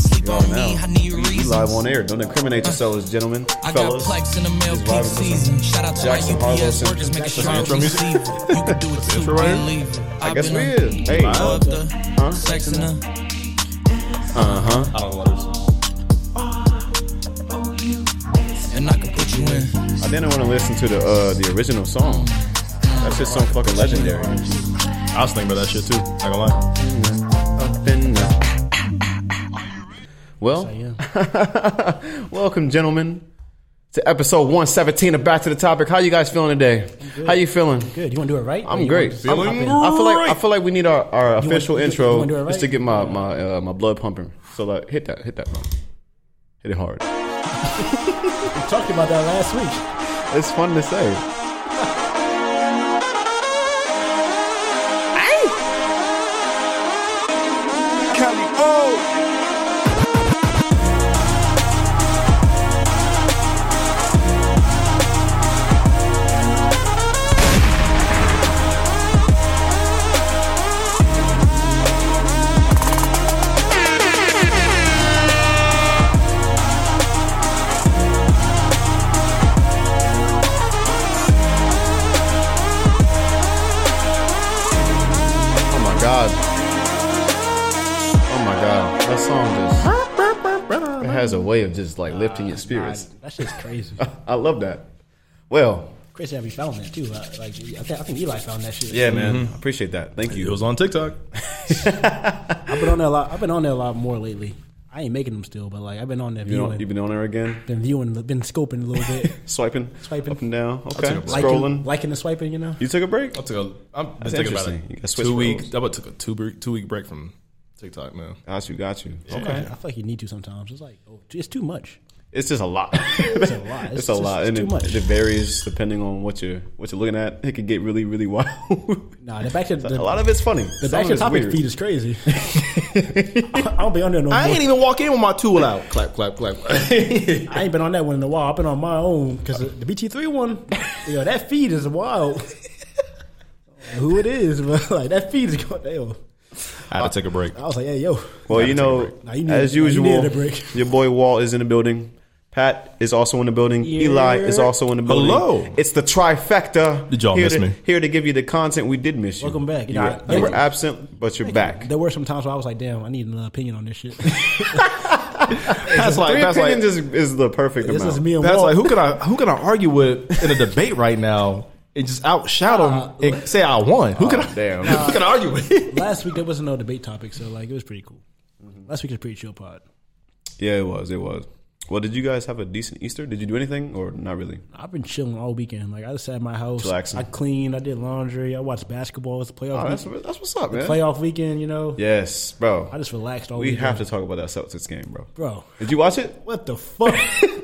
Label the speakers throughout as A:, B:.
A: Gone
B: don't
A: now.
B: need, I need
A: We
B: reasons.
A: live on air. Don't incriminate yourselves, gentlemen,
B: I got
A: fellas.
B: plex in the mail
A: Just vibing
B: peak
A: with some
B: season. Shout out to
A: Jackson
B: my
A: Harlow
B: UPS
A: Symphony.
B: workers making
A: That's
B: sure
A: the
B: I
A: intro
B: receive
A: music.
B: it. You can do it too,
C: intro right here?
B: believe it.
A: I
B: I've
A: guess
B: been
A: we
B: a-
A: is. Hey,
B: I
A: uh
B: loved her,
A: Huh?
B: sexing her.
A: huh.
C: I don't love this.
B: And I can put you in.
A: I didn't want to listen to the uh, the original song. That shit's so fucking legendary.
C: I was thinking about that shit too. Not gonna lie.
A: Up in the- Well, welcome, gentlemen, to episode 117 of Back to the Topic. How you guys feeling today? How you feeling?
D: Good. You want to do it right? Or
A: I'm
D: you
A: great.
D: want to-
A: I'm-
C: Feeling
A: I feel like I
C: great.
A: feel like we need our, our
D: You wanna-
A: official
D: you- you
A: intro
D: wanna do it right?
A: just to get my my uh, my blood pumping. So like, hit that, hit that, bro. hit it hard.
D: We talked about that last week.
A: It's fun to say.
B: oh,
A: Oh my god. Oh my god. That song just it has a way of just like lifting your spirits.
D: God, That's just crazy.
A: I love that. Well,
D: Chris said we found that too. Uh, like I think, I think Eli found that shit.
A: yeah, man. I appreciate that. Thank
C: Mm-hmm. It
A: you.
C: was on TikTok.
A: Mm-hmm.
D: I've been on there a lot. I've been on there a lot more lately. I ain't making them still, but like I've been on there
A: You know,
D: viewing,
A: you've been on there again,
D: been viewing, been scoping a little bit,
A: swiping,
D: Swiping.
A: up and down. Okay,
C: took a break.
A: scrolling.
D: liking, liking and swiping. You know,
A: you took a break.
C: I took a. I'm
A: That's
C: thinking about
A: interesting. You gotta
C: it.
A: switch
C: Two week.
A: roles.
C: I about took a two break, two week break from TikTok, man.
A: Got you. Got you. Okay.
D: I feel like you need to sometimes. It's like oh, it's too much.
A: It's just a lot. It's
D: a lot.
A: It's,
D: Ah, It's
A: a
D: just-
A: lot,
D: it's
A: and
D: too
A: it,
D: much.
A: it varies depending on what you're what you're looking at. It could get really, really wild.
D: Nah, the back to the,
A: a lot of it's funny.
D: the back to the topic feed is crazy. I, I don't be on there no more.
C: even walk in with my tool out. Clap, clap, clap. yeah,
D: I ain't been on that one in a while. I've been on my own because the BT3 one, yo, that feed is wild. Who it is, but like that feed is going. Yo,
C: I had to take a break.
D: I was like, hey, yo,
A: Well, you know,
D: Nah, you need-
A: as
D: nah, you
A: usual,
D: needed a break.
A: your boy Wall is in the building. Pat is also in the building. Eli is also in the building.
C: Hello.
A: It's the trifecta.
C: Did y'all
A: here
C: miss
A: to,
C: me?
A: Here to give you the content we did miss you.
D: Welcome back.
A: You,
D: Nah,
A: were, you
D: thank
A: were
D: you.
A: absent, but you're back.
D: there were some times where I was like, damn, I need an opinion on this shit.
C: That's like
A: Three
C: that's like
A: opinions is, is the perfect
D: this
A: amount.
D: is me and
C: that's
D: Walt.
C: like who can I who can I argue with in a debate right now and just outshout them and say I won? Who can I
A: Ah, damn.
C: Who can I argue with?
D: Last week there wasn't no debate topic, so like it was pretty cool.
A: Mm-hmm.
D: Last week was pretty chill pod.
A: Yeah, it was. It was. Well, did you guys have a decent Easter? Did you do anything or not really?
D: I've been chilling all weekend. Like I just sat at my house,
A: Relaxing.
D: I cleaned, I did laundry, I watched basketball. It's a playoff,
A: Oh, that's,
D: week-
A: that's what's up, man.
D: playoff weekend, you know.
A: Yes, bro.
D: I just relaxed all
A: we
D: weekend.
A: have to talk about that Celtics game, bro.
D: bro.
A: Did you watch it?
D: What the fuck?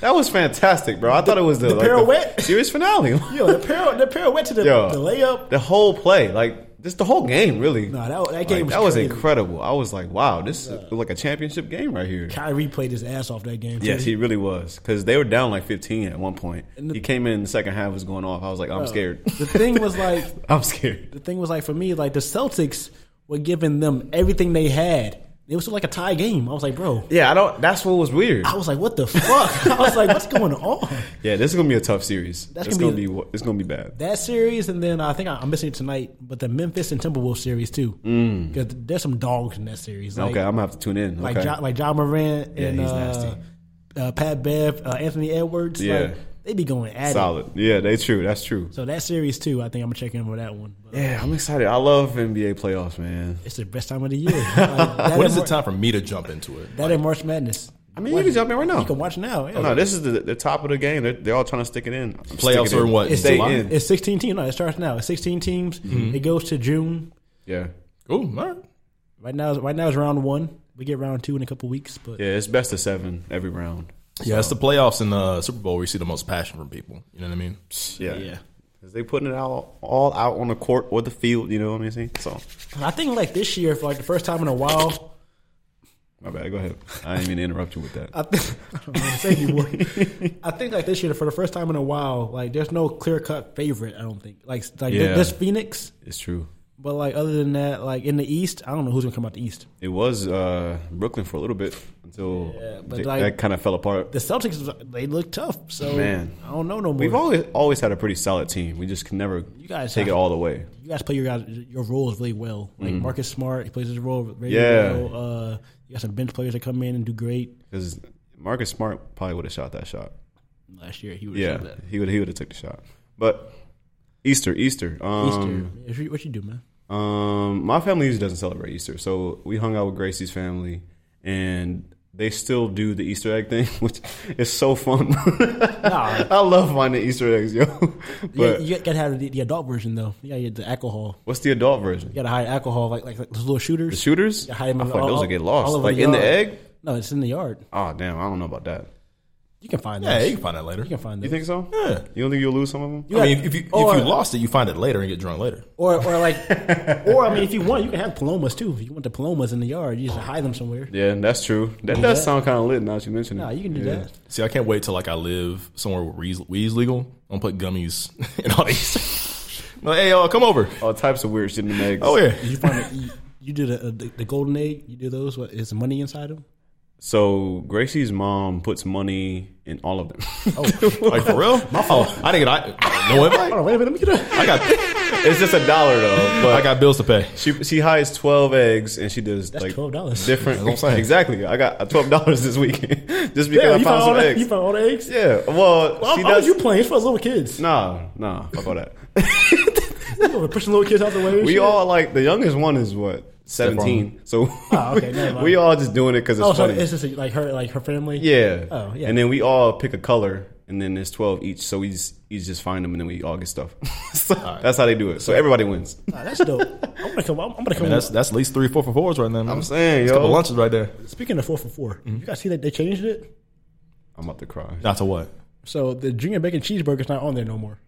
A: That was fantastic, bro. I thought it was the,
D: the
A: like,
D: pirouette?
A: series finale.
D: Yo, the pair, the pair went to the,
A: Yo.
D: the layup.
A: the whole play, like just the whole game, really.
D: Nah, that- that
A: Like,
D: game was
A: that was
D: crazy.
A: incredible. I was like, wow, this is like a championship game right here.
D: Kyrie played his ass off that game. Too.
A: Yes, he really was because they were down like 15 at one point.
D: And the-
A: he came in the second half was going off. I was like, I'm
D: Bro,
A: scared.
D: The thing was like,
A: I'm scared.
D: the thing was like for me, like the Celtics were giving them everything they had. It was like a tie game. I was like, bro.
A: Yeah, I don't. That's what was weird.
D: I was like, what the fuck? I was like, what's going on?
A: Yeah, this is gonna be a tough series.
D: That's
A: it's
D: gonna
A: gonna
D: be
A: be, wa- it's gonna be bad.
D: That series, and then I think I, I'm missing it tonight, but the Memphis and Timberwolves series too, because there's some dogs in that series. Like,
A: Mm. okay, I'm gonna have to tune in.
D: like
A: okay.
D: John, like John Morant and
A: he's
D: uh,
A: nasty.
D: uh, Pat Bev, uh, Anthony Edwards.
A: Yeah.
D: like, they be going at it.
A: Solid. Yeah, they true. That's true.
D: So that series too, I think I'm gonna check in for that one. But
A: Yeah, I'm excited. I love NBA playoffs, man.
D: it's the best time of the year. Like, that
C: When
D: and
C: is
D: Mar-
C: it time for me to jump into it?
D: That and March Madness.
A: I mean, you can jump in right now. Oh,
D: You can watch now. yeah.
A: No, this is the, the top of the game. They're, they're all trying to stick it in.
C: Playoffs
A: Stick it
C: are in what,
A: They
C: July?
A: in. Mm-hmm.
D: It's 16 teams. No, it starts now. It's 16 teams. It goes to June.
A: Yeah,
C: Oh, all right.
D: Right now, right now is round one. We get round two in a couple weeks, but
A: yeah. It's best of seven every round.
C: Yeah, it's the playoffs and the Super Bowl where you see the most passion from people. You know what I mean?
A: Yeah, yeah. Cause they putting it all all out on the court or the field. You know what I'm saying? So
D: I think like this year, for like the first time in a while,
A: my bad. Go ahead. I didn't mean to interrupt you with that.
D: I think I don't know what to say anymore. I think like this year, for the first time in a while, like there's no clear cut favorite. I don't think like like
A: Yeah.
D: this Phoenix.
A: It's true.
D: But like other than that, like in the East, I don't know who's gonna come out the East.
A: It was uh, Brooklyn for a little bit until
D: Yeah, but
A: th-
D: like-
A: that kind of fell apart.
D: The Celtics, was- they look tough. So
A: Man.
D: I don't know no more.
A: We've always always had a pretty solid team. We just can never
D: guys
A: take it
D: have-
A: all the way.
D: you guys play your guys your roles really well. Like Marcus Smart, he plays his role very
A: Mm-hmm. Yeah.
D: well. Uh, you got some bench players that come in and do great.
A: Because Marcus Smart probably would have shot that shot.
D: Last year, he was
A: Yeah,
D: that.
A: he would he would have took the shot. But Easter, Easter,
D: Easter.
A: um,
D: What you- what you do, man?
A: um, my family usually doesn't celebrate Easter, so we hung out with Gracie's family, and they still do the Easter egg thing, which is so fun.
D: Nah,
A: I love finding Easter eggs, yo.
D: you,
A: But
D: you gotta have the, the adult version though. You gotta get the alcohol.
A: what's the adult version?
D: You gotta hide alcohol like like, those little shooters.
A: The shooters?
D: You
A: I
D: hide them
A: feel
D: in
A: like
D: all-
A: those would get
D: all
A: lost,
D: over
A: like in the
D: yard.
A: egg.
D: No, it's in the yard.
A: Oh damn, I don't know about that.
D: You can find
C: Yeah,
D: those.
C: you can find that later.
D: You can find
A: You
D: those.
A: think so?
C: Yeah.
A: You don't think you'll lose some of them?
D: You
C: I mean,
D: got-
C: if you
D: or-
C: if you lost it, you find it later and get drunk later.
D: Or, or like, or I mean, if you want, you can have palomas too. If you want the palomas in the yard, you just hide them somewhere.
A: Yeah, that's true. That does sound kind of lit now that you mentioned it.
D: Nah, you can do
A: Yeah.
D: that.
C: See, I can't wait till like I live somewhere where weed's, weed's legal. I'm gonna put gummies in all these. like, hey, y'all, come over.
A: All types of weird shit in the eggs.
C: Oh yeah,
D: You find the, you, you do the, uh, the the golden egg. You do those. What is money inside them?
A: So Gracie's mom puts money in all of them.
C: like for real? My fault. I didn't get I, no invite.
D: Oh wait a minute, let me get a.
C: I got
A: it's just a dollar though, but
C: I got bills to pay.
A: she she hides twelve eggs and she does
D: That's
A: like
D: $12.
A: Different.
C: That's what I'm saying.
A: Exactly. I got twelve dollars this weekend just because
D: Damn,
A: I
D: you
A: found
D: found all
A: some
D: the, you
A: eggs.
D: found all the eggs.
A: Yeah. Well,
D: Why,
A: she
D: why was
A: does.
D: you playing? It's for little kids.
A: nah, nah. Fuck all that.
D: You over pushing little kids out the way. and
A: We
D: shit.
A: all like the youngest one is what seventeen. So
D: Oh, okay, never mind.
A: we all just doing it because it's
D: Oh, so
A: funny.
D: it's just like her, like her family.
A: yeah.
D: Oh, yeah.
A: And then we all pick a color, and then there's twelve each. So we just you just find them, and then we all get stuff. So That's how they do it. So everybody wins.
D: Nah, that's dope. I'm gonna come. I'm, I'm gonna come.
C: Man, that's that's at least three, four for fours right now. Man.
A: I'm saying,
C: That's a
A: yo.
C: couple lunches right there.
D: speaking of four for 4 you guys see that they changed it.
A: I'm about to cry.
C: Not to what?
D: So the junior bacon cheeseburger's not on there no more.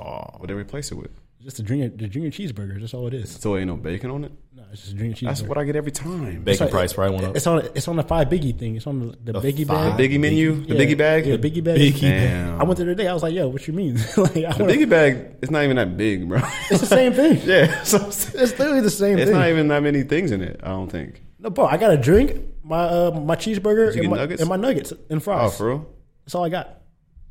C: Oh,
A: What they replace it with?
D: It's Just the junior, the junior cheeseburger. That's all it is.
A: So ain't no bacon on it.
D: No, it's just junior cheeseburger.
A: That's what I get every time.
C: bacon
D: Sorry,
C: price probably went up.
D: It's on. It's on the five biggie thing. It's on the, the, biggie
C: five
D: bag.
A: Oh. the biggie menu, the
D: Yeah,
A: biggie bag.
D: Yeah, biggie bag.
C: Biggie
A: Damn.
D: I went there today. I was like, "Yo, what you mean?" like, I
A: the
D: wanna-
A: biggie bag. It's not even that big, bro.
D: It's the same thing.
A: yeah. So it's
D: It's literally the same
A: it's
D: thing.
A: not even that many things in it. I don't think.
D: no, bro, I got a drink, my uh, my cheeseburger,
A: you
D: and
A: get
D: my,
A: nuggets?
D: and my nuggets and
A: Oh,
D: fries.
A: for real?
D: That's all I got.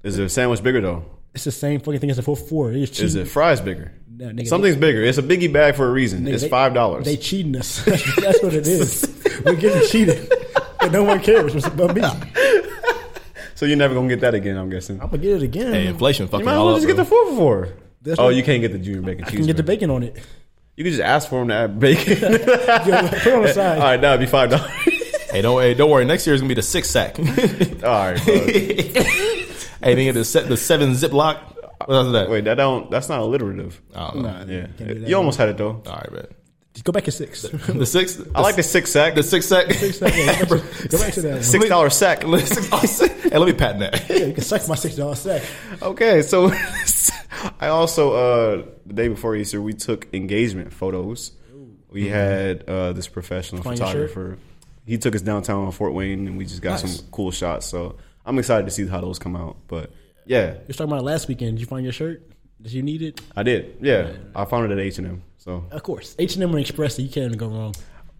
A: Is the sandwich bigger though?
D: It's the same fucking thing as the four for four. It's cheating.
A: Is it fries bigger?
D: No, nigga,
A: Something's bigger. It's a biggie bag for a reason. it's
D: they-
A: five dollars.
D: They cheating us. That's what it is. We're getting cheated, and no one cares It's about me. I'm
A: So you're never gonna get that again. I'm guessing.
D: gonna get it again.
C: Hey, inflation
A: You
C: fucking
A: might as
C: all
A: well
C: up.
A: just get
C: bro.
A: the four for four.
D: That's
A: oh,
D: right.
A: you can't get the junior bacon cheese.
D: I can get the bacon on it.
A: You can just ask for them to add bacon.
D: Yo, put it on the side.
A: All right, that'd be five dollars.
C: hey, don't hey, don't worry. Next year is gonna be the six sack. hey,
A: All right. Bro.
C: then you get the se- the seven ziploc. What else is that?
A: Wait, that don't. That's not alliterative.
C: I don't know.
D: Nah,
A: Yeah,
D: can't do that.
A: you almost had it though.
C: All right, man.
D: Just go back to six.
C: The six.
A: I like the six sack,
C: the
A: the
C: six sack.
D: Six sack, yeah, go back to- go back to that one.
A: six dollar sack.
C: hey, let me patent that.
D: Yeah, you can suck my six dollar sack.
A: Okay, so I also uh the day before Easter we took engagement photos. We had uh this professional
D: Find your shirt?
A: photographer. He took us downtown on Fort Wayne, and we just got
C: Nice.
A: some cool shots. So I'm excited to see how those come out. But yeah,
D: You're talking about last weekend. Did you find your shirt? Did you need it?
A: I did. Yeah, I found it at H and M. So
D: Of course. H and M and Express, you can't go wrong.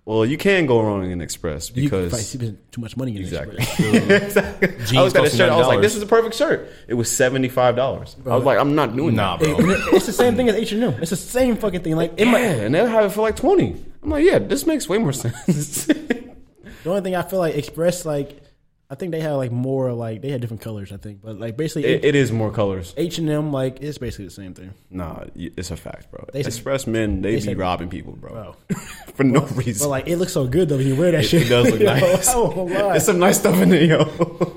A: well, you can go wrong in Express
D: You can probably
A: because
D: spend too much money in
A: Exactly.
D: Express.
A: exactly. I looked at his
C: costing
A: shirt. I was like,
C: $9.
A: "This is the perfect shirt." It was seventy five dollars. I was like, "I'm not doing
C: Nah,
A: that."
C: bro.
D: it's the same thing as H and M. It's the same fucking thing. Like it
A: Yeah,
D: might,
A: and they'll have it for like twenty. I'm like, "Yeah, this makes way more sense."
D: the only thing I feel like Express, like I think they have like more like they had different colors. I think, but like
A: it,
D: basically
A: it is more colors.
D: H and M, like it's basically the same thing.
A: Nah, y- it's a fact, bro.
D: They said-
A: Express men, they,
D: they
A: be
D: said-
A: robbing people, bro,
D: Bro.
A: for no
D: But
A: reason.
D: like it looks so good though when you wear that
A: it,
D: shit.
A: it does look
D: Yo,
A: nice.
D: I won't lie.
A: It's some nice stuff in there, yo.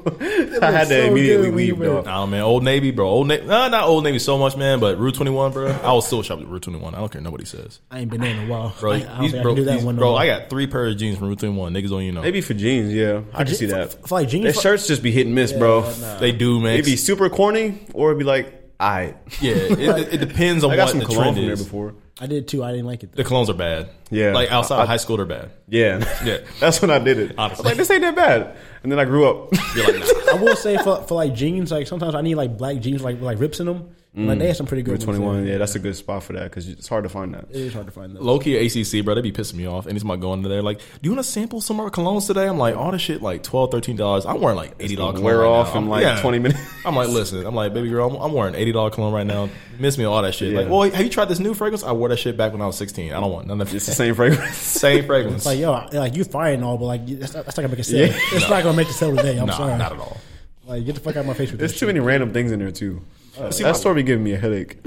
A: I had to
D: so
A: immediately
D: good when you
A: leave,
D: wear
A: dog.
D: it.
C: Nah, man. Old Navy, bro. Old Navy. Nah, not Old Navy so much, man. But Rue Twenty One, bro. I will still shop at Rue Twenty One. I don't care nobody says,
D: I ain't been there in a while.
C: bro.
D: I, I don't
C: these-
D: think
C: bro,
D: I can do that
C: these-
D: one. no
C: bro
D: more.
C: I got three pairs of jeans from Rue Twenty One. Niggas don't even know.
A: Maybe for jeans, yeah, I can
D: je-
A: see
D: for-
A: that.
D: for, like, jeans-
A: Their shirts just be hit and miss, bro.
C: they do, man.
A: It'd be super corny, or it'd be like, "I."
C: Yeah, it, it, it depends on
A: I got
C: what
A: some
C: the
A: cologne
C: trend
A: from there
C: is.
A: before.
D: I did too. I didn't like it. Though.
C: The colognes are bad.
A: Yeah.
C: like outside
A: I-
C: of high school, they're bad.
A: Yeah,
C: Yeah.
A: That's when I did it. I was
C: Honestly.
A: like, this ain't that bad. And then I grew up.
C: You're like, nah.
D: I will say for for like jeans, like sometimes I need like black jeans, like with, like rips in them.
C: Mm.
D: Like they had some pretty good
A: Route
D: ones
A: twenty one.
D: there.
A: Yeah, that's a good spot for that because it's hard to find that.
D: It is hard to find those.
C: Low key ACC, bro, they be pissing me off. And he's my going to there like, do you want to sample some more colognes today? I'm like, all this shit like 12 $13. I'm wearing like $80 cologne.
A: Wear
C: right
A: off
C: now.
A: in like
C: Yeah.
A: twenty minutes.
C: I'm like, listen, I'm like, baby girl, I'm, I'm wearing $80 cologne right now. Miss me all that shit.
A: Yeah.
C: Like, well, have you tried this new fragrance? I wore that shit back when I was 16. I don't want none of
A: It's the
C: this.
A: same fragrance.
C: Same fragrance.
D: Like yo, like you fire and all, but like you- that's not, that's not gonna make a sale. It's not gonna make a sale today. I'm
C: nah,
D: sorry.
C: not at all.
D: Like get the fuck out of my face with
A: There's
D: this.
A: too many random things in there too.
C: See,
A: that
C: my-
A: story be giving me a headache.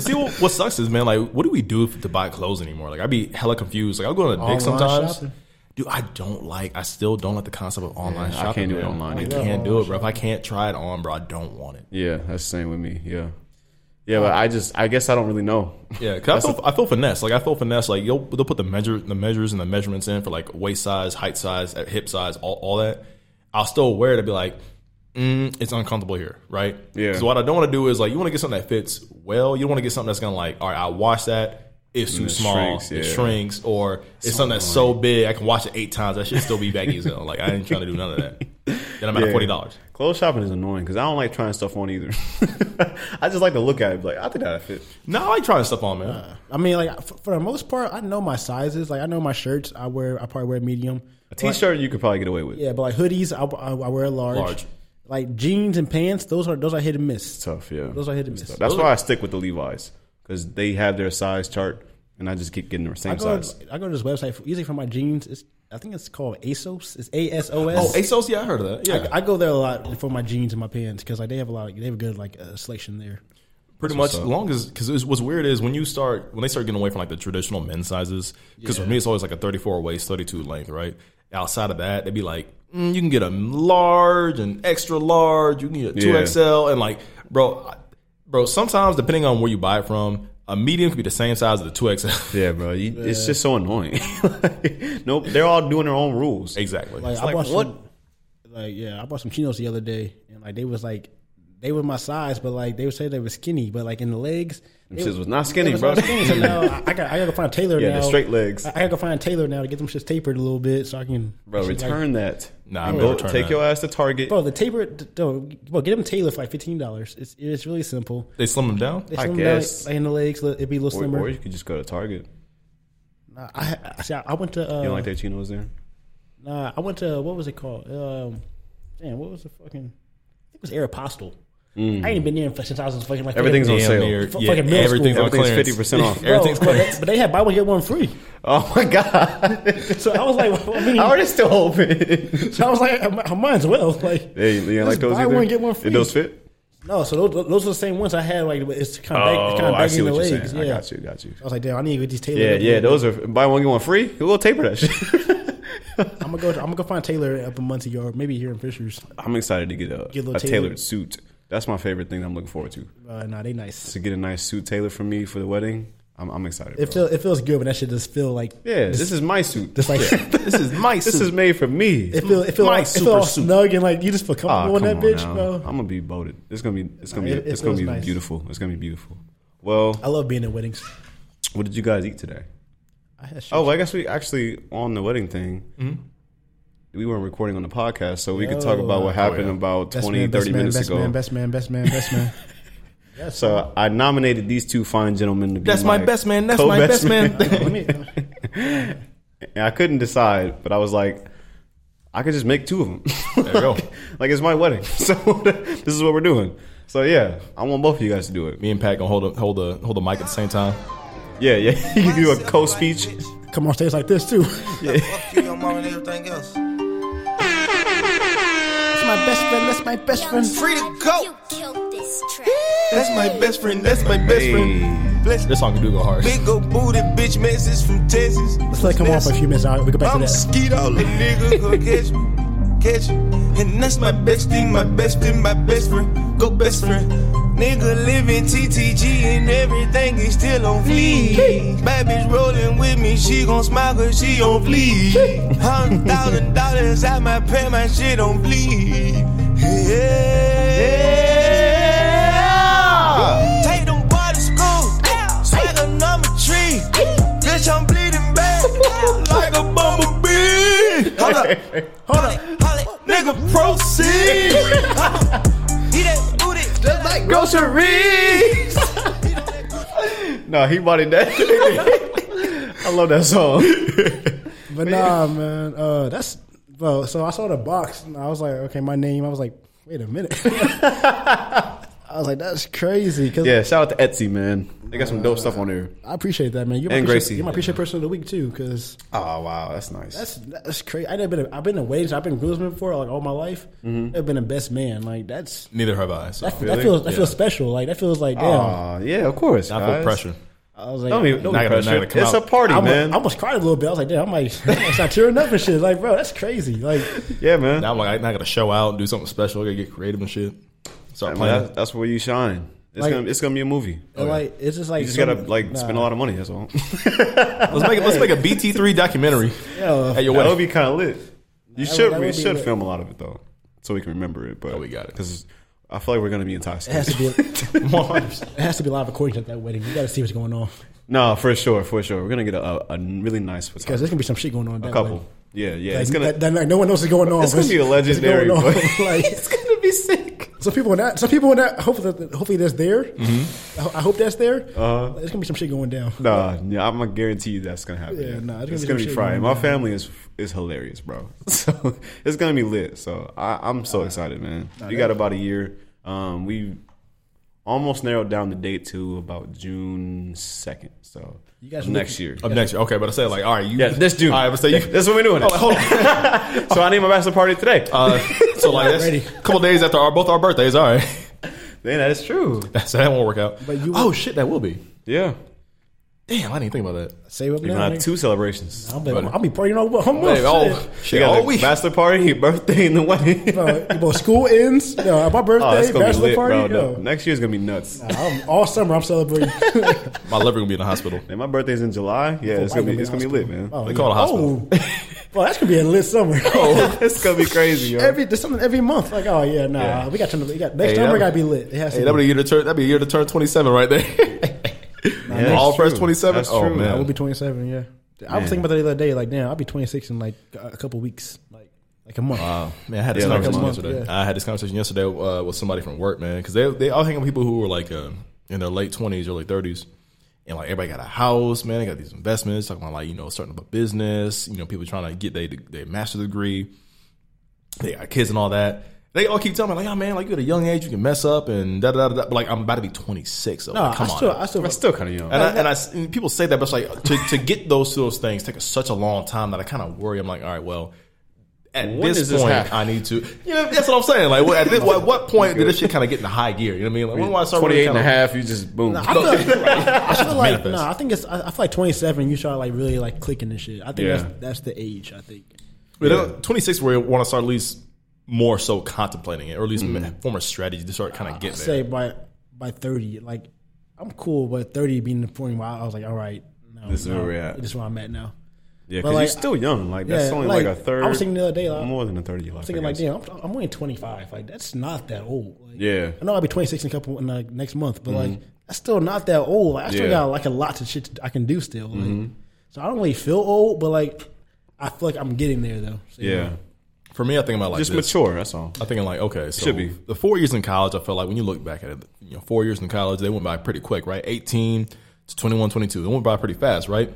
C: See what, what sucks is man, like what do we do to buy clothes anymore? Like I'd be hella confused. Like I'll go on a
D: Online
C: dick sometimes.
D: shopping.
C: Dude, I don't like. I still don't like the concept of online
A: Yeah, I
C: shopping.
A: can't do it
C: man.
A: online
C: I
A: either.
C: can't do it, bro. If I can't try it on, bro, I don't want it.
A: Yeah, that's the same with me. Yeah, yeah, but I just I guess I don't really know.
C: Yeah, cause I feel, I feel finesse. Like I feel finesse. Like you'll they'll put the measure the measures and the measurements in for like waist size, height size, uh, hip size, all, all that. I'll still wear it to be like, mm, it's uncomfortable here, right?
A: Yeah.
C: So what I don't want to do is like you want to get something that fits well. You don't want to get something that's gonna like, all right, I wash that. It's too
A: it
C: small.
A: shrinks,
C: It
A: yeah.
C: shrinks, or it's something that's so big I can wash it eight times. That should still be baggy as hell. Like I ain't trying to do none of that. Then I'm at
A: Yeah.
C: forty dollars.
A: Clothes shopping is annoying because I don't like trying stuff on either. I just like to look at it. be Like I think that fit.
C: No, I like trying stuff on, man.
D: I mean, like for, for the most part, I know my sizes. Like I know my shirts. I wear. I probably wear medium.
A: A t-shirt you could probably get away with.
D: Yeah, but like hoodies, I, I, I wear large.
C: Large.
D: Like jeans and pants, those are those are hit and miss.
A: Tough. Yeah.
D: Those are hit and miss.
A: That's why I stick with the Levi's because they have their size chart, and I just keep getting the
D: I
A: same
D: go,
A: size.
D: I go to this website for, usually for my jeans. It's I think it's called ASOS. It's A S O
C: Oh,
D: S.
C: ASOS, yeah, I heard of that. Yeah,
D: I go there a lot for my jeans and my pants because like they have a lot. They have a good like uh, selection there.
C: Pretty much, as long as because what's weird is when you start when they start getting away from like the traditional men's sizes. Because for me, it's always like a thirty-four waist, thirty-two length, right? Outside of that, they'd be like, mm, you can get a large, an extra large, you can get a two
A: Yeah.
C: XL, and like, bro, I- bro. Sometimes depending on where you buy it from, a medium could be the same size as the two XL.
A: Yeah, bro. You, It's just so annoying. nope. They're all doing their own rules.
C: exactly.
D: Like,
C: It's
D: I
C: like,
D: bought
C: what?
D: Some, like yeah, I bought some chinos the other day, and like they was like they were my size, but like they would say they were skinny, but like in the legs, they
A: shits
D: were-
A: was not skinny,
D: they was
A: bro.
D: not skinny, so now I, I got I gotta find a tailor.
A: Yeah,
D: now.
A: the straight legs.
D: I, I gotta go find a tailor now to get them shits tapered a little bit so I can
A: Bro,
D: actually, like-
A: return that.
C: Nah,
A: You
C: I'm
A: go-
C: gonna return
A: take
C: that.
A: your ass to Target.
D: Bro, the taper, bro, get them tailored for like fifteen dollars. It's it's really simple.
C: They slim them down.
D: They
A: I
D: slim down,
A: guess.
D: like, in the legs, li- it'd be a little
A: or,
D: slimmer.
A: or you could just go to Target.
D: Nah, I, I see. I, I went to. Uh,
A: You don't like their chinos there?
D: Nah, I went to what was it called? Um, damn, what was the fucking? I think it was Aeropostale.
A: Hmm.
D: I ain't been there in- since I was fucking like
A: Everything's on
C: Damn
A: sale.
C: near-
D: Fu-
C: yeah,
D: fucking middle
C: everything's
D: school.
C: on
A: Everything's
C: clearance.
A: 50% off.
D: Bro,
C: Everything's
D: but, they,
C: clearance.
D: but they had buy one get one free.
A: Oh my god!
D: So I was like, well, I mean,
A: How are they still open?
D: so I was like, I mi- I might as well. Like,
A: hey, you don't like
D: Just
A: those
D: buy
A: either?
D: one, get one free.
A: Did those fit?
D: no, so those, those are the same ones I had. Like, but it's kind of
A: Oh,
D: kind of
A: I see
D: bagging the
A: what you're
D: legs.
A: saying.
D: Yeah,
A: I got you. Got you.
D: I was like, damn, I need to get these tailored.
A: Yeah,
D: up a
A: yeah.
D: little
A: Those are buy one get one free. We'll taper that shit.
D: bit. I'm gonna go. I'm gonna go find Taylor up in Muncie yard, maybe here in Fishers.
A: I'm excited to get a,
D: Get a little
A: a
D: tailored.
A: tailored suit. That's my favorite thing. I'm looking forward to
D: Uh, nah, they nice.
A: to get a nice suit tailored for me for the wedding. I'm, I'm excited.
D: It
A: bro.
D: feel, it feels good, but that shit just feel like
A: yeah, this, is my suit.
D: just like
C: This is my.
A: this is made for me.
D: it feel it feel
C: My
D: like, it feel
C: super
D: all
C: suit.
D: snug and like you just feel
A: Ah,
D: comfortable in
A: come
D: that
A: on
D: bitch,
A: now.
D: bro.
A: I'm gonna be bolded. It's gonna be it's gonna
D: Nah,
A: be
D: it- it
A: it's gonna be
D: feels nice.
A: beautiful. It's gonna be beautiful. Well,
D: I love being at weddings.
A: what did you guys eat today?
D: I had shit.
A: Oh, well, I guess we actually on the wedding thing.
D: Mm-hmm.
A: We weren't recording on the podcast, so we could talk
D: Oh,
A: about
D: uh,
A: what happened
C: yeah.
A: about
D: Best
A: 20,
D: man,
A: 30
D: best man,
A: minutes
D: best
A: ago.
D: Man, best man, best man, best man. Yes.
A: so I nominated these two fine gentlemen to be
C: That's my best man. That's my
A: co-best
C: best man.
D: let me,
A: And I couldn't decide, but I was like, I could just make two of them.
C: There you go.
A: like it's my wedding, so this is what we're doing. So yeah, I want both of you guys to do it.
C: Me and Pat gonna hold the hold the hold the mic at the same time.
A: Yeah, yeah, you can do a co-speech.
D: come on stage like this too.
B: Fuck you, your mom, and everything else.
D: That's my best friend. That's my best friend.
B: Free to go.
E: You killed this track.
B: That's my best friend. That's my best friend. Bless
C: This song can do go hard.
B: Big old booty bitch messes from Texas.
D: Let's let it come on for a few minutes. All right, we go back to
B: I'm
D: that.
B: mosquito, the nigga go catch me, catch me. And that's my bestie, my bestie, my best friend, go best friend. Nigga living TTG and everything is still on fleek. Bad bitch rolling with me, she gon' smile cause she on fleek. Hundred thousand dollars out my pay, my shit on fleek. Yeah. Take them boy to school, swagger number three. Bitch, I'm bleeding bad like a bumblebee. Hold up, hold up, hold up. nigga, proceed. Eat that booty just like
A: like groceries. no, he bought it that. I love that song.
D: But nah, man. Uh, that's well. So I saw the box, and I was like, okay, my name. I was like, wait a minute. I was like, that's crazy. Cause
A: Yeah, shout out to Etsy, man. They got some dope stuff on there.
D: I appreciate that, man. You're my appreciate-
A: And Gracie.
D: You're my appreciate person of the week too, because
A: Oh wow, that's nice.
D: that's that's crazy. I've been a, I've been a wage. I've been a groomsman before, like all my life.
A: Mm-hmm.
D: I've been a best man. Like that's
C: Neither have I. So.
D: that, that feels that feels special. Like that feels like damn.
A: Aw, Uh, yeah, of course.
C: I feel
A: guys.
C: pressure.
D: I was like,
A: Don't be, don't be
C: Not gonna- not
A: pressured.
C: gonna come
A: It's
C: out.
A: a party,
D: I almost,
A: man.
D: I almost cried a little bit. I was like, damn, I'm like, I am start tearing up and shit. Like, bro, that's crazy. Like,
A: yeah, man.
C: Now I'm like, I I gotta show out, and do something special. I gotta get creative and shit. Start
A: I mean,
C: playing.
A: that's, that's where you shine. It's
D: Like-
A: gonna it's gonna be a movie.
D: and, like it's just like
A: You just gotta like spend a lot of money. That's all.
C: Let's make it, let's make a BT3 documentary
D: Yeah.
A: that
C: at your
A: would
C: wedding.
A: be kind of lit. You
D: would-
A: should
D: that
A: we
D: would be
A: should
D: lit.
A: film a lot of it though, so we can remember it. But
C: Oh, we got it.
A: because I feel like we're gonna be
D: It has
A: intoxicated.
D: to be. It
C: Mars.
D: has to be live recordings at that wedding. You got to see what's going on
A: no, for sure, for sure. We're gonna get a, a, a really nice
D: because
A: photographer.
D: there's gonna be some shit going on. At
A: A
D: that
A: couple.
D: wedding.
A: Yeah, yeah.
D: Like,
A: it's gonna
D: that, that- like, no one knows what's going on.
A: it's gonna be a
D: What's- what's
A: legendary.
D: going on?
A: but-
D: like,
A: it's gonna be sick.
D: some people are not. Some people are not. Hopefully, that- hopefully that's there. I, ho- I hope that's there. Uh, there's gonna be some shit going down.
A: Nah, yeah, I'm gonna guarantee you that's gonna happen.
D: Yeah, nah,
A: it's
D: there's
A: gonna
D: gonna be
A: be
D: shit
A: Friday.
D: going
A: My
D: down.
A: family is is hilarious, bro. So it's gonna be lit. So I, I'm so excited, man. we got about a year. Um, we almost narrowed down the date to about June second. So
D: You guys
A: of
D: are
A: next
D: looking-
A: year.
C: Up next year. Okay, but I said like, all right, you.
A: Yeah, this June.
C: All right, but say you.
A: That's what we're doing.
C: Oh, hold on.
A: so I need my bachelor party today.
C: Uh, so like, that's
D: Ready.
C: a couple days after our both our birthdays. All right,
A: Man, that is true.
C: so that won't work out.
D: But you-
C: oh shit, that will be.
A: Yeah,
C: Damn, I didn't think about that.
D: Save up
A: we're
D: now.
A: gonna have
D: nigga.
A: two celebrations.
D: I'll be, I'll be partying all all month.
C: Hey, oh
D: shit.
A: We
C: shit,
A: got a
C: all week.
A: bachelor party, birthday, and the wedding.
D: Bro, bro, school ends. You know, my birthday,
A: Oh, that's gonna be
D: bachelor
A: lit,
D: party.
A: bro. No,
D: yo.
A: Next year's gonna be nuts.
D: I'm, all summer I'm celebrating.
C: My lover gonna be in the hospital.
A: Man, my birthday's in July. Yeah, it's gonna be it's gonna be lit, man.
D: Oh,
C: They call it a hospital.
D: well, that's gonna be a lit summer.
A: Oh, it's gonna be crazy, yo.
D: every there's something every month. Like, oh yeah, nah,
A: Yeah.
D: we got to we got next
C: Hey,
D: summer
C: that-
D: gotta be lit. It has
C: Hey,
D: to.
C: that'd be
D: Be,
C: a year to turn. That'd be a year to turn twenty-seven right there.
A: that's
C: All
A: true.
C: first twenty-seven.
A: That's
C: Oh
A: true.
D: I
C: man,
D: will be 27. Yeah, I was thinking about that the other day. Like, damn, I'll be 26 in like a a couple weeks, like like a month.
C: Wow. Man, I had this
A: Yeah, like a
C: conversation
D: month,
C: yesterday. I had this conversation yesterday uh, with somebody from work, man, because they they all hang with people who were like uh, in their late twenties, early thirties, and like everybody got a house, man. They got these investments, talking about like you know starting up a business, you know people trying to get their their master's degree, they got kids and all that. They all keep telling me like, oh man, like you at a young age you can mess up and da da da. da. But like I'm about to be 26, so
D: no,
C: like, come
D: I
C: on.
D: still, I still,
A: That's still kind of young.
C: And, I, and, I, and people say that, but it's like to, to get those to those things takes such a long time that I kind of worry. I'm like, all right, well, at
A: When
C: this
A: does this
C: point,
A: happen?
C: I need to. You know, that's what I'm saying. Like, what- at, this, at what point did this shit kind of get into high gear? You know what I mean? Like, when do I start
A: 28
C: really
A: and a
C: kinda-
A: half, you just boom.
D: I feel like, I feel like
C: manifest.
D: nah, I think it's I, I feel like 27. You start like really like clicking and shit. I think
A: Yeah.
D: that's that's the age. I think.
C: But then 26, where you want to start at least more so contemplating it, or at least
A: Mm.
C: form a strategy to start kind of
D: I
C: getting
D: say
C: there.
D: by by 30, like I'm cool, but 30 being the point where I was like, all right, no,
A: This is
D: no,
A: where we're at.
D: This is where I'm at now.
A: yeah,
D: but
A: because
D: like-
A: you're still young. Like that's
D: Yeah,
A: only like,
D: like,
A: a third.
D: I was thinking the other day, like,
A: more than a third of your life.
D: I'm thinking
A: I
D: like,
A: guess.
D: damn, I'm, I'm only 25. Like that's not that old. Like,
A: Yeah.
D: I know I'll be 26 in a couple in like next month, but like that's still not that old. Like, I still
A: Yeah. Mm-hmm.
D: got like a lot of shit I can do still. Like, So I don't really feel old, but like I feel like I'm getting there though. So,
A: Yeah,
C: For me, I think about like
A: just
C: this.
A: mature. That's all.
C: I think like okay, so
A: Should be.
C: the four years in college. I feel like when you look back at it, you know, four years in college they went by pretty quick, right? Eighteen to 21, 22. They went by pretty fast, right?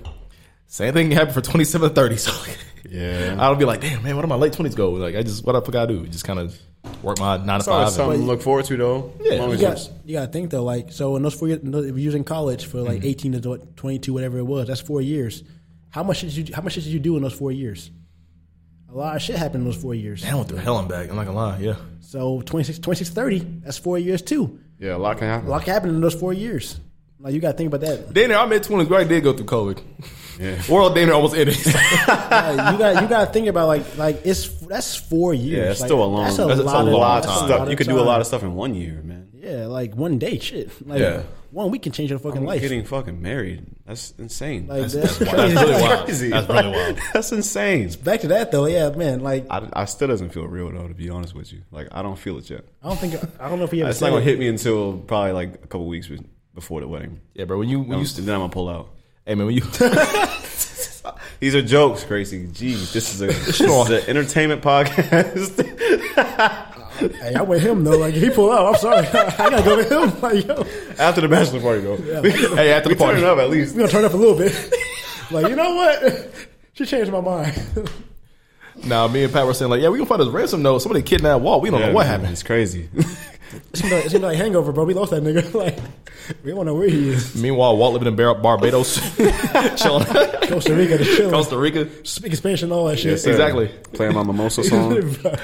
C: Same thing happened for 27 to 30. So
A: Yeah.
C: I'll be like, damn man, what do my late twenties go? Like I just what the fuck I do? Just kind of work my nine to
A: It's always
C: five. and-
A: something to look forward to though.
C: Yeah.
A: As long as
D: You got, you got to think though, like so in those four years, if you're in college for like
A: Mm-hmm.
D: 18 to tw- 22, whatever it was, that's four years. How much did you? How much did you do in those four years? A lot of shit happened in those four years.
C: Damn, I went through hell and back. I'm not gonna lie. Yeah,
D: So 26, 26 30, that's four years too.
A: yeah, a lot can happen.
D: A lot happened in those four years. Like you got to think about that.
C: damn near our mid twenties. We already did go through COVID.
A: Yeah.
C: World damn near almost ended. that's
D: Like, you got you got to think about like like it's that's four years.
A: Yeah, it's
D: Like,
A: still a long.
D: That's a
A: that's
D: lot, of,
A: lot
D: that's a
A: of
D: lot
A: stuff. You could do a
D: time.
A: lot of stuff in one year, man.
D: Yeah, like one day, shit. Like
C: Yeah.
D: one week can change your fucking
A: I'm
D: life.
A: Getting fucking married. That's insane.
D: Like,
A: That's
D: that's,
C: wild.
D: crazy.
C: really wild.
A: crazy.
C: That's really wild.
A: That's insane.
D: Back to that though, yeah, man. Like
A: I, I still doesn't feel real though, to be honest with you. Like I don't feel it yet.
D: I don't think I don't know if he ever
A: It's
D: said
A: not gonna
D: it.
A: hit me until probably like a couple weeks be- before the wedding.
C: Yeah, bro. When you when
A: I'm,
C: you
A: then I'm gonna pull out.
C: hey man when you
A: These are jokes, Gracie. Jeez, this is a, this is an entertainment podcast.
D: Hey, I with him though. Like if he pull out, I'm sorry. I gotta go with him. Like yo,
A: After the bachelor party, though.
C: Hey, after the
A: we
C: party.
A: turn it up at least.
D: we gonna turn up a little bit. Like you know what? She changed my mind.
C: Now me and Pat were saying like, yeah, we gonna find this ransom note. Somebody kidnapped Walt. We don't know what happened.
A: It's crazy.
D: It's gonna, it's gonna be like hangover, bro. We lost that nigga. Like we don't know where he is.
C: Meanwhile, Walt living in Bar- Barbados, chilling,
D: Costa Rica, just chilling,
C: Costa Rica.
D: speaking Spanish and all that shit.
A: sir.
C: Exactly.
A: Playing my mimosa song.
C: nigga,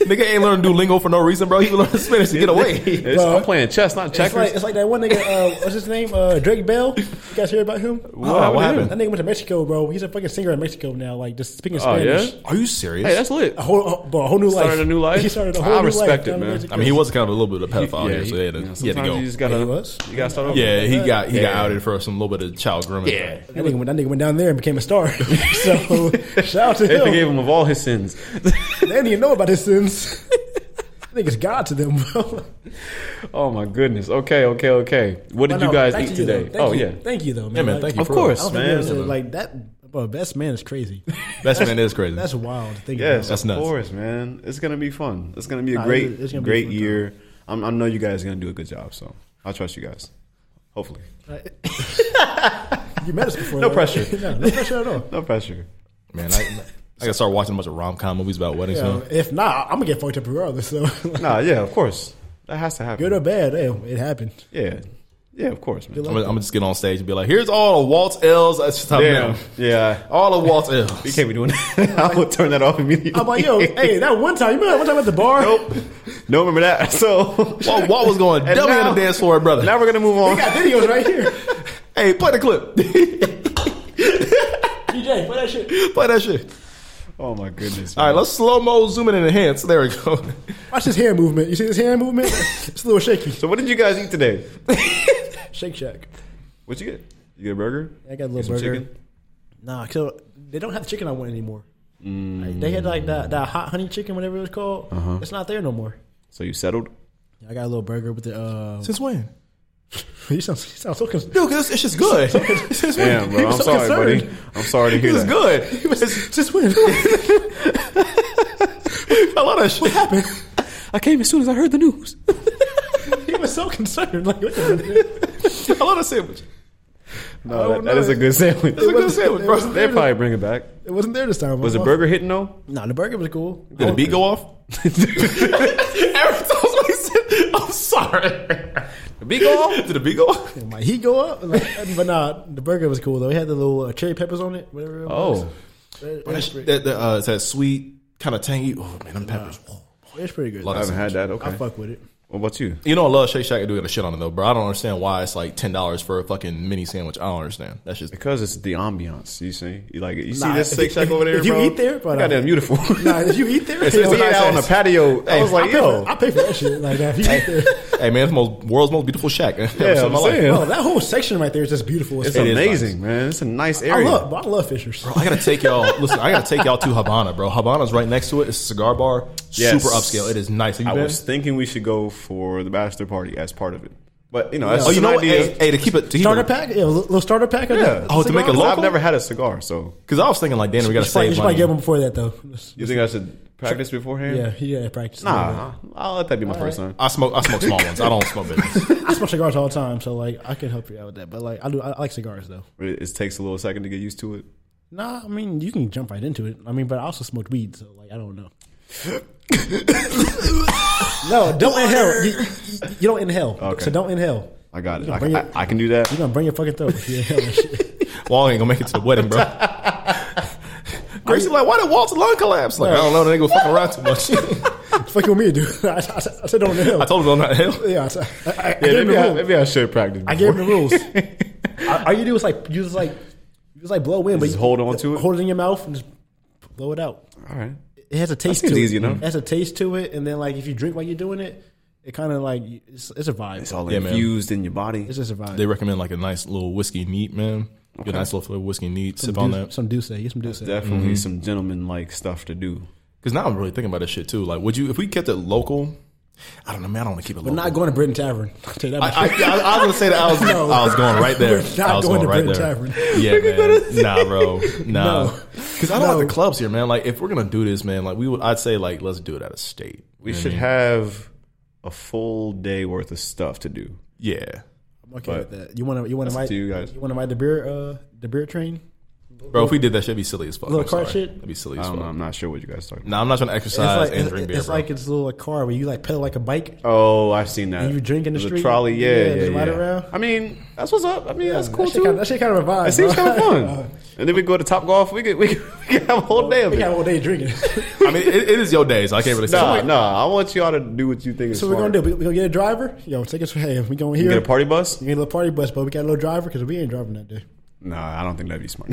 C: nigga ain't learning Duolingo for no reason, bro. He learned Spanish to get away.
A: It's- I'm playing chess, not
D: It's like,
A: checkers.
D: it's like that one nigga, uh, what's his name? Uh, Drake Bell. You guys hear about him?
C: Wow, what
D: That
C: happened?
D: nigga went to Mexico, bro. He's a fucking singer in Mexico now, like just speaking
A: Oh yeah.
D: Spanish.
C: Are you serious?
A: Hey, that's lit.
D: A whole, uh, bro, a whole new life.
A: Started a new life?
D: He started a
A: I
D: whole new
A: respect
D: life
A: it,
D: down in
A: man.
D: Mexico.
C: I mean, he was kind of a little bit of a pedophile
A: Yeah,
C: here, so he had to,
A: you know,
C: he had to
A: sometimes
C: go.
A: you just gotta.
D: He was.
A: You gotta start over.
C: yeah, he got he got
A: Yeah.
C: outed for some little bit of child grooming.
A: Yeah.
D: that nigga, went- that nigga went down there and became a star. so shout out to
A: They
D: him.
A: forgave him of all his sins.
D: They didn't even know about his sins. Niggas God to them, bro.
A: oh my goodness. Okay, okay, okay. What did
D: But no,
A: you guys
D: thank
A: eat
D: you, though.
A: today?
D: Thank
A: oh
D: you.
A: yeah.
D: thank you though, man.
C: Yeah, man,
D: Like,
C: thank you.
A: Of
C: for
A: course,
D: I don't
C: real.
D: think we
A: man.
D: ever said, like that, bro. Best man is crazy.
C: Best man is crazy.
D: That's wild. to think
A: Yes,
D: about.
C: That's
A: of
C: nuts.
A: course, man. It's gonna be fun. It's gonna be a
D: Nah,
A: great,
D: it's- it's gonna be a
A: great
D: fun time.
A: year. I'm, I know you guys are gonna do a good job, so I trust you guys. Hopefully,
D: you met us before.
A: No
D: though.
A: pressure.
D: no, no pressure at all.
A: no pressure.
C: man, I, I gotta start watching a bunch of rom com movies about weddings.
D: Yeah,
C: now.
D: If not, I'm gonna get fucked up regardless. So
A: Nah, yeah, of course. That has to happen.
D: good or bad, hey, it happened.
A: yeah, yeah, of course, man.
C: I'm, gonna, I'm gonna just get on stage and be like, "Here's all of Walt's L's." That's just how
A: Damn,
C: now.
A: yeah.
C: All of Walt's L's.
A: You can't be doing that. I will turn that off immediately.
D: I'm like, yo, hey, that one time, you remember that one time at the bar?
A: nope, don't remember that. So
C: Walt, Walt was going
A: And
C: dummy
A: now-
C: on the dance floor, brother.
A: now we're gonna move on.
D: We got videos right here.
C: hey, play the clip.
D: DJ, play that shit.
C: play that shit.
A: Oh my goodness.
C: All right,
A: man.
C: let's slow mo zoom in and enhance. There we go.
D: Watch his hand movement. You see this hand movement? It's a little shaky.
A: So what did you guys eat today?
D: Shake Shack.
A: What you get? You get a burger?
D: I got a little
A: Some
D: burger.
A: chicken?
D: Nah, so they don't have the chicken I want anymore. Like, they had like that, that hot honey chicken, whatever it was called.
C: Uh-huh.
D: It's not there no more.
A: Mm. Uh-huh. So you settled?
D: I got a little burger with the. Uh,
C: Since when?
D: you sound, you sound so concerned.
C: Dude, this, it's just good. Since when?
A: Damn, bro. I'm
D: so
A: sorry, buddy.
D: concerned.
A: I'm sorry to hear
C: It's
A: that.
C: good.
D: Just just win. what
C: I love that shit.
D: happened?
A: I came as soon as I heard the news.
D: He was so concerned. Like, what the heck?
C: I love that sandwich.
A: No, that,
D: don't
A: that
D: know.
A: is a good sandwich.
C: It's a good sandwich, bro.
A: They probably bring it back.
D: It wasn't there this time.
A: Was the
D: I'm
A: burger hitting though?
D: off. Nah, the burger was cool.
C: Did the beat go off? Every time somebody said, I'm sorry. The beat go off? Did the beat go off?
D: Did my heat go up? Like, but nah, the burger was cool though. It had the little uh, cherry peppers on it. Whatever. It was.
A: Oh,
D: it,
C: That,
D: was
C: sh-
D: pretty,
C: that, that, uh, it's that sweet, kind of tangy. Oh, man, them peppers.
D: it was pretty good.
C: Love
A: I
C: that
A: haven't had
C: sandwich.
A: that.
D: I
A: Okay. What
D: fuck with it.
A: about you?
C: You know, I love Shake Shack and doing a shit on it, though, bro. I don't understand why it's like $10 for a fucking mini sandwich. I don't understand. That's just.
A: Because it's the ambiance. You see, you like it. You see
D: Nah,
A: this
D: if-
A: Shake Shack over there,
D: if you
A: bro?
D: eat there, bro,
A: You goddamn beautiful.
D: Nah, if you eat there,
A: It's
D: yo,
A: it's eating out on the patio. I
C: Hey,
A: was
D: I
A: like,
D: pay, for,
A: yo,
D: I pay for that shit. Like that. If you eat there.
C: hey, man, it's the most, world's most beautiful shack. I've ever
A: yeah,
C: seen in
A: I'm
C: my life.
A: saying.
D: Oh, that whole section right there is just beautiful.
A: It's
D: I
C: It is
A: amazing, man. It's a nice area.
D: love, I love Fishers.
C: I gotta take y'all. listen, I gotta take y'all to Havana, bro. Havana's right next to it. It's a cigar bar,
A: Yes.
C: super upscale. It is nice. Have you
A: I
C: been?
A: was thinking we should go for the bachelor party as part of it, but you know, that's
C: oh,
A: just
C: you know
A: an
C: what?
A: idea.
C: Hey, hey, to keep it, to keep
D: Starter
C: it,
D: pack, yeah, a little little starter pack. of
A: Yeah.
D: the
C: Oh, to make it
D: cigar?
C: local?
A: I've never had a cigar, so
C: because I was thinking like, damn, we
D: You
C: gotta
D: should, probably, you
C: save
D: should probably get
C: money.
D: one before that though.
A: you think I should practice beforehand?
D: Yeah, yeah, practice.
A: Nah, I'll let that be my first time.
C: I smoke, I smoke small ones. I don't smoke big ones.
D: I smoke cigars all the time, so like I can help you out with that. But like I do, I, I like cigars though.
A: But it, it takes a little second to get used to it.
D: Nah, I mean you can jump right into it. I mean, but I also smoked weed, so like I don't know. no, don't inhale. You, you- you don't inhale.
A: Okay.
D: So don't inhale.
A: I got it.
D: Yeah,
A: I,
D: bring
A: I-
D: it.
A: I can do that.
D: You're gonna burn your fucking throat if you inhale that shit.
C: Wall ain't gonna make it to the wedding, bro. Gracie like, why did Walt's lung collapse? Like, I don't know. They go fucking around too much.
D: Fuck you with me, dude. I, I, I said don't inhale.
C: I told him not hell.
D: yeah, I, said- I, I, I gave him
A: Yeah,
D: the
A: maybe, I,
D: rule.
A: maybe I should practice.
D: I gave him the rules. I- All you do is like you just like you just like blow in, but
A: Just
D: you-
A: hold on to it?
D: hold it in your mouth, and just blow it out.
A: All right.
D: It has a taste
A: seems
D: to
A: easy
D: it.
A: enough.
D: It has a taste to it, and then like if you drink while you're doing it, it kind of like it's, it's a vibe.
A: It's
D: It's,
A: all
C: Yeah, man.
A: infused in your body.
D: just a vibe.
C: They recommend like a nice little whiskey neat, man. Get a nice little flavor whiskey neat. Sip on
D: Deuce-
C: that. Mm-hmm.
D: Some do say, get some do say.
A: Definitely some gentleman like stuff to do.
C: Because now I'm really thinking about this shit too. Like, would you if we kept it local? I don't know, man. I don't want to keep it
D: We're
C: local.
D: not going to Britain Tavern. I'll tell you that much.
C: I, I, I was gonna say that I was, I was going right there.
D: We're not
C: I was
D: going to
C: right
D: Britain
C: there.
D: Tavern.
C: Yeah, man. Nah, bro. Nah.
D: No.
C: Because I don't like the clubs here, man. Like, if we're gonna do this, man, like we would, I'd say like let's do it out of state.
A: We should have a full day worth of stuff to do.
C: Yeah,
D: I'm okay with that. You want to you want to
A: up
D: ride
A: to you guys.
D: want to ride the beer uh the beer train?
C: bro. If we did that, shit, would be silly as fuck.
D: Little
C: I'm
D: cart
C: sorry.
D: shit?
C: That'd be silly
A: I
C: as
A: don't
C: fuck.
A: know. I'm not sure what you guys are talking about.
C: Nah, I'm not trying to exercise
D: it's like
C: and
D: it's,
C: drink beer,
D: it's
C: bro.
D: like it's a little car where you like pedal like a bike.
A: Oh, I've seen that.
D: And you drink in the
A: There's a
D: street?
A: trolley. Yeah,
D: Yeah,
A: yeah, yeah.
D: just ride around.
A: I mean, that's what's up. I mean, that's cool
D: that
A: too.
D: Shit kinda, that shit kind of a vibe.
A: it seems
D: bro.
A: kind of fun. and then we go to Top Golf. We could we could, we could have a whole day of
D: Uh, we got
A: it.
D: all day drinking.
C: I mean, it, it is your day, so I can't really say.
A: Nah, nah. I want y'all to do what you think is
D: so we're
A: smart.
D: gonna do. We, we gonna get a driver. Yo, take us. Hey, we going here.
A: Get a party bus?
D: We get a little party bus, but we got a little driver because we ain't driving that day.
A: Nah, I don't think that'd be smart.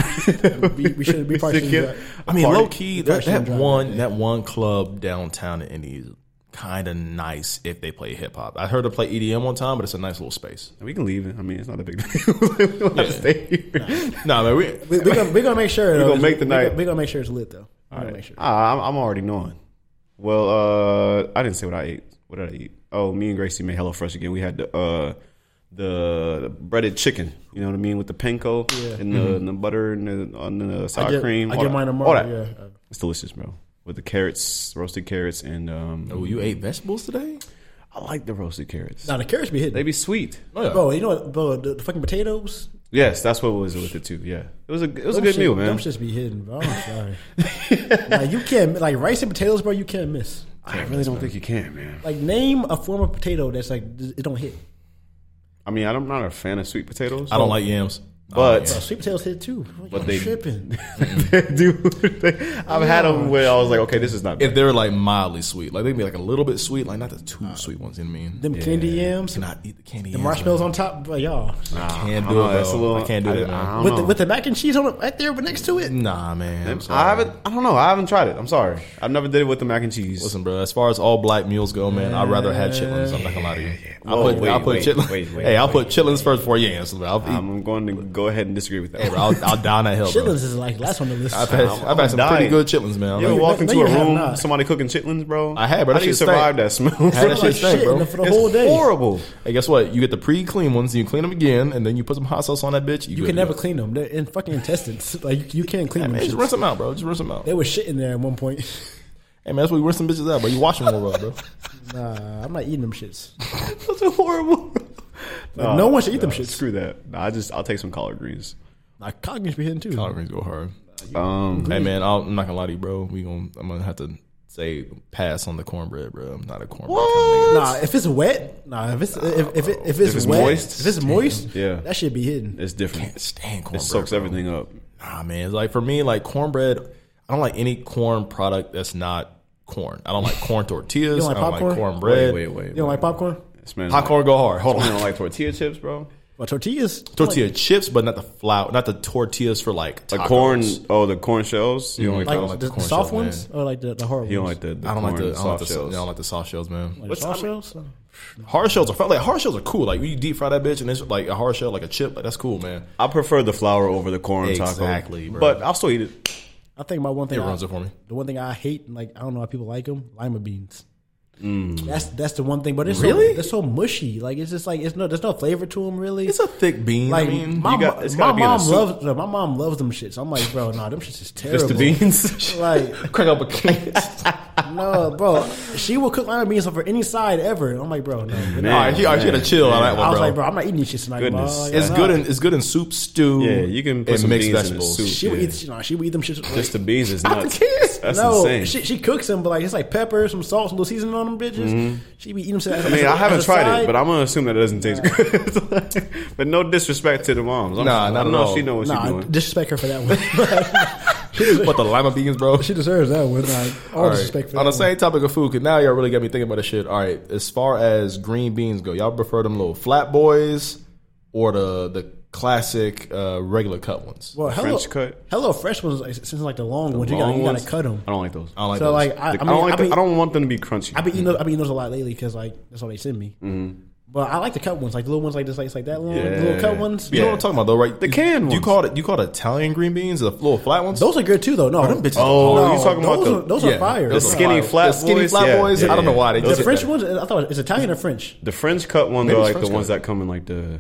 D: We, we should be partying.
A: get-
D: that.
C: I mean,
A: Party.
C: low key, that,
D: Russian
C: that
D: driver,
C: one that one club downtown in Indy is kind of nice if they play hip hop. I heard her play EDM one time, but it's a nice little space.
A: we can leave it. I mean, it's not a big deal. we don't have to stay here.
C: No, man, we.
D: We, we gonna, we gonna make sure. We're
A: gonna make the night.
D: We're gonna make sure it's lit though. We're gonna make sure.
A: Ah, I'm, I'm already knowing. Well, uh, I didn't say what I ate. What did I eat? Oh, me and Gracie made HelloFresh again. We had the uh, the, the breaded chicken. You know what I mean with the panko and, the, and the butter and the, on the sour
D: Mm-hmm. I get,
A: cream.
D: I
A: all
D: get
A: that-
D: mine
A: all
D: tomorrow.
A: that.
D: Yeah. Uh,
A: It's delicious, bro. With the carrots, roasted carrots, and um,
C: Oh, you ate vegetables today?
A: I like the roasted carrots.
D: Now the carrots be hitting.
A: They be sweet.
C: Oh, yeah.
D: Bro, you know what, bro? The, the fucking potatoes.
A: Yes, that's what was with it too. Yeah, it was a it was a
D: Them
A: good
D: shit-
A: meal,
D: Them
A: man.
D: shits be hidden, bro. I'm sorry. like you can't like rice and potatoes, bro. You can't miss.
A: I really don't think you can, man.
D: Like name a form of potato that's like it don't hit.
A: I mean, I'm not a fan of sweet potatoes.
C: I don't like yams.
D: Bro,
A: But-
D: sweet potatoes hit too. But
A: they-
D: tripping.
A: Dude, I've had them where I was like, okay, this is not.
C: if they're like mildly sweet, like they can be like a little bit sweet, like not the too sweet ones. You know what I mean?
D: Them candy yams,
C: I cannot eat the candy.
D: the
C: yams,
D: marshmallows on top, bro, y'all.
C: Man. I
A: I
C: can't
A: don't
C: do
A: know,
C: it.
A: that's a
C: bro.
A: little-
C: I can't do
A: I-
C: it,
A: I
C: man.
A: don't
D: With
A: know.
D: the, with the mac and cheese on it right there, but next to it.
C: Nah, man. I'm sorry.
A: I haven't. I don't know. I haven't tried it. I'm sorry. I've never did it with the mac and cheese.
C: Listen, bro. As far as all black meals go, man, I'd rather have chitlins. I'm not gonna lie to you. I'll
A: Whoa,
C: put,
A: wait,
C: I'll put
A: wait,
C: chitlins.
A: wait, wait,
C: hey, I'll
A: wait.
C: put chitlins first before yams. Bro. I'll, eat,
A: I'm going to go ahead and disagree with that.
C: bro, I'll, I'll die on that hill. Bro.
D: Chitlins is like last on the list.
C: I've had,
A: I'm-
C: I've had some
A: I'm
C: pretty
A: dying.
C: good chitlins, man.
A: You ever
C: Like,
A: walked
D: no,
A: into
D: you
A: a
D: have
A: room,
D: not.
A: somebody cooking chitlins, bro?
C: I have, but
A: How
C: that
A: do you
C: shit
A: survive
C: stank.
A: that smell?
C: had that
D: like
C: shit stank,
D: shit in
C: bro.
D: the- for the whole day.
A: horrible.
C: Hey, guess what? You get the pre-clean ones, you clean them again, and then you put some hot sauce on that bitch.
D: you can never clean them. They're in fucking intestines. Like you, you can't clean
C: Hey, man,
D: them.
C: just
D: shits.
C: rinse them out, bro. Just rinse them out.
D: They were shit in there at one point.
C: Hey, man, that's what you rinse some bitches out, bro. You wash them more, up, bro.
D: Nah, I'm not eating them shits.
A: Those are horrible.
D: Like, no one should eat them shits.
A: Screw that. Nah, I just I'll take some collard greens.
D: Like cockneys be hitting too.
C: Collard greens go hard.
A: Um,
C: Hey, man, I'll, I'm not gonna lie to you, bro. We gonna, I'm gonna have to say pass on the cornbread, bro. I'm not a cornbread. What?
D: Nah, if it's wet, nah, if it's if, if, it, if it's,
A: it's
D: wet,
A: moist?
D: if it's moist,
A: Yeah.
D: that should be hidden.
A: it's different.
C: Stand
A: It
C: cornbread.
A: soaks
C: bro.
A: everything up.
C: Nah, man. It's like for me, like cornbread. I don't like any corn product that's not corn. I don't like corn tortillas.
D: like
C: I don't
D: popcorn?
C: like cornbread.
A: Wait, wait, wait.
D: You don't like popcorn?
A: Popcorn.
C: Popcorn go hard. Hold
A: I
C: on.
A: don't like tortilla chips, bro.
D: Well, tortillas.
C: Tortilla chips, but not the flour, not the tortillas for like
A: The
C: tacos. Mm.
A: corn. Oh, the corn shells. You don't like
D: Like,
A: those?
C: like
D: the,
C: the corn
D: soft
C: shells,
D: ones or like the, the hard ones?
A: You don't like the, the
C: I don't like
A: corn
C: the. I don't like
A: soft
C: the.
A: shells.
C: I don't like the soft shells, man.
D: the soft shells?
C: Hard shells are fun. like hard shells are cool. Like when you deep fry that bitch and it's like a hard shell, like a chip, like that's cool, man.
A: I prefer the flour over the corn taco.
C: Exactly, bro.
A: But I'll still eat it.
D: I think my one thing.
C: It
D: I-
C: runs it for me.
D: The one thing I hate, and like I don't know why people like them, lima beans.
A: Mm.
D: That's that's the one thing, but it's
C: Really?
D: so, they're so mushy. Like it's just like it's no, there's no flavor to them really.
C: It's a thick bean.
D: like
C: I mean,
D: my,
A: you got- it's
D: my
A: gotta be in a
D: mom
A: soup.
D: loves no, my mom loves them shits. I'm like, bro, nah, them shits is terrible.
A: Just the beans.
D: Like
C: crack up a can.
D: no, bro, she will cook lima beans for any side ever. I'm like, bro, no.
C: all right, you all right, you gotta chill on that one,
D: I was
C: bro.
D: like, bro, I'm not eating these shits tonight.
A: Goodness.
D: Bro.
C: It's
D: Nah.
C: good in it's good in soup stew.
A: Yeah, you can put
C: and
A: some
C: mixed
A: beans in the
C: vegetables.
A: soup.
D: She would
A: Yeah.
D: eat. You know, she would eat them shits. like-
A: Just the beans is
D: Not the
A: nuts.
D: kids.
A: That's
D: no,
A: insane.
D: She, she cooks them, but like it's like pepper, some salt, some little seasoning on them bitches. She be eating them.
A: Mm-hmm. I mean, I haven't tried it, but I'm gonna assume that it doesn't taste good. but no disrespect to the moms. I'm,
C: Nah,
A: I
C: not
A: don't
C: at
A: know if
C: all.
A: she know what she's
D: nah,
A: doing.
D: disrespect her for that one. she, deserves,
C: What the lima beans, bro?
D: she deserves that one. Like, all,
C: All right.
D: disrespect for
C: On the
D: that one.
C: same topic of food, because now y'all really got me thinking about this shit. All right, as far as green beans go, y'all prefer them little flat boys or the the classic uh, regular cut ones?
D: Well, hello,
A: French cut.
D: Hello Fresh ones like, since like the long ones. You
A: Long
D: gotta, you gotta
A: ones?
D: cut them.
A: I don't like those.
C: I don't like
D: so
C: those.
D: like I, I
A: I,
D: mean,
A: don't
D: I,
A: like. the-
D: mean,
A: I don't want them to be crunchy.
D: I've been eating those, I've been eating those a lot lately because like that's all they send me.
A: Mm-hmm.
D: But I like the cut ones, like the little ones like this, like, it's like that long, the little cut ones.
C: you know what I'm talking about, though, right? The
A: canned
C: You
A: ones.
C: call it you call it Italian green beans, the little flat ones.
D: Those are good too, though. No, them bitches.
A: Oh,
D: no,
A: you talking about
D: those
A: the-
D: are, those
C: Yeah.
D: are fire.
C: The
D: bro.
A: skinny
C: Fire.
A: flat
C: The skinny
A: boys?
C: flat
A: Yeah,
C: boys?
A: yeah,
C: I don't know
A: yeah.
C: why they
A: The
C: did
D: The
C: that.
D: French ones, I thought it's Italian or French.
A: the French cut ones
C: Maybe
A: are
C: it's
A: like the
C: French
A: ones
C: cut.
A: that come in like the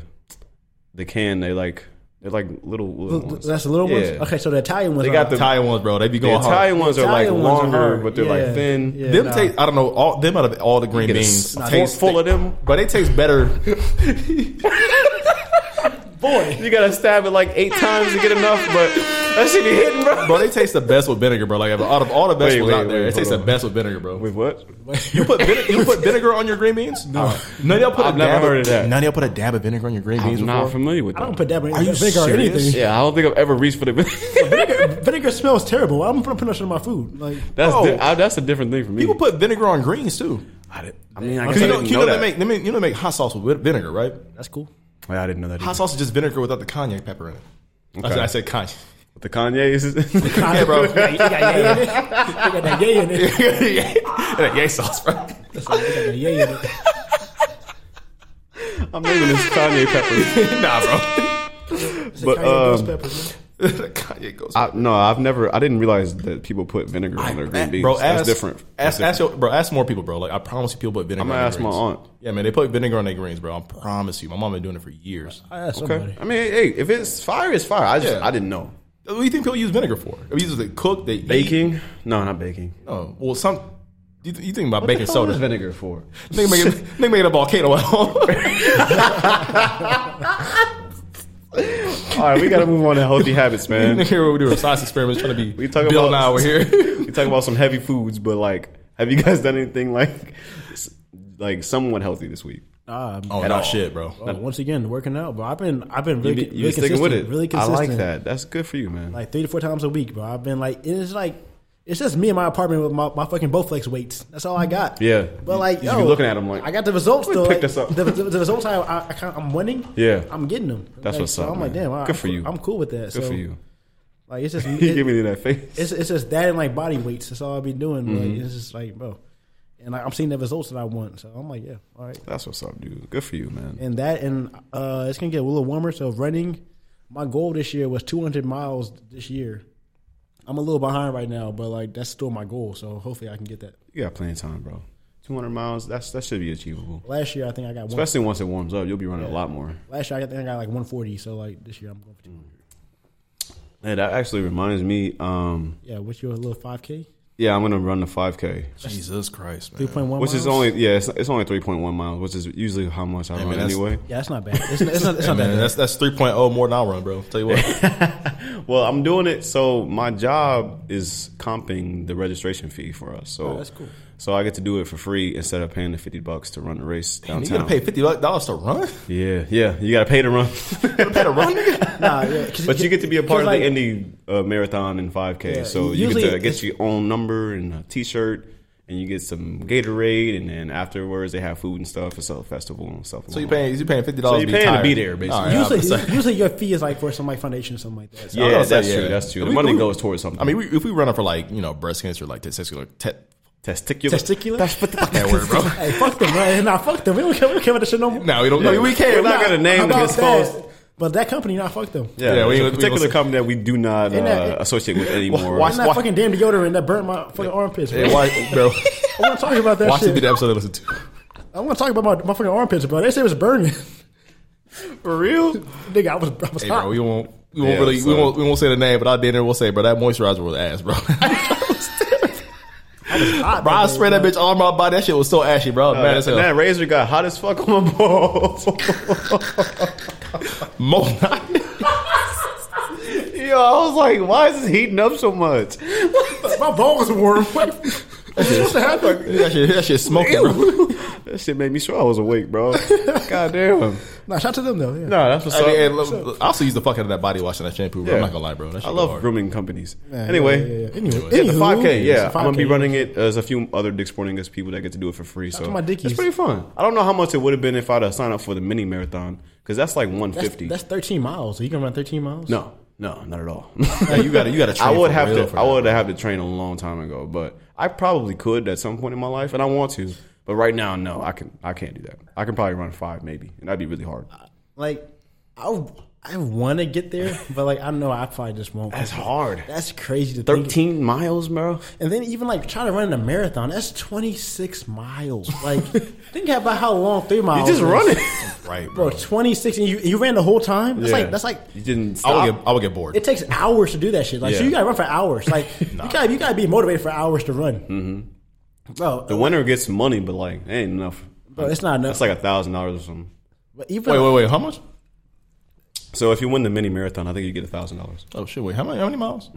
A: the can. They like They're like little, little ones.
D: That's the little
A: Yeah.
D: ones. Okay, so the Italian ones.
A: They
D: are-
A: got
C: The Italian ones, bro. They be
A: The
C: going
A: Italian
C: hard.
A: ones are like
D: Italian ones are
A: longer,
D: hard.
A: but they're
D: Yeah.
A: like thin.
D: Yeah.
C: Them
D: nah.
C: taste. I don't know. All them out of all the green
A: Get a
C: beans,
A: s-
C: taste
A: full of them.
C: But they taste better.
A: You gotta stab it like eight times to get enough, but that should be hitting, bro.
C: bro, they taste the best with vinegar, bro. Like out of all the
A: Wait,
C: vegetables
A: wait,
C: out there,
A: wait,
C: it tastes
A: hold
C: the
A: on.
C: best with vinegar, bro.
A: Wait, what?
C: You put vin- you put vinegar on your green beans? No, none of y'all put a
A: I've never
C: dab
A: heard
C: of
A: of that.
C: None of y'all put a dab of vinegar on your green beans.
A: I'm not
C: before?
A: familiar with that.
D: I don't put that in
C: Are you
D: vinegar or
C: serious?
D: anything.
A: yeah, I don't think I've ever reached for the.
D: Vinegar, vinegar smells terrible. I'm putting put that shit in my food. Like oh.
A: that's
C: Bro.
A: di- I- that's a different thing for me.
C: People put vinegar on greens too.
A: I, didn't- I mean, I guess
C: Because
A: I
C: you know,
A: didn't
C: you
A: know
C: know
A: that.
C: they make, they make you know they make hot sauce with vin- vinegar, right?
D: that's cool.
A: Yeah, I didn't know that.
C: Hot
A: either.
C: sauce is just vinegar without the cognac pepper in it. I, said, I said cognac.
A: The Kanye's. is-
C: Yeah, bro.
D: Yeah, you got yay in it. You got that yay in it.
C: yeah, yay sauce, bro.
D: That's right, you got that yay in it.
A: I'm naming this Kanye pepper.
C: nah, bro.
D: It's a
A: But,
D: cayenne ghost
A: um,
D: pepper, man.
C: Kanye goes.
A: I, no, I've never. I didn't realize that people put vinegar on their green beans.
C: Bro, ask,
A: that's different. That's
C: Ask,
A: different.
C: ask your, bro, ask more people, bro. Like I promise you, people put vinegar.
A: I'm
C: on
A: gonna
C: their
A: ask my
C: greens.
A: aunt.
C: Yeah, man, they put vinegar on their greens, bro. I promise you. My mom been doing it for years.
D: I asked
A: Okay.
D: somebody.
A: I mean, hey, if it's fire, it's fire. I just
C: Yeah.
A: I didn't know.
C: What do you think people use vinegar for? They use it to cook. They eat.
A: Baking? No, not baking.
C: Oh, well, some. You, you think about baking soda?
A: vinegar for?
C: Nigga made, nigga made a volcano at home.
A: All right, we gotta move on to healthy habits, man.
C: Nigga, what we do? Science experiments trying to be.
A: We talking
C: Bill
A: about-
C: Nye over here.
A: You talk about some heavy foods, but like, have you guys done anything like, s- like somewhat healthy this week?
D: Ah,
C: oh,
A: At
C: no
A: all.
C: shit, bro.
D: bro, once again, working out, bro. I've been, I've been
A: You
D: really,
A: be-
D: really
A: you been sticking
D: consistent.
A: with it.
D: Really
A: I
D: consistent.
A: like that. That's good for you, man.
D: Like three to four times a week, bro. I've been like, it's like, it's just me in my apartment with my, my fucking Bowflex weights. That's all I got.
A: Yeah.
D: But like,
A: You
D: yo,
A: be looking at 'em like,
D: I got the results
A: "Let me
D: though.
A: pick
D: Like,
A: this up."
D: The, the, the results I, I, I kind of, I'm winning.
A: Yeah.
D: I'm getting them.
A: That's
D: Like,
A: what's
D: so
A: up,
D: I'm like,
A: man.
D: damn, I,
A: Good for you.
D: I'm cool with that.
A: good
D: so,
A: for you.
D: Like, it's just
A: You give
D: it,
A: me that face. Mm-hmm.
D: it's, it's just that and like body weights. That's all I've been doing. Like, it's just like, bro, and like, I'm seeing the results that I want. So I'm like, yeah, all right
A: That's what's up, dude. Good for you, man.
D: and that and uh, it's gonna get a little warmer. So running, my goal this year was 200 miles this year. I'm a little behind right now, but like that's still my goal. So hopefully I can get that.
A: You got plenty of time, bro. 200 miles. That's that should be achievable.
D: Last year I think I got one.
A: Especially once it warms up, you'll be running a lot more.
D: Last year I think I got like 140. So like this year I'm going for 200.
A: Hey, that actually reminds me. Um,
D: Yeah, what's your little 5K?
A: yeah, I'm gonna run the 5K,
C: Jesus Christ, man.
D: 3.1.
A: which
D: miles?
A: is only yeah, it's, it's only 3.1 miles, which is usually how much I
C: Hey,
A: run
C: man, that's-
A: anyway.
D: Yeah, it's not bad. It's, it's not. It's
C: Hey,
D: not that
C: man,
D: bad.
C: that's that's 3.0 more than I run, bro. Tell you what,
A: Well, I'm doing it. So my job is comping the registration fee for us. So
D: Oh, that's cool.
A: So I get to do it for free instead of paying the 50 bucks to run the race downtown.
C: you gotta pay fifty dollars to run.
A: yeah, yeah, you got to pay to run,
C: You gotta run, nigga.
D: Nah, yeah, 'cause-
A: but you get to be a part of
D: like-
A: the indie uh, marathon and 5K.
D: Yeah,
A: so you
D: usually
A: get to
D: it's-
A: get your own number and a T-shirt. And you get some Gatorade, and then afterwards they have food and stuff. It's a festival and stuff.
C: So you paying you paying fifty dollars.
A: So you paying to be there, basically.
D: Usually, usually your fee is like for some like foundation or something like that. So,
A: Yeah, that's true, that's true. The money goes towards something.
C: I mean, we, if we run up for like you know breast cancer, like testicular, te-
A: testicular,
D: Testicular?
A: That's what the fuck
C: that word, bro.
D: Hey, fuck them, man. Nah, fuck them. We don't care, we don't care about this shit no more.
C: no, we don't. I mean, we
A: We're
C: can't.
A: not gonna name
D: How
A: them.
D: about
A: It's
D: that?
A: called-
D: But that company, not fuck them.
A: Yeah,
C: Yeah, we
A: there's a
C: ain't- we
A: particular
C: ain't gonna-
A: company that we do not uh,
D: Ain't that-
A: associate with anymore.
C: Watch-
D: That's that
C: Why-
D: fucking damn deodorant that burnt my fucking armpits.
C: Hey,
D: Bro.
C: why, bro?
D: I want to talk about that
C: Watch it be
D: shit.
C: the episode I listen to.
D: I want to talk about my, my fucking armpits, bro. They said it was burning.
A: for real?
D: Nigga, I was, I was
C: Hey,
D: hot.
C: bro, we won't. We won't
A: Yeah,
C: really.
A: so-
C: We won't. We won't say the name, but I did. We'll say, bro, that moisturizer was ass, bro.
D: hot
C: bro, I
D: that day,
C: sprayed that
D: bro.
C: bitch all my body. That shit was so ashy, bro.
A: Uh,
C: Man, as
A: that,
C: hell.
A: razor got hot as fuck on my balls.
C: Mo-
A: Yo, I was like, why is this heating up so much?
D: My balls were warm. What? What's supposed to happen?
C: that shit, that shit smoking, bro.
A: that shit made me sure I was awake, bro. God damn. Nah,
D: Nah, shout to them though. Yeah.
A: that's what's
C: I, mean, hey,
A: up.
C: look, look, I also use the fuck out of that body wash and that shampoo, bro.
A: Yeah.
C: I'm not gonna lie, bro. That shit
A: I
C: go
A: love
C: hard.
A: grooming companies.
D: Yeah,
A: anyway,
D: yeah, yeah, yeah. Anyway,
A: yeah, the
D: anywho,
A: five k.
D: it's a
A: Yeah, I'm gonna be
D: 5K.
A: running it. Uh, There's a few other Dick Sporting Goods people that get to do it for free. So
D: to my dickies.
A: it's pretty fun. I don't know how much it would have been if I'd have signed up for the mini marathon because that's like
D: That's,
A: 150.
D: that's 13 miles. You can run 13 miles?
A: no, no, not at all.
C: Hey, you gotta, you gotta. Train
A: I would
C: for
A: have
C: real
A: to.
C: for
A: I
C: that.
A: would have to train a long time ago, but I probably could at some point in my life, and I want to. But right now, no, I can. I can't do that. I can probably run five, maybe, and that'd be really hard.
D: Like, I, w- I want to get there, but like I know I probably just won't.
A: That's hard.
D: That's crazy to think.
A: Thirteen miles, bro.
D: And then even like trying to run a marathon, that's twenty six miles. Like think about how long three miles.
A: You just
D: is.
A: running.
C: Right,
D: bro.
C: bro.
D: Twenty six, and you you ran the whole time. That's
A: Yeah.
D: like that's like
A: You didn't
C: I would
A: stop.
C: get I would get bored.
D: it takes hours to do that shit. Like so,
A: Yeah.
D: you gotta run for hours. Like you gotta you gotta be motivated for hours to run. Bro,
A: Mm-hmm. the winner gets money, but like it ain't enough.
D: bro, it's not enough.
A: That's like a thousand dollars or something.
D: But even
C: Wait, wait, wait. How much?
A: So if you win the mini marathon, I think you get a thousand dollars.
C: Oh shit! Wait, how many? How many miles?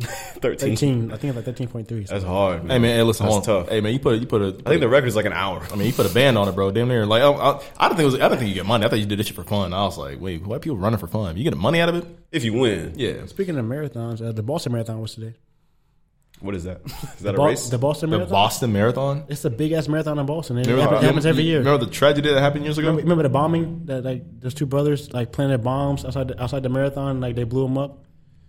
A: Thirteen.
D: thirteen, I think it's like thirteen point three.
A: That's hard. Man.
C: Hey man, hey, listen,
A: That's
C: hold on.
A: tough.
C: Hey man, you put a, you put a.
A: I think the record is like an hour.
C: I mean, you put a band on it, bro. Damn near like I, I, I don't think it was, I don't think you get money. I thought you did this shit for fun. I was like, wait, why people running for fun? You get money out of it?
A: If you win,
C: Yeah,
D: Speaking of marathons, uh, the Boston Marathon was today.
A: what is that? Is that a
D: Bo-
A: race?
D: The Boston
C: the
D: Marathon.
C: Boston Marathon.
D: it's a big ass marathon in Boston. It
C: Remember-
D: happens, happens every
C: you-
D: year.
C: Remember the tragedy that happened years ago?
D: Remember, remember the bombing that like those two brothers like planted bombs outside the, outside the marathon and, like they blew them up.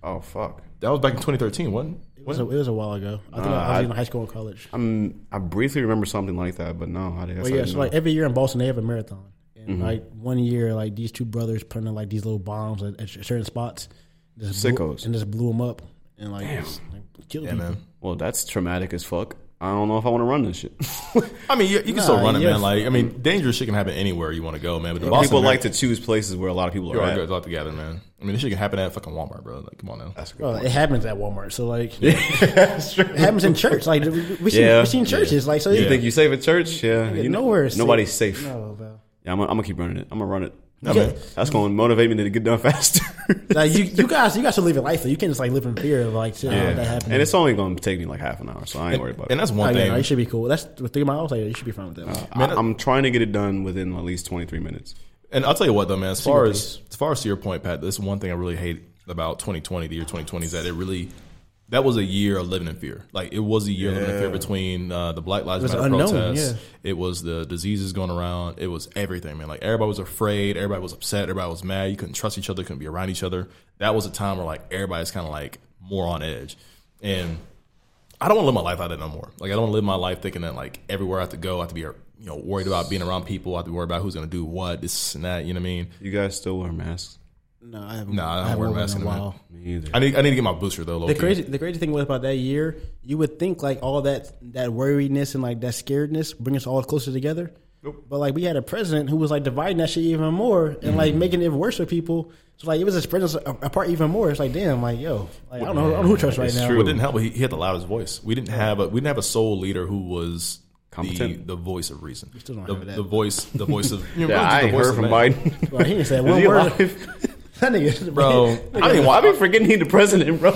A: oh fuck!
C: That was back in 2013, wasn't?
D: It was, a, it was a while ago. I think I was
A: I-
D: in high school or college.
A: I'm, I briefly remember something like that, but no, I guess
D: But
A: I
D: yeah,
A: didn't
D: so
A: know.
D: like every year in Boston they have a marathon, and
C: Mm-hmm.
D: like one year like these two brothers planted like these little bombs at, at certain spots, just blew-
A: Sickos.
D: and just blew them up and like, just, like, killed
C: Yeah,
D: people.
C: man.
A: well, that's traumatic as fuck. I don't know if I want to run this shit.
C: I mean, you, you can still
D: Nah,
C: run it,
D: yes.
C: man. Like, I mean, dangerous shit can happen anywhere you want to go, man. But the Boston
A: people
C: Marathon-
A: like to choose places where a lot of people
C: You're
A: are.
C: all
A: At.
C: good. Talk together, man. I mean, this shit can happen at fucking Walmart, bro. Like, come on now.
A: That's a good
D: Well,
A: point.
D: it happens at Walmart, so like it happens in church. Like we, we seen,
A: Yeah.
D: we seen churches, like so
A: You think you safe at church? Yeah, you know
D: nowhere is
A: Nobody's safe.
D: No, bro.
A: Yeah, I'm, gonna- I'm gonna keep running it. I'm gonna run it.
C: No, man.
A: That's gonna motivate me to get done faster.
D: Like you, you guys, you guys should live your life. Though. You can't just like live in fear of like shit,
A: Yeah.
D: that happened.
A: and it's only gonna take me like half an hour, so I ain't worried about
C: And
A: it. Uh,
C: that's
D: Oh,
C: one
D: yeah,
C: thing.
D: no, you should be cool. That's with three miles. Like, you should be fine with that.
A: I, I'm trying to get it done within at least 23 minutes.
C: And I'll tell you what, though, man. As far as as far as to your point, Pat, this is one thing I really hate about 2020, the year 2020, is that it really that was a year of living in fear. Like it was a year of living in fear between uh, the Black Lives
D: was
C: Matter
D: unknown,
C: protests.
D: yeah.
C: It was the diseases going around. It was everything, man. Like everybody was afraid. Everybody was upset. Everybody was mad. You couldn't trust each other. Couldn't be around each other. That was a time where like everybody's kind of like more on edge. And I don't want to live my life like that no more. Like I don't want to live my life thinking that like everywhere I have to go, I have to be you know worried about being around people. I have to be worried about who's going to do what, this and that. You know what I mean?
A: You guys still wear masks?
D: No, I haven't.
C: Nah, I don't
D: haven't
C: wear a
D: worn
C: mask
D: one
C: in a minute.
A: Me either.
C: I need I need to get my booster though.
D: The
C: low-key.
D: crazy, the crazy thing was about that year, you would think like all that that worriedness and like that scaredness bring us all closer together. But like we had a president who was like dividing that shit even more and
C: Mm-hmm.
D: like making it worse for people. So like it was just spreading us a- apart even more. It's like damn, like yo, like, I don't know, I don't know who trusts right
A: It's
D: now.
A: true.
C: What didn't help? He, he had the loudest voice. We didn't have a we didn't have a sole leader who was the,
A: Competent.
C: the voice of reason.
D: still don't
C: the,
D: have that.
C: the voice the voice of you know,
A: Yeah,
C: really just
A: I
C: the
A: ain't
C: voice
A: heard
C: of
A: from
C: man.
A: Biden.
D: Bro, he didn't say
A: Is
D: one
A: he
D: word.
A: alive?
D: That nigga,
C: Bro, I mean,
A: Well,
C: why
A: I've been forgetting he the president, bro.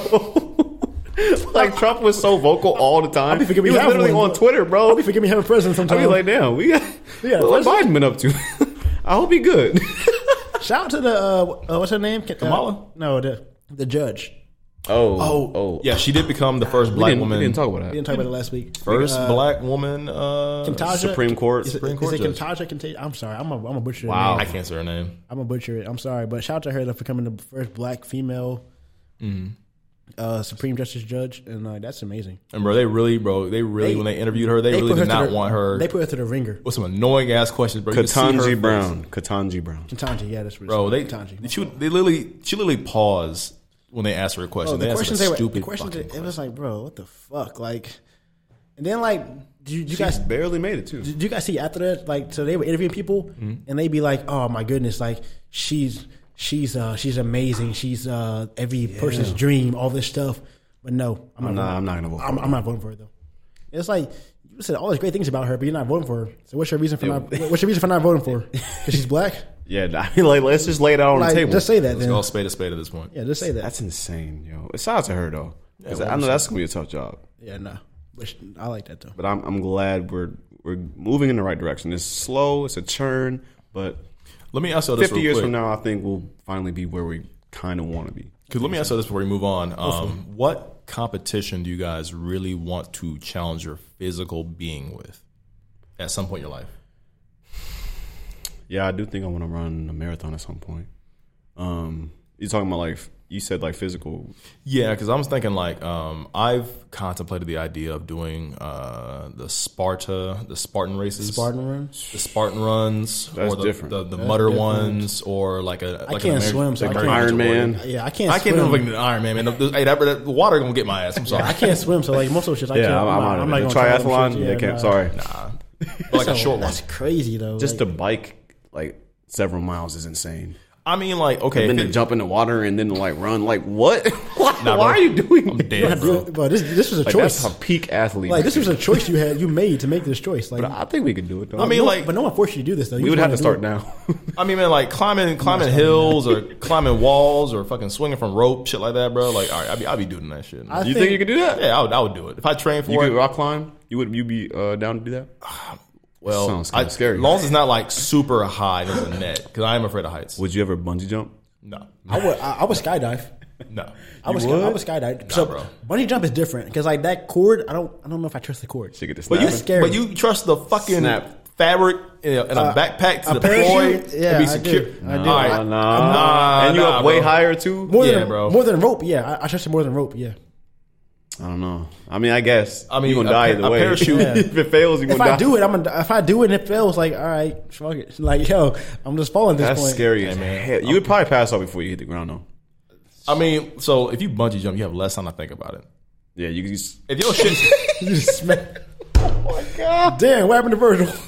A: like Trump was so vocal all the time.
D: be
A: He
D: forgetting we
A: was
D: have
A: literally
D: one.
A: on Twitter, bro.
D: I'll be forgetting we have a president
A: I
D: sometime.
A: mean, like, damn, we got
D: Yeah,
A: what
D: president-
A: Biden been up to. I hope he good.
D: Shout out to the uh, uh, what's her name? Ka- uh,
C: Kamala?
D: no, the the judge.
A: Oh,
C: Oh, oh, yeah, she did become the first
A: We
C: black
A: didn't,
C: woman.
A: we didn't talk about
D: We
A: that.
D: didn't talk about it last week.
C: First
D: Uh,
C: black woman. Uh,
D: Kintaja-
A: Supreme Court.
D: Is it,
A: Supreme
D: is
C: Court
D: it
C: judge.
D: Kintaja Kintaja? I'm sorry, I'm a, I'm a butcher.
A: Wow.
D: Wow.
C: I can't say her name.
D: I'm gonna butcher it. I'm sorry, but shout out to her for becoming the first black female
C: Mm-hmm.
D: uh, Supreme Justice judge, and uh, that's amazing.
C: And bro, they really, bro, they really
D: They-
C: when they interviewed her, they, really did
D: through
C: not
D: the,
C: want her.
D: They put her through the ringer.
C: with some annoying ass questions, bro. You could see her face.
A: Katanji Brown. Katanji Brown.
D: Kintaja, yeah, that's
C: bro. They
D: Kintaja.
C: she would- they literally she literally paused when they asked her a question.
D: Oh,
C: they
D: the
C: asked
D: questions
C: her
D: they
C: a
D: were.
C: stupid
D: The questions
C: fucking
D: it, it was like, bro, what the fuck? Like, and then like, do you, do you guys
A: She barely made it too.
D: Did you guys see after that? Like, so they were interviewing people, and they'd be like, "Oh my goodness, like she's she's uh she's amazing. She's uh every person's dream. All this stuff." But no, I'm,
A: Nah,
D: voting-
A: I'm not gonna vote for
D: I'm,
A: her.
D: I'm not voting for her though. It's like you said all these great things about her, but you're not voting for her. So what's your reason for not? What's your reason for not voting for her? Because she's black.
A: Yeah, nah, I mean, like let's just lay it out on
D: Like,
A: the table.
D: just say that
C: Let's
D: then.
C: call a spade a spade at this point.
D: Yeah, just say that.
A: that's insane, yo. Shout out to her though. 'Cause I know that's gonna be a tough job,
D: yeah, no. But she- I like that though.
A: but I'm I'm glad we're we're moving in the right direction. It's slow, it's a churn, but
C: Let me ask you this
A: fifty
C: real
A: years
C: quick.
A: from now, I think we'll finally be where we kind of want to be.
C: 'Cause let me ask you this before we move on. Um, what competition do you guys really want to challenge your physical being with at some point in your life?
A: Yeah, I do think I want to run a marathon at some point. Um, you talking about like you said like physical.
C: Yeah, because I was thinking like um, I've contemplated the idea of doing uh, the Sparta, the Spartan races,
D: Spartan run.
C: the Spartan runs,
A: That's
C: or the,
A: different.
C: the, the mutter ones, or like a. Like
D: I
C: an
D: can't
C: Ameri-
D: swim, so
C: like
D: I
C: an
D: can't-
A: Iron
C: Ninja Warrior.
A: Man.
D: Yeah, I can't.
C: I can't
D: swim.
C: even an Iron Man, man. The- Hey, that, that water gonna get my ass. I'm sorry.
D: I can't swim, so like most of the shit, I can't.
A: Yeah, I'm, I'm,
D: not-
A: out of
D: not
A: it.
D: gonna
A: The
D: try them
A: triathlon,
D: shit.
A: yeah,
D: Yeah,
A: they can't.
D: nah.
A: Sorry,
C: Nah, But like
D: So,
C: a short one.
D: That's crazy though.
A: just
D: like,
A: to bike like several miles is insane.
C: I mean, like okay,
A: Then
C: if
A: to
C: it-
A: jump in the water and then to like run, like what? why why
C: nah, bro,
A: are you doing?
C: I'm
A: that?
C: dead,
D: bro,
C: bro.
D: this this was a
A: Like
D: choice.
A: that's a peak athlete.
D: like this was a choice you had you made to make this choice. Like
A: I think we could do it though.
C: I mean,
D: no-
C: like-
D: but no one forced you to do this though. You
A: we would
D: just
A: have to
D: wanted
A: start
D: do it.
A: now.
C: I mean, man, like climbing, climbing hills or climbing walls or fucking swinging from rope, shit like that, bro. Like, all right, I'd be, I'd be doing that shit.
D: I
A: you think you could do that?
C: yeah, I would, I would do it if I trained for
A: You
C: it.
A: could rock climb. You would you be uh, down to do that?
C: Well,
A: Sounds kinda
C: I-
A: scary.
C: As long as it's not like super high as a net, because I am afraid of heights.
A: Would you ever bungee jump?
C: No,
D: I would. I, I would skydive.
C: no.
D: I was
A: would?
D: I was skydive. so
C: bro.
D: bunny jump is different because like that cord, I don't I don't know if I trust the cord.
A: To get this
C: But you,
A: snapping?
D: scary.
C: but you trust the fucking
A: Snap.
C: fabric in a, in a
D: Uh,
C: backpack to
D: a
C: deploy
D: parachute?
C: to
D: Yeah,
C: be
D: I
C: secure.
D: do. I do.
C: All right.
A: Nah, nah. and you
C: nah,
A: up way
C: bro.
A: higher too.
D: More
C: Yeah,
D: than
C: bro.
D: more than rope. Yeah, I, I trust it more than rope. Yeah.
A: I don't know. I mean, I guess.
C: I mean,
A: you gonna
C: a
A: die
C: par-
A: either
C: a
A: way.
C: parachute-
A: if it fails, you
D: If
A: gonna
D: I
A: die.
D: do it, I'm gonna, if I do it and it fails, like all right, fuck it. Like yo, I'm just falling at this
A: That's
D: point.
A: scary
C: Hey,
A: as
C: man.
A: hell. You would probably pass out before you hit the ground though.
C: I mean, so if you bungee jump, you have less time to think about it.
A: Yeah, you. can just-
C: If your shit,
D: You just smack. Oh my god! Damn, what happened to Virgil?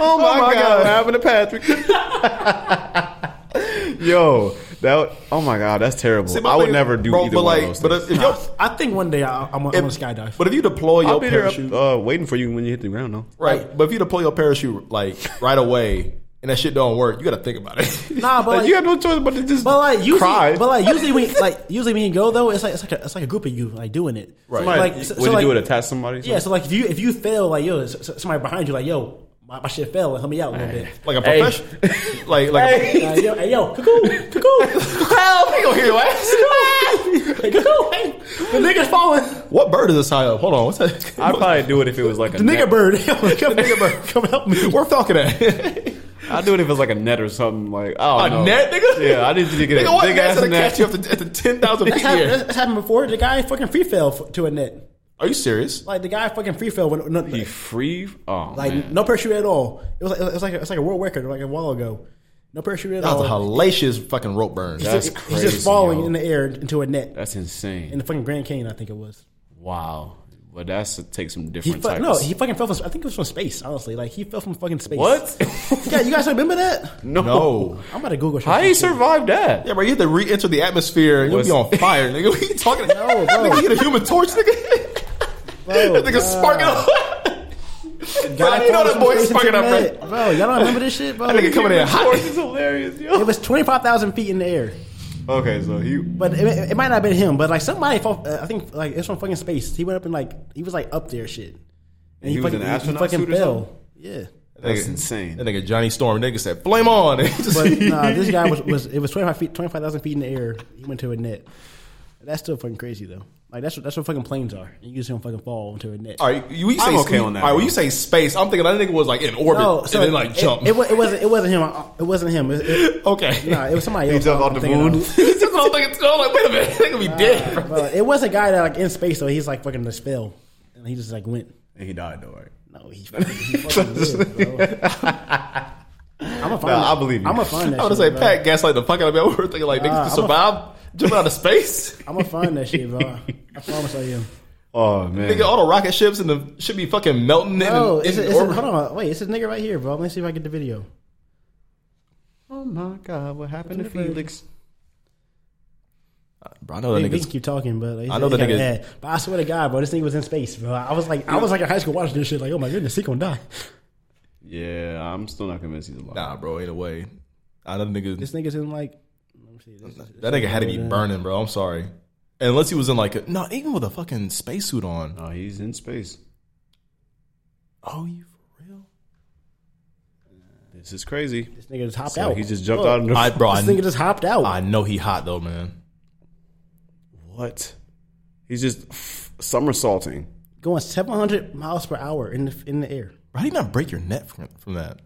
A: Oh my, god,
C: my God.
A: what happened to Patrick? Yo, that. Oh my god, that's terrible.
C: See, my
A: I would
C: thing-
A: never do
C: bro,
A: either
C: but
A: one
C: like,
A: of those.
C: But
A: things.
C: if, if your
D: I think one day I, I'm, gonna- I'm gonna skydive.
C: But if you deploy your
A: I'll be there up,
C: parachute,
A: uh, waiting for you when you hit the ground though.
C: right? But if you deploy your parachute like right away and that shit don't work, you got to think about it.
D: Nah, but
A: Like,
D: like,
A: you have no choice but to just
D: but like usually,
A: cry.
D: but like usually when like usually when you go though, it's like it's like a, it's like a group of you like doing it. Right.
A: Somebody-
D: Like, so,
A: would you
D: so, like,
A: do it? Attach somebody?
D: Yeah. So like if you if you fail, like yo, so, so- somebody behind you, like yo, my, my shit fell, like, help me out a little bit.
C: Like a
A: Hey.
C: professional, like like a-
D: Uh, yo, hey yo, cuckoo, cuckoo,
C: Help! They gonna hear your ass.
D: hey, cuckoo, hey, the nigga's falling,
C: what bird is this high up? Hold on, what's that?
A: I'd probably do it if it was like a
D: the nigga
A: net.
D: bird, come, nigga bird, come help me.
C: Where Falcon at?
A: I'd do it if it was like a net or something. Like oh,
C: a net, nigga.
A: Yeah, I need you to get
C: nigga,
A: a
C: what
A: big
C: net's
A: ass
C: gonna
A: net.
C: catch you up to, at the ten thousand
D: That's,
C: feet
D: happened,
C: here?
D: that's happened before. The guy fucking free fell f- to a net.
C: Are you serious?
D: Like the guy fucking free fell when no,
A: Be free. Oh,
D: like
A: man.
D: no parachute at all. It was like it was like it's like a world record like a while ago. No parachute at
C: That was a
D: all.
C: hellacious fucking rope burn.
A: That's
D: he's, just,
A: crazy.
D: he's just falling
A: yo.
D: in the air into a net
A: That's
D: in
A: insane.
D: the fucking Grand Canyon, I think it was.
A: Wow. But that's to take some
D: He
A: different
D: fu-
A: types.
D: no, he fucking fell from. I think it was from space. Honestly, like he fell from fucking space.
A: What?
D: yeah, you guys remember that?
A: no.
C: No.
D: I'm about to Google.
A: How you
D: something.
A: survive that?
C: Yeah, bro, you have to re-enter the atmosphere and you'll
A: Was-
C: be on fire, nigga. What are you talking about?
D: No, bro.
C: Nigga, you get a human torch, nigga.
D: Bro,
C: that nigga sparking up.
D: Guy
C: Bro, you know
D: falls
C: that
D: from
C: boy
D: space
C: sparking
D: into
C: up,
D: a
C: right?
D: net. Bro, y'all don't remember this shit, bro.
C: That nigga coming in hot.
A: This is hilarious, yo.
D: It was twenty five thousand feet in the air,
A: Okay, so he.
D: but it, it might not have been him. But like somebody, fall, uh, I think like it's from fucking space. He went up and like he was like up there, shit. And
A: He was in an astronaut suit or something?
D: Yeah.
A: That's
C: Nigga- That
A: insane.
C: nigga Johnny Storm, nigga said, flame on. And he just-
D: But nah, this guy was, was it was twenty five feet, twenty five thousand feet in the air. He went to a net. That's still fucking crazy though. Like that's what that's what fucking planes are. You just don't fucking fall into a net.
C: All right, you, you say
A: I'm okay
C: you-
A: on that,
C: All right,
A: bro.
C: when you say space, I'm thinking that nigga was like in orbit
D: No, so
C: and then like
D: it-
C: jump.
D: It, wa- it wasn't. It wasn't him. I- It wasn't him. It, it,
C: okay.
D: nah, it was somebody else. Uh,
A: jumped off the
D: I'm thinking
A: moon.
D: of.
C: That's what I'm thinking. I'm like, wait a minute, nigga be dead. bro.
D: But it was a guy that like in space, so he's like fucking just fell, and he just like went.
A: And he died though, right?
D: No, he fucking, he fucking lived, bro. I'm a find.
A: Nah,
D: that-
A: I believe you.
D: I'm gonna find that.
C: I would
D: shit,
C: say
D: bro.
C: Pat gaslight the fuck out of me. We were thinking like
D: Nah,
C: niggas
D: I'm
C: to
D: a-
C: survive jumping out of space.
D: I'm gonna find that shit, bro. I promise I am.
A: Oh man.
C: Nigga, all the rocket ships and the should be fucking melting in,
D: Oh,
C: oh,
D: it's,
C: in,
D: it's,
C: orbit.
D: hold on, wait, it's this nigga right here, bro. Let me see if I get the video.
A: oh my god, what happened to Felix?
C: Bro, I know that
D: We we
C: nigga's
D: can keep talking, but like,
C: I know the
D: it's
C: nigga-
D: bad. But I swear to God, bro, this thing was in space, bro. I was like, I was like in high school watching this shit, like, oh my goodness, he gonna die.
A: Yeah, I'm still not convinced he's alive.
C: nah, bro. Ain't a way. I know the nigga.
D: This nigga's in like, let me see, this is,
C: That nigga had to be burning, bro. I'm sorry. Unless he was in like a, no, even with a fucking spacesuit on.
A: No, he's in space.
C: Oh, you for real?
A: This is crazy.
D: this nigga just hopped
A: So
D: out.
A: he just jumped
D: Look,
A: out of the
C: I, bro,
D: This nigga
C: I,
D: just hopped out.
C: I know he hot though, man.
A: what? He's just somersaulting.
D: going 700 miles per hour in the in the air.
C: Why did he not break your neck from, from that?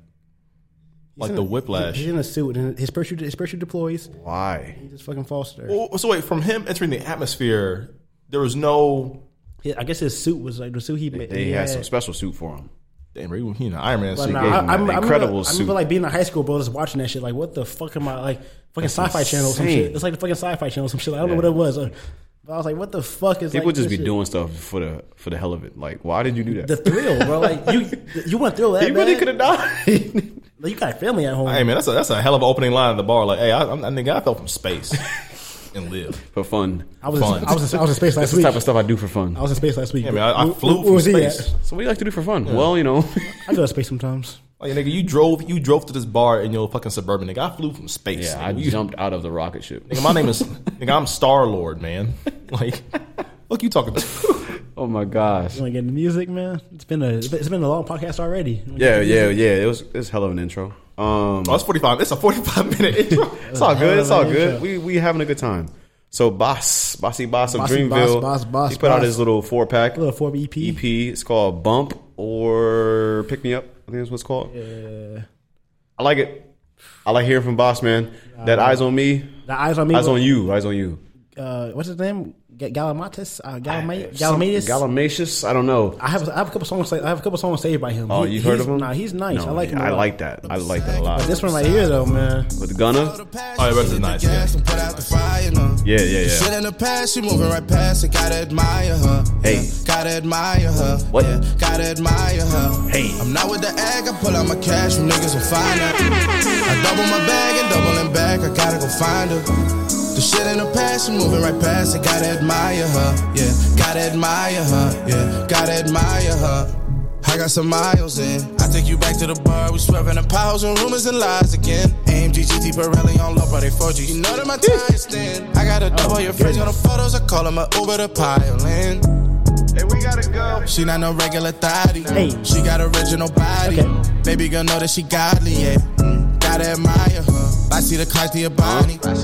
C: like
D: in
C: the
D: a-
C: whiplash.
D: He's in a suit and his parachute his parachute deploys.
A: Why?
D: He just fucking falls to the earth.
C: Well, so wait, from him entering the atmosphere, there was no
D: Yeah, I guess his suit was like the suit he made.
A: They had some special suit for him.
C: damn, he was- he in an Iron Man
D: But
C: suit.
D: nah,
A: gave
D: I,
A: him that
D: I'm, I
A: incredible
D: remember, I
A: suit.
D: remember like being in high school, bro, just watching that shit. Like, what the fuck am I like? Fucking sci-fi channel, or some
A: insane.
D: shit. It's like the fucking sci-fi channel, or some shit. Like, I don't know
A: Yeah.
D: what it was. Uh, But I was like, what the fuck is?
A: People
D: like,
A: just
D: this
A: be
D: shit?
A: doing stuff for the for the hell of it. Like, why did you do that?
D: the thrill, bro. Like you, you want thrill that
A: he really
D: bad?
A: could have died.
D: Like, you got family at home.
C: Hey man, that's a that's a hell of an opening line at the bar. Like, hey, I, I'm, I think I fell from space and lived.
A: for fun.
D: I was,
C: fun.
D: in, I was, in, I was in space last
A: That's the
D: week.
A: type of stuff I do for fun.
D: I was in space last week.
C: Yeah, man, I, I
D: Where-
C: flew
D: where
C: from
D: was he
C: space.
D: at?
A: So what do you like to do for fun? Well, you know,
D: I go to space sometimes.
C: Like, nigga, you drove you drove to this bar in your fucking suburban. Nigga, I flew from space.
A: yeah, I
C: nigga, You-
A: jumped out of the rocket ship.
C: nigga, my name is nigga. I'm Star Lord, man. Like, fuck you talking to?
A: Oh my gosh.
D: You want to get into music, man? It's been a, it's been- it's been a long podcast already.
A: Yeah, yeah, yeah. It was it's hell of an intro. Um,
C: Oh, it's 45. It's a 45 minute intro.
A: it's all
D: hell
A: good. It's
D: of
A: all
D: an
A: good.
D: intro.
A: We we having a good time. So Boss, Bossy Boss of
D: Bossy Boss,
A: Dreamville,
D: Boss, Boss,
A: he put out
D: Boss.
A: his little four pack
D: A little four E EP.
A: EP. It's called Bump or Pick Me Up. I think that's what's called.
D: Uh,
A: I like it. I like hearing from Boss Man. That eyes on me,
D: the eyes on me.
A: eyes on you, eyes on you.
D: uh, what's his name? Ga- Gallimimus. Uh, Gallimimus.
A: Some-
D: Gallimimus.
A: Gallimimus? I don't know.
D: I have I have a couple songs. Like, I have a couple songs saved by him.
A: Oh,
D: He-
A: you heard
D: he's-
A: of him?
D: Nah, he's nice.
A: No,
D: I like him. a
A: I
D: lot.
A: like that. I like that a lot.
D: This one right here, though, man.
A: with Gunna.
C: Oh, yeah, Rex is nice, yeah.
A: Yeah, yeah, yeah.
F: Shit in the past, she moving right past it. Gotta admire her.
A: Hey.
F: Yeah, gotta admire her.
A: What?
F: Yeah, gotta admire her.
A: Hey.
F: I'm not with the egg. I pull out my cash from niggas and find her. I double my bag and doubling back. I gotta go find her. The shit in the past, she moving right past it. Gotta admire her. Yeah, gotta admire her. Yeah, gotta admire her. I got some miles in. I take you back to the bar. We swerving in piles and rumors and lies again. AMG GT Pirelli on low, but they 4G. You know that my time is thin. I got a double your fridge on the photos. I call him a Uber to pile in. Hey, we gotta go. She not no regular thotty.
D: Hey.
F: She got original body.
D: Okay.
F: Baby girl know that she godly, yeah. Mm, Gotta admire her. I see the Cartier body. I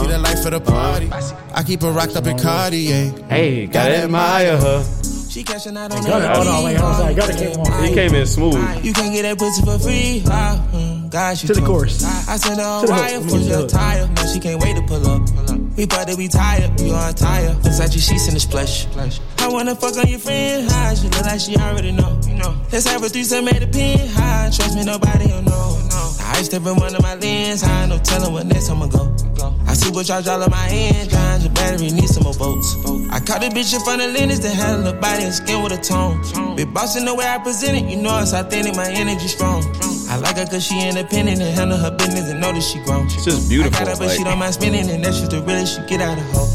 F: see the life of the party. I keep her rocked up in Cartier.
A: Hey, gotta admire her.
F: She catching out on
D: Gunna, hold on, wait, hold on. Sorry, Gunna came on.
A: He came in smooth.
F: You can get that pussy for free. Ah, mm, gosh,
D: To
F: you
D: the
F: told me.
D: chorus.
F: I, I sent her
D: To
F: a
D: the
F: wire
D: hook.
F: for
D: To the
F: your
D: hook.
F: tire. No, she can't wait to pull up. We about to be tired. We on tire. Looks like your sheets in the splash. I wanna fuck on your friend high. She look like she already know. You know. Let's have a threesome at the pin high. Trust me, nobody will know. No. I step in one of my lens high. No telling what next I'ma go. I supercharge all of my engines. Your battery needs some more volts. I caught the bitch in front of Lennox that had a body and skin with a tone. Big boss in the way I present it, you know it's authentic, my energy strong. I like her cause she independent and handle her business and know that she grown. It's
A: just beautiful,
F: I got her, but
A: like-
F: she don't mind spinning, and that's just the realest she get out of her.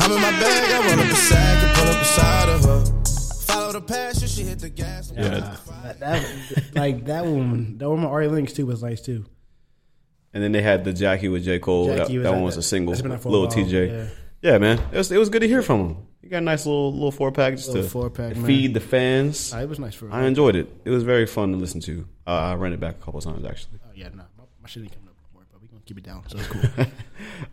F: I'm in my bag, I roll up a sack and pull up beside of her. Follow the passion, she hit the gas.
C: Yeah.
D: That, that- like that woman, that woman Ari Links too was nice too.
A: And then they had the Jackie with J. Cole.
D: Jackie
A: that
D: was
A: that
D: at
A: one was
D: that-
A: a single.
D: that's been out for a
A: Little
D: while,
A: TJ. Yeah. man. It was, it was good to hear from him. He got a nice little little four pack just
D: Little
A: to
D: four-pack, man.
A: feed the fans.
D: Nah, it was nice for.
A: I enjoyed it. It was very fun to listen to. Uh, I ran it back a couple times actually.
D: Oh, yeah, nah, my, my shit ain't coming up before, but we gonna keep it down. So it's cool.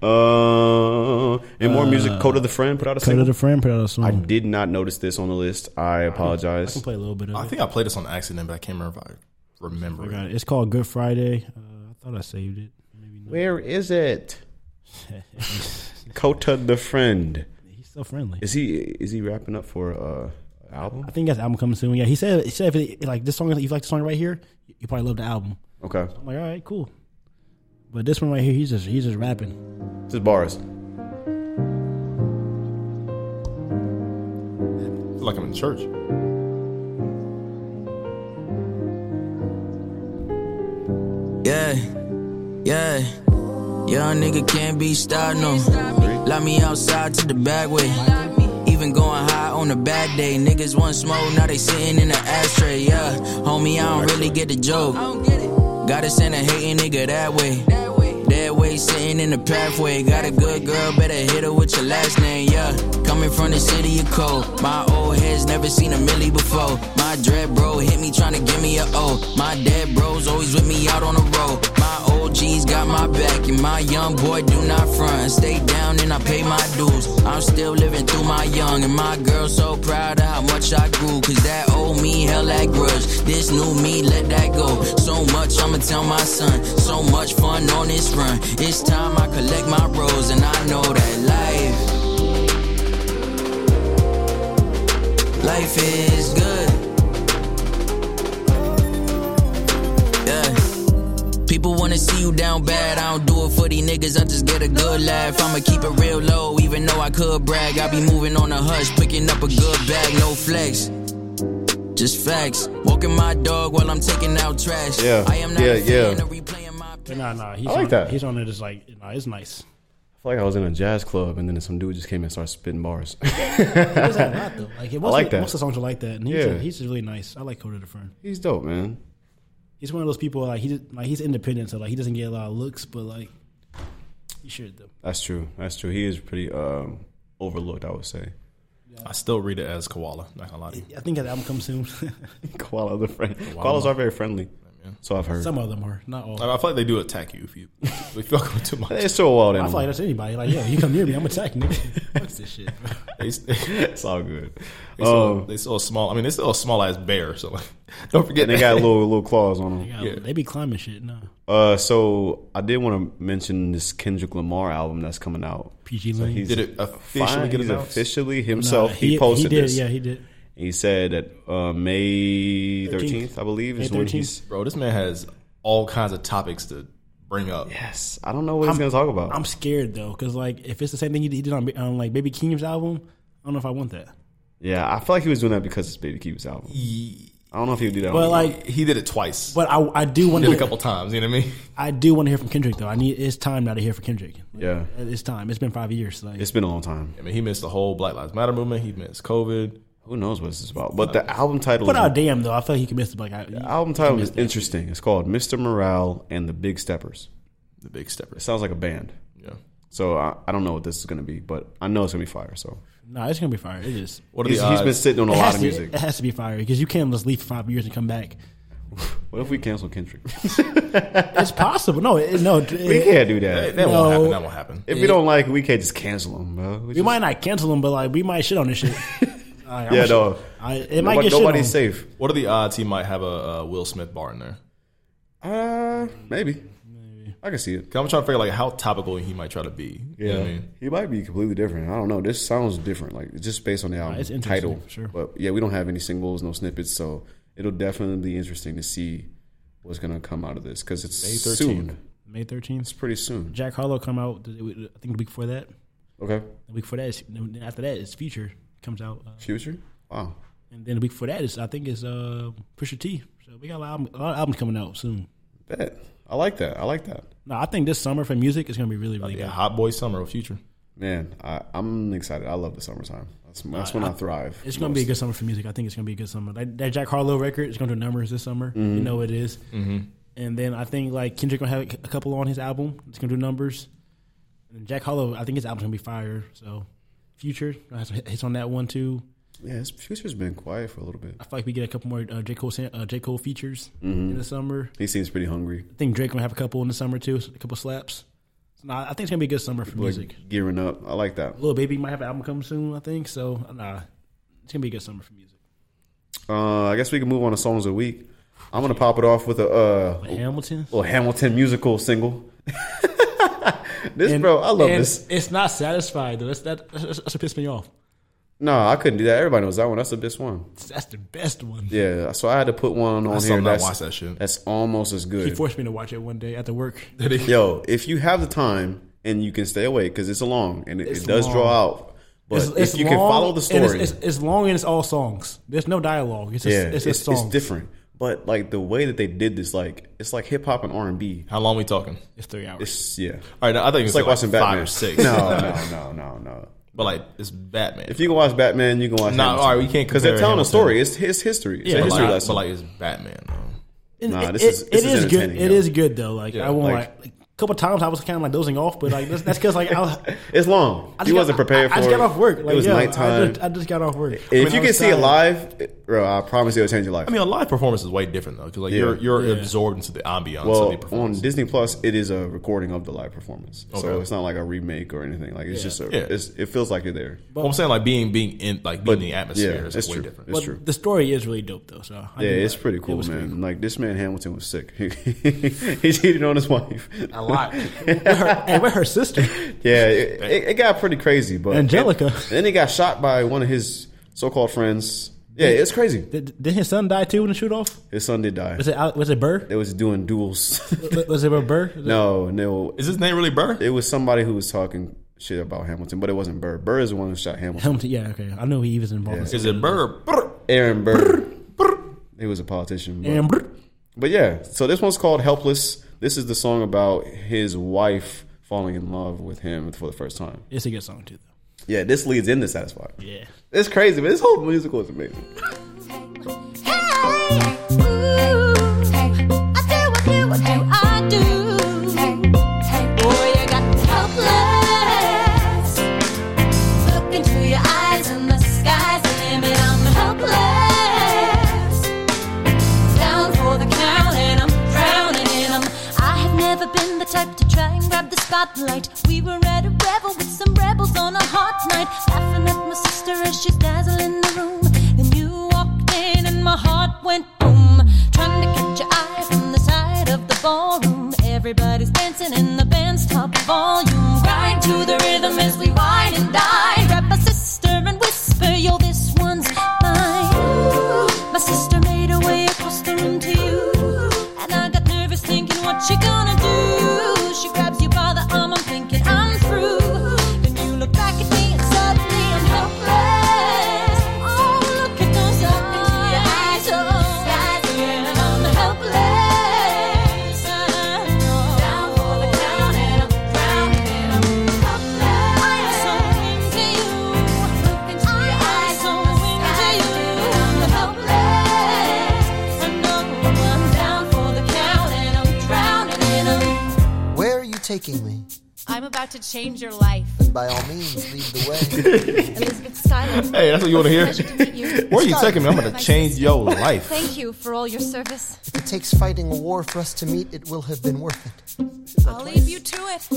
A: Uh, and more music. Code of the Friend put out a
D: Go to
A: single.
D: the friend, put out a song.
A: I
D: I
A: did not notice this on the list. I apologize.
D: can play a little bit of.
C: I
D: it.
C: think I played this on accident, but I can't remember if I remember.
D: I
C: it.
D: got it. It's called Good Friday. Uh, I thought I saved it. Maybe not.
A: Where is it? Kota the Friend.
D: He's so friendly.
A: Is he is he wrapping up for uh an album?
D: I think that's album coming soon. Yeah, he said he said if it, like this song, if you like the song right here, you probably love the album.
A: Okay.
D: I'm like, all right, cool. But this one right here, he's just he's just rapping.
A: Just bars.
C: I feel like I'm in church.
E: Yeah, yeah. Young nigga can't be stopped, no. Lock me outside to the back way. Even going high on a bad day. Niggas want smoke, now they sitting in the ashtray. Yeah, homie, I don't really get the joke. Gotta send a hating nigga that way. That way, sitting in the pathway. Got a good girl, better hit her with your last name, yeah. Coming from the city of cold. My old head's never seen a millie before. My dread bro hit me trying to give me a O. My dead bros always with me out on the road. My OG's got my back, and My young boy do not front. Stay down and I pay my dues. I'm still living through my young. And my girl so proud of how much I grew. Cause that old me held that grudge. This new me let that go. So much I'ma tell my son. So much fun on this run. It's time I collect my rose. And I know that life. Life is good. Yeah. People wanna see you down bad. I don't do it for these niggas, I just get a good laugh. I'ma keep it real low, even though I could brag. I be moving on a hush, picking up a good bag, no flex. Just facts. Walking my dog while I'm taking out trash.
A: Yeah,
E: I am not
A: yeah,
E: a fan
A: yeah.
E: of replaying my
D: But nah, nah. He's
A: I like
D: on,
A: that.
D: He's on it. Just like nah, it's nice.
A: feel like I was in a jazz club and then some dude just came and started spitting bars.
D: It was a lot though. Like it was
A: like that.
D: Most of the songs are like that. And he's,
A: Yeah.
D: he's really nice. I like Coda the Friend.
A: He's dope, man.
D: He's one of those people like he like he's independent, so like he doesn't get a lot of looks, but like he should though.
A: That's true. That's true. He is pretty um, overlooked, I would say.
C: I still read it as koala. Not gonna lie to you.
D: I think that album comes soon.
A: Koala, the friend. Koalas are very friendly. So I've heard.
D: Some of them are, not all.
C: I I feel like they do attack you if you if you fuck with too much.
A: It's still a wild
D: I feel like
A: animal.
D: that's anybody. Like, yo, you come near me, I'm attacking nigga. What's this shit? bro?
C: They, they
A: It's all good.
C: still,
A: Um,
C: they still a small. I mean, they still a small ass bear. So like, don't forget
A: they got
C: that.
A: little little claws on them.
D: Yeah, They be climbing shit. No,
A: Uh, so I did want to mention this Kendrick Lamar album that's coming out.
D: PG
A: So
D: Lane.
A: he's
C: Did it officially
A: fine-
C: get
A: he's
C: announced?
A: officially
D: Nah,
A: himself. he, posted
D: he did,
A: this.
D: Yeah, he did.
A: He said that uh, May
D: 13th.
A: thirteenth, I believe, is
D: May
A: when
D: 13th.
A: he's.
C: Bro, this man has all kinds of topics to bring up.
A: Yes, I don't know what he's going to talk about.
D: I'm scared though, because like if it's the same thing he did- he did on, on like Baby Keem's album, I don't know if I want that.
A: yeah, I feel like he was doing that because it's Baby Keem's album. I don't know if he would do that.
D: But
A: on-
D: like,
C: He did it twice.
D: but I I do want
C: He
D: to
C: did it a couple times. You know what I mean?
D: I do want to hear from Kendrick though. I need it's time now to hear from Kendrick. Like,
A: Yeah.
D: it's time. It's been five years. Like
A: it's been a long time.
C: I mean, he missed the whole Black Lives Matter movement. He missed COVID. Uh,
A: Who knows what this is about? But the album title.
D: But
A: is-
D: oh damn though, I feel like he could miss it. But like, I,
A: The album title is interesting. It's called Mr. Morale and the Big Steppers.
C: The big stepper.
A: It sounds like a band.
C: Yeah.
A: So I, I don't know what this is going to be, but I know it's going to be fire. So
D: nah, it's gonna be fire. It is.
C: What are
A: he's,
C: the
A: he's
C: odds?
A: been sitting on a
D: It
A: lot
D: has,
A: of
D: to,
A: music.
D: it has to be fire because you can't just leave for five years and come back.
A: What if we cancel Kendrick?
D: It's possible. No, it, no. it-
A: we can't do that.
C: that that
D: No.
C: won't happen. That won't happen.
A: If we don't like it, we can't just cancel him, bro. We
D: we
A: just-
D: might not cancel him, but like we might shit on this shit. Like, I'm
A: yeah,
D: shit-
A: no.
D: I, it might get
A: Nobody,
D: shit on.
A: nobody's safe.
C: what are the odds he might have a, uh Will Smith bar in there?
A: Uh, maybe. I can see it.
C: 'Cause I'm trying to figure like how topical he might try to be. You know what I mean?
A: he might be completely different. I don't know. This sounds different, like it's just based on the album
D: it's interesting,
A: title.
D: for sure.
A: But yeah, we don't have any singles, no snippets, so it'll definitely be interesting to see what's gonna come out of this because it's soon.
D: May thirteenth.
A: It's pretty soon.
D: Jack Harlow come out. the- I think the week before that.
A: Okay,
D: The week before that, is, then after that, it's Future comes out, uh,
A: future. Wow.
D: and then the week before that is I think it's uh, Pusha T. So we got a lot, of, a lot of albums coming out soon.
A: Bet. I like that. I like that.
D: No, I think this summer for music is gonna be really, really
C: Yeah,
D: good.
C: hot boy summer with future.
A: Man, I, I'm excited. I love the summertime. That's, that's when I, thrive.
D: It's gonna be a good summer for music. I think it's gonna be a good summer. That, that Jack Harlow record is gonna do numbers this summer.
A: Mm-hmm.
D: You know it is. And then I think like Kendrick gonna have a couple on his album. It's gonna do numbers. And Jack Harlow, I think his album's gonna be fire. So Future gonna have some hits on that one too.
A: Yeah, his future's been quiet for a little bit.
D: I feel like we get a couple more uh, J Cole san- uh, J Cole features in the summer.
A: Mm-hmm. He seems pretty hungry.
D: I think Drake gonna have a couple in the summer too. A couple slaps. So, nah, I think it's gonna be a good summer for
A: Like,
D: music.
A: gearing up. I like that.
D: Little baby might have an album coming soon. I think so. Nah, it's gonna be a good summer for music.
A: Uh, I guess we can move on to songs of the week. I'm gonna pop it off with a uh,
D: But Hamilton.
A: little Hamilton musical single. this bro, I love
D: And
A: this.
D: It's not satisfied though. That's that. That's, that's what pissed me off.
A: No, I couldn't do that. Everybody knows that one. That's the best one.
D: That's the best one.
A: Yeah, so I had to put one on
C: still
A: here.
C: not
A: That's,
C: watched that shit.
A: that's almost as
D: He
A: good.
D: forced me to watch it one day after work.
A: Yo, if you have the time and you can stay awake because it's long and it, it does
D: long.
A: draw out, but
D: It's- it's
A: if you can
D: long,
A: follow the
D: and
A: story,
D: it's, it's, it's long and it's all songs. There's no dialogue. It's just,
A: yeah,
D: it's,
A: it's,
D: just
A: it's
D: songs.
A: different. But like the way that they did this, like it's like hip hop and R and B.
C: How long we talking?
D: It's three hours.
A: It's yeah,
C: All right, now, I think
A: it's like watching
C: five
A: Batman.
C: or six.
A: No, no, no, no, no.
C: but like it's Batman.
A: If you can watch Batman, you can watch.
C: No,
A: Hamilton.
C: all right, we can't
A: because they're
C: compare
A: telling a
C: Hamilton.
A: story. It's his history. It's
D: Yeah,
A: a
C: but
A: history
C: like,
A: lesson.
C: but like it's Batman. Bro.
D: And
A: nah,
D: it-
A: this is-
D: it-
A: this
D: it
A: is
D: is good.
A: entertaining,
D: It
A: yo.
D: is good though. Like I won't
A: like-
D: like, couple times I was kind of like dozing off, but like that's because like I, was-
A: It's long.
D: I just
A: You
D: got-
A: wasn't prepared
D: I,
A: for
D: I
A: it.
D: just got off work. Like,
A: it was
D: yeah, I
A: nighttime.
D: just, I just got off work.
A: if you can see it live, it- bro, I promise you it'll change your life.
C: I mean, a live performance is way different though, because like you're you're absorbed into the ambiance of the
A: well, on
C: performance.
A: Disney Plus, it is a recording of the live performance, so
C: Okay.
A: it's not like a remake or anything. Like it's just a,
C: Yeah.
A: it's, it feels like you're there.
C: Well, I'm saying like being being in like being in the atmosphere
A: yeah,
C: is
A: it's
C: way
A: true.
C: different.
A: It's true.
D: The story is really dope though. So I
A: Yeah,
D: do
A: it's
D: like-
A: pretty
D: it
A: cool,
D: was
A: man.
D: pretty cool.
A: Like this man Hamilton was sick. he cheated on his wife.
D: A lot. with her, and with her sister,
A: Yeah, it, it, it got pretty crazy, but
D: Angelica.
A: Then he got shot by one of his so-called friends. Yeah, it's crazy.
D: Did, did his son die too in the shoot off?
A: His son did die.
D: Was it Al- was it Burr?
A: They was doing duels.
D: Was- Was it with Burr?
A: no, no,
C: Is his name really Burr?
A: it was somebody who was talking shit about Hamilton, but it wasn't Burr. Burr is the one who shot Hamilton.
D: Hamilton. Yeah, okay. I know he was involved. in
C: Is it Burr? Brr.
A: Aaron Burr. He was a politician. But,
D: something. And Burr.
A: but yeah, so this one's called "Helpless." This is the song about his wife falling in love with him for the first time.
D: It's a good song too, though.
A: Yeah, this leads into "Satisfied."
D: Yeah.
A: It's crazy, but this whole musical is amazing.
G: Spotlight. We were at a revel with some rebels on a hot night, laughing at my sister as she's dazzling the room. Then you walked in and my heart went boom. Trying to catch your eye from the side of the ballroom. Everybody's dancing in the band's top volume. Grind to the rhythm as we wine and dine. Grab my sister and whisper, yo, this one's mine. Ooh, my sister made her way across the room to you. And I got nervous thinking, what she gonna do? She grabs you by the arm, I'm thinking I'm through. Then you look back at me and suddenly I'm helpless. Oh, look at those eyes. Oh, yeah, I'm helpless. I know. I'm so into you. I'm so into you. I'm helpless. I know I'm down for the count and I'm drowning in 'em.
H: Where are you taking me?
I: I'm about to change your life.
H: And by all means, lead the way.
I: Elizabeth Skylar.
C: Hey, that's what you want to hear.
I: Pleasure to meet you.
C: Where are you taking me? I'm gonna
I: My
C: change your life.
I: Thank you for all your service.
H: If it takes fighting a war for us to meet, it will have been worth it.
I: I'll leave you to it.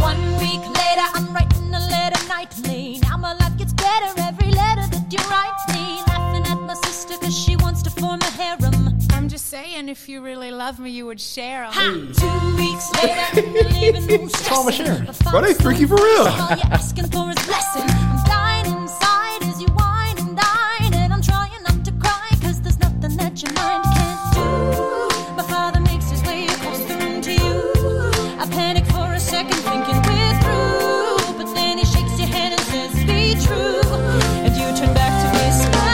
G: One week later, I'm writing a letter nightly. Now my life gets better every letter that you write me. Laughing at my sister cause she wants to form a harem.
I: I'm just saying, if you really love me, you would share 'em.
G: Ha! Two weeks later, I'm leaving home
D: Tom
G: stressed.
D: Sharon.
C: Bro, they freaky for real.
G: All you're asking for is blessing. I'm dying inside as you whine and dine. And I'm trying not to cry cause there's nothing that your mind can't do. My father makes his way across the room to you. I panic for a second thinking we're through. But then he shakes your hand and says, be true. And you turn back to me smiling.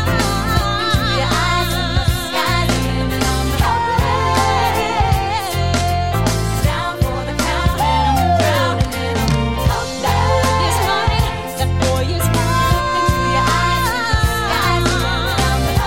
G: Your eyes in the sky, and I'm helpless. Down for the count, and I'm drowning in helpless. That boy is mine. That boy is mine. Into your eyes in the sky,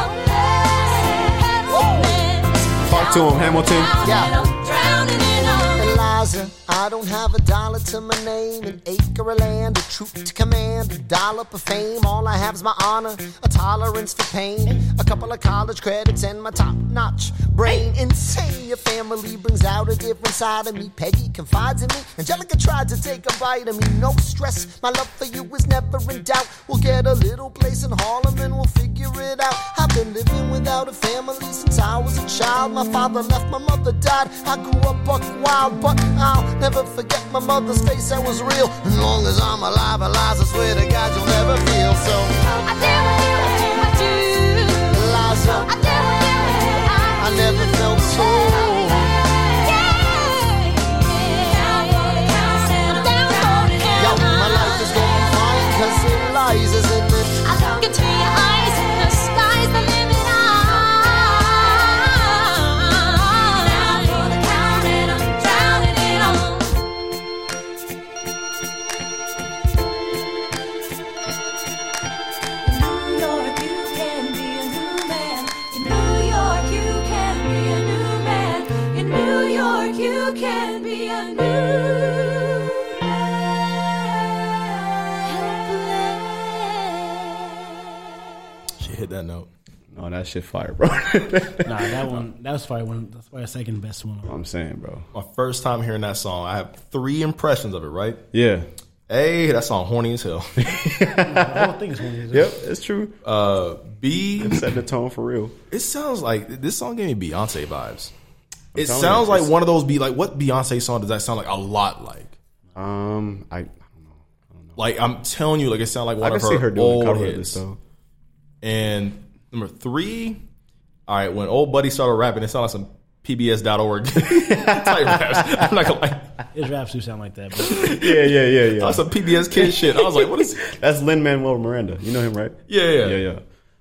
G: and I'm helpless.
A: Talk to him, Hamilton.
G: Yeah. Drowning in 'em.
H: Eliza, I don't have a dollar to my name, an acre of land, a troop to command, a dollar for fame. All I have's my honor, a tolerance for pain, a couple of college credits, and my top notch brain. Insane, your family brings out a different side of me. Peggy confides in me, Angelica tried to take a bite of me. No stress, my love for you is never in doubt. We'll get a little place in Harlem and we'll figure it out. I've been living without a family since I was a child. My father left, my mother died. I grew up buck wild, but I'll never forget my mother's face that was real. As long as I'm alive, Eliza, swear to God you'll never feel so.
G: I do, I do,
H: Eliza,
G: I do, I
H: I never felt so. Yo, my life is going fine, cause Eliza's in it.
G: I look into your eyes and the sky's the limit. I'm down for the count and I'm drowning in 'em. You're a can be a new
C: She hit that note.
A: No, Oh, that shit fire, bro.
D: Nah, that one. That was probably one. That's probably the second best one.
A: I'm saying, bro.
C: My first time hearing that song, I have three impressions of it. Right?
A: Yeah.
C: A, that song horny as hell.
D: The whole thing is one. Yep.
A: Yep, it's true.
C: Uh, B,
A: Set the tone for real.
C: it sounds like this song gave me Beyonce vibes. it
A: telling
C: sounds
A: you,
C: like
A: it's-
C: one of those be like what Beyonce song does that sound like a lot like?
A: Um, I, I don't know.
C: Like I'm telling you, like it sounds like
A: I
C: one
A: can
C: of her,
A: see her doing
C: old
A: a cover
C: hits.
A: of this though.
C: And number three, all right, when old buddy started rapping, it sounded like some PBS.org type raps. I'm not gonna lie.
D: His raps do sound like that. But
A: Yeah, yeah, yeah,
C: That
A: yeah.
C: was some PBS kid shit. I was like, what is?
A: That's Lin Manuel Miranda. You know him, right?
C: Yeah, yeah,
A: yeah, yeah.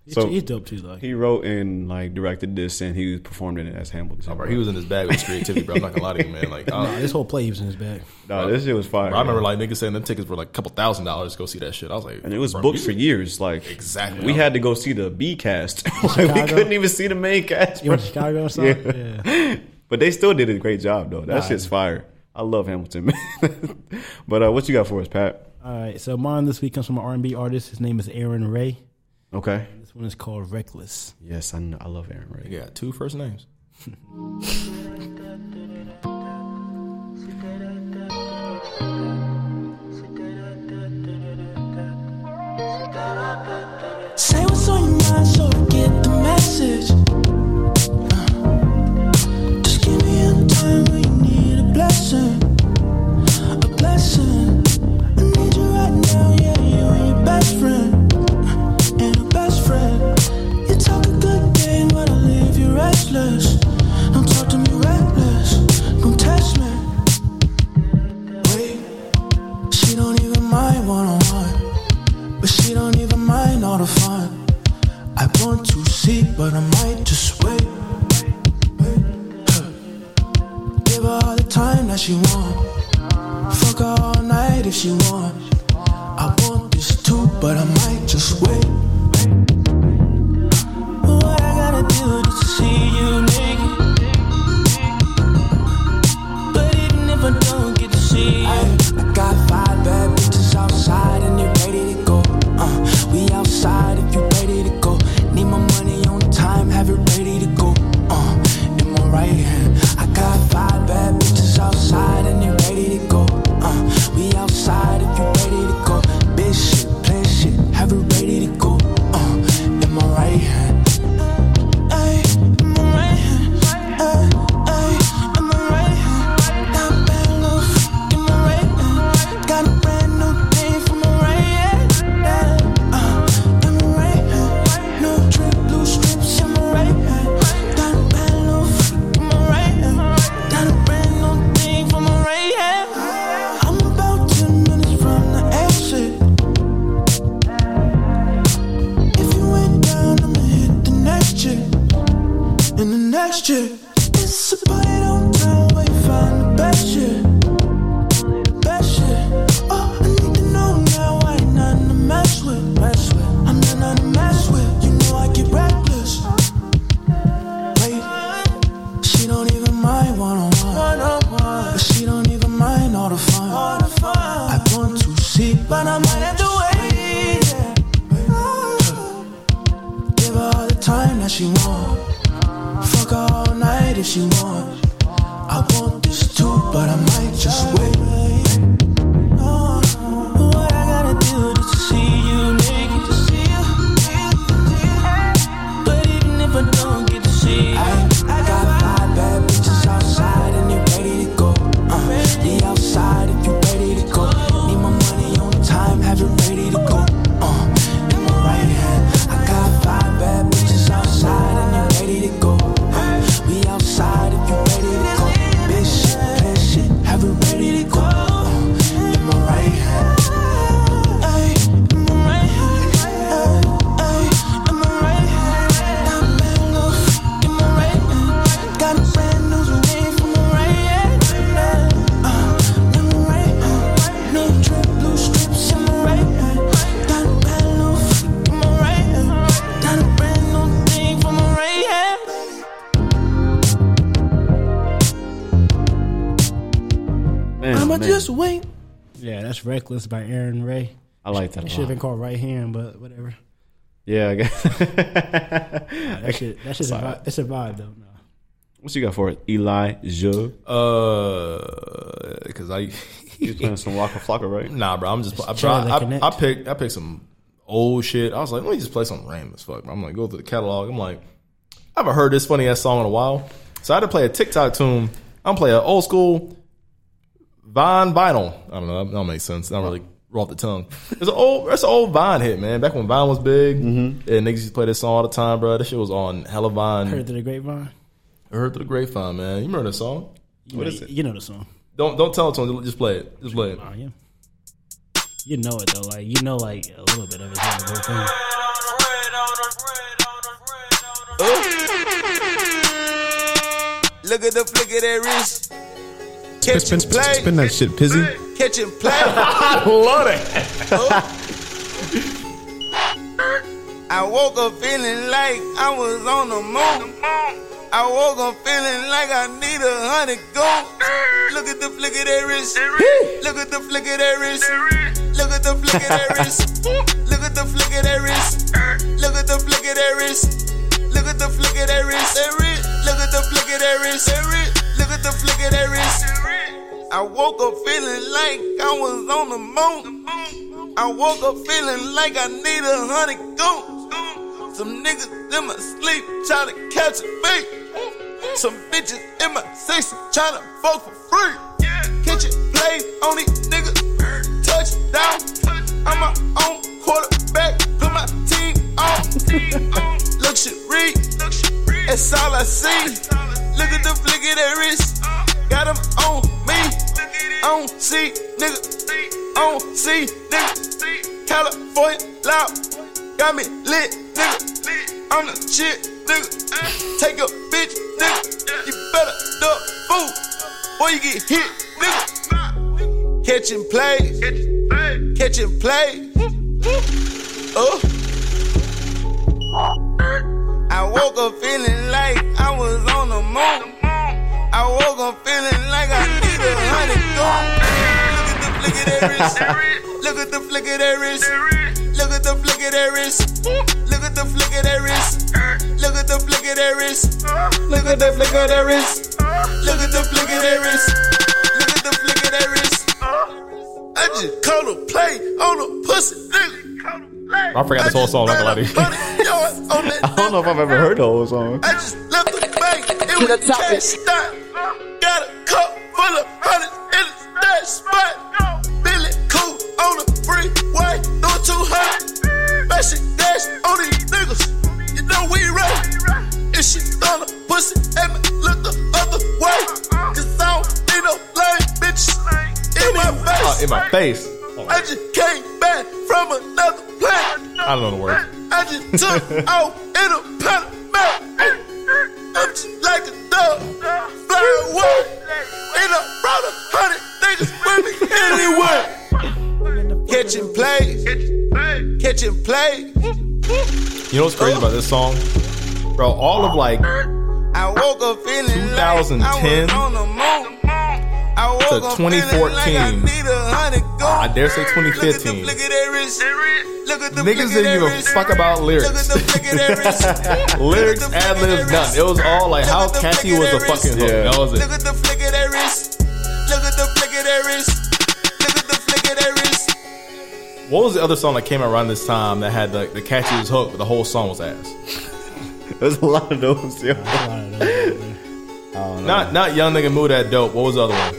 A: So
D: he's dope too, though.
A: he wrote and like directed this, and he performed in it as Hamilton.
C: Bro, he was in his bag with his creativity, bro. I'm not gonna lie to you, man. Like, I,
D: Nah, this whole play he was in his bag.
A: no, this shit was fire.
C: bro, I remember
A: man.
C: like niggas saying them tickets were like a couple thousand dollars to go see that shit. I was like,
A: and it was
C: bro,
A: booked
C: you-
A: for years. Like
C: Exactly.
A: we had to go see the B cast. like, we
D: Chicago?
A: couldn't even see the main cast.
D: You
A: Bro.
D: went to Chicago or something? Yeah.
A: But they still did a great job though. That shit's fire. I love Hamilton, man. but uh, what you got for us, Pat?
D: All right. So mine this week comes from an R&B artist. His name is Aaron Ray.
A: Okay.
D: This one is called Reckless.
A: Yes, I know. I love Aaron Ray.
C: You got two first names.
J: Say what's on your mind so I get the message. Uh, Just give me a time when you need a blessing. A blessing. I need you right now, yeah, you and your best friend. Uh, And your best friend. You talk a good game, but I leave you restless. Don't talk to me reckless. Don't test me. Wait, she don't even mind one on one. But she don't even mind all the fun. I want to see, but I might just wait. Wait. Huh. Give her all the time that she want. Fuck her all night if she want. I want this too, but I might just wait. What I gotta do to see you naked? But even if I don't get to see you. I got five bad bitches outside and they're ready to go. Uh, we outside if you ready to go. Need my money on time, have it ready to go. Uh, in my right hand, I got five bad bitches outside and they're ready to go. Uh, we outside if you ready to go. Bitch shit, play shit, have it ready to go. Uh, in my right hand. Ay, in my right hand. Ay, ay, in my right hand. That bad little freak in my right hand. Got a brand new thing for my right hand. Uh, in my right hand. New drip, blue strips in my right hand. Got a bad little freak in my right hand. Got a brand new thing for my right hand. I'm about 10 minutes from the exit. If you ain't down, I'ma hit the next chick. And the next chick. It's a party downtown where you find the best shit. Best shit. Oh, I need to know now. I ain't nothing to mess with. Mess with. I'm not nothing to mess with. You know I get reckless. Wait. She don't even mind one on one. But she don't even mind all the fun. I want to see, but I might have to wait. yeah. Give her all the time that she want. Fuck her all night if she want. I want this too, but I might just wait. Oh, what I gotta do to see you naked? To see you. But even if I don't get to see you, I, I got five bad bitches outside and they're ready to go. Uh, they outside if you ready to go. Need my money on time, have it ready to go. Uh, in my right hand, I got five bad bitches outside and they're ready to go. Uh, we outside if you ready to go. Bitch, shit, play shit, have it ready to go. uh, uh,
A: name.
D: wait. Yeah, that's Reckless by Aaron Ray.
A: I like that a
D: It should have
A: lot.
D: been called Right Hand, but whatever.
A: yeah, I guess.
D: That shit, that shit's a vibe. It's a vibe though. No.
A: What you got for it? Elijah.
C: Uh, because I
A: He's playing some Waka Flocka, right?
C: nah, bro. I'm just I, bro,
D: trying to
C: I,
D: connect.
C: I picked I picked some old shit. I was like, let me just play some random as fuck. Bro. I'm like, go through the catalog. I'm like, I haven't heard this funny ass song in a while, so I had to play a TikTok tune. I'm playing an old school Vine vinyl. I don't know. That don't make sense. I don't really roll off the tongue. It's an old. That's an old Vine hit, man. Back when Vine was big, and niggas used to play this song all the time, bro. This shit was on hella Vine.
D: Heard through the grapevine.
C: I heard through the grapevine, man. You remember that song?
D: You what know,
C: is it?
D: You know the song.
C: Don't don't tell it to him. Just play it. Just play it.
D: Oh yeah. You know it though. Like you know like a little bit of it. Not the whole thing.
B: Look at the flick of that wrist. Catch
F: Spin,
B: and
F: spin,
B: play.
F: spin that shit, Pizzy.
B: Catch and play. Oh. I love it. I woke up feeling like I was on the moon. I woke up feeling like I need a hundred gold. Look at the flick of that wrist. Look at the flick of that wrist. Look at the flick of that wrist. Look at the flick of that wrist. Look at the flick of that wrist. Look at the flick of that wrist. Look at the flick of that wrist. Look at the flick of that wrist. I woke up feeling like I was on the moon. I woke up feeling like I need a hundred goons. Some niggas in my sleep trying to catch a beat. Some bitches in my six trying to fuck for free. Catch it, play on these niggas. Touchdown. I'm my own quarterback. Put my team on. Look, shit, read. That's all I see. Look at the flick of that wrist. Got him on me. On C, nigga. On C, nigga. California loud. Got me lit, nigga. I'm the shit, nigga. Take a bitch, nigga. You better duck, fool. Boy, you get hit, nigga. Catch and play. Catch and play. Oh. I woke up feeling like I was on the moon. I woke up feeling like I need a hundred gold. Look at the flick of that wrist. Look at the flick of that wrist. Look at the flick of that wrist. Look at the flick of that wrist. Look at the flick of that wrist. Look at the flick of that wrist. Look at the flick of that wrist. Look at the flick of that wrist. I just call a play on a pussy nigga.
C: I forgot this whole song, I'm not gonna lie
B: oh,
A: I don't know if I've ever heard the whole song.
B: I just left the bank. It was
H: the topic.
B: cash stock. Got a cup full of hundreds in that spot. Billy cool on the freeway, no 200. Bashing dash on these niggas. You know we run. If she thought a pussy at me, look the other way. Cause I don't need no lame bitches in my
C: Uh,
B: face.
C: in my face. Oh,
B: I just came back from another planet.
C: I don't know the words.
B: I just took out in a Panama. I'm just like a dog, fly away. And I brought a hundred niggas with me anyway. Catch and play, catch and play.
C: You know what's crazy about this song, bro? All of like
B: I woke up feeling like I
C: 2010
B: was on the moon. I woke
C: to
B: up feeling like I
C: 2014.
B: need a hundred gold.
C: I dare say
B: Look at the
C: 2015.
B: flick of that wrist. Look at the flick
C: Niggas
B: of that
C: didn't give a
B: wrist.
C: fuck about
B: Look at
C: lyrics.
B: the flick of that wrist.
C: Lyrics, ad libs, none. It was all like how catchy was the fucking hook.
A: Yeah.
C: That was
B: Look
C: it.
B: at the flick of that wrist. Look at the flick of that wrist. Look at the flick of that wrist.
C: What was the other song that came out around this time that had the, the catchiest hook, but the whole song was ass?
A: There's a lot of those. Yo.
C: Not not young nigga move that dope. What was the other one?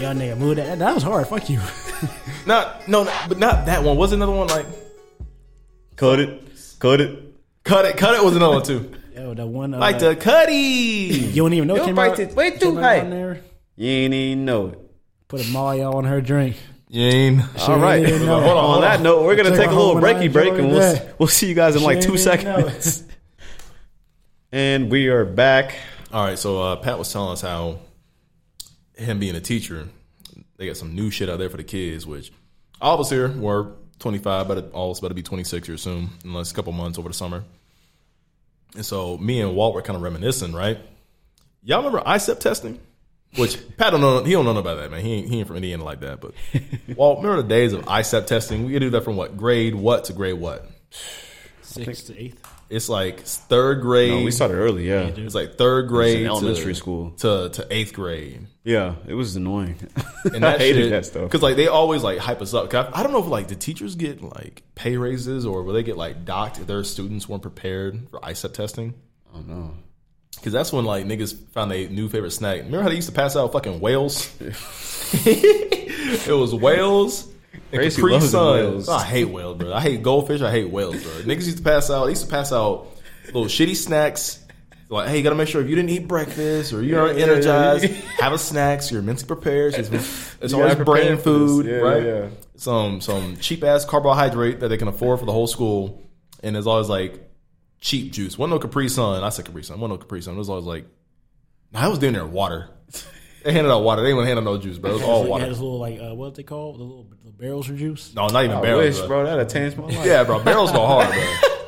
D: Y'all nigga move that. That was hard. Fuck you.
C: Not no, no, but not that one. Was another one like
A: Cut it. Cut it.
C: cut it? Cut it was another one too.
D: Yo, that one. Uh,
C: Like the cutty.
D: You don't even know it came out.
A: way
D: came out on there.
A: You ain't even know it.
D: Put a Molly on her drink.
C: Yeen.
A: All right.
D: ain't even know
A: Hold
D: it.
A: on. On that note, we're gonna
D: Take
A: take
D: her
A: a little
D: home and
A: breaky break,
D: enjoy
A: and we'll s-
D: that.
A: we'll see you guys in like
D: She
A: two
D: ain't even know
A: seconds. and we are back.
C: All right, so uh, Pat was telling us how him being a teacher, they got some new shit out there for the kids. Which all of us here were 25, but all of us about to be 26 here soon, unless a couple months over the summer. And so me and Walt were kind of reminiscing, right? Y'all remember ICEP E testing? Which Pat don't know. He don't know about that, man. He ain't, he ain't from Indiana like that. But well, remember the days of ISAP testing? We could do that from what grade what to grade what?
D: Sixth to eighth.
C: It's like third grade.
A: No, we started early, yeah.
C: It's like third grade, to-
A: elementary school.
C: to to eighth grade.
A: Yeah, it was annoying.
C: and that
A: I hated
C: shit,
A: that stuff.
C: Because like they always like hype us up. 'Cause I, I don't know if like the teachers get like pay raises or will they get like docked if their students weren't prepared for ISAP testing.
A: I don't know.
C: Because that's when like niggas found their new favorite snack. Remember how they used to pass out fucking whales? it was whales. and
A: Crazy
C: Capri
A: loves
C: Sun.
A: whales.
C: I hate whales, bro. I hate goldfish. I hate whales, bro. Niggas used to pass out. They used to pass out little shitty snacks. Like, hey, you gotta make sure if you didn't eat breakfast or you aren't
A: yeah, yeah,
C: energized,
A: yeah.
C: have a snack so you're mentally prepared. So It's, it's
A: You
C: always
A: gotta prepare
C: brain
A: for this.
C: food,
A: Yeah,
C: right?
A: yeah.
C: Some some cheap ass carbohydrate that they can afford for the whole school, and it's always like cheap juice. One no Capri Sun. I said Capri Sun. One no Capri Sun. It was always like, nah, I was doing their water. They handed out water. They didn't handle no juice, bro. It was all
D: Like, had
C: water.
D: this little like uh, what they call the little the barrels of juice.
C: No, not even
A: I
C: barrels.
A: wish,
C: bro.
A: bro. That'd have changed my life.
C: Yeah, bro. Barrels go hard, bro.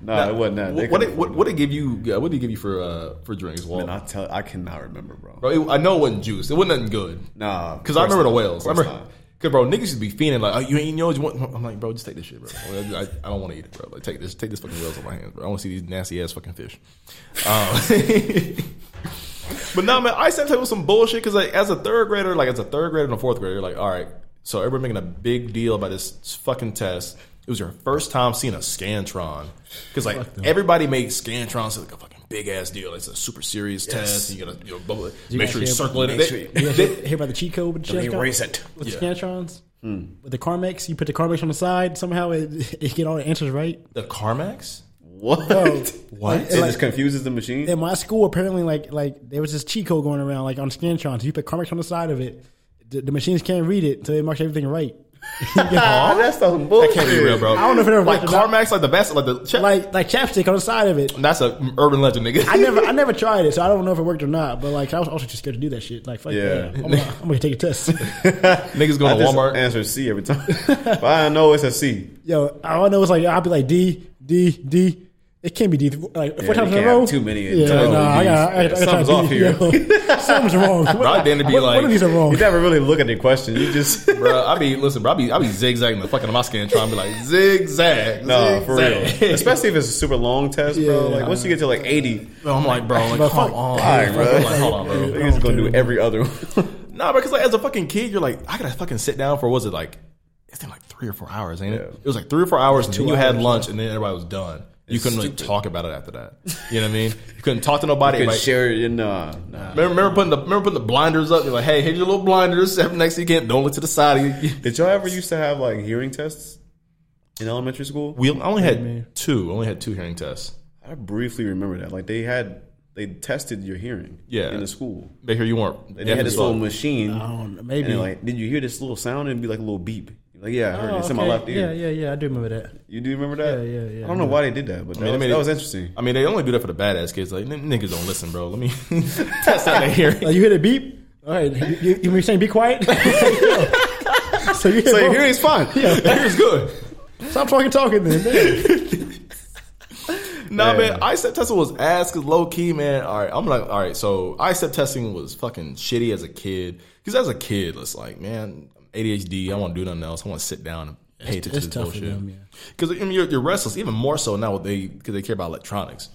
A: No, it wasn't that. They
C: What, what,
A: could've-
C: it, what, what it give you? Yeah, what did it give you for uh, for drinks? Walt?
A: Man, I tell, I cannot remember, bro.
C: bro, it, I know it wasn't juice. It wasn't nothing good.
A: Nah,
C: Because I remember the whales. I
A: Of course
C: remember,
A: not.
C: cause bro, niggas used to be fiending like, oh, you ain't know what you want. I'm like, bro, just take this shit, bro. I, I, I don't want to eat it, bro. Like, take this, take this fucking whales off my hands, bro. I want to see these nasty ass fucking fish. Um, but nah, man, I said was some bullshit because like as a third grader, like as a third grader and a fourth grader, you're like, all right, so everybody making a big deal about this fucking test. It was your first time seeing a Scantron because like everybody made Scantrons like a fucking big ass deal. It's a super serious test. You gotta you know, bubble it. make
D: guys
C: sure you
D: hear-
C: circle it.
D: make
C: They-
D: sure you-
C: they-
D: You guys hear about the cheat code with the Scantron?
A: erase it. Hmm.
D: With the
C: Yeah.
D: Scantrons? With the Carmex, you put the Carmex on the side. Somehow it, it get all the answers right.
C: The CarMax?
A: What?
D: What?
A: It just confuses the machine.
D: at my school, apparently, like like there was this cheat code going around, like on Scantrons. You put Carmex on the side of it. The, the machines can't read it, so they marks everything right.
A: Ah, that's the bullshit.
C: That can't be real, bro.
D: I don't know if it ever
C: like
D: worked or not.
C: CarMax, like the best, like the cha-
D: Like like chapstick on the side of it.
C: That's a urban legend, nigga.
D: I never I never tried it, so I don't know if it worked or not. But like I was also just scared to do that shit. Like fuck
A: Yeah.
D: yeah, I'm, gonna, I'm gonna take a test.
C: niggas
A: I
C: going to
A: just
C: Walmart.
A: answer C every time. if I know it's a C.
D: Yo, all I know is like I'll be like D D D. It can't be D th- like
A: you
D: four times in
A: can't
D: a row.
A: have too many in
D: Yeah,
A: total.
D: nah, I got, I, I gotta
A: Something's
D: try
A: off
D: D.
A: here.
D: Yo, something's wrong. What,
C: Right then to be
D: what-
C: like-
D: one of these are
A: You
D: wrong.
A: never really look at the question. You just
C: bro, I be listen, bro. I be I be zigzagging the fucking my skin, trying to be like zigzag.
A: no, for real.
C: zigzag.
A: Especially if it's a super long test, bro.
D: Yeah.
A: Like once you get to like eighty,
C: Bro, I'm like, bro, like,
D: Bro,
C: come
D: fuck.
A: all
C: on,
A: right, bro.
C: I'm like, hold on, bro.
A: They're just gonna do every other one.
C: Nah, bro, because like as a fucking kid, you're like, I gotta fucking sit down for what was it like? It's been like three or four hours, ain't it?
A: Yeah.
C: It was like three or four hours, and then you had
D: hours,
C: lunch, and then everybody was done. You
A: It's
C: couldn't really
A: stupid.
C: talk about it after that. You know what I mean? You couldn't talk to nobody.
A: Could
C: like-
A: share it in uh, nah.
C: Remember, remember putting the remember putting the blinders up. You're like, hey, here's your little blinders. Next thing you can't don't look to the side. of you.
A: Did y'all ever used to have like hearing tests in elementary school?
C: We I only had two. I only had two hearing tests.
A: I briefly remember that. Like they had they tested your hearing
C: Yeah.
A: in the school.
C: Make sure you weren't.
A: And they had this little machine.
D: I don't know, maybe.
A: And they're like, did you hear this little sound? And it'd be like a little beep. You're Like, yeah, I heard it.
D: Oh,
A: It's in my
D: okay.
A: left ear.
D: Yeah, yeah, yeah. I do remember that.
A: You do remember that?
D: Yeah, yeah, yeah.
A: I don't know why they did that, but that,
C: mean, they
A: was,
C: made
A: that
C: it-
A: was interesting.
C: I mean, they only do that for the badass kids. Like "N- niggas don't listen, bro. Let me test out their
D: Like
C: hearing.
D: Oh, you hear the beep. All right, you, you, you were saying be quiet. so you hear
A: So
D: both.
A: your hearing's fine.
C: Here's good.
D: Stop fucking talking then. Damn.
C: Nah,
A: Yeah.
C: man. ISEP testing was ass because low key, man. All right, I'm like, all right. So ISEP testing was fucking shitty as a kid because as a kid, it's like, man, ADHD. I want to do nothing else. I want to sit down and pay attention
D: it's
C: to this
D: tough for
C: bullshit.
D: them, yeah.
C: Because I mean, you're, you're restless, even more so now with they because they care about electronics.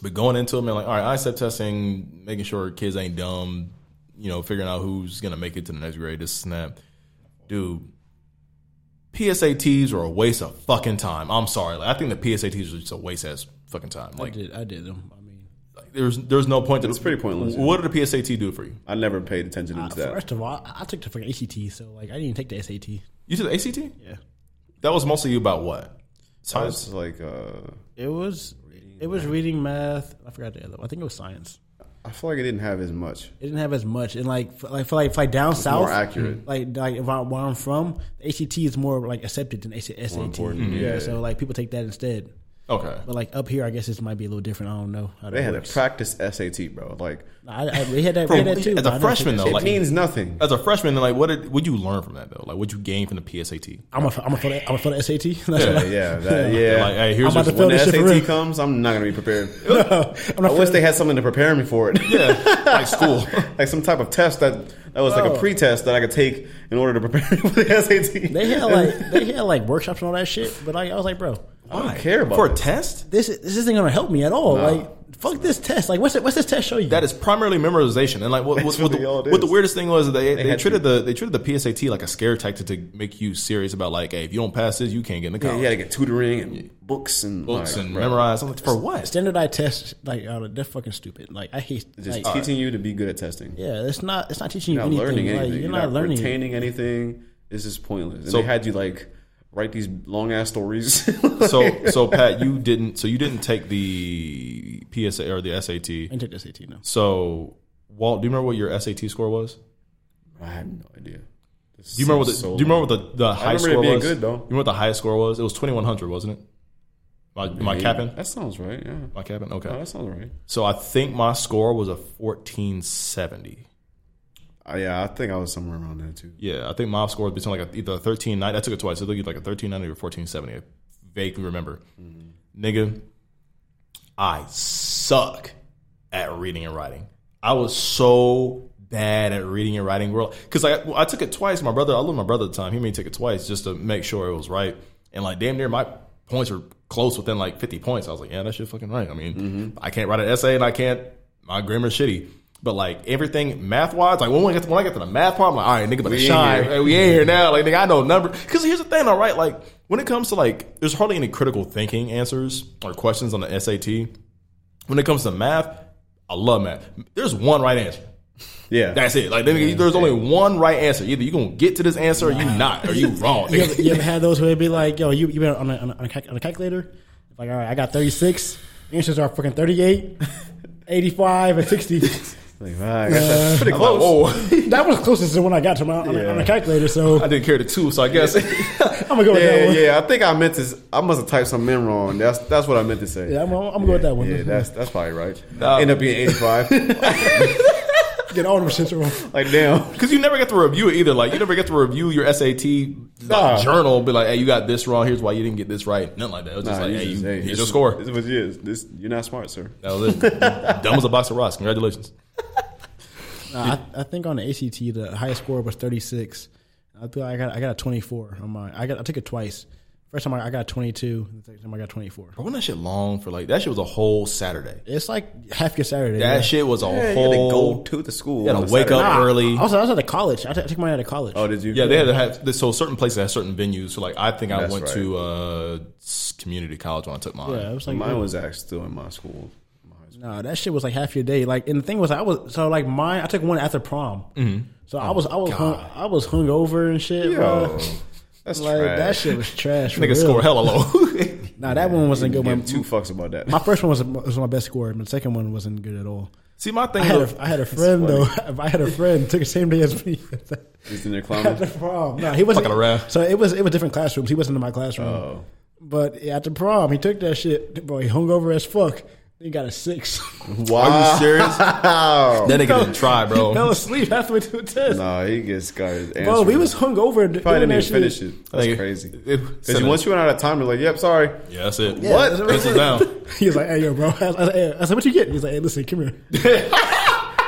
C: But going into them and like, all right, ISEP testing, making sure kids ain't dumb, you know, figuring out who's gonna make it to the next grade, this snap. Dude, PSATs are a waste of fucking time. I'm sorry. Like, I think the PSATs are just a waste ass fucking time. Like,
D: did I did them. I mean,
C: like, there's there's no point to
A: It's pretty pointless, yeah.
C: What did the PSAT do for you?
A: I never paid attention to that.
D: first of all, I, I took the fucking ACT, so like I didn't even take the SAT.
C: You did the ACT?
D: Yeah,
C: That was mostly you about what?
A: I
C: Science.
A: was like, uh,
D: it was it was reading math. I forgot the other. one. I think it was science.
A: I feel like I didn't have as much.
D: It didn't have as much, and like for, like for like, for, like down south,
A: more accurate.
D: Like like if I, where I'm from, the ACT is more like accepted than AC, SAT.
A: important, Mm-hmm.
D: Yeah,
A: yeah.
D: so like people take that instead.
C: Okay.
D: But like up here, I guess this might be a little different. I don't know. How that
A: They had to
D: works.
A: practice SAT, bro. Like
D: I, I, we had that, we had that too.
C: as
D: but I
C: a
D: don't think
C: freshman though,
D: that's-
A: it
C: like
A: means nothing.
C: as a freshman, like what did what you learn from that though? Like what you gain from the PSAT?
D: I'm a, I'm a for the, I'm a for the SAT. That's
C: Yeah,
D: what I-
A: Yeah, that, yeah.
C: Like, hey, here's
D: I'm about
C: your-
D: to
A: when
D: feel
A: the
D: this shit for
A: SAT
D: real.
A: comes, I'm not gonna be prepared.
D: I'm
A: I
D: not
A: wish they had something to prepare me for it.
C: like school.
A: like some type of test that that was like a
D: Bro.
A: pretest that I could take in order to prepare for the SAT.
D: They had like they had like workshops and all that shit, but like I was like, bro,
A: I don't care about
C: for a
A: this.
C: test.
D: this this isn't gonna help me at all. Like fuck this test. Like what's it, what's this test show you?
C: That is primarily memorization, and like what, what,
A: That's
C: what,
A: really all
C: the,
A: it
C: what the
A: is.
C: weirdest thing was is they, they,
A: had
C: treated the they treated the PSAT like a scare tactic to make you serious about like, hey, if you don't pass this, you can't get into
A: Yeah,
C: college.
A: you had to get tutoring and books and
C: books
A: like,
C: and
A: bro,
C: memorize. I'm like, for what?
D: standardized tests. Like uh, they're fucking stupid. Like I hate.
A: Just
D: Like,
A: teaching you to be good at testing.
D: yeah, it's not it's not teaching you
A: You're not
D: anything.
A: learning
D: Like,
A: anything.
D: you're, not, learning.
A: retaining anything. It's just pointless. And
C: So-
A: they had you like write these long ass stories.
C: So so Pat, you didn't so you didn't take the PSA or the
D: I
C: SAT.
D: took the SAT now.
C: So Walt, do you remember what your SAT score was?
A: I have no idea. This
C: Do you remember what the,
A: seems so
C: do you remember
A: long.
C: what the, the high
A: remember it
C: score
A: being
C: was?
A: good, though.
C: You remember what the highest score was? It was twenty one hundred, wasn't it? My my
A: Maybe.
C: capping?
A: That sounds right. Yeah.
C: My capping? Okay.
A: Oh, that sounds right.
C: So I think my score was a fourteen seventy.
A: Uh, yeah, I think I was somewhere around there too.
C: Yeah, I think my score was between like a, either a thirteen ninety. I took it twice. I think either like a thirteen ninety or fourteen seventy. I vaguely remember.
A: Mm-hmm.
C: Nigga, I suck at reading and writing. I was so bad at reading and writing. Because like, I, I took it twice. My brother, I loved my brother at the time. He made me take it twice just to make sure it was right. And like, damn near my points were close within like 50 points. I was like, yeah, that shit fucking right. I mean,
A: Mm-hmm.
C: I can't write an essay and I can't, my grammar's shitty. But like everything math wise, like when I get to, when I get to the math part, I'm like, all right, nigga, but the
A: ain't
C: shine,
A: here.
C: Hey, we ain't here now. Like, nigga, I know number. Because here's the thing, all right. Like, when it comes to like, there's hardly any critical thinking answers or questions on the SAT. When it comes to math, I love math. There's one right answer.
A: Yeah.
C: That's it. Like, nigga, there's only one right answer. Either you gonna get to this answer, or you not, or you wrong.
D: You ever,
C: nigga.
D: you ever had those where it'd be like, yo, you you been on a, on a, on a, calc- on a calculator? Like, all right, I got 36. Answers are fucking 38, 85, and 60.
A: Like, wow, I guess that's pretty
C: I'm
A: close.
C: Like, Whoa.
D: that was closest to the one I got to my, on, a, on
A: Yeah.
D: a calculator. So
C: I
D: I'm
C: didn't care the two, so I guess.
D: gonna go with
A: Yeah,
D: that one. Yeah,
A: yeah. I think I meant to. s- I must have typed something in wrong. That's that's what I meant to say.
D: I'm, I'm, I'm gonna go with that one.
A: Yeah, that's that's probably right.
C: Nah.
A: End up being eighty five.
D: Get all them shits wrong.
A: like damn.
C: Because you never get to review it either. Like you never get to review your SAT like,
A: Nah.
C: journal. Be like, hey, you got this wrong. Here's why you didn't get this right. Nothing like that. It was just
A: Nah,
C: like,
A: you
C: hey,
A: just-
C: you,
A: hey, this-
C: here's your score.
A: This is what it is. This you're not smart, sir.
C: That was it. Dumb as a box of rocks. Congratulations.
D: Nah, I, I think on the ACT the highest score was 36. I feel like I got I got a 24 on mine. I got I took it twice. First time I, I got 22. The second time I got 24.
C: Bro, wasn't that shit long for like that shit was a whole Saturday.
D: It's like half your Saturday.
C: That
D: yeah.
C: shit was a
A: Yeah, you had to
C: whole.
A: go to the school.
C: You had
A: on
C: to
A: a
C: wake
A: Saturday.
C: up early.
D: Also, I was at a college. I took- I took mine out of college.
A: Oh, did you?
C: Yeah, they had to have so certain places had certain venues. So like I think I
A: That's
C: went
A: right.
C: to uh, s- community college when I took mine.
D: Yeah, I was like,
A: Mine was actually still in my school. My high school.
D: No, that shit was like half your day. Like, and the thing was, I was so like mine. I took one after prom, mm-hmm. so
C: Oh
D: I was I was hung, I was hungover and shit. bro.
A: Yo, that's
D: like
A: trash.
D: that shit was trash. for
C: Nigga
D: real.
C: scored hella low.
D: Nah, that one wasn't good.
A: Give
D: My,
A: two fucks about that.
D: my first one was, was my best score. My second one wasn't good at all.
C: See, my thing
D: I had
C: is,
D: a, I had a friend though. If I had a friend took the same day as me.
A: Just in there
D: At the
A: climbing.
D: prom, no, he wasn't.
C: Fucking around.
D: So it was it was different classrooms. He wasn't in my classroom.
A: Oh.
D: But at the prom, he took that shit. Bro, he hungover as fuck. He got a six.
C: are
A: Wow.
C: you serious? that
A: Wow.
C: nigga didn't try, bro.
D: fell asleep halfway through the test.
A: Nah, he gets got his answer.
D: Bro, we was hungover. and
A: probably
D: doing
A: didn't
D: that
A: even
D: shit.
A: finish it. That's
C: Like,
A: crazy.
C: it-
A: Because once you went out of time, you're like, "Yep, sorry."
C: yeah, that's it.
D: Yeah, that's
C: Pencil down.
D: He was like, "Hey, yo, bro." I was, I was like, hey. I was like, "What you get?" He's like, "Hey, listen, come here."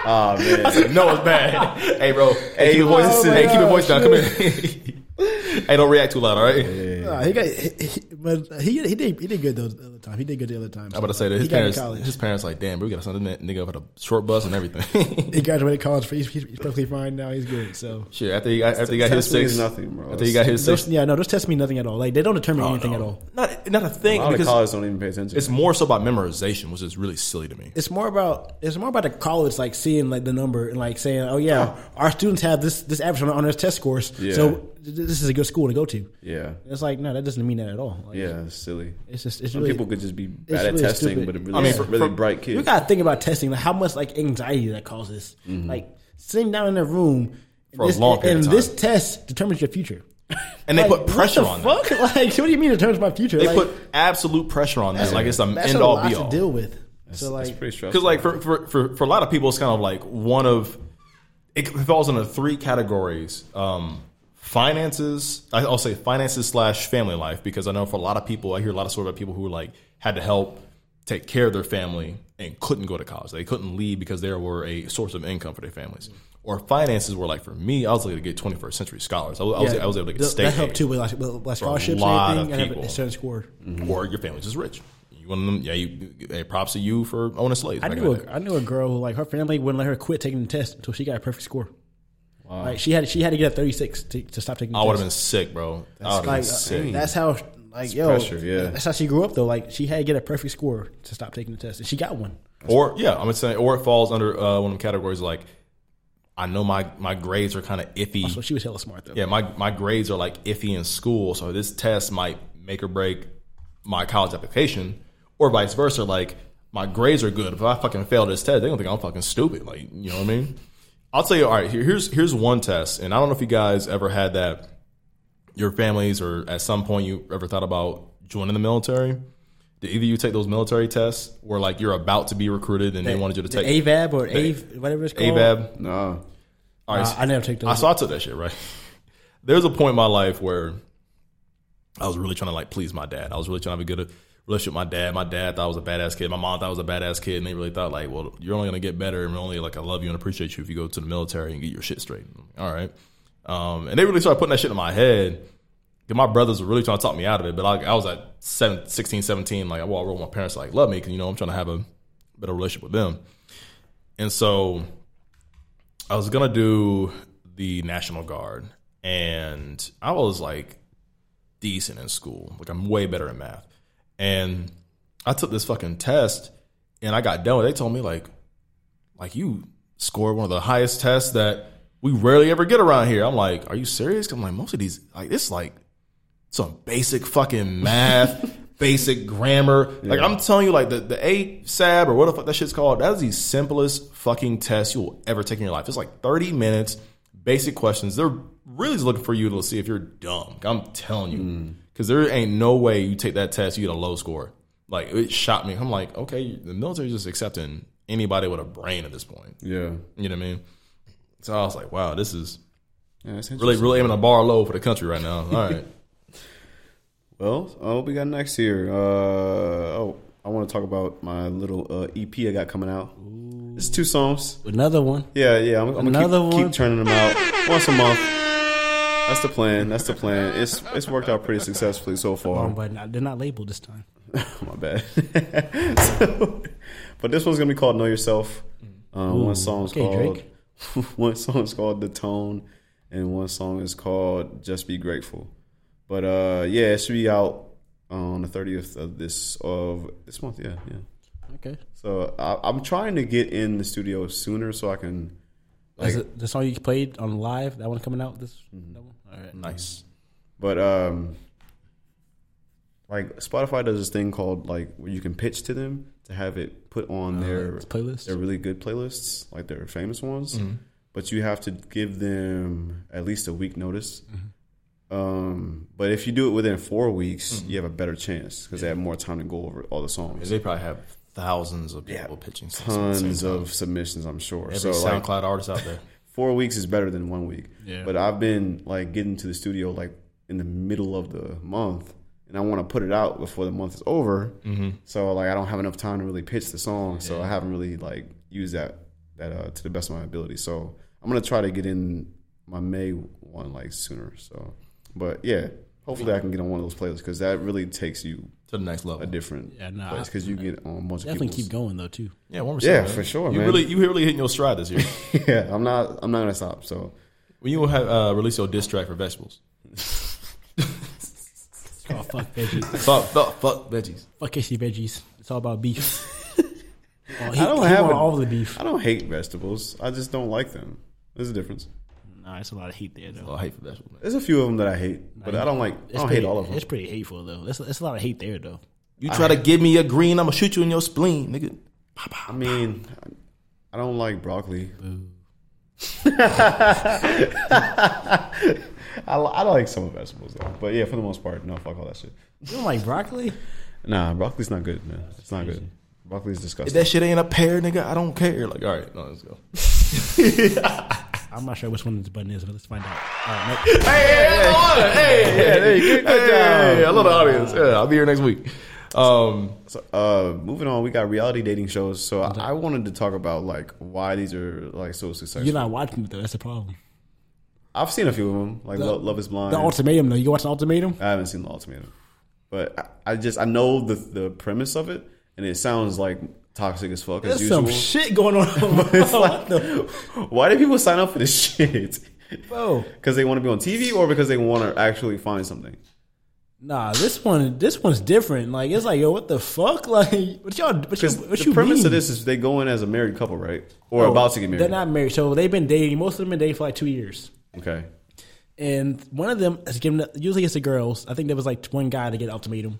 A: Oh man.
C: No, it's bad. hey, bro. Hey, keep your
A: what?
C: voice.
A: Oh my
C: hey, keep your
D: God,
C: voice down. Come here. hey, don't react too loud. All right.
D: Nah, he got, he, he- but he he did he did good though the other time. He did good the other time.
C: I'm about to say that
D: he
C: his
D: got in
C: parents,
D: college.
C: his parents, like, damn, bro, we got to send that nigga up at a short bus and everything.
D: He graduated college. He's, he's he's perfectly fine now. He's good. So.
C: Shit, after he got, after he got his
A: Test means
C: six,
A: nothing, bro.
C: After he got his
D: Those,
C: six, Oh,
D: yeah, no, those tests mean nothing at all. Like they don't determine anything at all.
C: not not a thing.
A: All the
C: because
A: college don't even pay attention.
C: It's more so about memorization, which is really silly to me.
D: It's more about it's more about the college, like seeing like the number and like saying, "Oh yeah, our students have this this average on, on their test scores,
A: Yeah.
D: so th- this is a good school to go to."
A: yeah,
D: It's like no, that doesn't mean that at all. Like,
A: yeah, it's silly.
D: it's just it's
A: Some
D: really,
A: people could just be bad at
D: really
A: testing,
D: stupid.
A: but a really,
C: I mean, for-
A: really
C: for-
A: bright kid.
D: You gotta think about testing, like how much like anxiety that
A: Mm-hmm.
D: causes. Like sitting down in a room
C: For a long
D: and
C: period of time.
D: this test determines your future.
C: and they
D: Like,
C: put pressure
D: what
C: on
D: the
C: that.
D: fuck? Like, what do you mean in terms of my future?
C: They
D: like,
C: put absolute pressure on that. Like it's an
D: that's
C: end
D: a
C: all
D: lot
C: be
D: to
C: all.
D: deal with. so like,
A: Pretty stressful.
C: Because like for, for for for a lot of people, it's kind of like one of it falls into three categories: um, finances. I- I'll say finances slash family life because I know for a lot of people, I hear a lot of stories about people who like had to help take care of their family and couldn't go to college. They couldn't leave because there were a source of income for their families. Or finances were like for me, I was able to get 21st century scholars. I was, I was, I was able to get
D: th-
C: state
D: that helped
C: aid.
D: too with like, with like
C: For a
D: scholarships
C: lot
D: and
C: of
D: everything. I have a
C: people.
D: certain score.
C: Mm-hmm. or your family's just rich. You want them? Yeah, you, hey, props to you for owning slaves.
D: I
C: back in
D: knew
C: the day.
D: a, I knew a girl who like her family wouldn't let her quit taking the test until she got a perfect score. Like she had she had to get a thirty six to, to stop taking. The
C: I would have been
D: test.
C: sick, bro. I would have been
D: like
C: sick.
D: uh, that's how like yo
A: pressure, yeah.
D: that's how she grew up though. Like she had to get a perfect score to stop taking the test, and she got one.
C: or yeah, I'm saying, or it falls under uh, one of the categories like I know my my grades are kind of iffy.
D: So she was hella smart though.
C: yeah, my my grades are like iffy in school, so this test might make or break my college application, or vice versa. Like my grades are good, if I fucking fail this test, they're gonna think I'm fucking stupid. Like you know what I mean? I'll tell you. All right, here, here's here's one test, and I don't know if you guys ever had that. Your families, or at some point, you ever thought about joining the military? Did either you take those military tests, where like you're about to be recruited, and they wanted you to
D: The
C: take
D: AVAB or
C: They-
D: AV whatever it's called.
C: AVAB?
A: no.
C: All right,
D: Uh, I never take those.
C: I saw I took that shit right. There was a point in my life where I was really trying to like please my dad. I was really trying to have a good relationship with my dad. My dad thought I was a badass kid. My mom thought I was a badass kid, and they really thought like, well, you're only gonna get better, and we're only like I love you and appreciate you if you go to the military and get your shit straight. All right, um, and they really started putting that shit in my head. And my brothers were really trying to talk me out of it, but I, I was at seven, 16, 17. Like, well, I wrote my parents like love me because you know I'm trying to have a better relationship with them, and so I was gonna do the National Guard, and I was like decent in school. Like I'm way better in math, and I took this fucking test, and I got done. with it. They told me like, like you scored one of the highest tests that we rarely ever get around here. I'm like, are you serious? 'Cause I'm like, most of these like this like some basic fucking math. Basic grammar, like I'm telling you, like the the ASAB or what the fuck that shit's called. That is the simplest fucking test you will ever take in your life. It's like 30 minutes, basic questions. They're really just looking for you to see if you're dumb. I'm telling
A: Mm.
C: you, because there ain't no way you take that test, you get a low score. Like it shot me. I'm like, okay, the military's just accepting anybody with a brain at this point.
A: Yeah.
C: You know what I mean? So I was like, wow, this is
A: Yeah, that's
C: really, really aiming a bar low for the country right now. All right.
A: Well, uh, what we got next here? Uh, oh, I want to talk about my little uh, EP I got coming out. It's two songs.
D: Another one.
A: Yeah, yeah. I'm, I'm
D: Another
A: gonna keep,
D: one?
A: keep turning them out once a month. That's the plan. That's the plan. It's it's worked out pretty successfully so far.
D: Um, But not, they're not labeled this time.
A: My bad. so, but this one's gonna be called "Know Yourself." Um, one song's
D: Mm. okay,
A: called
D: Drake.
A: one song's called "The Tone," and one song is called "Just Be Grateful." But uh, yeah, it should be out uh, on the thirtieth of this of this month. Yeah, yeah.
D: Okay.
A: So I, I'm trying to get in the studio sooner so I can.
D: Is it the song you played on live, that one coming out this that one? All right.
C: nice.
A: But um, like Spotify does this thing called like where you can pitch to them to have it put on
C: Uh,
A: their
D: it's playlist?
A: They're really good playlists, like their famous ones.
C: Mm-hmm.
A: But you have to give them at least a week notice.
C: Mm-hmm.
A: Um, but if you do it within four weeks, you have a better chance because they have more time to go over all the songs.
C: They probably have thousands of people pitching songs at the
A: Tons
C: same time.
A: of submissions, I'm sure.
C: every
A: like,
C: SoundCloud artist out there.
A: four weeks is better than one week. But I've been like getting to the studio like in the middle of the month, and I want to put it out before the month is over.
C: Mm-hmm.
A: So like I don't have enough time to really pitch the song, so I haven't really like used that that uh, to the best of my ability. So I'm gonna try to get in my May one like sooner. So, but yeah, hopefully I can get on one of those playlists because that really takes you
C: to the next level.
A: a different
D: Yeah, nah,
A: place because you get on a bunch
D: Definitely
A: of
D: keep
A: people's-
D: going though too.
C: Yeah, one
A: Yeah,
C: man.
A: for sure,
C: You
A: man.
C: really, you really hitting your stride this year.
A: Yeah, I'm not. I'm not gonna stop. So
C: when you have uh, release your diss track for vegetables,
D: Oh fuck veggies.
C: fuck, fuck, Oh, fuck veggies.
D: fuck Casey veggies. It's all about beef. Oh, he,
A: I don't
D: he
A: have
D: want
A: a-
D: all the beef.
A: I don't hate vegetables. I just don't like them. There's a difference.
D: Nah, it's a lot of heat there though.
C: Oh, I hate for vegetables. Man.
A: There's a few of them that I hate, but I don't like. I don't hate all of them.
D: It's pretty hateful though. It's, it's a lot of hate there though.
C: You try to give me a green, I'm gonna shoot you in your spleen, nigga.
A: I mean, I don't like broccoli. I, li- I like some vegetables though, but yeah, for the most part, no, fuck all that shit.
D: You don't like broccoli?
A: Nah, broccoli's not good, man. It's not good. Broccoli's
C: If
A: disgusting.
C: that shit ain't a pear, nigga, I don't care. Like, all right, no, let's go.
D: I'm not sure which one the button is, but let's find out. All right, next.
C: hey, yeah, there you go. Good job. I love the audience. Yeah, I'll be here next week. Um,
A: So, uh, moving on, we got reality dating shows. So I, I wanted to talk about like why these are like so successful.
D: You're not watching it though. That's the problem.
A: I've seen a few of them, like Lo- Love Is Blind.
D: The ultimatum though. You watch the ultimatum?
A: I haven't seen the ultimatum, but I, I just I know the the premise of it, and it sounds like toxic as fuck as
D: There's
A: usual.
D: some shit going on. it's like the
A: Why do people sign up for this shit?
D: bro.
A: Because they want to be on TV or because they want to actually find something?
D: Nah, this one, this one's different. Like it's like, yo, what the fuck? Like, what y'all? What you?
A: Because
D: What
A: the
D: you
A: premise
D: mean? Oh,
A: of this is they go in as a married couple, right? Or about to get married.
D: They're not married, so they've been dating. Most of them been dating for like two years,
A: okay.
D: and one of them has given. Usually, it's the girls. I think there was like one guy to get an ultimatum.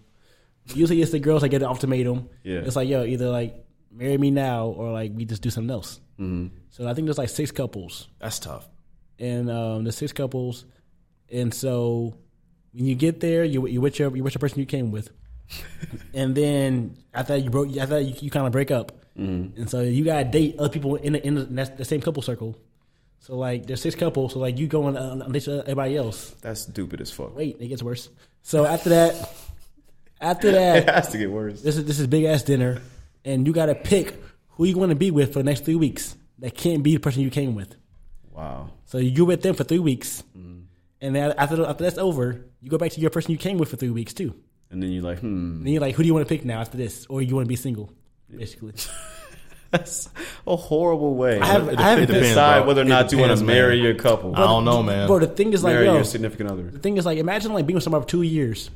D: Usually, it's the girls that get an ultimatum.
A: Yeah.
D: it's like, yo, either like marry me now, or like we just do something else. So I think there's like six couples.
C: Mm-hmm. that's tough.
D: and um, the six couples. And so when you get there, you you with your you with your person you came with, and then after that you broke, after that you, you kind of break up,
A: Mm-hmm.
D: and so you gotta date other people in the, in, the, in that, the same couple circle. So like there's six couples, so like you uh, going on on dates with everybody else.
A: That's stupid as fuck.
D: Wait, it gets worse. So after that, after
A: It
D: that,
A: has to get worse.
D: this is this is big ass dinner, and you gotta pick who you want to be with for the next three weeks. That can't be the person you came with.
A: Wow. Mm-hmm.
D: So you with them for three weeks, and then after after that's over, you go back to your person you came with for three weeks too. And
A: And then you're like, hmm.
D: then you're like, who do you want to pick now after this, or you want to be single? Basically,
A: That's a horrible way
D: I haven't- I haven't
A: to
D: been-
A: decide
C: bro.
A: whether or
C: It
A: not you want
C: depends,
A: to
C: man.
A: marry your couple.
C: I don't know, man.
D: bro, the thing is like,
A: marry
D: yo,
A: your
D: the
A: significant other. Hmm.
D: thing is like, imagine like being with somebody for two years.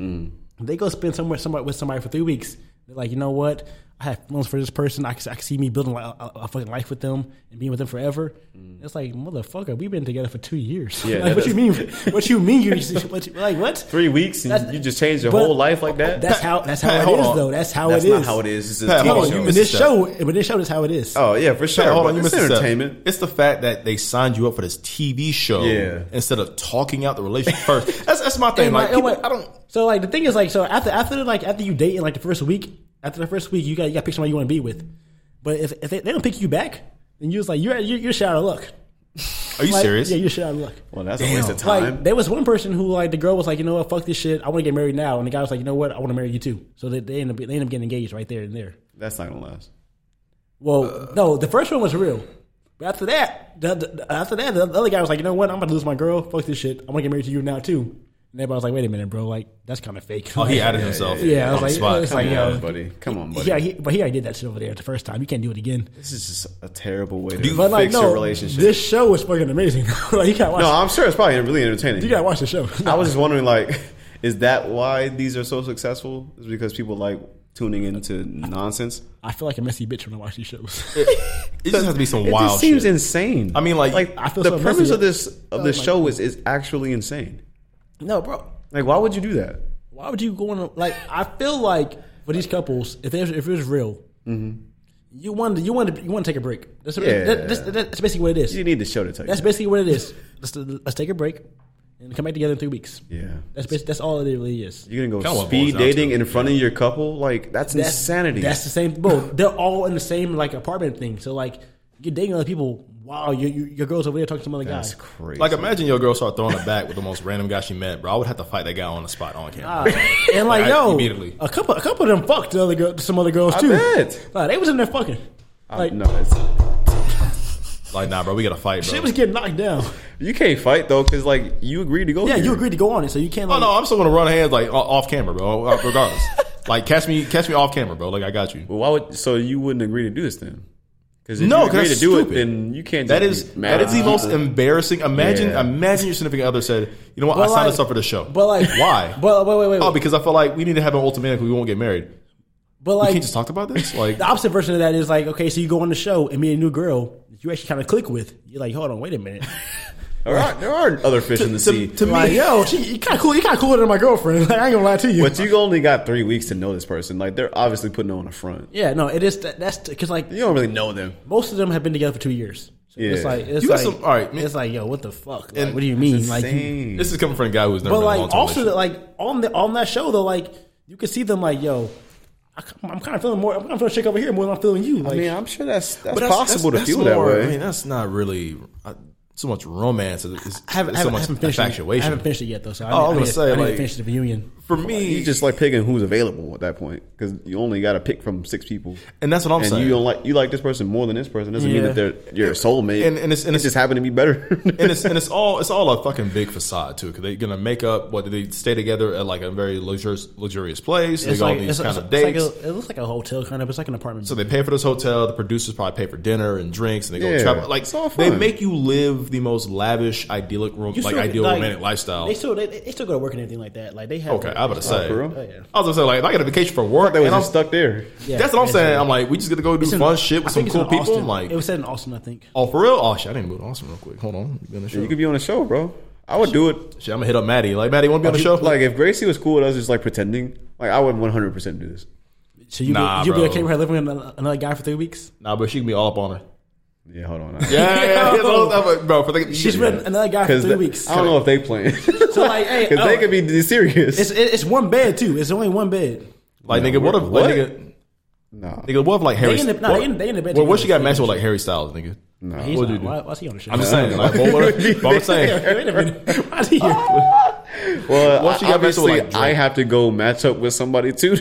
D: They go spend somewhere somebody with somebody for three weeks. They're like, you know what? I have feelings for this person. I can, I can see me building like, a, a fucking life with them and being with them forever. It's like, motherfucker, we've been together for two years.
A: Hmm. Yeah,
D: like,
A: that
D: what you mean? What you mean? You what you, like what?
A: Three weeks and
D: That's-
A: you just change your
D: but-
A: whole life like that?
D: That's how. That's how
C: Hey,
D: it
C: hold
D: is,
C: on.
D: though. That's how
A: That's
D: it is.
A: not how it is. It's a
C: Pat,
A: TV
C: hold
D: No,
C: on,
A: show.
D: you,
C: you
D: but
C: missed
D: this
C: a step.
D: show, but this show is how it is.
A: Oh, yeah, for sure.
C: Pat, hold
A: But
C: on, you
A: it's
C: missed a step.
A: entertainment.
C: It's the fact that they signed you up for this TV show
A: Yeah.
C: instead of talking out the relationship first. That's that's my thing.
D: And
C: Like,
D: like- and
C: people,
D: like-
C: I don't.
D: So like the thing is like so after after like after you date in like the first week after the first week you got you got to pick somebody you want to be with, but if, if they, they don't pick you back, then you was like you're you're, you're shit out of luck.
C: Are you
D: Like,
C: serious?
D: Yeah, you're shit out of luck.
A: Well, that's a waste of
D: Like
A: time.
D: there was one person who like the girl was like you know what fuck this shit I want to get married now and the guy was like you know what I want to marry you too so they, they end up they end up getting engaged right there and there.
A: That's not going to last.
D: Well, no, the first one was real. But after that, the, the- after that, the other guy was like, you know what? I'm about to lose my girl. Fuck this shit. I'm gonna get married to you now too. And everybody was like, wait a minute, bro. Like that's kind of fake.
C: Oh, he
D: Like,
C: added himself.
D: Yeah, I was
C: on the
D: like-
C: spot.
D: it's
A: Come
D: like,
A: on,
D: yo.
A: buddy. Come on, buddy.
D: yeah, he, but he already did that shit over there the first time. You can't do it again.
A: This is just a terrible way to
C: you-
D: But
A: fix
D: like, no,
A: your relationship.
D: this show is fucking amazing. like you gotta watch.
A: no, I'm sure it's probably really entertaining.
D: you gotta watch the show.
A: I was just wondering, like, is that why these are so successful? Is because people like tuning into nonsense?
D: I feel like a messy bitch when I watch these shows.
C: It just has to be some
A: It
C: wild
A: just seems
C: shit.
A: insane.
C: I mean, like-
D: I feel
A: the
D: so messy.
A: premise of this of this
D: Oh my
A: show is is actually insane.
D: no, bro.
A: Like, why would you do that?
D: Why would you go on? a- Like I feel like for these couples, if there's if it's real, you want to you want to you want to take a break. That's,
A: Mm-hmm. Yeah.
D: that- that's, that's basically what it is.
A: You need the show to tell you.
D: That's basically what it is. Let's, let's take a break and come back together in three weeks.
A: yeah.
D: That's basi- that's all it really is.
A: You're gonna
C: Kinda
A: go
C: what it
A: speed
C: boils down
A: dating
C: to.
A: in front of your couple? Like, that's,
D: That's
A: insanity.
D: That's the same. Bro, they're all in the same like apartment thing. So like you're dating other people. Wow, your your your girl's over there talking to some other guy.
A: That's crazy.
C: Like, imagine your girl start throwing it back with the most random guy she met, bro. I would have to fight that guy on the spot on camera.
D: And like
C: Right,
D: yo,
C: immediately.
D: a couple a couple of them fucked the other girl, some other girls
A: I
D: too.
A: bet.
D: Nah, they was in there fucking. Like
A: no, it's,
C: Uh, Like, nah, bro, we got to fight, bro.
D: shit was getting knocked down.
A: you can't fight though, because like you agreed to go.
D: Yeah,
A: here.
D: you agreed to go on it, so you can't.
C: oh
D: Like,
C: no, I'm still gonna run hands like o- off camera, bro. uh, Regardless, like catch me, catch me off camera, bro. Like I got you.
A: Why would so you wouldn't agree to do this then? Because if
C: No,
A: you
C: 'cause
A: agree to
C: that's
A: do it,
C: stupid.
A: then you can't.
C: That
A: just
C: is
A: be mad
C: that is the
A: at
C: most
A: people.
C: embarrassing. Imagine,
A: Yeah.
C: imagine your significant other said, "You know what? I
D: But,
C: signed
D: like-
C: us up for the show."
D: But like
C: why?
D: But wait, wait, wait.
C: oh, because I feel like we need to have an ultimatum. We won't get married.
D: but
C: We
D: like
C: can't just talk about this. Like,
D: the opposite version of that is like, okay, so you go on the show and meet a new girl that you actually kind of click with. You're like, hold on, wait a minute.
A: All right, there are other fish in the sea.
C: to, to me,
D: like, yo, she you kind of cool. You kind of cooler than my girlfriend. Like, I ain't gonna lie to you.
A: but you only got three weeks to know this person. Like they're obviously putting on a front.
D: yeah, no, it is that, that's because like
A: You don't really know them.
D: most of them have been together for two years, so
A: Yeah.
D: It's like it's
C: You got
D: like
C: some- all right, man.
D: it's like yo, what the fuck? Like,
C: And
D: what do you mean? Like, you,
A: Insane.
C: This is coming from a guy who's never
D: but
C: been in a
D: like
C: long
D: also
C: relationship.
D: like on the on that show though, like you can see them like yo, I, am kind of feeling more. I'm kind of feeling shake over here more than I'm feeling you. Like
A: I mean, I'm sure that's that's
C: But
A: possible
C: that's-
A: to feel
C: that's more-
A: that
C: I
A: way.
C: mean, that's not really uh, so much romance. It's, it's
D: I haven't, I
C: so
D: haven't,
C: much
D: I haven't finished it. I
C: infatuation.
D: haven't finished it yet though. So I,
C: Oh, I
D: need- I
C: was gonna
D: need-
C: say,
D: I need to
C: like-
D: finish the reunion.
C: For me,
A: you just like picking who's available at that point because you only got to pick from six people,
C: And that's what I'm
A: and
C: saying.
A: you don't like you like this person more than this person doesn't mean
D: Yeah.
A: that they're you're a soulmate.
C: And- and it's- and
A: It
C: it's-
A: just happened to be better.
C: and it's and it's all it's all a fucking big facade too. Because they're gonna make up. What they stay together at like a very luxurious, luxurious place. They
D: It's
C: go
D: like
C: on
D: it's,
C: these kind
D: it's,
C: of
D: it's like
C: dates.
D: a, it looks like a hotel kind of. It's like an apartment.
C: so they pay for this hotel. The producers probably pay for dinner and drinks, and they go
A: Yeah.
C: travel. Like
A: It's all
C: they
A: fun.
C: make you live the most lavish, idyllic, rom-
D: You
C: like
D: still-
C: ideal romantic lifestyle.
D: They still they, they still go to work and everything like that. Like they have
C: okay, I was about to say.
A: for real?
D: Oh, yeah.
C: I was gonna say like if I get a vacation for work,
A: that was
C: and I'm
A: just stuck there.
D: Yeah,
C: That's what I'm
D: yeah,
C: saying.
D: yeah.
C: I'm like, we just get to go do
D: It's in-
C: fun shit
D: I
C: with some
D: think it's
C: cool
D: in
C: people.
D: Austin.
C: I'm like,
D: it was said in Austin, I think.
C: oh, for real? Oh, shit, I didn't move to Austin real quick. Hold on. Be on the show.
A: You could be on a show, bro. I would do it. Oh,
C: shit, I'm gonna hit up Maddie. Like, Maddie, want to be on the show?
A: Like if Gracie was cool with us just like pretending, like I would 100 percent do this.
D: So you
C: Nah,
D: be, you be
C: bro.
D: okay with her living with another- another guy for three weeks?
C: nah, but she can be all up on her.
A: Yeah, hold on.
C: Yeah, yeah, yeah. Bro, bro for the,
D: She's with another guy for
A: Because
D: three
A: I
D: weeks.
A: don't know if they playing.
D: So like, hey,
A: because
D: oh,
A: they could be serious.
D: It's it- it's one bed too. It's only one bed.
C: Like, nigga, what if,
A: What?
C: like, nigga,
A: nah,
C: nigga, what if, like, Harry
D: in the- nah,
C: what,
D: they in- they in the bed
C: Well, what she got
D: together.
C: matched with, like, Harry Styles, nigga?
A: nah.
D: He's
C: What'd
D: not,
C: you do?
D: why, why's he on the show?
C: I'm just saying, like, what, what, but I'm saying,
D: Wait a minute. Why's he here?
A: Well,
C: Once you
A: I-
C: get back to,
A: obviously,
C: like,
A: I
C: Drake.
A: have to go match up with somebody too.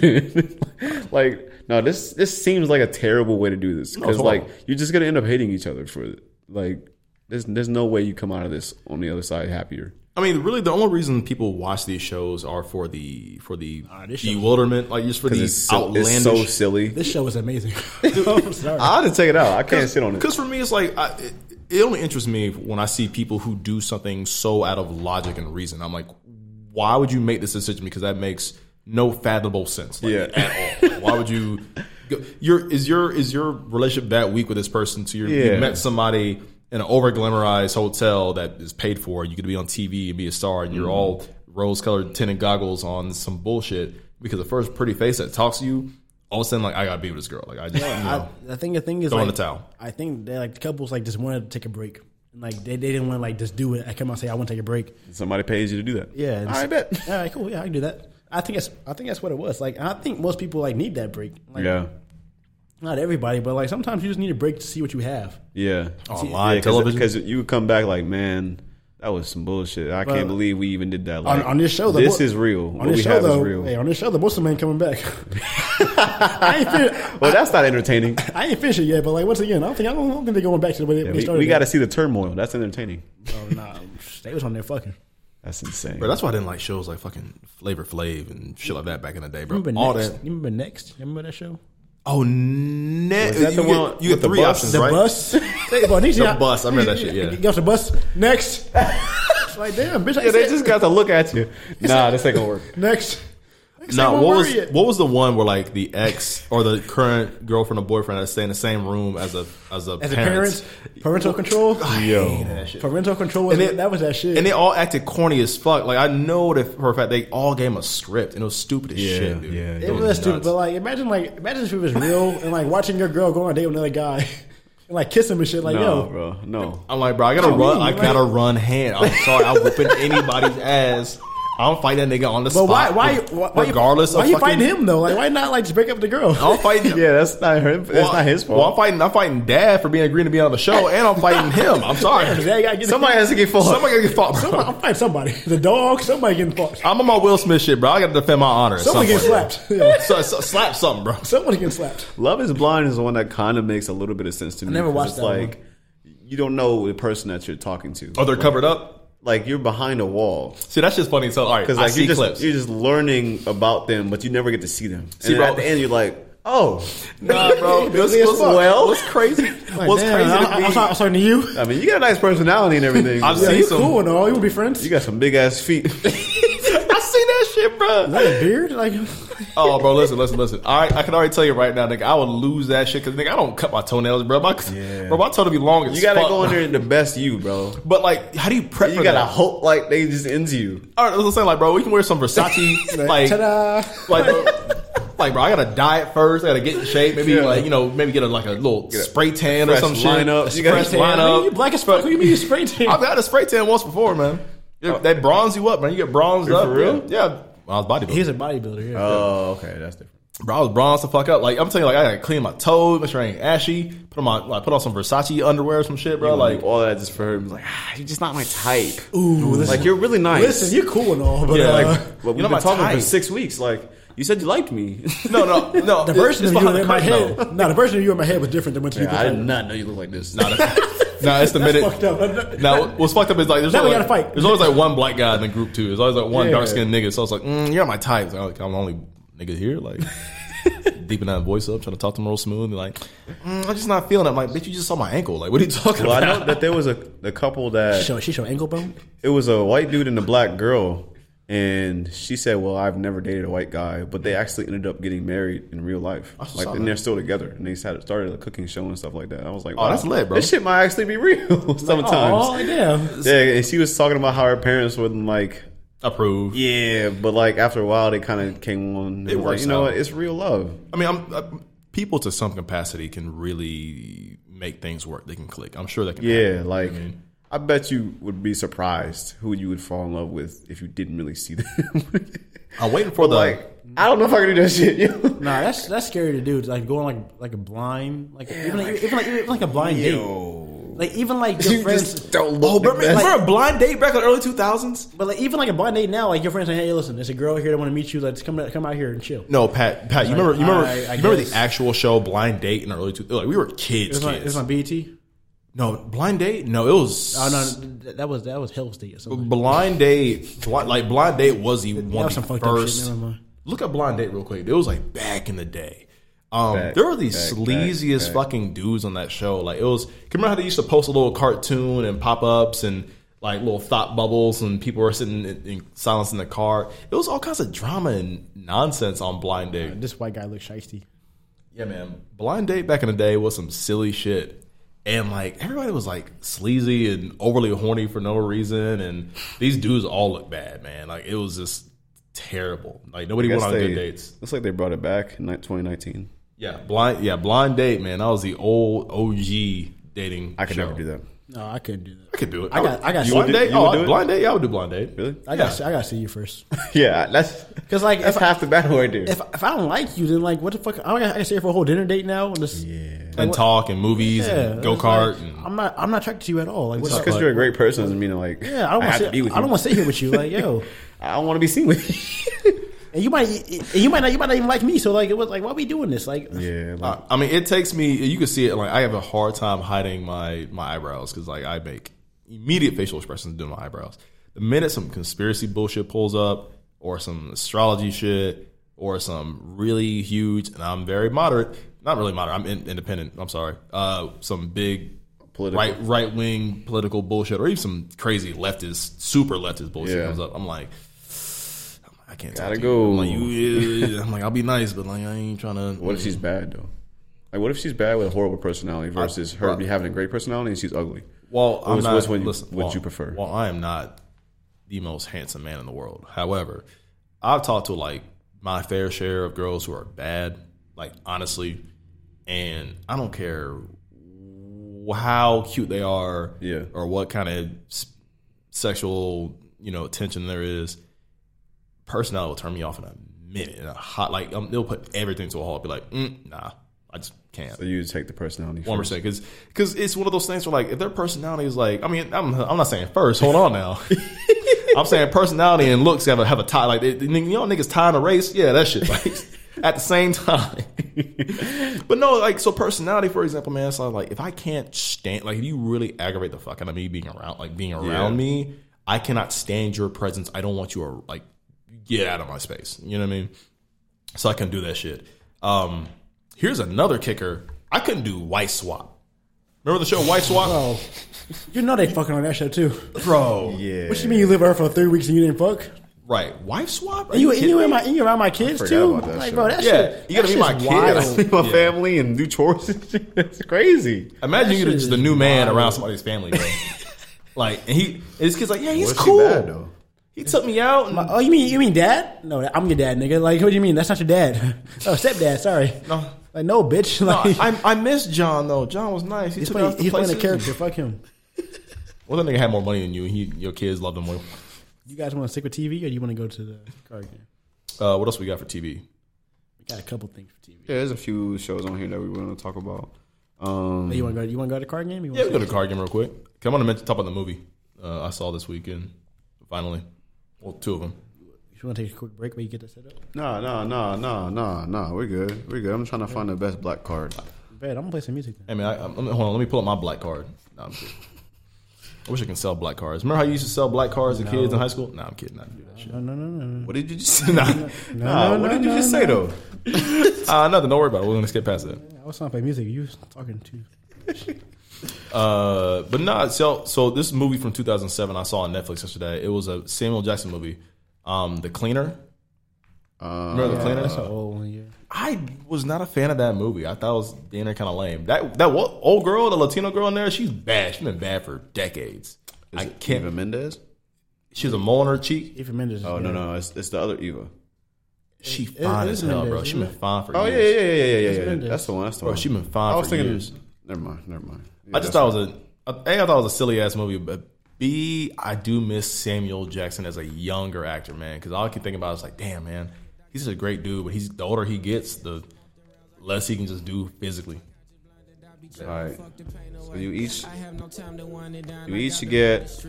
A: Then, like, no, this this seems like a terrible way to do this because,
C: it's
A: like,
C: horrible.
A: you're just gonna end up hating each other for it. Like, there's there's no way you come out of this on the other side happier.
C: I mean, really, the only reason people watch these shows are for the for the
D: this show-
C: bewilderment, like, just for the
A: It's, so,
C: outlandish.
A: it's so silly.
D: This show is amazing. I'm sorry.
A: I had to take it out. I can't sit on it.
C: Because for me, it's like I, it, it only interests me when I see people who do something so out of logic and reason. I'm like, why would you make this decision? Because that makes no fathomable sense. Like,
A: Yeah.
C: At all. Like, why would you? Go, your is your is your relationship that weak with this person? So you're,
A: Yeah.
C: you met somebody in an over glamorized hotel that is paid for. You could be on TV and be a star, and
A: Mm-hmm.
C: you're all rose colored tinted goggles on some bullshit because the first pretty face that talks to you. All of a sudden, like I gotta be with this girl. Like I just, you know.
D: I, I think the thing is,
C: Throw in
D: like,
C: the towel.
D: I think that like couples like just wanted to take a break. Like they, they didn't want to like just do it. I come out and say I want to take a break.
A: Somebody pays you to do that.
D: Yeah, and
A: I
D: so-
A: bet.
D: All right, cool. Yeah, I can do that. I think that's I think that's what it was. Like I think most people like need that break. Like,
A: Yeah,
D: Not everybody, but like sometimes you just need a break to see what you have.
A: yeah.
D: Oh,
C: Online television?
A: because you would come back like, man. That was some bullshit. I
D: Bro.
A: can't believe we even did that.
D: On,
A: Like,
D: on this show, though,
A: this
D: mo-
A: is real.
D: On
A: what
D: this
A: we
D: show,
A: have
D: though,
A: is real.
D: hey, on this show, the Muslim man coming back. I ain't fin-
A: well, that's not entertaining.
D: I ain't finished it yet, but like once again, I don't think I don't, I don't think they're going back to the way they,
A: Yeah,
D: they
A: we
D: started.
A: got to see the turmoil. That's entertaining.
D: Oh, nah, they was on there fucking.
A: That's insane.
C: Bro, that's why I didn't like shows like fucking Flavor Flav and shit like that back in the day, bro.
D: Remember
C: All
D: next?
C: that.
D: You remember next? You remember that show?
C: Oh, ne-
A: Was that
C: you
A: the one
C: get, you
A: with
C: get
A: the
C: three
A: bus?
C: options,
D: The
C: right?
D: bus. the
C: bus, I remember that shit, yeah.
D: Get off the bus. Next. It's like damn, bitch. I
A: yeah, they
D: said-
A: just got to look at you. Nah, this ain't gonna work.
D: next.
C: No,
D: Say,
C: what
D: where
C: was
D: were you?
C: what was the one where like the ex or the current girlfriend or boyfriend that stay in the same room as a as a
D: As a
C: parents.
D: parent, parental control.
A: Yo,
D: Parental control was
C: And it-
D: that was that shit.
C: And they all acted corny as fuck. Like I know that for a fact they all gave him a script and it was stupid as
A: Yeah,
C: shit, dude.
A: yeah,
D: It was, stupid, but like imagine like imagine if it was real and like watching your girl go on a date with another guy and like kiss him and shit like
A: no,
D: yo.
A: bro, no.
C: I'm like, bro, I gotta
D: What do you
C: run.
D: mean,
C: I gotta
D: right?
C: run hand. I'm sorry, I'm whooping anybody's ass. I don't fight that nigga on the
D: But
C: spot.
D: why why why why you-
C: regardless
D: why
C: of
D: you
C: fucking,
D: fighting him though? Like why not like just break up with the girl?
C: I'm fighting.
A: Yeah, that's not him. That's
C: Well,
A: not his
C: Well, I'm
A: fault.
C: fighting. I'm fighting Dad for being agreeing to be on the show, and I'm fighting him. I'm sorry.
D: That guy getting-
A: Somebody has to get fucked.
C: Somebody gotta get fought, bro.
D: I'm fighting somebody. The dog, somebody getting fought.
C: I'm on my Will Smith shit, bro. I gotta defend my honor. at
D: Someone
C: some
D: getting
C: point.
D: slapped. Yeah.
C: So, so- slap something, bro.
D: Someone getting slapped.
A: Love is Blind is the one that kind of makes a little bit of sense to me.
D: never
A: 'cause
D: watched
A: it's
D: that
A: like you don't know the person that you're talking to.
C: Or Oh, they're
A: Like-
C: covered up.
A: Like you're behind a wall
C: See, that's just funny. So, all right,
A: because
C: like, I
A: like
C: see
A: you're just
C: clips.
A: you're just learning about them, but you never get to see them.
C: See,
A: and then
C: bro-
A: at the end, you're like, oh,
C: nah, bro. This
A: Busy as
C: was
A: fuck.
C: well. What's crazy? what's
D: Damn,
C: crazy?
D: I,
C: to me-
D: am sorry, I'm sorry to you.
A: I mean, you got a nice personality and everything.
C: I've
D: Yeah,
C: seen
D: you
C: some.
D: cool and all. You would be friends.
A: you got some big ass feet.
C: I see that shit, bro.
D: Got a beard? Like
C: Oh, bro, listen, listen, listen. All right, I can already tell you right now, nigga, I would lose that shit because nigga, I don't cut my toenails, bro. My,
A: Yeah.
C: Bro, my toe to be long as
A: You gotta
C: fuck,
A: go in
C: bro.
A: there the best you, bro.
C: But like, how do you prep?
A: You
C: for
A: gotta
C: that?
A: hope like they just into you.
C: All right, I was gonna say like, bro, we can wear some Versace, like,
D: ta-da.
C: like, bro, Like, bro, I gotta diet first. I gotta get in shape. Maybe
A: Yeah.
C: like you know, maybe get a like a little
A: Get a
C: spray tan or
A: fresh
C: some shit.
A: lineup. You
C: You
A: gotta
C: fresh
A: tan.
C: lineup.
D: Man, you black as fuck. Who you mean you spray tan?
C: I've had a spray tan once before, man. Yeah, They bronze you up, man. You get bronzed
A: For
C: up.
A: real?
C: Yeah. yeah. I was bodybuilding.
D: He's a bodybuilder. Yeah.
A: Oh, okay, that's different.
C: Bro, I was bronzed the fuck up. Like I'm telling you, like I gotta clean my toes, make sure I ain't ashy. Put on my, like, put on some Versace underwear, or some shit, bro.
A: Like
C: Like,
A: all that just for her, like ah, you're just not my type.
D: Ooh,
A: Like
D: listen,
A: you're really nice.
D: listen, you're cool and all, but
C: Yeah,
D: uh,
C: like-
A: But
C: You're
A: we've
C: not
A: been
C: my
A: talking for
C: type.
A: six weeks. Like you said, you liked me.
C: no, no, no.
D: the version
C: it's
D: of you
C: behind the
D: in my
C: curtain,
D: head.
C: though.
D: No, the version of you in my head was different than what you.
A: Yeah, I
D: portrayed.
A: did not know you look like this.
C: Nah, that's- nah, it's the minute.
D: fucked up.
C: Now, what's fucked up is like there's
D: Now we
C: always,
D: gotta fight.
C: There's always like one black guy in the group too. There's always like one
D: Yeah.
C: dark skinned nigga. So I was like, mm, you're my type. So I'm like, I'm the only nigga here. Like deepening that voice up, trying to talk to him real smooth. And like, mm, I'm just not feeling it. I'm like, bitch, you just saw my ankle. Like, what are you talking
A: Well, I
C: about?
A: know that there was a the couple
D: She
A: that
D: show, she show ankle bone.
A: it was a white dude and a black girl, and she said, "Well, I've never dated a white guy," but they actually ended up getting married in real life.
C: saw
A: Like,
C: that.
A: and they're still together, and they started started a cooking show and stuff like that. I was like,
C: Oh, that's lit, bro.
A: This shit might actually be real sometimes."
D: Oh yeah.
A: yeah, and she was talking about how her parents wouldn't like.
C: Approve.
A: Yeah, but like after a while, they kind of came on.
C: It
A: It was like,
C: works
A: you know
C: out.
A: what? It's real love.
C: I mean, I'm, i people to some capacity can really make things work. They can click. I'm sure they can.
A: Yeah,
C: happen.
A: like
C: I
A: I,
C: mean-
A: bet you would be surprised who you would fall in love with if you didn't really see them.
C: I'm waiting for the
A: like I don't know if I can do that shit. Yo.
D: Nah, that's that's scary to do. Like going like like a blind, like even like, even like even like a blind date. Like even like your
A: You
D: friends.
A: just don't look.
C: Oh, bro,
A: the best.
C: remember a blind date back in the early 2000s?
D: But like even like a blind date now, like your friends like, hey, listen, there's a girl here that want to meet you. Let's come come out here and chill.
C: No, Pat. Pat, you remember? You remember?
D: I- I
C: you remember
D: guess.
C: the actual show Blind Date in the early two? Like we were
D: It
C: kids.
D: was, on, it
C: kids.
D: was on BET.
C: no, Blind Date. No, it was.
D: Oh no, th- that was that was Hell's date or something.
C: Blind Date. Bli- Like Blind Date was the
D: That was
C: one of
D: some
C: the
D: fucked up shit.
C: first.
D: Never mind.
C: Look at Blind Date real quick. It was like back in the day. Um,
A: Back,
C: there were these
A: back, back,
C: sleaziest
A: back.
C: fucking dudes on that show. Like it was. can you Remember how they used to post a little cartoon and pop ups and like little thought bubbles and people were sitting in, in silence in the car. It was all kinds of drama and nonsense on Blind Date.
D: Uh, This white guy looks shiesty.
C: Yeah, man. Blind date back in the day was some silly shit. And like everybody was like sleazy and overly horny for no reason, and these dudes all look bad, man. Like it was just terrible. Like nobody went on good dates.
A: Looks like they brought it back in like 2019.
C: Yeah, blind. Yeah, blind date, man. That was the old OG dating.
A: I could
C: show.
A: never do that.
D: No, I couldn't do that.
C: I could do it.
D: I got-
C: would-
D: I got- You would
C: blind
A: do-
C: date.
A: you would
C: oh,
A: do it?
C: blind date. Yeah, I would do blind date.
A: Really?
D: I got I got to see you first.
A: Yeah, that's
D: Because like
A: that's
D: if I,
A: half the battle right there.
D: if if I don't like you, then like what the fuck? I got to stay here for a whole dinner date now. And just, yeah,
C: And talk and movies and go kart.
D: I'm not I'm not attracted to you at all. Like
A: just
D: what's
A: because
D: up?
A: you're a great person doesn't mean like
D: Yeah, I don't want
A: have to be
D: to.
A: with
D: I don't
A: you.
D: want to sit here with you. Like yo,
A: I don't want to be seen with you.
D: and you might and you might not you might not even like me. So like it was like why are we doing this? Like
A: yeah, like,
C: Uh, I, I mean, it takes me. You can see it. Like I have a hard time hiding my my eyebrows because like I make immediate facial expressions doing my eyebrows. The minute some conspiracy bullshit pulls up, or some astrology shit, or some really huge, and I'm very moderate. Not really moderate. I'm in, independent. I'm sorry. Uh, some big
A: Political.
C: right right wing political bullshit, or even some crazy leftist, super leftist bullshit
A: Yeah.
C: comes up. I'm like. I can't talk
A: Gotta
C: to
A: go.
C: You. I'm, like, you- I'm like, I'll be nice, but like, I ain't trying to.
A: what if she's bad though? Like, what if she's bad with a horrible personality versus her having a great personality and she's ugly?
C: Well, I'm
A: was-
C: not.
A: was when you-
C: listen,
A: what
C: well,
A: you prefer.
C: Well, I am not the most handsome man in the world. However, I've talked to like my fair share of girls who are bad, like honestly, and I don't care wh- how cute they are,
A: Yeah.
C: or what kind of s- sexual you know attention there is. Personality will turn me off in a minute. In a hot, like um, they'll put everything to a halt. Be like, mm, nah, I just can't
A: So you take the personality.
C: one
A: first.
C: percent because because it's one of those things where like if their personality is like I mean I'm I'm not saying first hold on now I'm saying personality and looks have a have a tie like it, y'all niggas tying a race yeah that shit like at the same time but no like so personality for example man it's like if I can't stand like if you really aggravate the fuck out of me being around like being around me I cannot stand your presence I don't want you to like get out of my space you know what I mean so I couldn't do that shit. Um, here's another kicker. I couldn't do white swap. Remember the show White Swap?
D: oh,
C: Oh.
D: you know they fucking on that show too.
C: Bro,
A: Yeah.
D: What you mean you live with her for three weeks and you didn't fuck?
C: right. Wife swap? Are
D: And you, and
C: kidding
D: you,
C: me?
D: and my, and you around my kids
A: forgot
D: too?
A: about that
D: Like,
A: shit.
D: bro, that
C: Yeah,
D: shit.
C: you gotta
D: that
C: be my
D: shit's
C: kid.
D: wild.
A: leave my family and do chores. and shit. It's crazy.
C: Imagine
D: That
C: you're
D: shit
C: just
D: is
C: the new man
D: wild.
C: around somebody's family. Bro. like, and he, and his kid's like, yeah, he's
A: What if she
C: cool.
A: bad, though?
C: He took me out. And,
D: Like, oh, you mean you mean dad? No, I'm your dad, nigga. Like, what do you mean? That's not your dad. oh, stepdad. Sorry.
C: No.
D: Like, no, bitch.
C: no,
D: Like,
C: I, I miss John though. John was nice. He
D: he's
C: took me
D: playing,
C: out to
D: he's playing a
C: places.
D: character. Fuck him.
C: Well, that nigga had more money than you. He, your kids loved him more.
D: You guys want to stick with TV, or you want to go to the card game?
C: Uh, what else we got for TV?
D: We got a couple things for TV.
A: Yeah, there's a few shows on here that we want to talk about. Um,
D: You want to go? You want to go to the card game? You
C: Yeah,
D: wanna
C: we go to card game real quick. 'Cause I want to mention talk about the movie uh, I saw this weekend. Finally, well, two of them.
D: You want to take a quick break while you get that set up?
A: Nah, nah, nah, nah, nah, nah. We're good. We're good. I'm trying to find the best black card.
D: Bet I'm gonna play some music. Then.
C: Hey man, I, I'm, hold on. Let me pull up my black card. Nah, I'm kidding. I wish I can sell black cards. Remember how you used to sell black cards to kids in high school? Nah, I'm kidding. I didn't do that shit.
D: No, no, no, no.
A: What did you just say? Nah,
D: no,
A: nah what
D: no,
A: did you
D: no,
A: just say though?
C: Uh, nothing. Don't worry about it. We're gonna skip past that.
D: I was trying to play music. You was talking to
C: Uh, but nah, so so this movie from 2007 I saw on Netflix yesterday. It was a Samuel Jackson movie, um, The Cleaner. Remember The Cleaner?
D: that's an old one. Uh, Yeah.
C: I was not a fan of that movie. I thought it was dinner kind of lame. That that wo- old girl, the Latino girl in there, she's bad. She's been bad for decades. I can't.
A: Eva Mendez?
C: She has a mole on her cheek.
D: If Mendes.
A: Oh no, no, it's, it's the other Eva.
C: She
D: it
C: fine
D: is
C: as hell,
D: Mendes,
C: bro. She
D: isn't
C: been fine for
A: Oh yeah,
C: years.
A: yeah, yeah, yeah, yeah. yeah.
D: Mendez.
A: That's the one. That's the
C: Bro,
A: one.
C: she been fine
A: I was
C: for
A: thinking.
C: years.
A: Never mind. Never mind.
C: I just thought it was a. I, a, I thought it was a silly ass movie, but B, I do miss Samuel Jackson as a younger actor, man. Because all I keep thinking about is like, damn, man, he's a great dude, but he's the older he gets, the less he can just do physically.
A: All right. So you each you each should get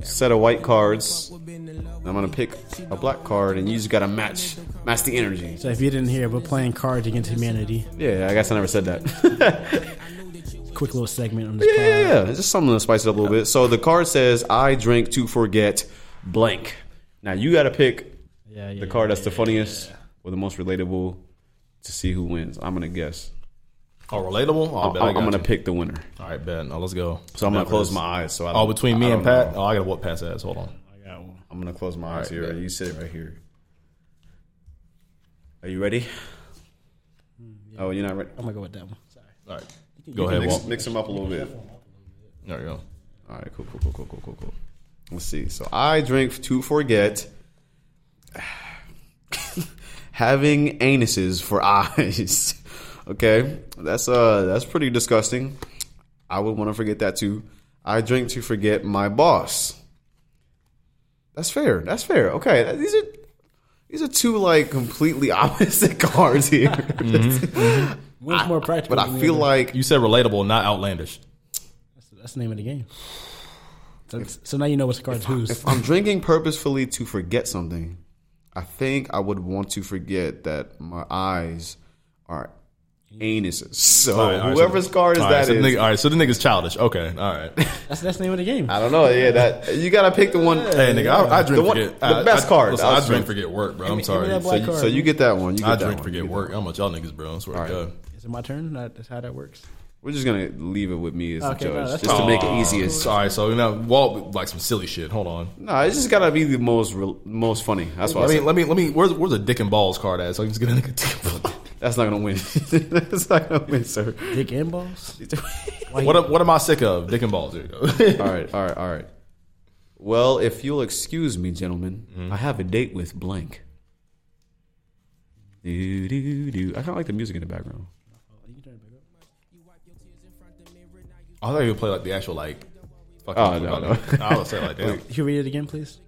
A: a set of white cards. I'm gonna pick a black card, and you just gotta match match the energy.
D: So if you didn't hear, we're playing Cards Against Humanity.
A: Yeah, I guess I never said that.
D: Quick little segment on this
A: yeah, yeah,
D: card.
A: yeah. It's just something to spice it up a little bit. So the card says, "I drink to forget blank." Now you gotta pick
D: Yeah, yeah.
A: the card that's the funniest or the most relatable to see who wins. I'm gonna guess.
C: Oh, relatable. Oh, I
A: I'm,
C: bet I
A: I'm
C: got
A: gonna
C: you.
A: pick the winner.
C: All right, bet. Now let's go.
A: So I'm gonna
C: Bet for
A: close
C: this.
A: my eyes. So I
C: Oh,
A: don't-
C: between me
A: I
C: and
A: don't know.
C: Pat. Oh, I gotta whoop Pat's ass. Hold on.
A: I'm gonna close my eyes
C: right,
A: here.
C: bet.
A: You sit right here. Are you ready? Oh, you're not ready.
D: I'm gonna go with that one. Sorry.
C: All right, go ahead.
A: Mix,
C: Walt.
A: mix them up a little bit.
C: There you go.
A: All right, cool, cool, cool, cool, cool, cool, cool. Let's see. So I drink to forget having anuses for eyes. okay, that's uh, that's pretty disgusting. I would want to forget that too. I drink to forget my boss. That's fair. That's fair. Okay, that- these are these are two like completely opposite cards here.
D: One's more practical.
A: but I
D: than Mm-hmm, the
A: feel
D: other.
A: like
C: You said relatable, not outlandish.
D: that's the name of the game. So, so now you know what's cards whose.
A: If I'm drinking purposefully to forget something, I think I would want to forget that my eyes are anuses. So
C: All right, all right, so-
A: whoever's card is
C: all
A: that
C: right,
A: is
C: so the nigga- all right, so the nigga's childish. Okay, all right.
D: That's that's the name of the game.
A: I don't know. Yeah, that you gotta pick the one.
C: Hey, nigga, I, I drink
A: The one-
C: forget.
A: the
C: I,
A: best
C: I,
A: card.
C: Listen,
A: I
C: I
A: was
C: drink
A: drink-
C: forget work, bro. I'm
D: me- give me
C: sorry.
D: that
A: so,
D: black
A: you,
D: card.
A: so you get that one. You get
C: I
A: that
C: drink
A: one.
C: forget work. I'm with y'all niggas, bro. I swear to
A: All
C: God.
A: right.
D: Is it my turn? That- That's how that works.
A: We're just gonna leave it with me as
D: Okay,
A: the
D: no,
A: judge,
D: that's
A: just to make it easier.
C: All right, so now Walt like some silly shit. Hold on.
A: No, it's just gotta be the most rel- most funny. That's why I
C: Let me,
A: mean,
C: let me, let me. Where's, where's a dick and balls card at? So I can just get a nigga dick and balls.
A: that's not gonna win. that's not gonna win, sir.
D: Dick and balls.
C: What, am- what am I sick of? Dick and balls. There you go.
A: all right, all right, all right. Well, if you'll excuse me, gentlemen,
C: Mm-hmm.
A: I have a date with blank. Do, do, do. I kind of like the music in the background.
C: I thought you would play like the actual like. Fucking
A: Oh, no, no.
C: I was say like that.
D: Can you read it again, please?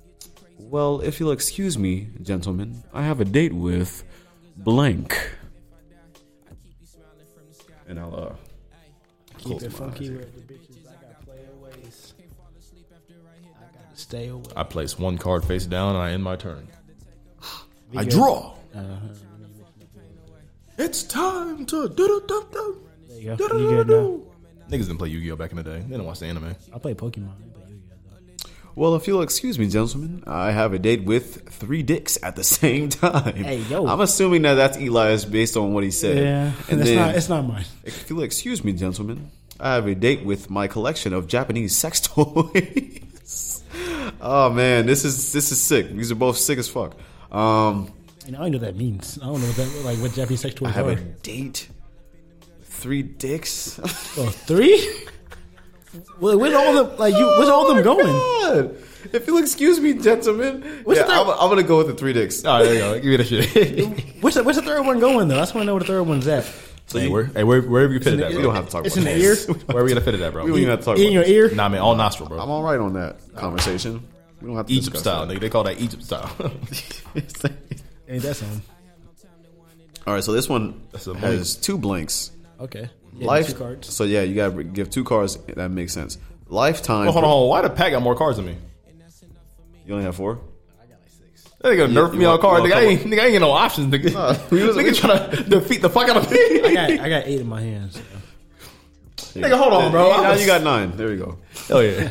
A: Well, if you'll excuse me, gentlemen, I have a date with blank. And I'll uh,
D: Keep it funky with the bitches. I got playaways. I gotta stay away.
C: I place one card face down and I end my turn. I draw. It's time to do do do
D: There you go. You
C: do
D: good now?
C: do. Niggas didn't play Yu Gi Oh back in the day. They didn't watch the anime.
D: I play Pokemon. I play Yu-Gi-Oh.
A: Well, if you'll excuse me, gentlemen, I have a date with three dicks at the same time.
D: Hey, yo.
A: I'm assuming that that's Eli's based on what he said.
D: Yeah,
A: and
D: that's
A: then,
D: not. It's not mine.
A: If you'll excuse me, gentlemen, I have a date with my collection of Japanese sex toys. oh man, this is this is sick. These are both sick as fuck. Um,
D: And I don't know what that means. I don't know what that like what Japanese sex
A: I
D: toys
A: have
D: are.
A: a date with three dicks.
D: Oh, three? Where- Where's all them like you? Where's all them going?
A: God. If you'll excuse me, gentlemen. yeah,
D: the-
A: I'm, I'm gonna go with the three dicks.
C: All right, there you go. Give me that shit.
D: Where's the, where's the third one going though? I just want to know where the third one's at.
C: so you, hey, where, hey, where, wherever you fit it at, bro.
A: We don't have to talk
D: It's in
A: about
D: the
A: this.
D: ear.
C: Where are we gonna fit it at, bro?
A: We don't even have to talk
D: In your
A: about this.
D: ear.
C: Nah, man, all nostril,
A: I'm
C: bro.
A: all right on that conversation. We don't have to
C: Egypt
A: discuss
C: style,
A: that.
C: nigga. They call that Egypt style.
D: Ain't that something?
A: All right, so this one
C: a
A: has two blanks.
D: Okay. Yeah,
A: Life.
D: two cards.
A: So yeah, you gotta give two cards. That makes sense. Lifetime.
C: Hold on, hold on. Why the pack got more cards than me?
A: You only have four.
C: They gonna nerf
A: you
C: me on
A: want-
C: cards.
A: you
C: Nigga,
A: want
C: I
A: a
C: ain't, nigga, I ain't get no options, nigga.
A: Nah, we was-
C: nigga trying to defeat the fuck out of me.
D: I got I got eight in my hands.
C: Nigga, hold on, bro.
A: Now
C: I'm a-
A: you got nine. There you go.
C: Oh yeah.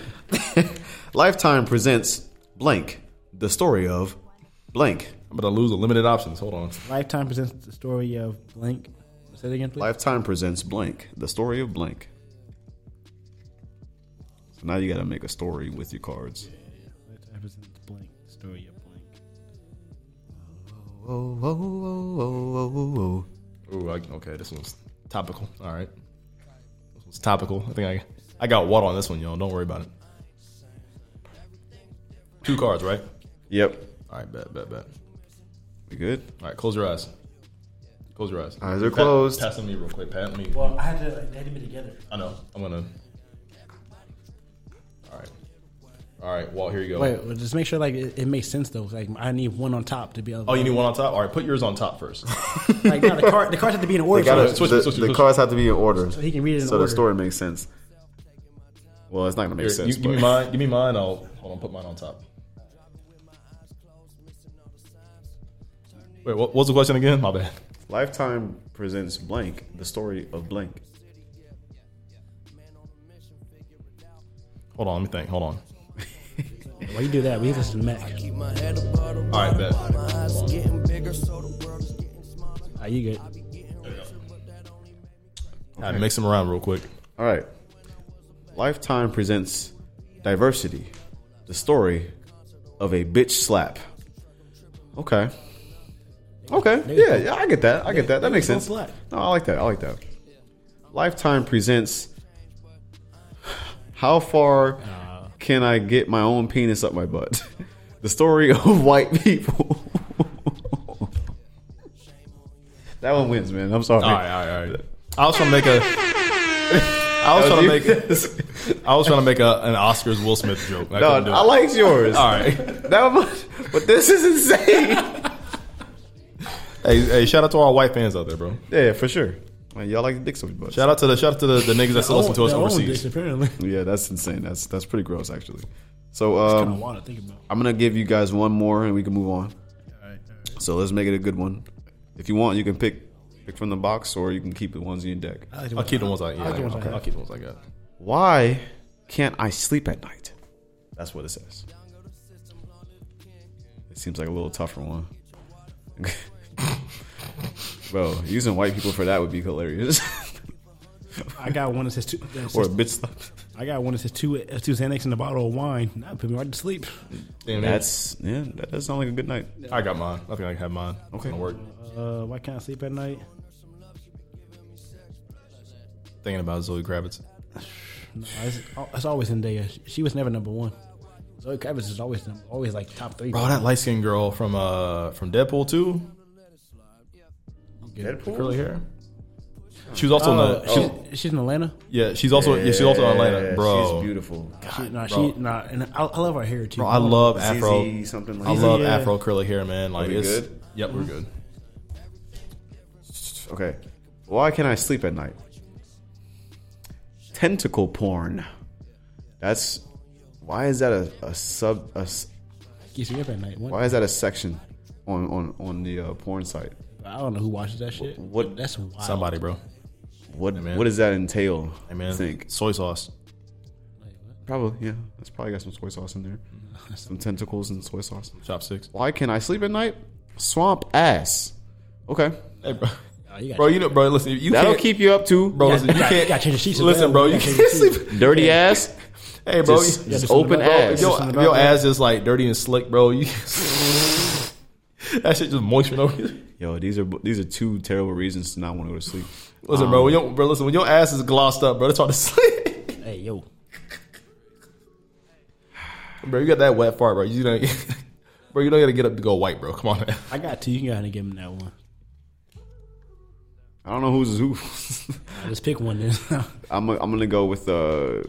A: Lifetime presents blank. The story of blank.
C: I'm about to lose the limited options. Hold on.
D: Lifetime presents the story of blank. Say it again, please.
A: Lifetime presents blank. The story of blank. So now you gotta make a story with your cards.
D: Lifetime presents blank. The story of blank.
A: Oh, oh, oh, oh, oh, oh.
C: Ooh, I, okay, this one's topical. All right, this one's topical. I think I I got water on this one, y'all. Don't worry about it. Two cards, right?
A: Yep.
C: All right, bet, bet, bet.
A: We good?
C: All right, close your eyes. Close your eyes.
A: Eyes are
C: Pat-
A: closed.
C: Pass on me real quick, Pat. Let me.
D: Well, I had to like, they had to be together.
C: I know. I'm gonna. All right. All right. Walt, here you go.
D: Wait, well, just make sure like it, it makes sense though. Like I need one on top to be able.
C: Oh, you need one on top. All right, put yours on top first.
D: Like no, the card. The cards have to be in order.
A: Gotta-
D: first,
C: switch it,
A: the,
C: switch it,
A: the
C: switch it.
A: cards have to be in order.
D: so he can read it in
A: so
D: order.
A: the story makes sense. Well, it's not gonna make
C: Here,
A: sense.
C: you, give me
A: but-
C: mine. Give me mine. I'll hold on. Put mine on top. Wait, what, what was the question again? My bad.
A: Lifetime presents blank. The story of blank.
C: Hold on. Let me think. Hold on.
D: Why you do that? We listen to Mac.
C: All right, bet.
D: Are Ah, you good?
C: All right, mix them around real quick.
A: All right. Lifetime presents diversity. The story of a bitch slap. Okay. Okay. Yeah, yeah, I get that. I get that. That makes
D: go
A: sense. No,
D: black.
A: I like that. I like that. Lifetime presents how
C: Uh,
A: far can I get my own penis up my butt? The story of white people. that one wins, man. I'm sorry.
C: All right, all right, all right. I was trying to make a. I was trying to make. I was trying to make a, an Oscars Will Smith joke. I
A: No,
C: couldn't do
A: I
C: it.
A: liked yours.
C: All right.
A: That much, but this is insane.
C: Hey, hey, shout out to all white fans out there, bro.
A: yeah, for sure. Man, y'all like dicks up your butts.
C: Shout out to the shout out to the, the niggas that still listen to us
D: Their own
C: overseas.
D: dish, apparently.
A: Yeah, that's insane. That's that's pretty gross, actually. So
D: I don't
A: um,
D: want to think about.
A: I'm gonna give you guys one more, and we can move on. So let's make it a good one. If you want, you can pick pick from the box, or you can keep the ones in your deck.
D: It.
C: I'll keep the ones I. Yeah,
D: the ones I
C: okay.
D: have.
C: I'll keep the ones I got.
A: Why can't I sleep at night? That's what it says. It seems like a little tougher one. Bro, using white people for that would be hilarious.
D: I got one that says two. that
A: or
D: says-
A: a bitch slap.
D: I got one that says two, uh, two Xanax and a bottle of wine. That put me right to sleep.
C: Damn, that's.
A: That's yeah. That does sound like a good night.
C: I got mine. I think I can have mine. It's
A: Okay.
C: gonna work.
D: Uh, why can't I sleep at night?
C: Thinking about Zoe Kravitz.
D: No, it's, oh, it's always Zendaya. She was never number one. Zoe Kravitz is always num- always like top three.
C: Bro, that light skinned girl from uh from Deadpool too.
A: Deadpool?
C: curly hair. She was also
D: Uh,
C: in the. She,
D: she's, she's in Atlanta.
C: Yeah, she's also. Yeah, she's also in Atlanta, bro.
A: She's beautiful.
D: She, nah, she nah, and I, I love her hair too.
C: Bro, I love
A: ZZ
C: Afro.
A: something like
C: I
A: that.
C: love
D: Yeah.
C: Afro curly hair, man. Like
A: we
C: it's
A: good?
C: yep, we're good.
A: Okay. Why can I sleep at night? Tentacle porn. That's why is that a, a sub a s
D: keeps me up at night. What?
A: why is that a section on on on the uh, porn site?
D: I don't know who watches that shit.
A: What
D: That's wild.
C: Somebody, bro.
A: what
C: Hey, man.
A: what does that entail?
C: Hey, man.
A: you think
C: Soy sauce.
A: probably yeah. That's probably got some soy sauce in there, some tentacles and soy sauce.
C: Chopsticks.
A: Why can I sleep at night? Swamp ass. Okay,
C: Hey, bro.
D: Oh, you got
C: Bro, you know, bro. Listen, you
A: that'll
C: can't,
A: keep you up too,
C: Bro, listen, you
D: gotta-
C: can't.
D: you gotta change the sheets as well.
C: listen, bro.
D: You
C: You
D: gotta
C: can't
D: change the
C: sleep.
A: Dirty ass.
C: Hey, bro.
A: just,
C: you,
A: just
D: something
A: open
D: about
C: bro,
D: that.
A: ass.
C: if your,
D: something
C: if
D: about
C: your
D: that.
C: ass is like dirty and slick, bro. You. that shit just moistened over. you.
A: Yo, these are these are two terrible reasons to not want to go to sleep. Um,
C: Listen, bro. When your, bro, listen. When your ass is glossed up, bro, it's hard to sleep.
D: hey yo.
C: bro, you got that wet fart, bro. You don't, bro, you don't gotta get up to go white, bro. Come on, man.
D: I got two. You can go ahead and give him that one.
A: I don't know who's is who.
D: All right, let's pick one then.
A: I'm i I'm gonna go with uh.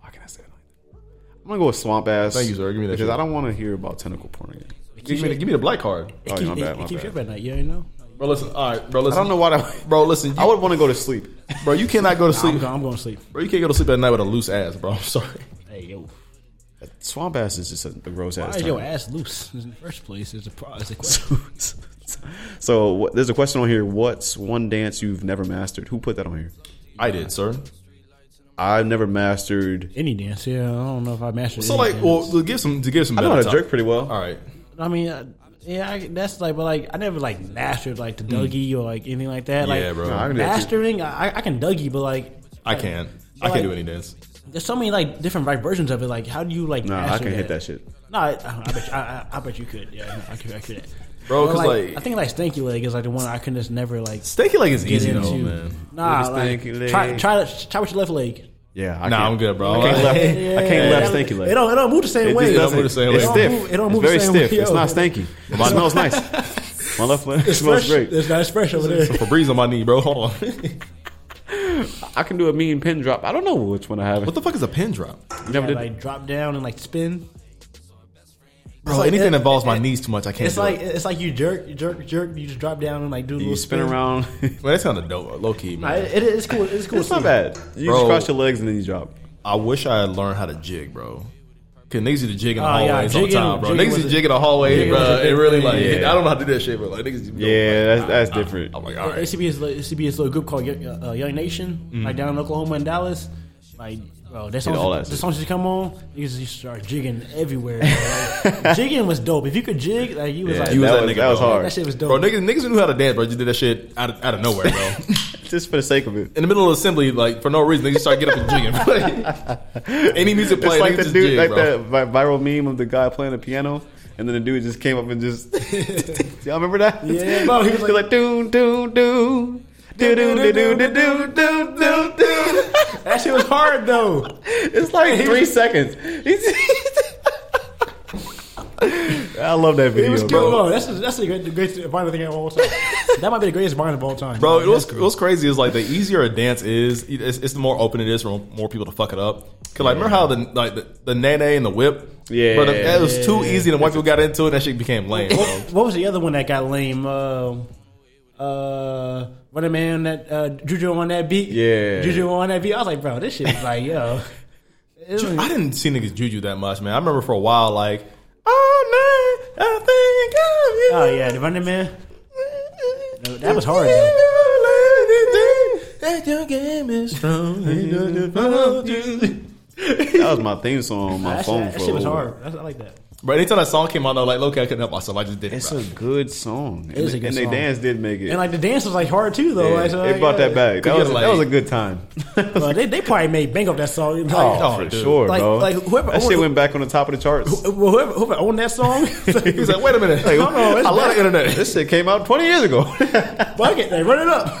A: Why can I say it like that? I'm gonna go with swamp ass.
C: Thank you, sir. Give me that
A: because
C: shit.
A: I don't want to hear about tentacle porn again.
C: Give me, the, give me the black card,
A: Oh, yeah, my bad, my
D: Keep
A: bad.
D: your bad night. You already know.
C: bro. Listen, all right, bro.
A: I
C: Listen,
A: don't know why. That,
C: bro. Listen, you,
A: I would want to go to sleep.
C: bro. You cannot go to
D: I'm,
C: sleep,
D: go- I'm going to sleep.
C: bro. You can't go to sleep at night with a loose ass, bro. I'm sorry.
D: Hey yo,
A: Swamp ass is just a a gross
D: why
A: ass.
D: is
A: term.
D: your ass loose in the first place? It's a pro- it's a question.
A: So what, there's a question on here. What's one dance you've never mastered? Who put that on here?
C: I did, sir.
A: I've never mastered.
D: Any dance? Yeah, I don't know if I mastered.
C: So
D: any
C: like,
D: dance.
C: well, to give some to give some.
A: I know how
C: better
A: to
C: top-
A: jerk pretty well.
C: All right,
D: I mean, I, yeah, I, that's like, but like, I never like mastered like the Dougie or like anything like that.
C: Hmm. yeah,
D: Like
C: bro.
A: Nah, I can do that too.
D: mastering, I, I can Dougie, but like,
C: I can. I
D: like-
C: can't do any dance.
D: there's so many like different like versions of it. Like, how do you like?
A: Nah, I
D: master
A: can hit that shit.
D: No, I, I bet you, I, I, I bet you could. Yeah, I could. I could.
C: Bro,
D: But, like,
C: 'cause, like-
D: I think like Stanky Leg is like the one I can just never like
C: Stanky leg is
D: get
C: easy
D: into.
C: though, man.
D: Nah,
A: Little
D: like,
A: stanky leg.
D: try try try with your left leg.
A: Yeah, I
C: Nah,
A: can't-
C: I'm good, bro.
A: I can't,
C: Like,
A: left, I can't left stanky leg.
D: It don't it don't move the same
A: It
D: way.
A: just
C: It don't
A: doesn't-
C: move the same
A: It's
C: way.
A: stiff.
D: It don't move- it don't move the
A: it's very
D: same
A: stiff.
D: way,
A: It's
D: yo.
A: not stanky. It smells nice. My left leg it
D: It's
A: smells
D: fresh.
A: great.
D: It's not fresh over there.
C: Febreze on my knee, bro. Hold on.
A: I can do a mean pin drop. I don't know which one I have.
C: what the fuck is a pin drop,
A: You never did.
D: Like drop down and like spin.
C: bro?
D: like-
C: anything
D: it-
C: that involves my
D: it-
C: knees too much, I can't.
D: It's
C: do
D: like
C: it.
D: it's like you jerk, you jerk, jerk. You just drop down and like do a
A: you
D: little
A: spin
D: spin.
A: around.
C: Well, that sounded dope, low key,
D: Nah,
C: man.
D: it, it is cool. It's cool.
A: it's not bad. You just
C: Bro.
A: cross your legs and then you drop.
C: I wish I had learned how to jig, bro. Cause niggas used to jig in the
D: Oh, yeah,
C: hallways all the
D: jigging-
C: time, bro.
D: jigging
C: Niggas used
D: was
C: to
D: a-
C: jig in the hallway,
D: jigging
C: bro.
D: was a
C: It
D: big
C: really
D: thing,
C: like
A: yeah.
C: I don't know how to do that shit, but like niggas. used to-
A: Yeah, that's that's different.
C: I'm like, all right.
D: ACB is ACB is a group called Young, uh, Young Nation, like down in Oklahoma and Dallas. Like, bro, that
A: Mm-hmm. all
D: song,
A: that
D: the
A: shit.
D: songs just come on, you just you start jigging everywhere. bro. Like, jigging was dope. If you could jig, like you was
A: Yeah,
D: like
A: you
C: was
A: that,
C: that
A: was,
C: nigga,
A: that was
C: bro.
A: hard.
D: that shit was dope.
C: Bro, niggas, niggas knew how to dance, bro. Just did that shit out of, out of nowhere, bro.
A: Just for the sake of it.
C: in the middle of assembly, like for no reason, they just start getting up and jigging. Any music
A: It's
C: playing,
A: like
C: they
A: the
C: just
A: dude,
C: jig,
A: like that
C: bro.
A: vi- viral meme of the guy playing the piano, and then the dude just came up and just. Y'all remember that?
D: Yeah, bro, he was like-
A: doom, doom, doom. Do, do, do, do, do, do, do, do, do.
D: that shit was hard though.
A: It's like three seconds. I love that
D: It was
A: video,
D: good.
A: bro.
D: Bro, that's that's the great, the greatest vinyl thing of all time. that might be the greatest vinyl of all time,
C: Bro,
D: Like,
C: it was,
D: that's-
C: it was crazy. Is like the easier a dance is, it's, it's the more open it is for more people to fuck it up. Cause like, remember how the like the, the nene and the whip,
A: Yeah.
C: But it was too easy, and white people got into it. That shit became lame. Bro.
D: What was the other one that got lame? Um, uh, Running Man, that uh, Juju on that beat.
A: Yeah.
D: Juju on that beat. I was like, bro, this shit is like, yo. It was-
C: I didn't see niggas juju that much, man. I remember for a while, like, oh man, I think of you.
D: oh yeah, the Running Man. No, that was hard, though.
C: That your game is strong.
A: That was my theme song on my
D: That
A: phone
D: shit, that
A: for
D: shit was
A: a while.
D: hard. That's, I like that.
C: But anytime that song came out, I was like, okay, I couldn't help myself. I just did it.
A: It's
C: bro.
A: a good song.
D: is a
A: and
D: good
A: and they
D: song.
A: dance did make it.
D: And like the dance was like hard too, though.
A: Yeah,
D: Like, so,
A: it
D: like,
A: brought
D: yeah.
A: that back. That
C: Could
A: was,
C: you,
A: that was a
C: like-
A: good time.
D: Bro, they, they probably made bank off that song. Like,
C: Oh,
A: for
C: dude.
A: sure,
D: Like-
A: bro.
D: like, whoever-
A: that shit went back on the top of the charts.
D: well, whoever, whoever owned that song,
C: He was like, wait a minute.
A: Like,
D: Hold on, it's
C: I love the internet.
A: this shit came out 20 years ago. yeah,
D: fuck it, they run it up.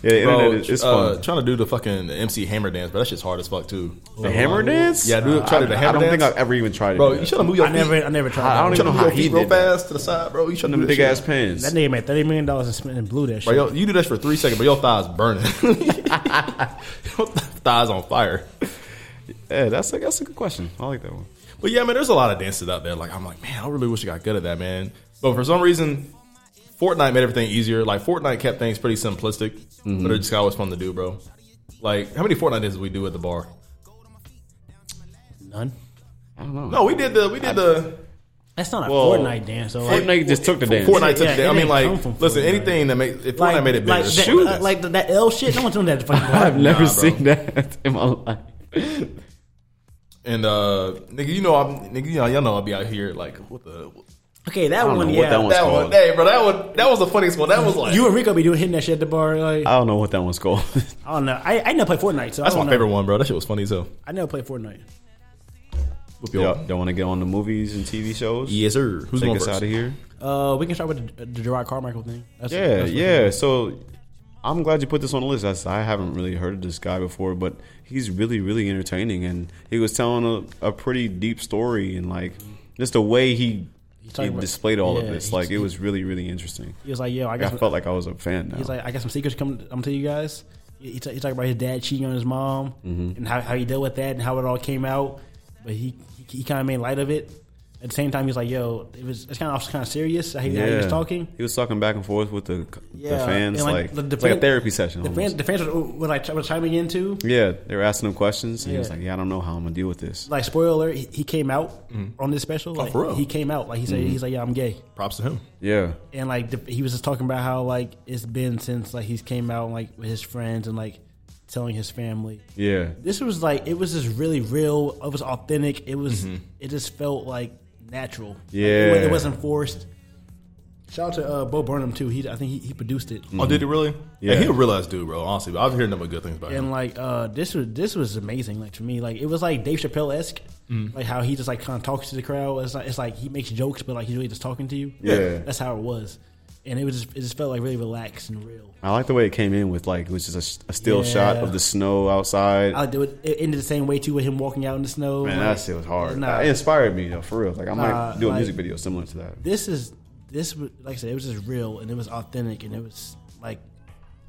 A: the
C: Bro,
A: internet is it's
C: uh,
A: fun.
C: Trying to do the fucking MC Hammer dance, but that shit's hard as fuck too.
A: The hammer dance?
C: Yeah, dude, try to do the
A: I- I
C: hammer
A: don't
C: dance.
A: think I've ever even tried it.
C: bro,
A: man.
C: you should have moved your
D: I never,
C: feet.
D: I never tried.
A: I
D: that
A: don't
D: one.
A: even know
C: Move
A: how
C: your
A: he
C: feet real
A: did that.
C: fast to the side, bro. You should
A: Them
C: do
A: big
C: that
A: ass
C: shit.
A: pants.
D: That nigga made thirty million dollars and spent and blew that
C: Bro,
D: shit.
C: yo, you do that for three seconds, but your thighs burning. your thighs on fire.
A: yeah, that's a, that's a good question. I like that one.
C: But yeah, man, there's a lot of dances out there. Like I'm like, man, I really wish I got good at that, man. But for some reason, Fortnite made everything easier. Like Fortnite kept things pretty simplistic,
D: Mm-hmm.
C: but it just always fun to do, bro. Like how many Fortnite dances we do at the bar?
D: None.
A: I don't know.
C: No, we did the we did the
D: That's not a
A: Well,
D: Fortnite dance. So like,
A: Fortnite just took the dance.
C: Fortnite took
D: Yeah,
C: the day.
D: it
C: I mean,
D: didn't come from
C: like, listen,
D: Fortnite.
C: anything that made if Fortnite
D: like,
C: made it bigger,
D: like,
C: just
D: that,
C: shoot
D: uh,
C: it.
D: like the, that L shit. No one's doing that fucking bar.
A: I've never
C: bro.
A: seen that in my life.
C: and uh, nigga, you know, I'm nigga, you know, y'all know I'll be out here like what the
D: Okay, that
A: don't
D: one.
A: know
D: Yeah,
A: what that one's
C: that
A: called.
C: one, hey, bro, that one, that was the funniest one. That was like
D: You and Rico be doing hitting that shit at the bar. Like
A: I don't know what that one's called.
D: I don't know. I, I never played Fortnite, so
C: that's
D: I
C: my
D: don't know.
C: favorite one, bro. That shit was funny as hell. Oh,
D: I never played Fortnite.
C: Whoop your-
A: y'all y'all want to get on the movies and TV shows?
C: Yes, sir. Who's
A: Take
C: going
A: us
C: first?
A: out of here.
D: Uh, we can start with the, the Gerard Carmichael thing. That's
A: Yeah,
D: that's
A: yeah. So I'm glad you put this on the list. That's- I haven't really heard of this guy before, but he's really, really entertaining, and he was telling a, a pretty deep story, and like just the way he he,
D: talking about-
A: displayed all of
D: yeah,
A: this,
D: he's-
A: like it was really, really interesting.
D: He was like, "Yo, I
A: Like, I
D: got."
A: felt like I was a fan now.
D: He's like, I got some secrets coming. I'm to you guys. He, he, ta- he talked about his dad cheating on his mom
A: Mm-hmm.
D: and how, how he dealt with that and how it all came out. But he he, he kind of made light of it. At the same time, he was like, "Yo, it was it's kind of kind of serious." How he, how he was talking.
A: He was talking back and forth with the, the
D: Yeah,
A: fans,
D: and,
A: like, it's like a
D: fan-
A: therapy session.
D: The
A: almost.
D: fans, the fans were, were like were chiming into
A: yeah, they were asking him questions, and he was
D: Yeah.
A: like, "Yeah, I don't know how I'm gonna deal with this."
D: like spoiler alert. He, he came out on this special. Like,
C: Mm-hmm. Oh, for real? Mm-hmm.
D: He came out like he said. He's like, "Yeah, I'm gay."
C: Props to him.
A: Yeah,
D: and like the, he was just talking about how like it's been since like he's came out like with his friends and like telling his family.
A: yeah,
D: This was like it was just really real. It was authentic. It was
C: Mm-hmm.
D: it just felt like natural. Like, it, wa-
A: Yeah.
D: it wasn't forced. Shout out to uh, Bo Burnham too. He I think he, he produced it.
C: Oh, did he really?
A: Yeah.
C: Yeah, he a real ass dude, bro. Honestly, but I've heard nothing but good things about him.
D: And like uh, this was this was amazing. Like to me, like it was like Dave Chappelle esque.
C: Mm.
D: Like how he just like kind of talks to the crowd. It's like it's like he makes jokes, but like he's really just talking to you.
A: Yeah.
D: that's how it was. And it was just, it just felt like really relaxed and real.
A: I like the way it came in with like it was just a, a still
D: Yeah.
A: shot of the snow outside.
D: I do it. It ended the same way too with him walking out in the snow.
A: Man,
D: Like,
A: that shit was hard.
D: Nah.
A: It inspired me though, for real. Like I
D: Nah,
A: might do a
D: like-
A: music video similar to that.
D: This is this. was- Like I said, it was just real and it was authentic and it was like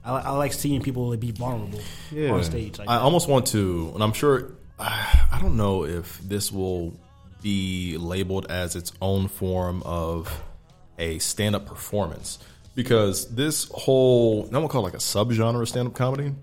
D: I, I like seeing people like, be vulnerable on stage. Like,
C: I almost want to, and I'm sure uh, I don't know if this will be labeled as its own form of a stand up performance because this whole I'm gonna call it like a subgenre of stand up comedy,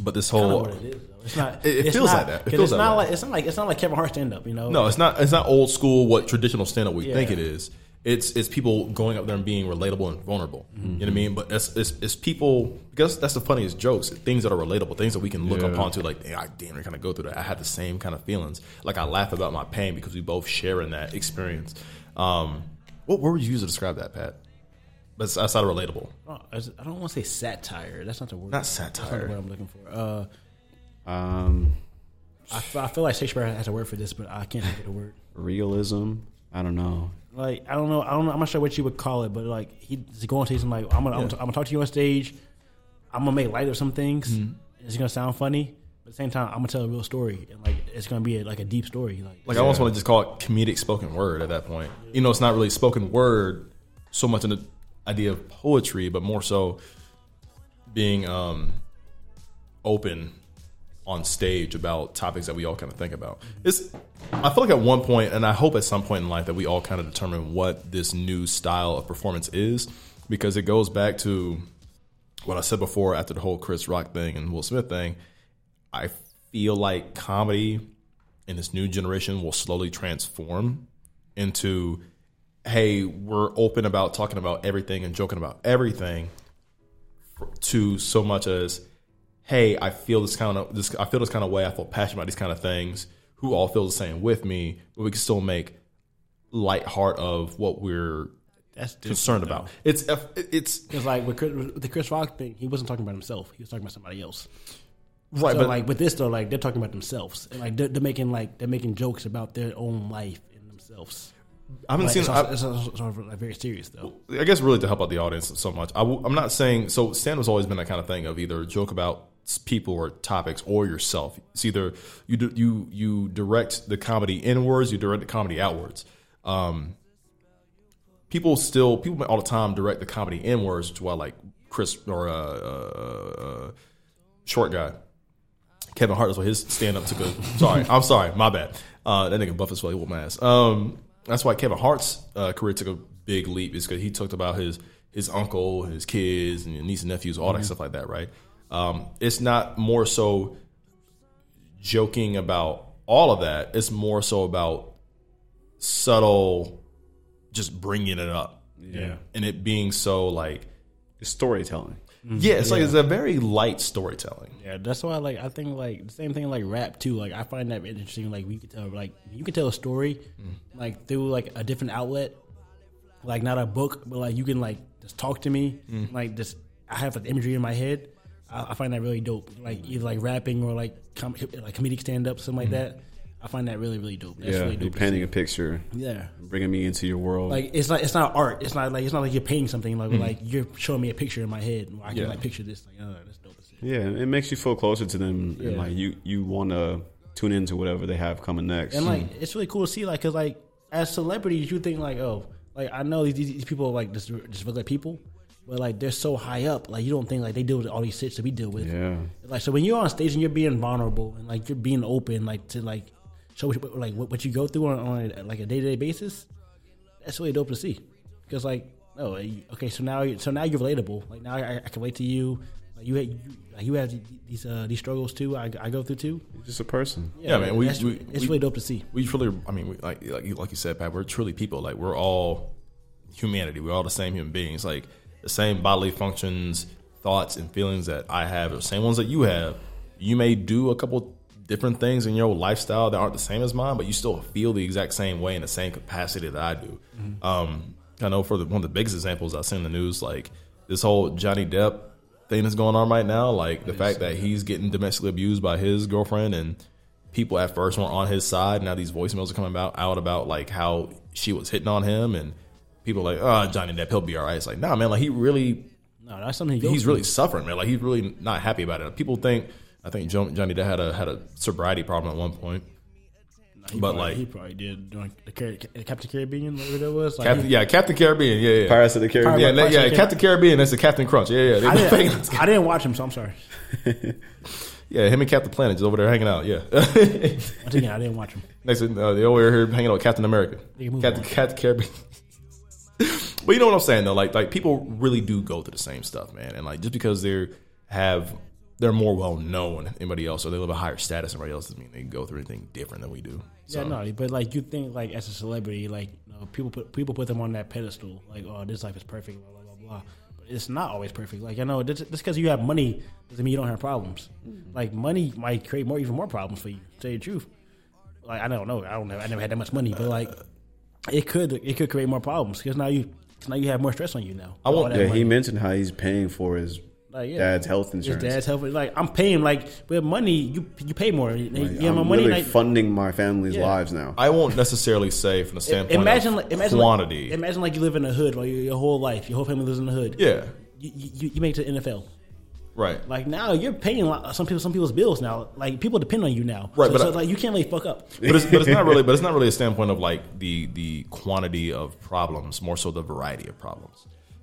C: but this whole
D: what it is, though. It's not.
C: It- it
D: it's
C: feels
D: not-
C: like that. It
D: 'cause
C: feels
D: it's
C: that
D: not
C: way.
D: like it's not like it's not like Kevin Hart stand up. You know.
C: No, it's not. It's not old school. What traditional stand up we
D: Yeah.
C: think it is. It's it's people going up there and being relatable and vulnerable. You know what I mean? But it's it's, it's people because that's the funniest jokes. Things that are relatable, things that we can look
A: Yeah.
C: up onto. Like, "Damn, I damn near kind of go through that. I had the same kind of feelings. Like I laugh about my pain because we both share in that experience. Um, what word would you use to describe that, Pat? That's outside of relatable.
D: Oh, I was- I don't want to say satire. That's not the word.
C: Not
D: That's not the
C: satire.
D: word I'm looking for. Uh,
A: Um,
D: I, fe- I feel like Shakespeare has a word for this, but I can't think of the word.
A: realism. I don't know.
D: like I don't know, I don't know, I'm not sure what you would call it, but like he's going to stage. I'm like, I'm gonna, I'm, gonna, I'm gonna talk to you on stage. I'm gonna make light of some things.
C: Mm-hmm.
D: It's gonna sound funny, but at the same time, I'm gonna tell a real story, and like it's gonna be a, like a deep story. Like,
C: Like I almost want to just call it comedic spoken word at that point. You know, it's not really spoken word so much in the idea of poetry, but more so being um, open on stage about topics that we all kind of think about. It's I feel like at one point, and I hope at some point in life that we all kind of determine what this new style of performance is, because it goes back to what I said before after the whole Chris Rock thing and Will Smith thing. I feel like comedy and this new generation will slowly transform into hey we're open about talking about everything and joking about everything f- to so much as hey i feel this kind of this i feel this kind of way i feel passionate about these kind of things who all feel the same with me but we can still make light heart of what we're
D: that's different,
C: concerned about it's it's
D: Because like with, Chris, with the Chris Rock thing, he wasn't talking about himself; he was talking about somebody else.
C: right
D: so
C: but
D: like with this though, like they're talking about themselves, and like they're, they're making like they're making jokes about their own life and themselves.
C: i haven't
D: Like,
C: seen
D: it's,
C: I-
D: also, it's also, it's also, like, very serious though.
C: I guess really to help out the audience so much. I w- I'm not saying so. Stand up's always been that kind of thing of either joke about s- people or topics or yourself. It's either you do, you you direct the comedy inwards, you direct the comedy outwards. Um, people still people all the time direct the comedy inwards, which is why like Chris or uh, uh, uh, short guy. Kevin Hart that's why his stand up took a sorry, I'm sorry, my bad. Uh, that nigga buff as fuck, he whooped my ass. Um, that's why Kevin Hart's uh, career took a big leap is because he talked about his his uncle, his kids, and niece and nephews, all that stuff like that, right? Um, it's not more so joking about all of that. It's more so about subtle, just bringing it up,
A: Yeah,
C: and it being so like, Mm-hmm.
A: it's storytelling.
C: yeah, it's like it's a very light storytelling.
D: Yeah, that's why. Like, I think like the same thing like rap too. Like, I find that interesting. Like, we could tell like you can tell a story
A: Mm.
D: like through like a different outlet, like not a book, but like you can like just talk to me.
A: Mm.
D: Like, just I have like imagery in my head. I, I find that really dope. Like either like rapping or like com- like comedic stand up, something like that. I I find that really, really dope. That's
A: Mm. yeah,
D: really
A: you're
D: dope.
A: painting a picture,
D: Yeah.
A: bringing me into your world.
D: Like it's not it's not art. It's not like it's not like you're painting something like like you're showing me a picture in my head. Where I can
A: Mm. Yeah.
D: like picture this. Like oh, that's dope. as shit.
A: yeah, it makes you feel closer to them, and
D: Yeah.
A: like you you want to tune into whatever they have coming next.
D: And like it's really cool to see like because like as celebrities you think like oh like I know these, these people like just just look like people, but like they're so high up like you don't think like they deal with all these shits that we deal with.
A: yeah,
D: Like so when you're on stage and you're being vulnerable and like you're being open like to like show what, like what, what you go through on, on a, like a day to day basis, that's really dope to see. Because like oh you- okay so now you- so now you're relatable like now I, I can relate to you. Like you, you, like you have these uh, these struggles too. I, I go through too.
A: You're just a person.
C: Yeah, man, we-
D: that's-
C: we-
D: it's
C: we-
D: really dope to see.
C: we truly i mean we, like like you, like you said pat we're truly people like we're all humanity we're all the same human beings like the same bodily functions thoughts and feelings that i have are the same ones that you have you may do a couple different things in your lifestyle that aren't the same as mine but you still feel the exact same way in the same capacity that i do um, i know for the, one of the biggest examples i've seen in the news like this whole johnny depp thing that's going on right now like the fact that he's getting domestically abused by his girlfriend and people at first weren't on his side. Now these voicemails are coming about out about like how she was hitting on him, and people are like, oh, Johnny Depp, he'll be all right. It's like, nah, man, like he really,
D: No, that's something he goes
C: he's
D: through.
C: really suffering, man. Like he's really not happy about it. People think, I think Jo- Johnny Depp had a had a sobriety problem at one point.
D: He
C: But,
D: probably-
C: like-
D: he probably did during the Car- Captain Caribbean, whatever that was. Like,
C: Captain,
D: he-
C: yeah, Captain Caribbean, yeah, yeah,
A: Pirates of the Caribbean.
C: yeah, yeah,
D: Pirates of the Car-
C: Captain Caribbean. That's the Captain Crunch, yeah, yeah. They-
D: I, didn't, I didn't watch him, so I'm sorry.
C: yeah, him and Captain Planet just over there hanging out, yeah.
D: Once again, I didn't watch him.
C: Next, thing, uh, they're over here hanging out with Captain America,
D: Yeah, move
C: Captain,
D: on.
C: Captain Caribbean. but you know what I'm saying though, like like people really do go through the same stuff, man. And like just because they're have they're more well known than anybody else, or they live a higher status than anybody else, doesn't mean they go through anything different than we do. So,
D: Yeah, no, but like you think like as a celebrity, like you know, people put people put them on that pedestal, like oh this life is perfect, blah blah blah. blah. But it's not always perfect. Like I know this- just because you have money doesn't mean you don't have problems. Like money might create more even more problems for you. To tell you the truth, like I don't know, I don't know, I never had that much money, but like it could it could create more problems because now you 'cause now you have more stress on you now. I
C: won't-
A: Yeah, he mentioned how he's paying for his
D: Like, yeah.
A: dad's health insurance.
D: His dad's helping. Like I'm paying. Like with money, you you pay more. You
A: Like,
D: have my
A: I'm
D: money.
A: literally
D: Like,
A: funding my family's
D: Yeah.
A: lives now.
C: I won't necessarily say from the standpoint
D: imagine,
C: of
D: like, imagine
C: quantity.
D: Like, imagine like you live in a hood, like your, your whole life, your whole family lives in the hood.
C: yeah,
D: You, you, you make it to the NFL.
C: right.
D: Like now, you're paying like, some people some people's bills now. Like people depend on you now.
C: Right,
D: So,
C: but
D: so
C: I-
D: like you can't really fuck up.
C: but it's, but it's not really but it's not really a standpoint of like the the quantity of problems more so the variety of problems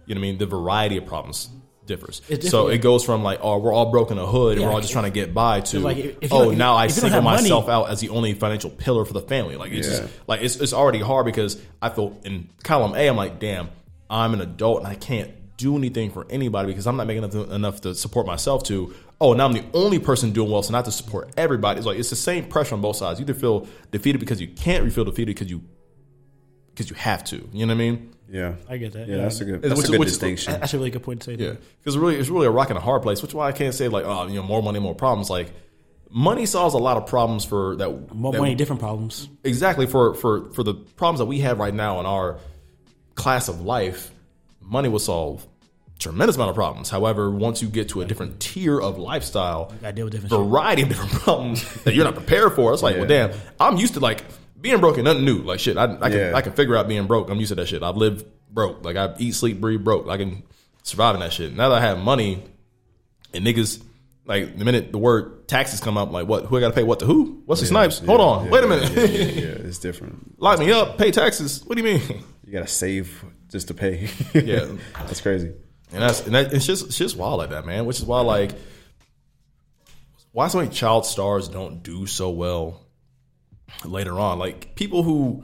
C: you know what i mean the variety of problems differs
D: It's
C: so
D: different.
C: it goes from like oh we're all broke in a hood and
D: Yeah,
C: we're all just trying to get by to
D: like, if- if you
C: oh
D: don't- if
C: now
D: you-
C: i
D: if you don't
C: single
D: have money-
C: myself out as the only financial pillar for the family like it's
A: Yeah.
C: just, like it's, it's already hard because i feel in column a i'm like damn i'm an adult and i can't do anything for anybody because i'm not making enough, enough to support myself to oh now i'm the only person doing well so not to support everybody it's like it's the same pressure on both sides you either feel defeated because you can't you feel defeated because you because you have to you know what i mean
A: yeah,
D: I get that.
A: Yeah, that's a good,
C: Which
A: that's
C: is-
A: a good
C: which is-
A: distinction.
D: That's a really good point to say.
C: yeah, because really, it's really a rock and a hard place. Which is why I can't say like, oh, you know, more money, more problems. Like, money solves a lot of problems for that.
D: More
C: that-
D: money, different problems.
C: exactly for for for the problems that we have right now in our class of life. Money will solve tremendous amount of problems. However, once you get to a different tier of lifestyle,
D: gotta deal with different shit.
C: variety of different problems that you're not prepared for. It's like,
A: Yeah.
C: well, damn, I'm used to like being broke and nothing new. Like shit, I, I can
A: Yeah.
C: I can figure out being broke. I'm used to that shit. I've lived broke. Like I eat, sleep, breathe broke. I can survive in that shit. Now that I have money, and niggas like the minute the word taxes come up, like what? Who I got to pay what to who? What's the snipes? Hold
A: yeah,
C: on,
A: yeah,
C: wait a minute.
A: yeah, yeah, yeah, it's different.
C: Lock me up, pay taxes. What do you mean?
A: You gotta save just to pay.
C: Yeah.
A: that's crazy.
C: And that's and that, it's just it's just wild like that, man. Which is why like why so many child stars don't do so well later on. Like people who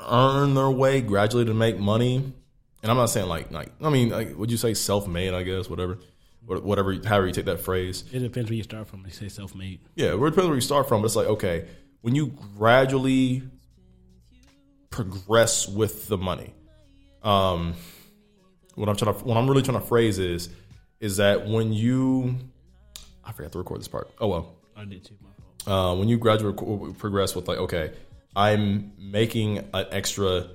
C: earn their way gradually to make money, and I'm not saying like like I mean like would you say self made? I guess whatever, What- whatever however you take that phrase.
D: It depends where you start from. They say self-made.
C: Yeah, it depends where you start from. But it's like okay, when you gradually progress with the money, um, what I'm trying to what I'm really trying to phrase is is that when you I forgot to record this part. Oh well,
D: I did too. My fault.
C: uh, when you graduate progress with like okay, I'm making an extra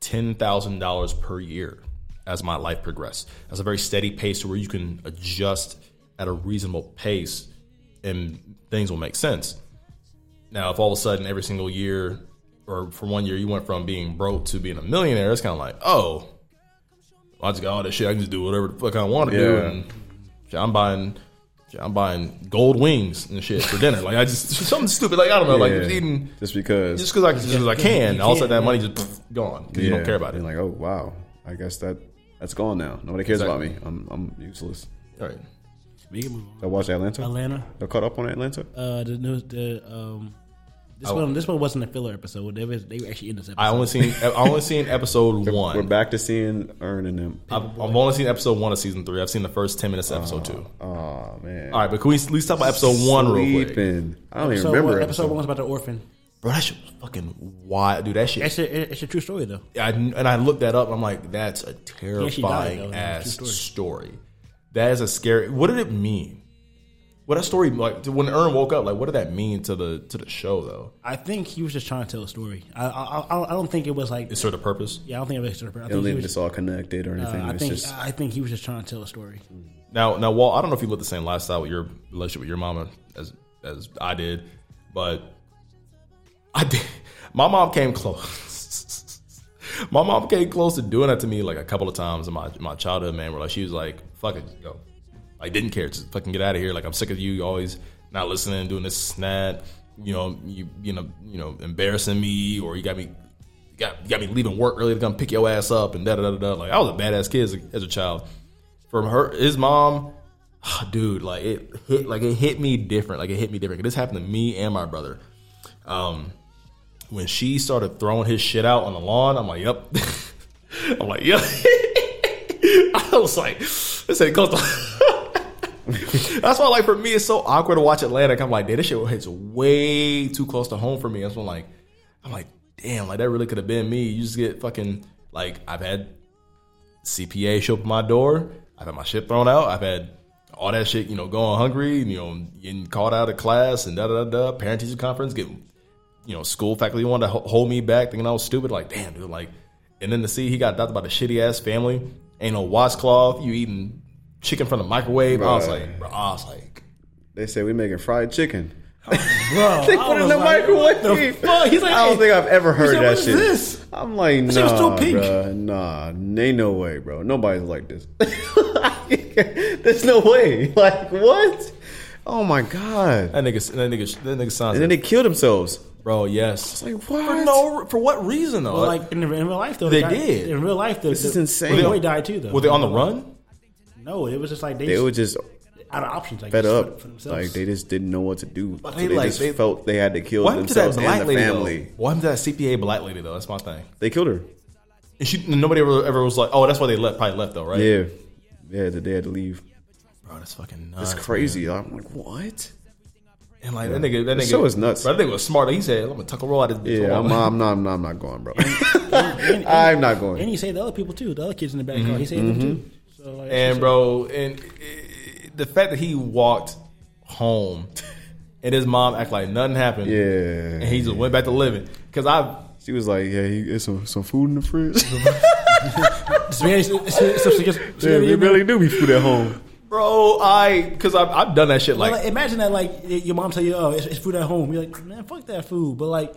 C: ten thousand dollars per year as my life progresses. That's a very steady pace to where you can adjust at a reasonable pace, and things will make sense Now, if all of a sudden every single year, or for one year, you went from being broke to being a millionaire, it's kind of like, oh, I just got all this shit. I can just do whatever the fuck I want to do.
A: Yeah.
C: And shit, I'm buying, shit, I'm buying gold wings and shit for dinner. Like I just something stupid. Like I don't know. Like
A: Yeah.
C: just eating
A: just because.
C: just because I, just 'cause I can.
D: You
C: All of a sudden, that
D: can't.
C: money just pff, gone because you don't
A: Yeah.
C: care about it.
A: You're like, oh wow, I guess that that's gone now. Nobody cares about me. I'm I'm useless.
C: All right.
D: We can move on.
A: I watched Atlanta.
D: Atlanta.
A: I caught up on Atlanta.
D: Uh, the new the um. This
C: I-
D: one, this one wasn't a filler episode. They was, they were actually in this episode.
C: I only seen I only seen episode one.
A: We're back to seeing Earn and them.
C: I've, I've only seen episode one of season three. I've seen the first ten minutes of episode two.
A: Oh man.
C: All right, but can we at least talk about episode one real quick?
A: Sleeping. I don't even
D: episode
A: remember
D: one,
A: it.
D: uh, episode one was about the orphan.
C: Bro, that shit was fucking wild, dude. That shit.
D: It's a, it's a true story though.
C: I, and I looked that up. and I'm like, that's a
D: actually died, though.
C: terrifying ass
D: True
C: story. That is a scary. What did it mean? What that story like when Ern woke up? Like, what did that mean to the to the show though?
D: I think he was just trying to tell a story. I I, I, I don't think it was like
C: It served a purpose.
D: yeah. I don't think it was. I
A: I don't
D: think, he
A: think
D: was,
A: it's all connected or anything.
D: uh, I
A: it's
D: think
A: just
D: I think he was just trying to tell a story.
C: Now, now, Walt, I don't know if you lived the same lifestyle with your relationship with your mama as as I did, but I did. My mom came close. my mom came close to doing that to me like a couple of times in my in my childhood, man. Where like she was like, "Fuck it, just go." I didn't care. Just fucking get out of here. Like I'm sick of you you always not listening, doing this and that. You know, you you know, you know, embarrassing me, or you got me you got you got me leaving work early to come pick your ass up and da da da da. Like I was a badass kid as a, as a child. From her, his mom, ah, dude, like it hit, like it hit me different. Like it hit me different. This happened to me and my brother. Um, when she started throwing his shit out on the lawn, I'm like, yep. I'm like, yep. I was like, this ain't close. to- That's why, like, for me, it's so awkward to watch Atlantic. I'm like, dude, this shit hits way too close to home for me. That's when, like, I'm like, damn, like that really could have been me. You just get fucking like I've had CPA show up at my door. I've had my shit thrown out. I've had all that shit, you know, going hungry, and, you know, getting called out of class and da da da da. Parent teacher conference, getting, you know, school faculty wanted to ho- hold me back, thinking I was stupid. Like, damn, dude, like, and then to see he got adopted by the shitty ass family. Ain't no washcloth. You eating chicken from the microwave. I was
A: Right.
C: like, bro, I was like,
A: they said we making fried chicken.
D: Bro,
A: They put it in the microwave.
D: fuck? He's like,
A: I don't
D: hey.
A: think I've ever heard
D: said,
A: that
D: "What is
A: shit.
D: this?"
A: I'm like, nah,
D: shit was too pink.
A: bruh, nah, ain't no way, bro. Nobody's like this. There's no way. Like what? Oh my god!
C: that nigga, that nigga, that nigga sounds.
A: And then they killed themselves.
C: bro, yes.
A: Like
C: For
A: what?
C: no, for what reason though?
D: Well, like in, in real life though,
C: They
D: the guy-
C: did.
D: In real life, the, this
A: is insane.
D: The
A: Were they-
D: boy died too though.
C: were they on the run?
D: No, it was just like they,
A: They
D: just
A: were just
D: out of options. Like
A: fed
D: just
A: up.
D: for themselves.
A: Like they just didn't know what to do. So
C: they
A: they,
C: like-
A: just
C: they-
A: felt they had to kill
C: What happened to that
A: themselves
C: black
A: and the
C: lady?
A: family.
C: Though? What happened to that CPA black lady though? That's my thing.
A: They killed her.
C: And she nobody ever, ever was like, oh, that's why they left. Probably left though, right?
A: Yeah, yeah. That they had to leave.
C: bro, that's fucking nuts.
A: It's crazy. I'm like, what?
C: man. And like that nigga, that
A: The
C: nigga,
A: show is nuts.
C: Bro, that nigga was smart. He said, "I'm gonna tuck a roll out of this." bitch."
A: Yeah,
C: I'm
A: I'm,
C: like,
A: I'm not. I'm not. I'm not going, bro.
D: And-
A: I'm
D: and-
A: not going.
D: And he saved the other people too. The other kids in the background. He saved them too. So like,
C: Mm-hmm, and bro, and eh, the fact that he walked home and his mom act like nothing happened.
A: Yeah.
C: and he just went back to living. Because I,
A: She was like, "Yeah, he, it's some some food in the fridge.
D: so, yeah, so, so, so, so, so,
A: yeah, we really do be food at home."
C: bro, Oh, I, because I've, I've done that shit
D: Well,
C: like,
D: like, imagine that, like y- your mom tell you, "Oh, it's, it's food at home." You're like, "Man, fuck that food." But like,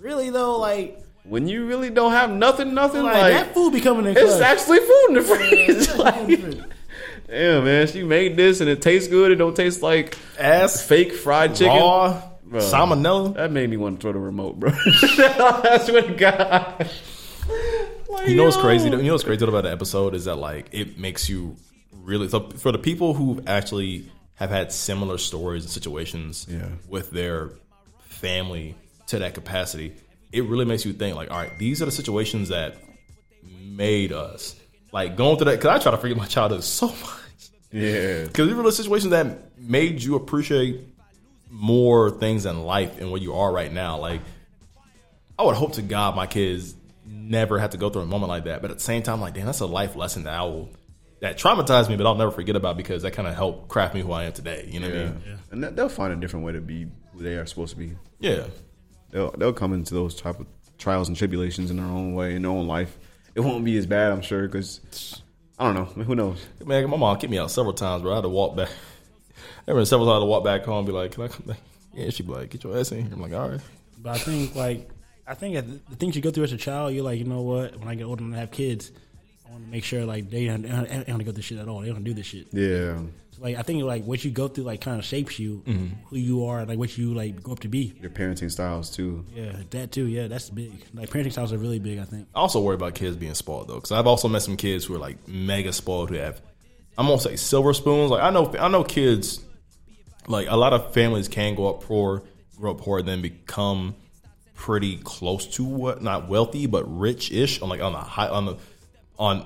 D: really though, like,
A: When you really don't have nothing, nothing
D: like,
A: like,
D: that food be coming in
A: it's
D: clutch.
A: actually food in the fridge. like, damn, man, she made this and it tastes good. It don't taste like
C: ass
A: fake fried chicken.
C: raw
A: Bro.
C: salmonella.
A: That made me want to throw the remote, bro. That's what God.
C: You know what's crazy? though? You know what's crazy about the episode is that like it makes you really. So for the people who actually have had similar stories and situations
A: Yeah.
C: with their family to that capacity, it really makes you think. Like, all right, these are the situations that made us. Like going through that because I try to forget my childhood so much
A: Yeah,
C: because these were the situations that made you appreciate more things in life and where you are right now. Like, I would hope to God my kids never have to go through a moment like that. But at the same time, like, damn, that's a life lesson that I will that traumatized me, but I'll never forget about because that kind of helped craft me who I am today. You know what I
A: yeah.
C: mean?
A: And that, they'll find a different way to be who they are supposed to be.
C: Yeah.
A: They'll they'll come into those type of trials and tribulations in their own way, in their own life. It won't be as bad, I'm sure, because I don't know. Who knows?
C: Man, my mom kicked me out several times, bro. I had to walk back. There were several times I had to walk back home and be like, Can I come back? Yeah, she'd be like, get your ass in here. I'm like, all right.
D: But I think like I think at the the things you go through as a child, you're like, you know what? When I get older and I have kids, I want to make sure like they don't, they don't, they don't go through this shit at all. They don't do this shit.
A: Yeah.
D: So, like I think like what you go through like kind of shapes you,
A: Mm-hmm.
D: who you are, like what you like grow up to be.
A: Your parenting styles too.
D: Yeah, that too. Yeah, that's big. Like parenting styles are really big. I think.
C: I also worry about kids being spoiled though, because I've also met some kids who are like mega spoiled who have, I'm gonna say silver spoons. Like I know, I know kids, like a lot of families can go up poor, grow up poor, and then become pretty close to what not wealthy but rich ish on like on the high on the on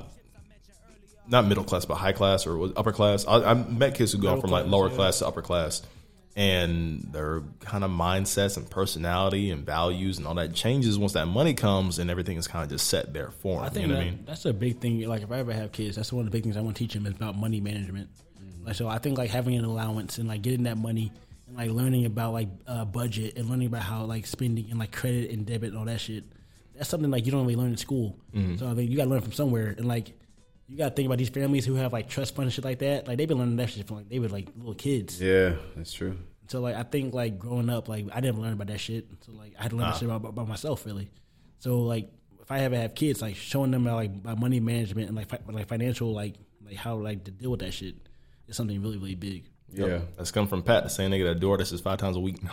C: not middle class but high class or was- upper class. I, I met kids who go from like lower class to upper class, and their kind of mindsets and personality and values and all that changes once that money comes and everything is kind of just set there for them.
D: I think
C: you know
D: that,
C: what I mean?
D: that's a big thing. Like if I ever have kids, that's one of the big things I want to teach them is about money management.
C: Mm.
D: Like so, I think like having an allowance and like getting that money and like learning about like uh, budget and learning about how like spending and like credit and debit and all that shit. That's something like you don't really learn in school.
C: Mm-hmm.
D: So I think you got to learn from somewhere and like. You gotta think about these families who have like trust funds and shit like that. Like they've been learning that shit from like they were like little kids.
A: Yeah, that's true.
D: So like I think like growing up, like I didn't learn about that shit. So like I had to learn that shit about, about myself really. So like if I ever have kids, like showing them about, like my money management and like fi- like financial like like how like to deal with that shit is something really really big.
A: Yeah.
C: That's come from Pat, the same nigga that door this is five times a week. No,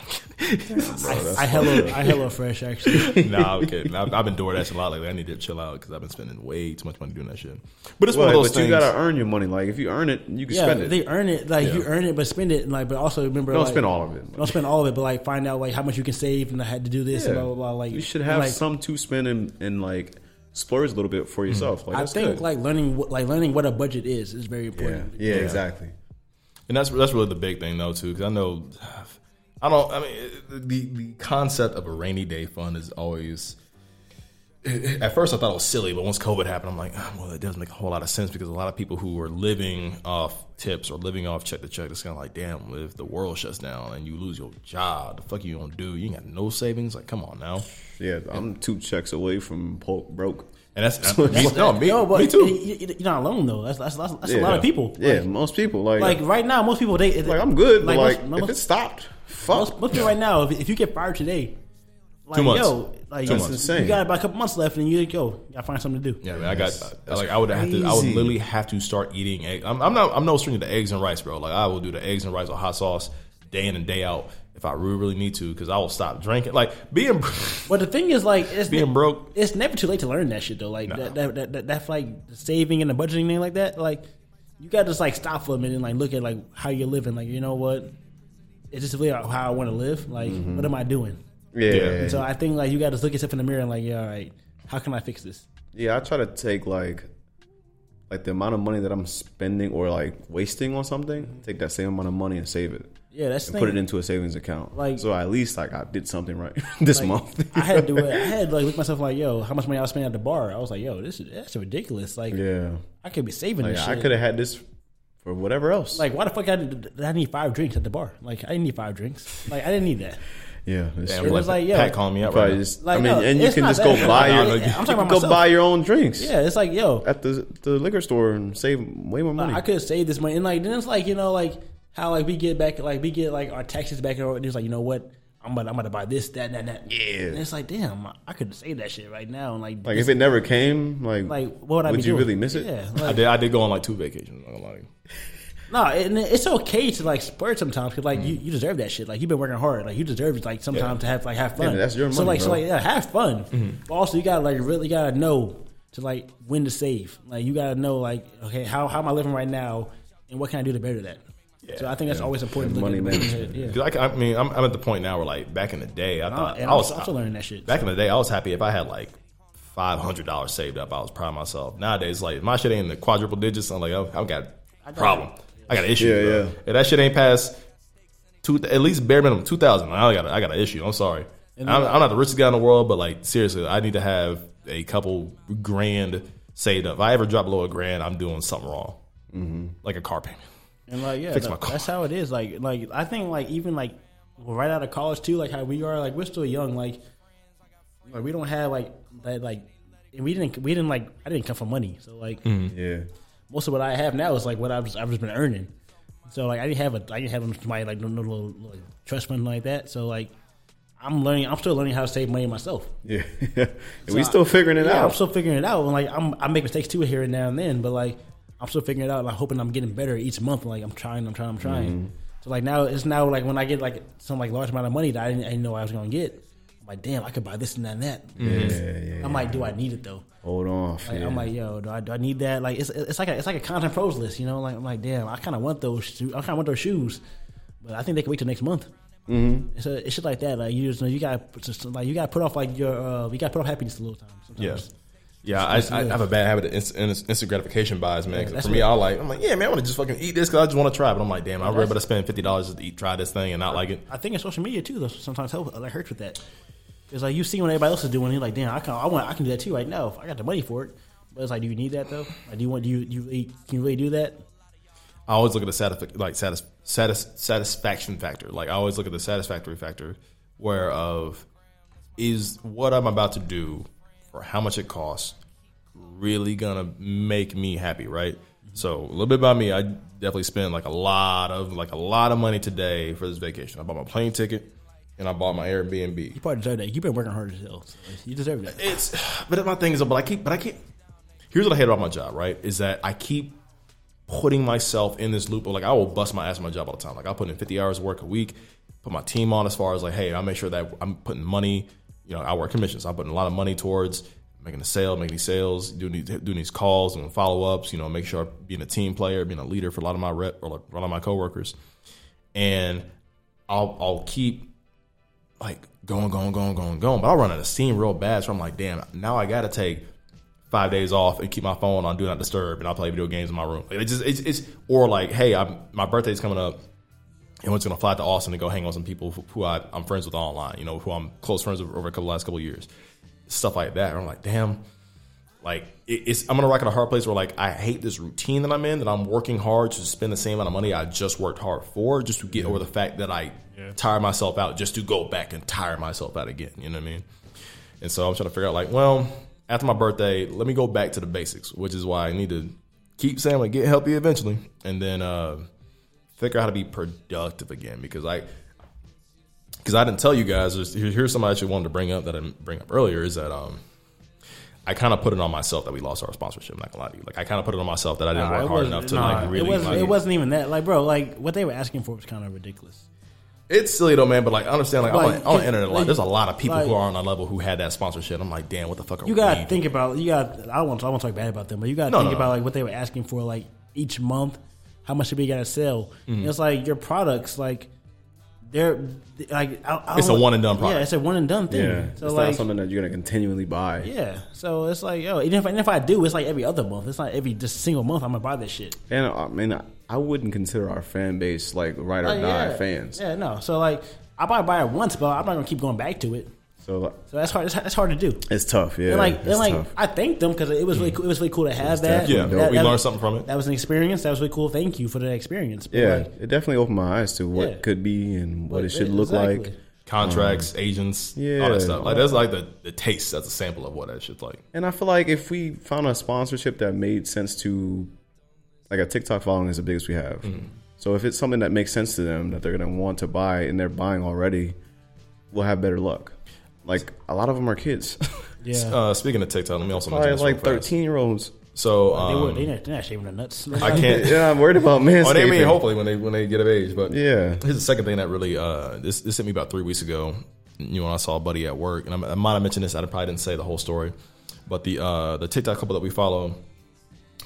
C: I'm kidding.
D: I hello I hello fresh actually.
C: nah, I'm kidding. I've, I've been door dashing a lot lately. I need to chill out because I've been spending way too much money doing that shit. But it's
A: Well,
C: one of those
A: but
C: things.
A: you gotta earn your money. Like if you earn it, you can
D: yeah,
A: spend it.
D: they earn it. Like you
C: Yeah.
D: earn it, but spend it. And like, but also remember,
A: Don't
D: like,
A: spend all of it.
D: Don't spend all of it, but like find out like how much you can save and how to do this
A: Yeah.
D: and blah blah blah. Like
A: you should have
D: like, Mm-hmm.
A: some to spend and, and like splurge a little bit for yourself. Like
D: I
A: that's
D: think
A: good.
D: like learning what like learning what a budget is is very
A: yeah,
D: important.
A: yeah, exactly.
C: And that's that's really the big thing though too, because I know I don't. I mean, the the concept of a rainy day fund is always. At first, I thought it was silly, but once COVID happened, I'm like, "Ah, well, it doesn't make a whole lot of sense because a lot of people who are living off tips or living off check to check, it's kind of like, damn, if the world shuts down and you lose your job, the fuck you gonna do? You ain't got no savings. Like, come on now.
A: Yeah, I'm two checks away from po- broke.
C: And that's me, no, me,
D: Yo, but
C: me too.
D: you- you- You're not alone though. That's that's, that's, that's a
A: Yeah.
D: lot of people.
A: Yeah, most people like
D: Like
A: like,
D: right now, most people they
A: I'm good, but
D: most-
A: like
D: most,
A: if it stopped, fuck.
D: most, most people right now, if, if you get fired today, like
C: Two months.
D: yo, like
C: Two
D: you-
C: months.
A: That's insane.
D: You got about a couple months left, and you go, I find something to do.
C: Yeah, man, I got like I would have to. I would
A: crazy.
C: literally have to start eating egg. I'm, I'm not. I'm no stranger to eggs and rice, bro. Like I will do the eggs and rice with hot sauce day in and day out if I really really need to, because I will stop drinking. Like being
D: But the thing is, like, it's
C: being broke.
D: It's never too late to learn that shit though. Like that, that, that, that that's like the saving and the budgeting thing like that. Like you gotta just like stop for a minute and like look at like how you're living. Like you know what? Is this really how I want to live? Like what am I doing?
A: Mm-hmm. yeah.
C: Yeah.
D: So I think like you got to look yourself in the mirror and like, yeah, all right, how can I fix this?
A: Yeah, I try to take like like the amount of money that I'm spending or like wasting on something, take that same amount of money and save it.
D: Yeah, that's the
A: And
D: thing.
A: put it into a savings account.
D: Like-
A: so at least like I did something right this month.
D: I had to do it. I had to, like look myself like, yo, how much money I was spending at the bar? I was like, yo, this is that's ridiculous. Like,
A: yeah.
D: I could be saving
A: Like,
D: this.
A: Oh, I
D: shit.
A: could have had this for whatever else.
D: Like, why the fuck I did, did I need five drinks at the bar? Like, I didn't need five drinks. Like, I didn't need that.
A: yeah, it's
C: Damn,
A: true.
D: was like, yeah.
C: Pat calling me out right
A: Probably
C: now.
A: just,
D: Like,
A: I mean,
D: no,
A: and you
D: it's
A: can
D: not
A: just
D: that.
A: go
D: Yeah,
A: buy
D: yeah,
A: your
D: yeah, I'm
A: you
D: talking
A: can
D: about
A: go
D: myself.
A: buy your own drinks
D: Yeah, it's like, yo,
A: at the the liquor store and save way more money.
D: I could have saved this money. And like, then it's like, you know, like how like we get back, like we get like our taxes back, and it's like, you know what? I'm about, I'm about to buy this, that, that, that.
A: Yeah.
D: And it's like, damn, I could have saved that shit right now. And like,
A: like
D: this-
A: if it never came, like
D: like what would I be
A: you
D: doing?
A: really miss it?
D: Yeah,
C: I
D: like,
C: did. I did go on like two vacations. I'm not gonna lie.
D: No, and it's okay to like splurge sometimes because like you, you deserve that shit. Like you've been working hard. Like you deserve like sometimes
C: Yeah.
D: to have like have fun.
A: Mm. Yeah, that's your
D: So
A: money,
D: like so
A: bro. Mm-hmm.
D: like yeah, have fun. But also you gotta like really gotta know to like when to save. Like you gotta know like okay how how am I living right now and what can I do to better that. so I think that's always important. to look
A: Money
D: at- look
A: management.
D: at- Yeah, Uh,
C: 'Cause I, ca- I mean, I'm, I'm at the point now where like back in the day, I thought
D: Oh, and
C: I was
D: I'm also learning that shit.
C: Back in the day, I was happy if I had like five hundred dollars saved up. I was proud of myself. Nowadays, like if my shit ain't in the quadruple digits. I'm like, oh, I've got a problem. I got an issue.
A: Yeah,
C: bro.
A: yeah.
C: If that shit ain't past two, at least bare minimum two thousand, I got a, I got an issue. I'm sorry. I'm, I'm not the richest guy in the world, but like seriously, I need to have a couple grand saved up. If I ever drop below a grand, I'm doing something wrong,
A: Mm-hmm.
C: like a car payment.
D: And like yeah,
C: Fix
D: tha-
C: my car.
D: that's how it is. Like like I think like even like well, right out of college too, like how we are, like we're still young. Like like we don't have like that like and we didn't we didn't
C: Mm-hmm.
D: like I didn't come from money. So like
A: Yeah.
D: most of what I have now is like what I've just, I've just been earning. So like I didn't have a I didn't have somebody like no, no little, little trust fund like that. So like I'm learning. I'm still learning how to save money myself.
A: Yeah, And we
D: So
A: still
D: I-
A: figuring it
D: yeah, I'm
A: out.
D: still figuring it out. And like I'm, I make mistakes too here and now and then, but like I'm still figuring it out. Like hoping I'm getting better each month. Like I'm trying, I'm trying, I'm trying.
A: Mm-hmm.
D: So like now it's now like when I get like some like large amount of money that I didn't, I didn't know I was gonna get. I'm like, damn, I could buy this and that and that.
A: Yeah, yeah.
D: I'm like, do I need it though?
A: Hold on.
D: Like, I'm like, yo, do I, do I need that? Like, it's it's like a, it's like a content pros list, you know? Like, I'm like, damn, I kind of want those. sho- I kind of want those shoes, but I think they can wait till next month.
A: Mhm.
D: It's a, it's shit like that. Like you just know you got just like you got to put off like your uh, you got to put off happiness a little time.
C: Yeah.
D: Sometimes.
C: Yeah, I, I have a bad habit of inst- inst- instant gratification bias, man. 'Cause
D: that's
C: for me,
D: what-
C: I like, I'm like, yeah, man, I want to just fucking eat this because I just want to try. But I'm like, damn, I'd rather spend fifty dollars just to eat, try this thing and not like it.
D: I think in social media too, though sometimes help like hurts with that. It's like you see what everybody else is doing, you're like, damn, I can I want I can do that too right now if I got the money for it. But it's like, do you need that though? Like, do you want do you do you really, can you really do that?
C: I always look at the satisf- like satis- satis- satisfaction factor. Like I always look at the satisfactory factor, where of is what I'm about to do or how much it costs really gonna make me happy, right? So a little bit about me, I definitely spent like a lot of like a lot of money today for this vacation. I bought my plane ticket and I bought my Airbnb.
D: You probably deserve that. You've been working hard as hell. So you deserve that.
C: It's but my thing is, but I keep, but I keep. Here's what I hate about my job, right? Is that I keep putting myself in this loop. Of, like I will bust my ass at my job all the time. Like I put in 50 hours of work a week, put my team on as far as like, hey, I make sure that I'm putting money. You know, I work commissions. I'm putting a lot of money towards making a sale, making these sales, doing these, doing these calls and follow ups. You know, make sure I'm being a team player, being a leader for a lot of my rep or like a lot of my coworkers, and I'll I'll keep like going, going, going, going, going. But I'll run out of steam real bad. So I'm like, damn, now I gotta take five days off and keep my phone on do not disturb and I'll play video games in my room. Like, It just it's, it's or like, hey, I'm my birthday's coming up. And I'm just gonna fly to Austin to go hang out with some people who, who I, I'm friends with online, you know, who I'm close friends with over a couple last couple years, stuff like that. And I'm like, damn, like it, it's I'm gonna rock in a hard place where like I hate this routine that I'm in that I'm working hard to spend the same amount of money I just worked hard for just to get over the fact that I tire myself out just to go back and tire myself out again. You know what I mean? And so I'm trying to figure out like, well, after my birthday, let me go back to the basics, which is why I need to keep saying like get healthy eventually, and then uh, figure out how to be productive again because I because I didn't tell you guys. there's- here- Here's something I actually wanted to bring up that I didn't bring up earlier is that um. I kind of put it on myself that we lost our sponsorship. I'm not gonna lie to you. Like I kind of put it on myself that I didn't
D: Nah,
C: work
D: it
C: hard
D: wasn't-
C: enough to
D: nah,
C: like really.
D: It wasn't.
C: like-
D: It wasn't even that. Like, bro, like what they were asking for was kind of ridiculous.
C: It's silly though, man. But like I understand. Like,
D: Like,
C: I'm, on, I'm on the internet a lot.
D: like-
C: There's a lot of people who
D: like-
C: are on that level who had that sponsorship. I'm like, damn, what the fuck? Are
D: You
C: we
D: gotta
C: doing?
D: think about. You got. I don't want. I won't talk bad about them, but you gotta
C: No,
D: think
C: no, no.
D: about like what they were asking for, like each month, how much we gotta sell. And
C: Mm-hmm.
D: it's like your products, like they're like. I, I
C: It's
D: don't-
C: a one and done
D: Yeah,
C: product.
D: it's a one and done thing.
A: yeah,
D: So
A: it's
D: like,
A: not something that you're gonna continually buy.
D: yeah. So it's like, yo, even if, even if I do, it's like every other month. It's not every just single month. I'm gonna buy this shit.
A: And I mean, I, I wouldn't consider our fan base like ride or
D: Like,
A: die
D: yeah.
A: fans.
D: Yeah, no. So like, I might buy it once, but I'm not gonna keep going back to it.
A: So like,
D: So that's hard. That's, that's hard to do.
A: it's tough. Yeah,
D: and like,
A: it's
D: and like,
A: tough. Mm.
D: I thanked them because it was really cool. It was really cool to have that.
C: Yeah,
D: that,
C: we
D: that-
C: learned something from it.
D: That was an experience. That was really cool. Thank you for that experience. But,
A: yeah,
D: like,
A: it definitely opened my eyes to what
D: Yeah.
A: could be and what
D: Like,
A: it should look
D: exactly.
A: like. Um,
C: contracts, agents, all
A: Mm. yeah.
C: that stuff. Like that's like the, the taste. That's a sample of what that shit's like.
A: And I feel like if we found a sponsorship that made sense to, like, a TikTok following is the biggest we have.
C: Mm-hmm.
A: So if it's something that makes sense to them that they're gonna want to buy and they're buying already, we'll have better luck. Like a lot of them are kids,
D: yeah,
C: Uh, speaking of TikTok, let me also mention
A: probably
C: this
A: like
C: real fast.
A: thirteen year olds.
C: So
D: they
C: um,
D: were they not, they're not shaving their nuts.
C: I can't.
A: Yeah, I'm worried about manscaping.
C: Oh, they mean hopefully when they when they get of age. But
A: Yeah.
C: here's the second thing that really uh, this this hit me about three weeks ago. You know, I saw a buddy at work, and I, I might have mentioned this. I probably didn't say the whole story, but the uh, the TikTok couple that we follow,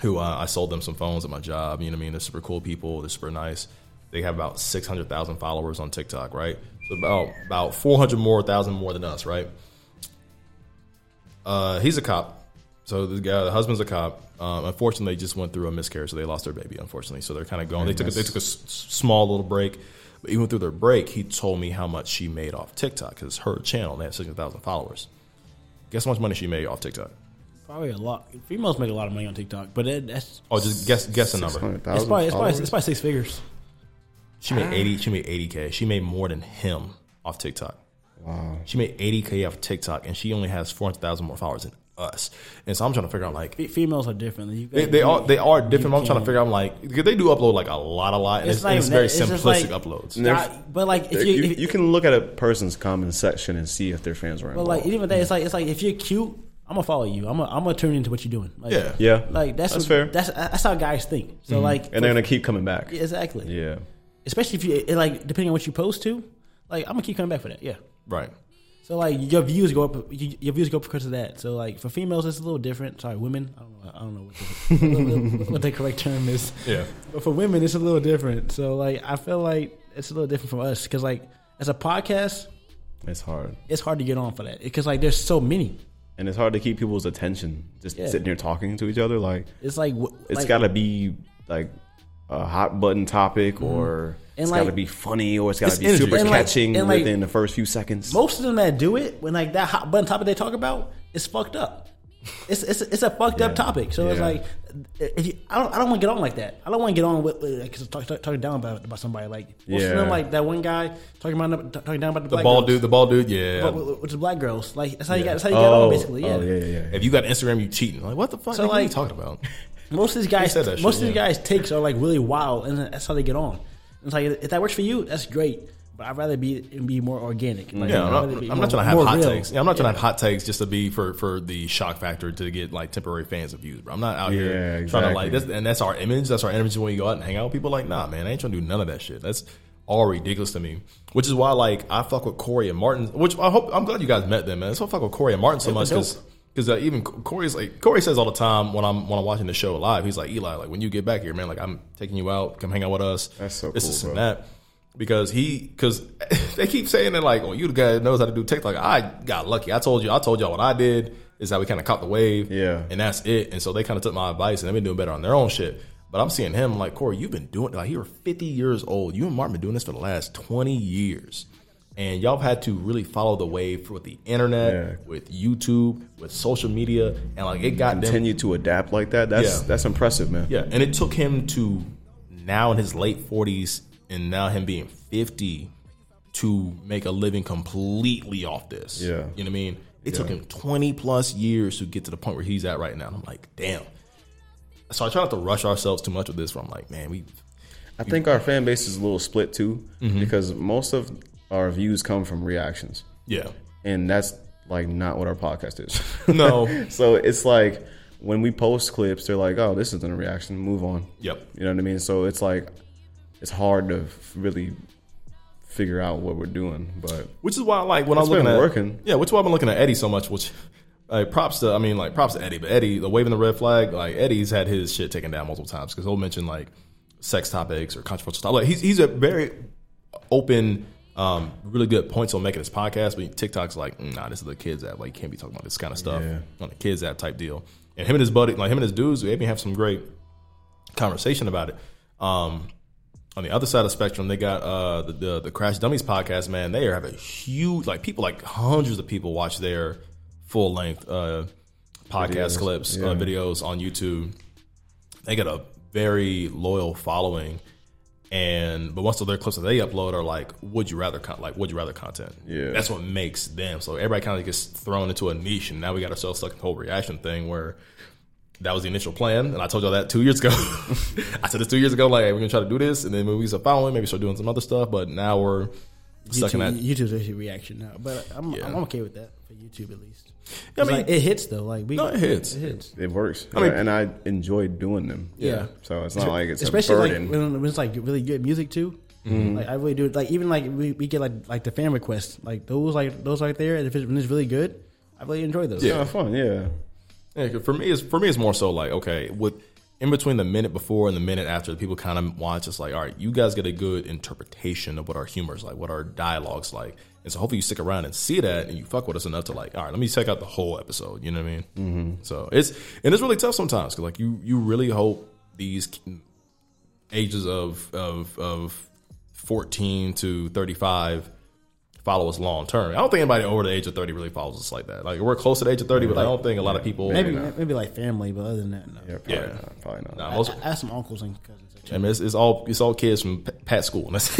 C: who uh, I sold them some phones at my job. You know what I mean? They're super cool people. They're super nice. They have about six hundred thousand followers on TikTok, right? So about about four hundred more thousand more than us, right? Uh, he's a cop. So the guy, the husband's a cop. Um, unfortunately, they just went through a miscarriage, so they lost their baby. Unfortunately, so they're kind of going. They took a, they took a s- s- small little break, but even through their break, he told me how much she made off TikTok because her channel they have sixty thousand followers. Guess how much money she made off TikTok?
D: probably a lot. Females make a lot of money on TikTok, but it, that's
C: Oh, just guess guess a number.
D: it's
A: 600,000
D: probably it's, probably
A: followers?
D: it's probably six figures.
C: She made
D: Ah.
C: eighty. She made eighty k. She made more than him off TikTok. Wow. She made eighty k off TikTok, and she only has four hundred thousand more followers than us. And so I'm trying to figure out like
D: Fe- females are different. You
C: they,
D: gotta
C: they
D: be-
C: are they are different.
D: you
C: I'm trying
D: can't-
C: to figure out like 'cause they do upload like a lot, a lot, and it's,
D: not
C: and it's
D: even
C: very
D: that. just
C: simplistic
D: like-
C: uploads.
D: Nah, but like if you,
F: you,
D: if,
F: you can look at a person's comment section and see if their fans were
D: but
F: involved.
D: like even that, it's like it's like if you're cute, I'm gonna follow you. I'm gonna, I'm gonna turn into what you're doing. Like,
C: Yeah.
F: yeah,
D: Like that's
F: That's
D: what-
F: fair. Mm-hmm.
D: That's that's how guys think. So like
F: and they're gonna keep coming back. Yeah,
D: exactly. Especially if you it, like depending on what you post to, like I'm gonna keep coming back for that. Yeah.
C: Right.
D: So like your views go up, you- your views go up because of that. So like for females, it's a little different. Sorry, women, I don't know, I don't know what the, what the correct term is.
C: Yeah.
D: But for women, it's a little different. So like I feel like it's a little different from us because like as a podcast,
F: it's hard,
D: it's hard to get on for that because like there's so many.
F: and it's hard to keep people's attention just
D: Yeah.
F: sitting here talking to each other. Like
D: It's like wh-
F: it's
D: like,
F: gotta be like a hot button topic, or
D: Mm-hmm. And,
F: it's gotta
D: like-
F: be funny, or it's gotta
C: It's
F: be
C: energy.
F: super
D: And, like-
F: catching
D: and, like,
F: within the first few seconds.
D: most of them that do it when like that hot button topic they talk about is fucked up. It's it's it's a fucked up topic. So it's
F: Yeah.
D: like if you, I don't I don't want to get on like that. I don't want to get on with with- like, 'cause talk, talk, talking down about about somebody like most of
F: Yeah.
D: them like that one guy talking about talking down about the,
C: The
D: black
C: ball
D: girls,
C: dude, the ball dude, yeah.
D: But with- with the black girls. Like that's how you got
C: Yeah.
D: that's how you got
F: oh,
D: on basically. Yeah.
F: oh, yeah, yeah, yeah.
C: if you got Instagram, you cheating. Like what the fuck?
D: So,
C: nigga, what are you
D: like-
C: talking about?
D: Most of these guys,
C: said that shit,
D: most of these
C: yeah.
D: guys' takes are like really wild, and that's how they get on. It's like if that works for you, that's great. But I'd rather be be more organic. Like,
C: Yeah,
D: I'd
C: I'm
D: rather
C: not,
D: be
C: I'm
D: more-
C: not trying to have
D: more
C: hot
D: real.
C: takes. Yeah, I'm not trying to have hot takes just to be for for the shock factor to get like temporary fans of views. Bro, I'm not out here
F: Yeah,
C: trying to
F: exactly.
C: like this, and that's our image. That's our image when you go out and hang out with people. Like, nah, man, I ain't trying to do none of that shit. That's all ridiculous to me. Which is why, like, I fuck with Corey and Martin. Which I hope I'm glad you guys met them, man. That's why I fuck with Corey and Martin so much because. Because uh, even Corey's like Corey says all the time when I'm when I'm watching the show live, he's like Eli, like when you get back here, man, like I'm taking you out, come hang out with us.
F: That's so
C: this
F: cool,
C: is
F: bro.
C: that because he because they keep saying that like, oh, you the guy that knows how to do TikTok. I got lucky. I told you. I told y'all what I did is that we kind of caught the wave.
F: Yeah.
C: and that's it. And so they kind of took my advice and they've been doing better on their own shit. But I'm seeing him like Corey. You've been doing like you're 50 years old. You and Martin been doing this for the last 20 years. And y'all have had to really follow the wave with the internet,
F: Yeah.
C: with YouTube, with social media, and like it got them
F: continue to adapt like that. That's
C: Yeah.
F: that's impressive, man.
C: yeah, and it took him to now in his late forties and now him being fifty to make a living completely off this.
F: Yeah.
C: you know what I mean. It took him twenty plus years to get to the point where he's at right now. And I'm like, damn. So I try not to rush ourselves too much with this. Where I'm like, man, we
F: I think our fan base is a little split too,
C: Mm-hmm.
F: because most of our views come from reactions,
C: yeah,
F: and that's like not what our podcast is.
C: no,
F: so it's like when we post clips, they're like, "Oh, this isn't a reaction. Move on."
C: Yep.
F: You know what I mean? So it's like it's hard to f- really figure out what we're doing, but
C: Which is why, like, when
F: It's
C: I'm looking
F: been
C: at
F: working.
C: yeah, which is why I've been looking at Eddie so much. Which, like, props to, I mean, like, props to Eddie. But Eddie, the waving the red flag, like, Eddie's had his shit taken down multiple times because he'll mention like sex topics or controversial topics. Like, he's he's a very open, um, really good points on making his podcast. But TikTok's like, "Mm, nah, this is the kids app. Like, you can't be talking about this kind of stuff
F: Yeah.
C: on the kids app type deal. And him and his buddy, like him and his dudes, they even have some great conversation about it. Um, on the other side of the spectrum, they got uh, the, the the Crash Dummies podcast. Man, they have a huge like people like hundreds of people watch their full length uh, podcast
F: Videos,
C: clips,
F: yeah.
C: uh, videos on YouTube. They got a very loyal following, and but most of their clips that they upload are like would you rather con- like would you rather content.
F: Yeah.
C: that's what makes them. So everybody kind of gets thrown into a niche, and now we got ourselves stuck in the whole reaction thing where that was the initial plan, and I told y'all that two years ago. I said this two years ago, like hey, we're gonna try to do this, and then maybe we start following, maybe start doing some other stuff. But now we're stuck in that.
D: YouTube, YouTube's actually reaction now, but I'm,
C: Yeah.
D: I'm okay with that for YouTube at least.
C: I
D: I
C: mean-
D: mean, it hits though. Like we,
C: No, it hits.
D: It hits.
F: it works.
C: mean-
F: and I enjoy doing them.
D: Yeah.
F: So it's not like it's
D: Especially
F: a
D: like
F: burden.
D: when, when it's like really good music too.
C: Mm-hmm.
D: Like I really do. Like even like we, we get like like the fan requests, like those like those right there. And if it's, when it's really good, I really enjoy those.
F: yeah, fun. Yeah.
C: Yeah, 'cause for me, it's for me, it's more so like okay, with in between the minute before and the minute after, people kind of watch. It's like, all right, you guys get a good interpretation of what our humor's like, what our dialogues like, and so hopefully you stick around and see that, and you fuck with us enough to like, all right, let me check out the whole episode. You know what I mean? Mm-hmm. So it's and it's really tough sometimes because like you you really hope these ages of of of fourteen to thirty five follow us long term. I don't think anybody over the age of thirty really follows us like that. Like we're close to the age of thirty, but I don't think a lot of people
D: Maybe maybe like family, but other than that, no.
F: Yeah. Probably
C: Yeah.
F: not. Probably not.
C: Nah,
D: I,
C: most
D: I have some uncles and cousins.
C: I mean, it's, it's all it's all kids from P- Pat school. And that's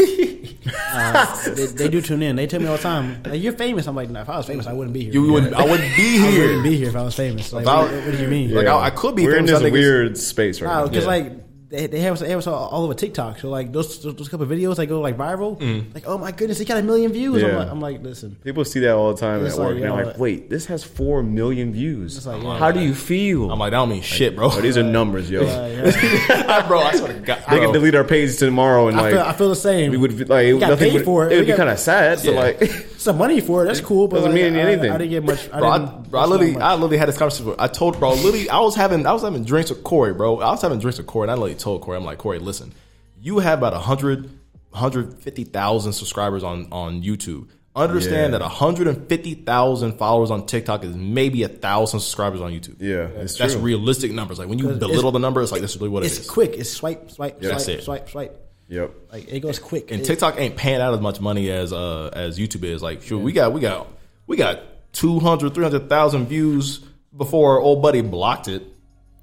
D: Uh, they, they do tune in. They tell me all the time, like, "You're famous." I'm like, "No, if I was famous, I wouldn't be here."
C: You wouldn't- I wouldn't be
D: I
C: here.
D: wouldn't be here if I was famous. Like,
C: If I-
D: what, what do you mean?
C: Like, I- I could be
A: We're in
C: famous, I
A: this
C: think it's-
A: weird space right now.
D: because
C: Yeah.
D: like they, they have us, they have us all, all over TikTok. So like those those, those couple of videos that go like viral,
C: Mm.
D: like oh my goodness, he got a million views. I'm,
A: Yeah.
D: like, I'm like, listen,
A: People see that all the time
D: It's
A: at work.
D: like,
A: and they're
D: yo,
A: like, wait, this has four million views.
D: like,
A: How do you feel?
C: I'm like, that don't mean shit, bro.
A: Oh, these are numbers, yo.
C: bro, I swear to God,
A: They can
C: bro.
A: delete our page tomorrow, and
D: I
A: like
D: feel I feel the same.
A: we would like
D: got
A: nothing
D: paid
A: would,
D: for it.
A: it.
D: We
A: would be
D: got-
A: kind of sad. So
C: Yeah.
A: like,
D: some money for it. That's cool, but
A: Doesn't
D: like,
A: mean
D: I-
A: anything.
D: I, didn't get much. I
C: Bro, I,
D: didn't,
C: bro, I literally, I literally had this conversation. With, I told bro, literally, I was having, I was having drinks with Corey, bro. I was having drinks with Corey, and I literally told Corey, I'm like, Corey, listen, you have about 100, 150,000 subscribers on on YouTube. Understand
A: Yeah.
C: that 150,000 followers on TikTok is maybe a thousand subscribers on YouTube.
A: Yeah, it's
C: that's
A: true.
C: realistic numbers. Like when you belittle the number, it's like this is really what
D: it's
C: it is.
D: quick. It's swipe, swipe,
C: That's
D: swipe,
C: it.
D: swipe, swipe.
A: yep.
D: Like it goes quick.
C: and
D: It-
C: TikTok ain't paying out as much money as uh as YouTube is. Like, sure, we got we got we got 200, 300,000 views before our old buddy blocked it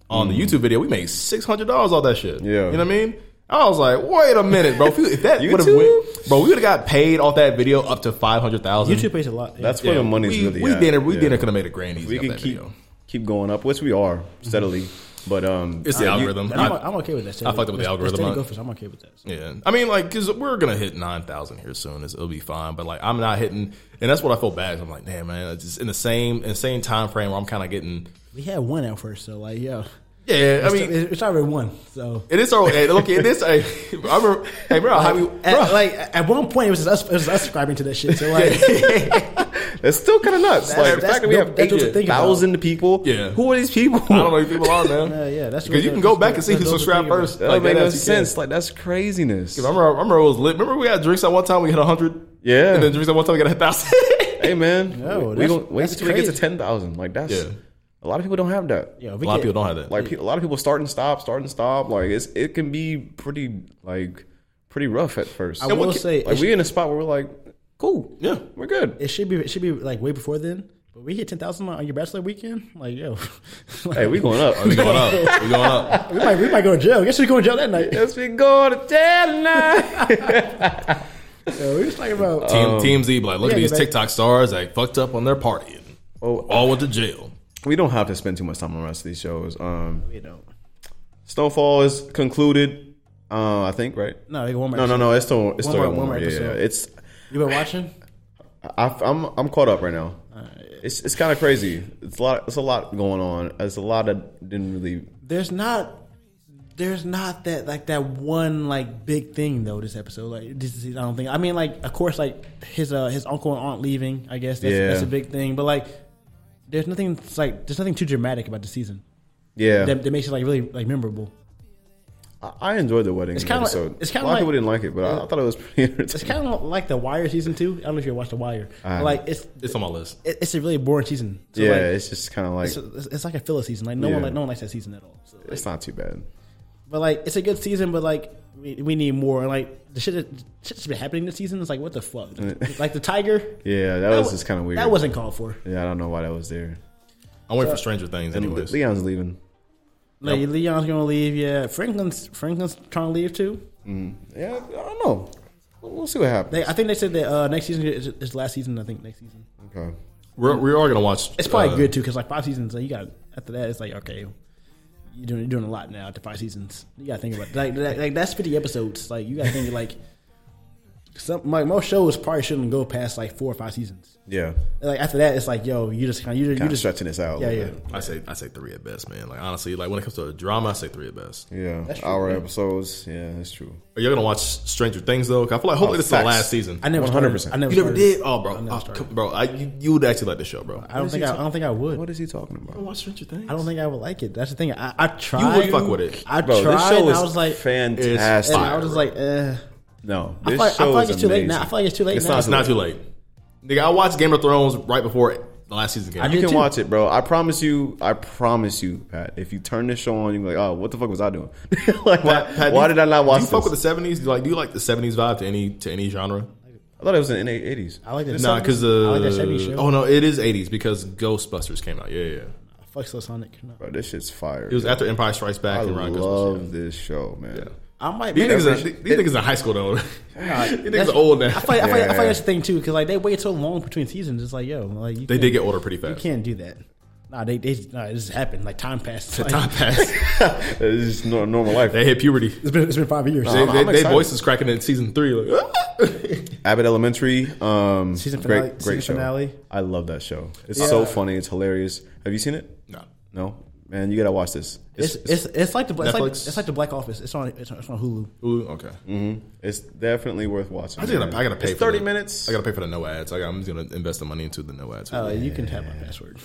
C: on the YouTube video. We made six hundred dollars off that shit.
A: Mm. Yeah.
C: you know what I mean. I was like, wait a minute, bro. If, you, if that would have
A: YouTube?
C: went, bro, we would have got paid off that video up to five hundred thousand.
D: YouTube pays a lot. yeah.
A: That's where the money's
C: we,
A: really
C: We
A: at.
C: dinner, we
A: Yeah.
C: dinner could have made a grand easy.
A: We
C: off
A: can
C: that
A: keep
C: video.
A: keep going up, which we are steadily. But um,
C: It's the
A: yeah, you-
C: algorithm.
D: And I'm, I'm okay with that.
C: I fucked up with the algorithm.
D: Steady
C: I-
D: gophers, I'm okay with that.
C: Yeah, I mean, like, cause we're gonna hit nine thousand here soon. It's, it'll be fine. But like, I'm not hitting, and that's what I feel bad. I'm like, damn, man, it's just in the same in the same time frame where I'm kind of getting.
D: We had one at first, so like, yeah.
C: Yeah, I
D: I
C: mean,
D: mean, it's already one. So
C: it is our hey, look. It is. Hey, I remember. Hey, remember how we?
D: at, like at one point, it was us, it was us subscribing to that shit. So like,
A: It's still kind of nuts.
D: That's-
A: like the
D: that's
A: fact that we
D: dope-
A: have
D: that's what to think about.
A: 8,000 people.
C: Yeah.
A: Who are these people?
C: I don't know if people are man.
D: Yeah, yeah, that's
C: because you
D: what-
C: can go
D: that's
C: back
D: what-
C: and see who
D: that's what I'm
C: subscribed first.
A: That don't make
C: that
A: no
C: you can.
A: sense. Like, that's craziness.
C: I remember, I remember it was lit. Remember we had drinks at one time. We hit hundred.
A: Yeah.
C: and then drinks at one time we got a thousand.
A: Hey, man.
D: No,
A: we
D: that's-
A: don't, wait
D: that's
A: until we get to
D: crazy.
A: 10,000. Like, that's.
C: Yeah.
A: A lot of people don't have that.
D: yeah,
C: A
D: we
C: lot of
D: get-
C: people don't have that.
A: Like, pe- a lot of people start and stop, start and stop. Like, it's it can be pretty, like, pretty rough at first.
D: I will
C: can-
D: say,
A: like,
D: it,
A: we in a spot where we're like, cool.
C: yeah,
A: We're good.
D: it should be it should be like way before then. But we hit ten thousand on your bachelor weekend. Like, yo,
A: Hey, we going up.
C: we going up. We going up.
D: we might we might go to jail. Guess we going to jail that night.
A: Yes, we going to town now.
D: So we was talking about
C: Team
A: Um,
C: Team Z, be like, look
D: yeah,
C: at these
D: get back-
C: TikTok stars that fucked up on their party. and
A: Oh.
C: all went to jail.
A: we don't have to spend too much time on the rest of these shows. Um,
D: you know.
A: Snowfall is concluded. Uh, I think right.
D: No, they got one more
A: No, no, no. It's still it's
D: One
A: still
D: more-
A: got
D: one
A: one more.
D: more
A: Yeah, yeah.
D: episode.
A: It's
D: You been watching?
A: I, I'm I'm caught up right now. It's it's kind of crazy. It's a lot. It's a lot going on. It's a lot that didn't really.
D: There's not. There's not that like that one like big thing though. This episode, like this is, I don't think. I mean, like of course, like his uh, his uncle and aunt leaving. I guess that's,
A: Yeah.
D: that's a big thing. But like, there's nothing it's like there's nothing too dramatic about the season
A: Yeah,
D: that, that makes it like really like memorable.
A: I, I enjoyed the wedding
D: It's kinda like-
A: episode.
D: it's
A: a
D: kinda
A: lot of
D: like-
A: people didn't like it, but I, I thought it was pretty
D: It's
A: entertaining.
D: kind of like the Wire season two. I don't know if you watched the Wire. But, like it's
C: It's on my list.
D: it- it's a really boring season. So,
A: Uh-huh. yeah,
D: like,
A: it's just kind of like
D: it's,
A: it's,
D: it's, it's like a filler season. Like no one
A: Yeah.
D: like no one likes that season at all. So, like,
A: not too bad.
D: But like, it's a good season. But like, we, we need more. And like, the shit that shit's been happening this season is like, what the fuck? like the tiger.
A: Yeah, that, was, just kind of weird.
D: That wasn't called for.
A: Yeah, I don't know why that was there.
C: I'm waiting for Stranger Things,
A: And
C: anyways.
A: Leon's leaving.
D: Like Leon's gonna leave. Yeah, Franklin's Franklin's trying to leave too.
C: Mm.
A: Yeah, I don't know. We'll we'll see what happens.
D: They, I think they said that uh, next season is, is last season. I think next season.
A: okay.
C: We're, we are gonna watch.
D: It's probably
C: uh,
D: good too because like five seasons. Like, you got after that. It's like okay, you're doing you're doing a lot now after five seasons. You gotta think about like like, like that's fifty episodes. Like you gotta think like. Some, like most shows probably shouldn't go past like four or five seasons.
A: Yeah,
D: like after that, it's like, yo, you just kind of you, you
A: kind of
D: just
A: stretching this out. a
D: Yeah,
A: little
D: yeah.
A: bit.
C: I say I say three at best, man. Like honestly, like when it comes to drama, I say three at best.
A: Yeah, hour episodes. Yeah, that's true.
C: Are you gonna watch Stranger Things though? 'Cause I feel like
A: Oh,
C: hopefully this is the
A: facts.
C: last season.
D: I never
A: 100%.
D: started. I never
C: you never
D: started.
C: did, oh bro,
D: never
C: Oh,
D: started.
C: come- bro. I, you, you would actually like this show, bro.
D: I don't think I, I don't think I would.
A: is he talking about?
C: watch Stranger Things.
D: I don't think I would like it. That's the thing. I, I tried.
C: you would fuck with it.
D: I
A: Bro,
D: tried.
A: this show
D: and
A: is
D: I was like,
A: fantastic.
D: and I was just like, eh.
A: no,
D: I
A: this
D: feel, like, I
A: show
D: feel like
A: is
D: it's too late
A: amazing.
D: now. I feel like it's too late
A: It's
D: now.
A: not
C: it's not too late. Nigga, I watched Game of Thrones right before it, the last season came. out.
A: You
D: did
A: can
D: too.
A: watch it, bro. I promise you. I promise you, Pat. If you turn this show on, you're like, oh, what the fuck was I doing? like,
C: Pat- Pat,
A: why
C: do you-
A: did I not watch
C: Do you
A: this?
C: fuck with the seventies? Like, do you like the seventies vibe to any to any genre?
A: I thought it was in the 80s.
D: I like that.
C: Nah, because uh,
D: I like that seventies show.
C: oh no, it is eighties because Ghostbusters came out. Yeah, yeah. yeah.
D: fuck so Sonic. No.
A: Bro, this shit's fire.
C: It was after Empire Strikes Back
A: I
C: and Ryan Ghostbusters.
A: love this show, man.
C: Yeah.
D: I might.
C: These
D: man, I
C: niggas, are,
D: appreciate-
C: these niggas in high school though. these niggas
D: That's-
C: are old now.
D: I find, I, find, I find that's the thing too, because like they wait so long between seasons. It's like, yo, like you
C: They
D: can't-
C: did get older pretty
D: You
C: fast.
D: can't do that. Nah, they, they nah, it just happened. Like time passed. Like,
C: Time passed.
F: It's just nor- normal life.
C: They hit puberty.
D: It's been it's been five years.
C: They,
F: I'm-
C: they,
F: I'm
C: they
F: excited.
C: voices cracking in season three. Like, "Ah!"
F: Abbott Elementary. Um,
D: Season
F: great,
D: finale-
F: great
D: season
F: show.
D: finale.
F: I love that show. It's so funny. It's hilarious. Have you seen it?
C: no.
F: No, man, you gotta watch this.
D: It's,
F: It's
D: it's, it's, like the it's like,
C: Netflix?
D: it's like the Black Office. It's on it's on, it's on Hulu.
C: Ooh, okay.
F: Mm-hmm. it's definitely worth watching.
C: I just gotta,
F: man.
C: I gotta pay.
F: It's
C: for
F: Thirty
C: the-
F: minutes.
C: I gotta pay for the no ads. I, I'm just gonna invest the money into the no ads.
D: Uh, You can have my password.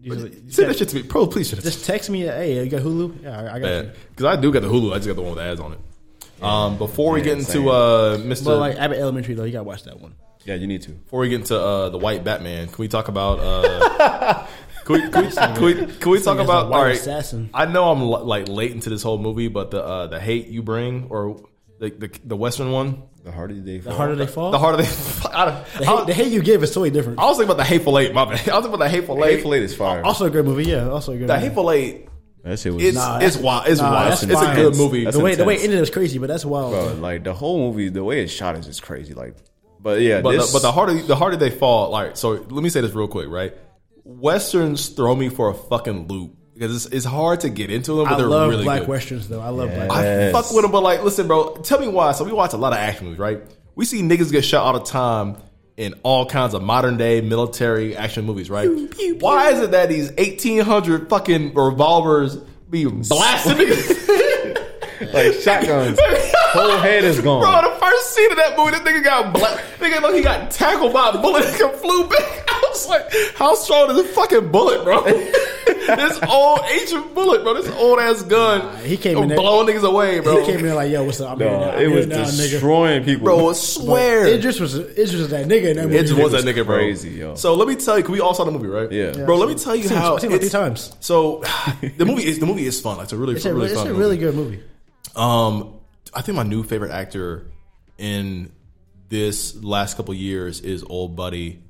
D: Usually, you
C: Send that
D: got-
C: shit to me, bro. Please, send it
D: just text me. Hey, you got Hulu? Yeah, I, I got you.
C: because I do got the Hulu. I just got the one with the ads on it. Um, before we get
F: same.
C: into uh, Mr.
D: But like Abbott Elementary though, you gotta watch that one.
F: Yeah, you need to.
C: before we get into uh, the White Batman, can we talk about? Uh, can, we, can, we, can, we, can we talk
D: Singing as
C: about?
D: a white
C: All right,
D: assassin.
C: I know I'm li- like late into this whole movie, but the uh, the hate you bring or the the, the Western one,
F: The harder they fall.
D: The harder they fall,
C: the harder they. I, don't-
D: the,
C: I,
D: hate, the hate you give is totally different.
C: I was thinking about the Hateful Eight. My bad. I was thinking about the Hateful Eight.
F: Hateful Eight is fire.
D: Also a good movie. Yeah, also a good.
C: The
D: movie.
C: Hateful Eight.
F: That shit was
C: It's
D: Nah, that's-
C: it's wild. It's
D: nah,
C: wild.
D: that's
C: It's a
D: fine.
C: good movie.
F: That's
D: the way the way it
F: intense.
D: ended was crazy, but that's wild.
F: bro, like the whole movie. The way it's shot is just crazy. Like, but yeah,
C: But the,
F: this,
C: but the harder the harder they fall, like so. Let me say this real quick, right? Westerns throw me for a fucking loop because it's, it's hard to get into them. But
D: I
C: they're
D: love
C: really
D: black
C: good.
D: westerns though. I love black.
C: I
D: Westerns.
C: fuck with them, but like, listen, bro. Tell me why. So we watch a lot of action movies, right? We see niggas get shot all the time in all kinds of modern day military action movies, right? why is it that these eighteen hundred fucking revolvers be blasting niggas?
F: like shotguns. whole head is gone.
C: Bro, the first scene of that movie, that nigga got black. Nigga, look, he got tackled by a bullet and flew back. I was like, how strong is this fucking bullet, bro? this old ancient bullet, bro. This old ass gun.
D: he came in there-
C: blowing niggas away, bro.
D: He came in like, yo, what's up? I'm here now.
F: Nah,
D: I'm
F: it
D: here
F: was
D: now, nigga.
F: destroying people.
C: Bro, I swear. It
D: Idris was Idris was that nigga in that movie.
C: just was that nigga, bro.
F: crazy, yo.
C: So let me tell you, 'cause we all saw the movie, right?
F: Yeah. Yeah.
C: Bro, let me tell you
D: Seen-
C: how
D: seen it like
C: it's-
D: three times.
C: So the movie is the movie is fun. Like, it's a really,
D: It's a,
C: really
D: it's
C: fun
D: a
C: movie.
D: really good movie.
C: Um, I think my new favorite actor in this last couple years is old buddy.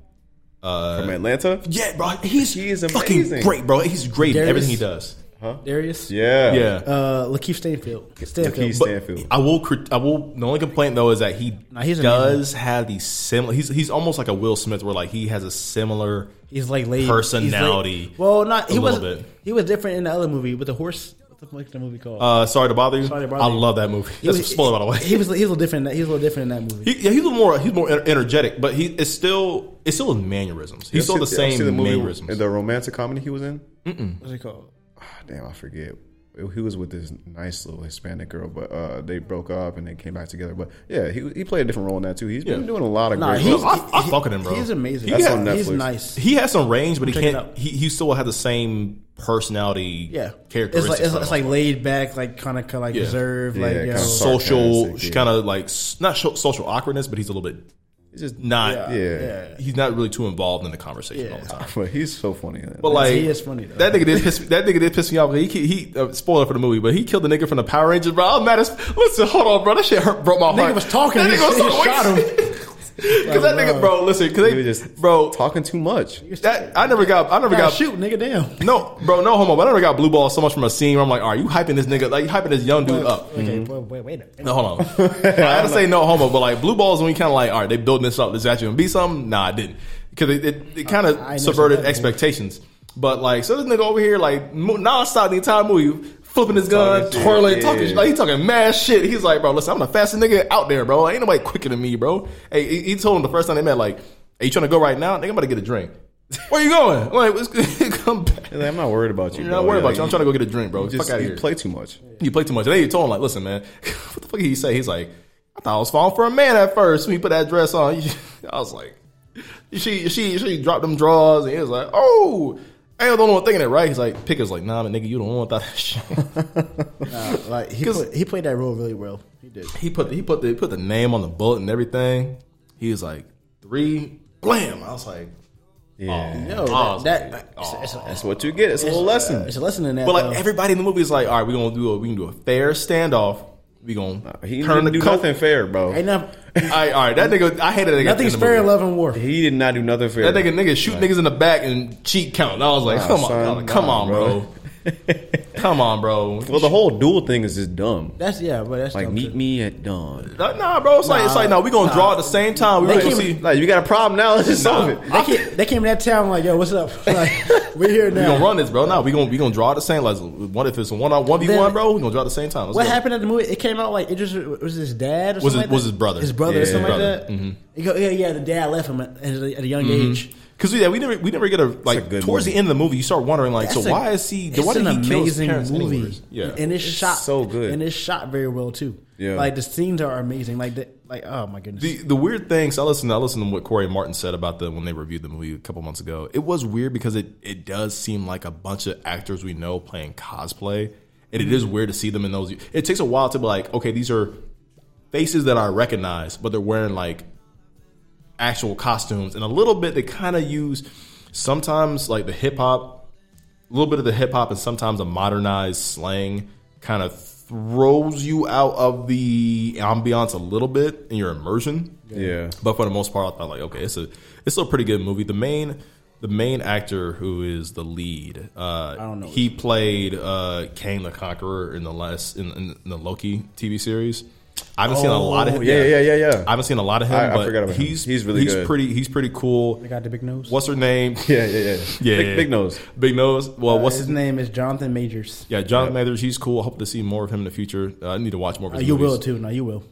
C: uh,
F: from Atlanta.
C: Yeah, bro, he's
F: He is
C: fucking
F: amazing.
C: great, bro. He's great in
D: Darius?
C: everything he does.
D: Darius,
F: Yeah,
C: Yeah,
D: uh, Lakeith Stanfield, Stanfield.
F: Lakeith
C: but
F: Stanfield.
C: I will. crit- I will. The only complaint though is that he
D: Nah, he's
C: does have the similar. He's he's almost like a Will Smith, where like he has a similar.
D: He's like laid he's
C: Personality
D: laid- well, not he
C: a
D: was
C: little bit.
D: he was different in the other movie with the horse. What the fuck is the movie called?
C: Uh, sorry to bother you.
D: Sorry to Bother
C: I
D: You.
C: love that movie. That's a
D: was-
C: spoiler, by the way.
D: He was he was a little different. in that- He was a little different in that movie.
C: He, yeah, he's a little more he's more ener- energetic, but he it's still it's still his mannerisms. He's still the
F: Y'all see- y'all
C: same
F: see the movie,
C: mannerisms.
F: The romantic comedy he was in.
D: What's it called?
F: Ah, Damn, I forget. He was with this nice little Hispanic girl, but uh, they broke up and they came back together. But yeah, he, he played a different role in that too. He's been
C: Yeah.
F: doing a lot of
D: Nah,
F: great.
D: he's
F: roles.
C: I- I fuck with him, bro.
D: He's amazing.
F: That's on
D: He's
F: Netflix.
D: nice.
C: he has some range, but he
D: Check it
C: can't.
D: out.
C: He, he still has the same personality.
D: Yeah, It's
C: characteristics.
D: like it's,
C: for the
D: it's
C: most
D: like
C: part.
D: laid back, like kind of like
C: Yeah.
D: reserved,
F: Yeah,
D: like
F: kinda
D: yo.
F: soft.
C: social,
F: Sarcastic, yeah.
C: kind of like s- not sho- social awkwardness, but he's a little bit
F: He's just
C: not.
F: yeah.
C: He's not really too involved in the conversation all the time.
F: But he's so funny. in it.
C: But like
D: he is funny, though.
C: That nigga did piss. That nigga did piss me off. He he uh, spoiler for the movie, but he killed the nigga from the Power Rangers, bro. I'm mad as listen. Hold on, bro. That shit hurt, broke my
D: Nigga
C: heart.
D: was talking,
C: That
D: he-
C: nigga was
D: he
C: talking.
D: shot
C: Because that nigga, bro. Listen, because
F: he
C: they
F: was just
C: bro.
F: talking too much.
C: That I never got. I never
D: Gotta
C: got.
D: shoot, nigga, down.
C: No, bro, no homo. But I never got blue ball so much from a scene where I'm like, all right, you hyping this nigga, like you hyping this young dude up.
F: Mm-hmm.
D: Okay, well, wait, wait, a minute.
C: No, hold on. I had to say no homo, but like blue balls when you kind of like, all right, they building this up. This is actually gonna be something. Nah, I didn't because it, it, it kind
D: I know
C: of subverted
D: something.
C: expectations. But like, so this nigga over here like mo- nonstop the entire movie. Flipping his gun,
F: Talking shit,
C: twirling,
F: yeah.
C: talking shit. Like, he talking mad shit. He's like, bro, listen, I'm the fastest nigga out there, bro. Ain't nobody quicker than me, bro. Hey, he, he told him the first time they met, like, hey, you trying to go right now? Nigga, I'm about to get a drink. Where you going? I'm like, what's, come back.
F: He's like, I'm not worried about you.
C: You're
F: bro.
C: not worried
F: Yeah,
C: about you. I'm
F: you-
C: trying to go get a drink, bro.
F: you just
C: Fuck out
F: you
C: here.
F: play too much.
C: You play too much. They told him like, listen, man, what the fuck did he say? He's like, I thought I was falling for a man at first when he put that dress on. I was like, she she she dropped them drawers and he was like, oh, I ain't the only one thinking it, right? He's like, Pickers like, nah, man, nigga, you the only one thought that shit.
D: Like he
C: 'Cause-
D: played, he played that role really well. He did.
C: he put he put the he put the name on the bullet and everything. He was like three, blam. I was like,
F: Yeah,
D: No,
C: Oh,
D: that, that it's, it's, a, it's,
F: that's what you get. It's a little lesson.
D: it's a lesson in that.
C: but like
D: though.
C: everybody in the movie is like, all right, we gonna do a we can do a fair standoff. We gonna
F: He
C: turn
F: didn't
C: the
F: do
C: coat.
F: nothing fair, bro.
D: ain't no-
C: All right, all right, that nigga, I hated that nigga.
D: nothing's
C: in the
D: fair
C: movie.
D: in love and war.
F: He did not do nothing fair.
C: That nigga nigga shoot niggas in the back and cheat count. I was like,
F: Nah,
C: come on,
F: son,
C: dog, come
F: nah,
C: on, bro.
F: bro.
C: Come on, bro.
F: Well, the whole duel thing is just dumb.
D: That's yeah, but that's
F: like
D: dumb,
F: meet me at dawn.
C: Nah, Nah, bro. It's like it's like no, we gonna draw at the same time. We
D: They
C: gonna
D: keep-
C: see.
F: Like you got a problem now? Let's just solve it.
D: They came, they came in that town like, yo, what's up? Like, we're here
C: We gonna
D: now.
C: run this, bro. Nah, we gonna we gonna draw at the same. Like, what if it's a one on one v one,
D: Then-
C: bro? We gonna draw at the same time. Let's
D: What
C: go.
D: happened at the movie? It came out like it just was his dad or something
C: Was his-
D: like that?
C: was his brother.
D: His brother
C: Yeah,
D: or
C: his
D: something
C: brother. Mm-hmm.
D: like that. You go, yeah, yeah. The dad left him at, at a at a young age.
C: Because yeah, we never we never get a like
F: Mm-hmm. good
C: towards the
F: movie.
C: end of the movie, you start wondering like,
D: That's
C: so
D: a-
C: why is he?
D: It's
C: Why did
D: an
C: he kill his
D: amazing
C: parents
D: movie,
C: anyways? Yeah,
D: and it's, shot
F: so good.
D: and it's shot very well too.
F: Yeah.
D: like the scenes are amazing. Like, the, like oh my goodness,
C: The the weird thing, so I listened I listened to what Corey Martin said about the when they reviewed the movie a couple months ago. It was weird because it, it does seem like a bunch of actors we know playing cosplay. And it is
D: Mm-hmm.
C: weird to see them in those it takes a while to be like, okay, these are faces that I recognize, but they're wearing like actual costumes. And a little bit they kinda use sometimes like the hip hop a little bit of the hip hop and sometimes a modernized slang kind of throws you out of the ambiance a little bit in your immersion.
F: Yeah.
C: But for the most part, I thought like, okay, it's a it's still a pretty good movie. The main the main actor who is the lead, uh,
D: don't know.
C: he played uh, Kang the Conqueror in the last in, in, in the Loki TV series. I haven't seen a lot of him.
F: Oh, yeah, yeah, yeah, yeah.
C: I haven't seen a lot of him.
F: I- I
C: but
F: forgot about him.
C: he's
F: He's really
C: he's
F: good.
C: pretty he's pretty cool.
D: they got the big nose.
C: What's her name?
F: Yeah, yeah, yeah.
C: Yeah,
F: big,
C: yeah.
F: big nose.
C: Big nose. Well,
D: Uh,
C: what's
D: his
C: his
D: name is Jonathan Majors.
C: yeah, John Mathers, he's cool. I hope to see more of him in the future. Uh, I need to watch more of
D: Uh,
C: his
D: you will
C: movies.
D: too. No, you will.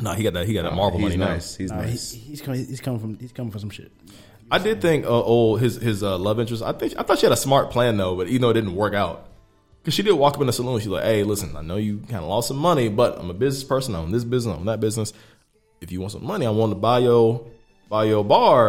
C: No, he got that. He got that Marvel
F: Oh, he's
C: money
F: nice. He's
D: Uh, he,
F: nice.
D: he's coming. He's coming from. He's coming for some shit.
C: now. I did think, uh, oh, his his uh, love interest. I think I thought she had a smart plan though, but even though it didn't work out, because she did walk up in the saloon. She's like, "Hey, listen, I know you kind of lost some money, but I'm a business person. I own this business. I own that business. If you want some money, I want to buy your buy your bar."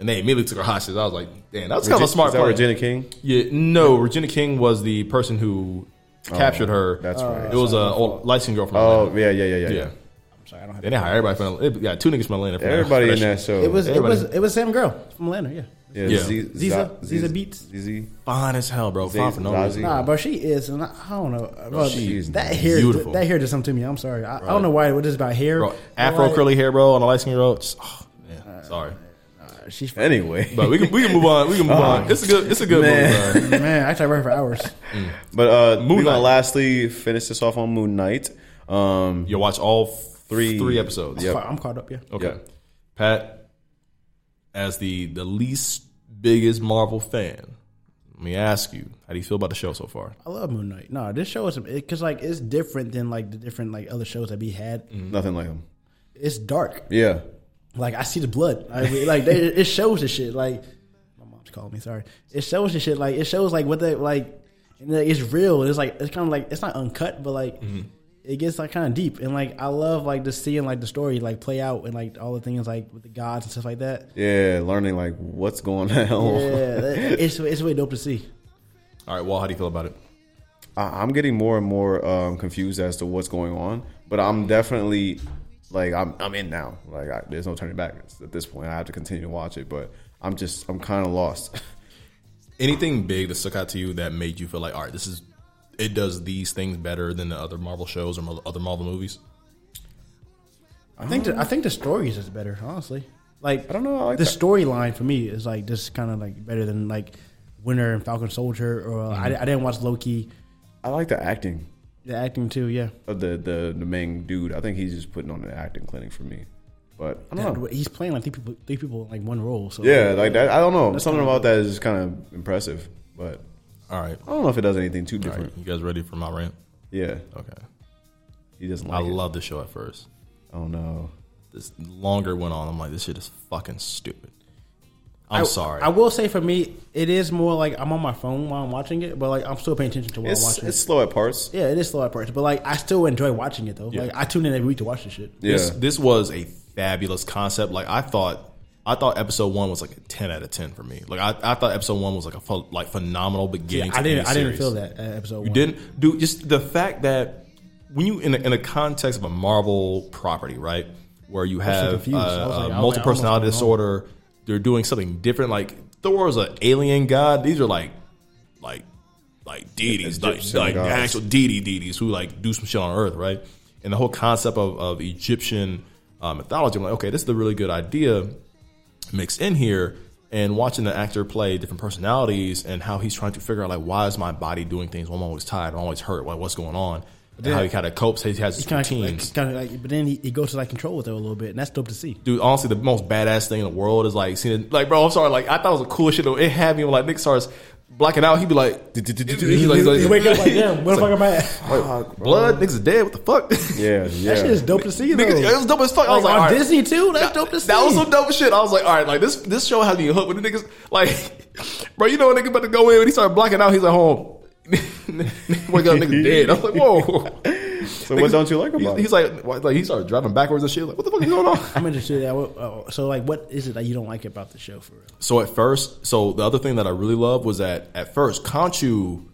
C: And they immediately took her hostage. I was like, "Damn, that's kind of a
F: Regi-
C: smart
F: is that
C: plan."
F: Regina King?
C: Yeah, no, Regina King was the person who captured her.
F: Oh, that's right.
C: It was a old licensed girl from Atlanta.
F: Oh yeah, yeah, yeah, yeah.
C: Yeah.
F: yeah.
D: Oh, I'm sorry, I don't have.
C: They didn't hire everybody from Atlanta. Yeah, two niggas from Atlanta. For
F: Everybody
C: for
F: in that
C: shit.
F: show.
D: It was. It
C: Everybody-
D: was. It was Sam Girl from Atlanta. Yeah.
F: yeah.
C: Yeah.
F: Z-
D: Ziza-
F: Za-
D: Ziza Beetz.
F: Ziza.
C: Fine as hell, bro. Fine for no
F: Zazie.
C: reason.
D: Nah, but she is, and I, I don't know. Bro,
F: she's
D: that hair,
C: beautiful.
D: that hair did something to me. I'm sorry. I, I don't know why. What is about hair?
C: Bro,
D: but
C: Afro
D: like,
C: curly hair, bro, on a light skin girl. Just, oh, man, sorry,
D: She's
F: Anyway,
C: but we can we can move on. We can move on. It's a good it's a good
F: Man.
C: movie. Bro.
D: Oh.
C: Mm.
D: man. I tried her for hours.
F: but uh,
C: Moon
F: we're gonna
C: Knight.
F: lastly finish this off on Moon Knight. Um,
C: You watch all three
F: Three.
C: three episodes.
F: Yep.
D: I'm caught up. Yeah.
C: Okay.
F: Yep.
C: Pat, as the the least biggest Marvel fan, let me ask you, how do you feel about the show so far?
D: I love Moon Knight. No, this show is because like it's different than like the different like other shows that we had.
C: Mm-hmm.
F: nothing like him.
D: It's dark.
F: Yeah,
D: Like I see the blood. I, like they, it shows the shit. Like my mom's calling me. Sorry. It shows the shit. Like it shows like what they like. And like, it's real. It's like it's kind of like it's not uncut, but
C: Mm-hmm.
D: like it gets like kind of deep. And like I love like just seeing like the story like play out and like all the things like with the gods and stuff like that.
F: yeah. Learning like what's going on.
D: Yeah, that- it's it's really dope to see.
C: All right, well, how do you feel about it?
F: I- I'm getting more and more um, confused as to what's going on, but I'm definitely like I'm I'm in now. Like I, there's no turning back at this point. I have to continue to watch it, but I'm just I'm kind of lost.
C: anything big that stuck out to you that made you feel like, all right, this is it does these things better than the other Marvel shows or mo- other Marvel movies?
D: I think
F: Oh.
D: the, I think the story is just better, honestly. Like
F: I don't know, I like
D: the
F: that.
D: storyline for me is like just kind of like better than like Winter and Falcon Soldier, or uh, I, I didn't watch Loki.
F: I like the acting
D: The acting too, yeah.
F: of the the the main dude. I think he's just putting on an acting clinic for me, but I don't know.
D: He's playing like three people, three people in like one role. So
F: Yeah, like that. I don't know. Something about that is just kind of impressive, but
C: All right,
F: I don't know if it does anything too
C: all right,
F: different.
C: you guys ready for my rant?
F: Yeah,
C: Okay,
F: he doesn't
C: I
F: like. it.
C: love the show at first.
F: Oh no.
C: This longer it went on, I'm like, this shit is fucking stupid. I'm
D: I-
C: sorry.
D: I will say for me, it is more like I'm on my phone while I'm watching it, but like I'm still paying attention to what I'm
F: It's
D: watching.
F: it's slow at parts.
D: yeah, it is slow at first, but like I still enjoy watching it though. Like I tune in every week to watch this shit.
F: Yeah,
C: This this was a fabulous concept. Like I thought, I thought episode one was like a ten out of ten for me. Like I, I thought episode one was like a ph- like phenomenal beginning. to
D: I didn't.
C: any
D: I didn't
C: series.
D: feel that at episode one.
C: You didn't, dude. Just the fact that when you in a, in a context of a Marvel property, right, where you
D: so
C: have
D: confused. I was like, I was like, I
C: multi personality
D: almost don't
C: disorder, they're doing something different. Like Thor is an alien god. These are like, like, like deities, like,
F: Egyptian
C: like
F: gods.
C: actual deity deities who like do some shit on Earth, right? And the whole concept of of Egyptian uh, mythology, I'm like, okay, this is a really good idea mixed in here. and watching the actor play different personalities and how he's trying to figure out like why is my body doing things? Well, I'm always tired. I'm always hurt. Like what's going on? And
D: Yeah.
C: how he kind of copes. He has his
D: Kind of like,
C: routines.
D: kinda like- but then he, he goes to like control with it a little bit, and that's dope to see.
C: Dude, honestly, the most badass thing in the world is like seeing it. Like, bro, I'm sorry. Like, I thought it was the coolest shit. though. It had me like Nick starts blacking out. He'd be like, he's like,
D: You wake up like, damn, where the fuck am I at?
C: Like, blood, niggas is dead. What the fuck?
F: Yeah, yeah.
D: That shit is dope to see. Though.
C: Niggas, yeah, it was dope as fuck. I was like,
D: on
C: all right.
D: Disney too. That's dope to see.
C: That was some dope shit. I was like, all right, like this this show had me hooked with the niggas. Like, bro, you know a nigga about to go in when he started blocking out. He's like, home. Wake up, nigga dead. I was like, whoa.
F: So what don't you like about
C: He's, he's like, why- like he started driving backwards and shit. Like, what the fuck is going on?
D: I'm interested. Yeah, what- oh, so like, what is it that you don't like about the show for real?
C: So at first, so the other thing that I really loved was that at first, Conchu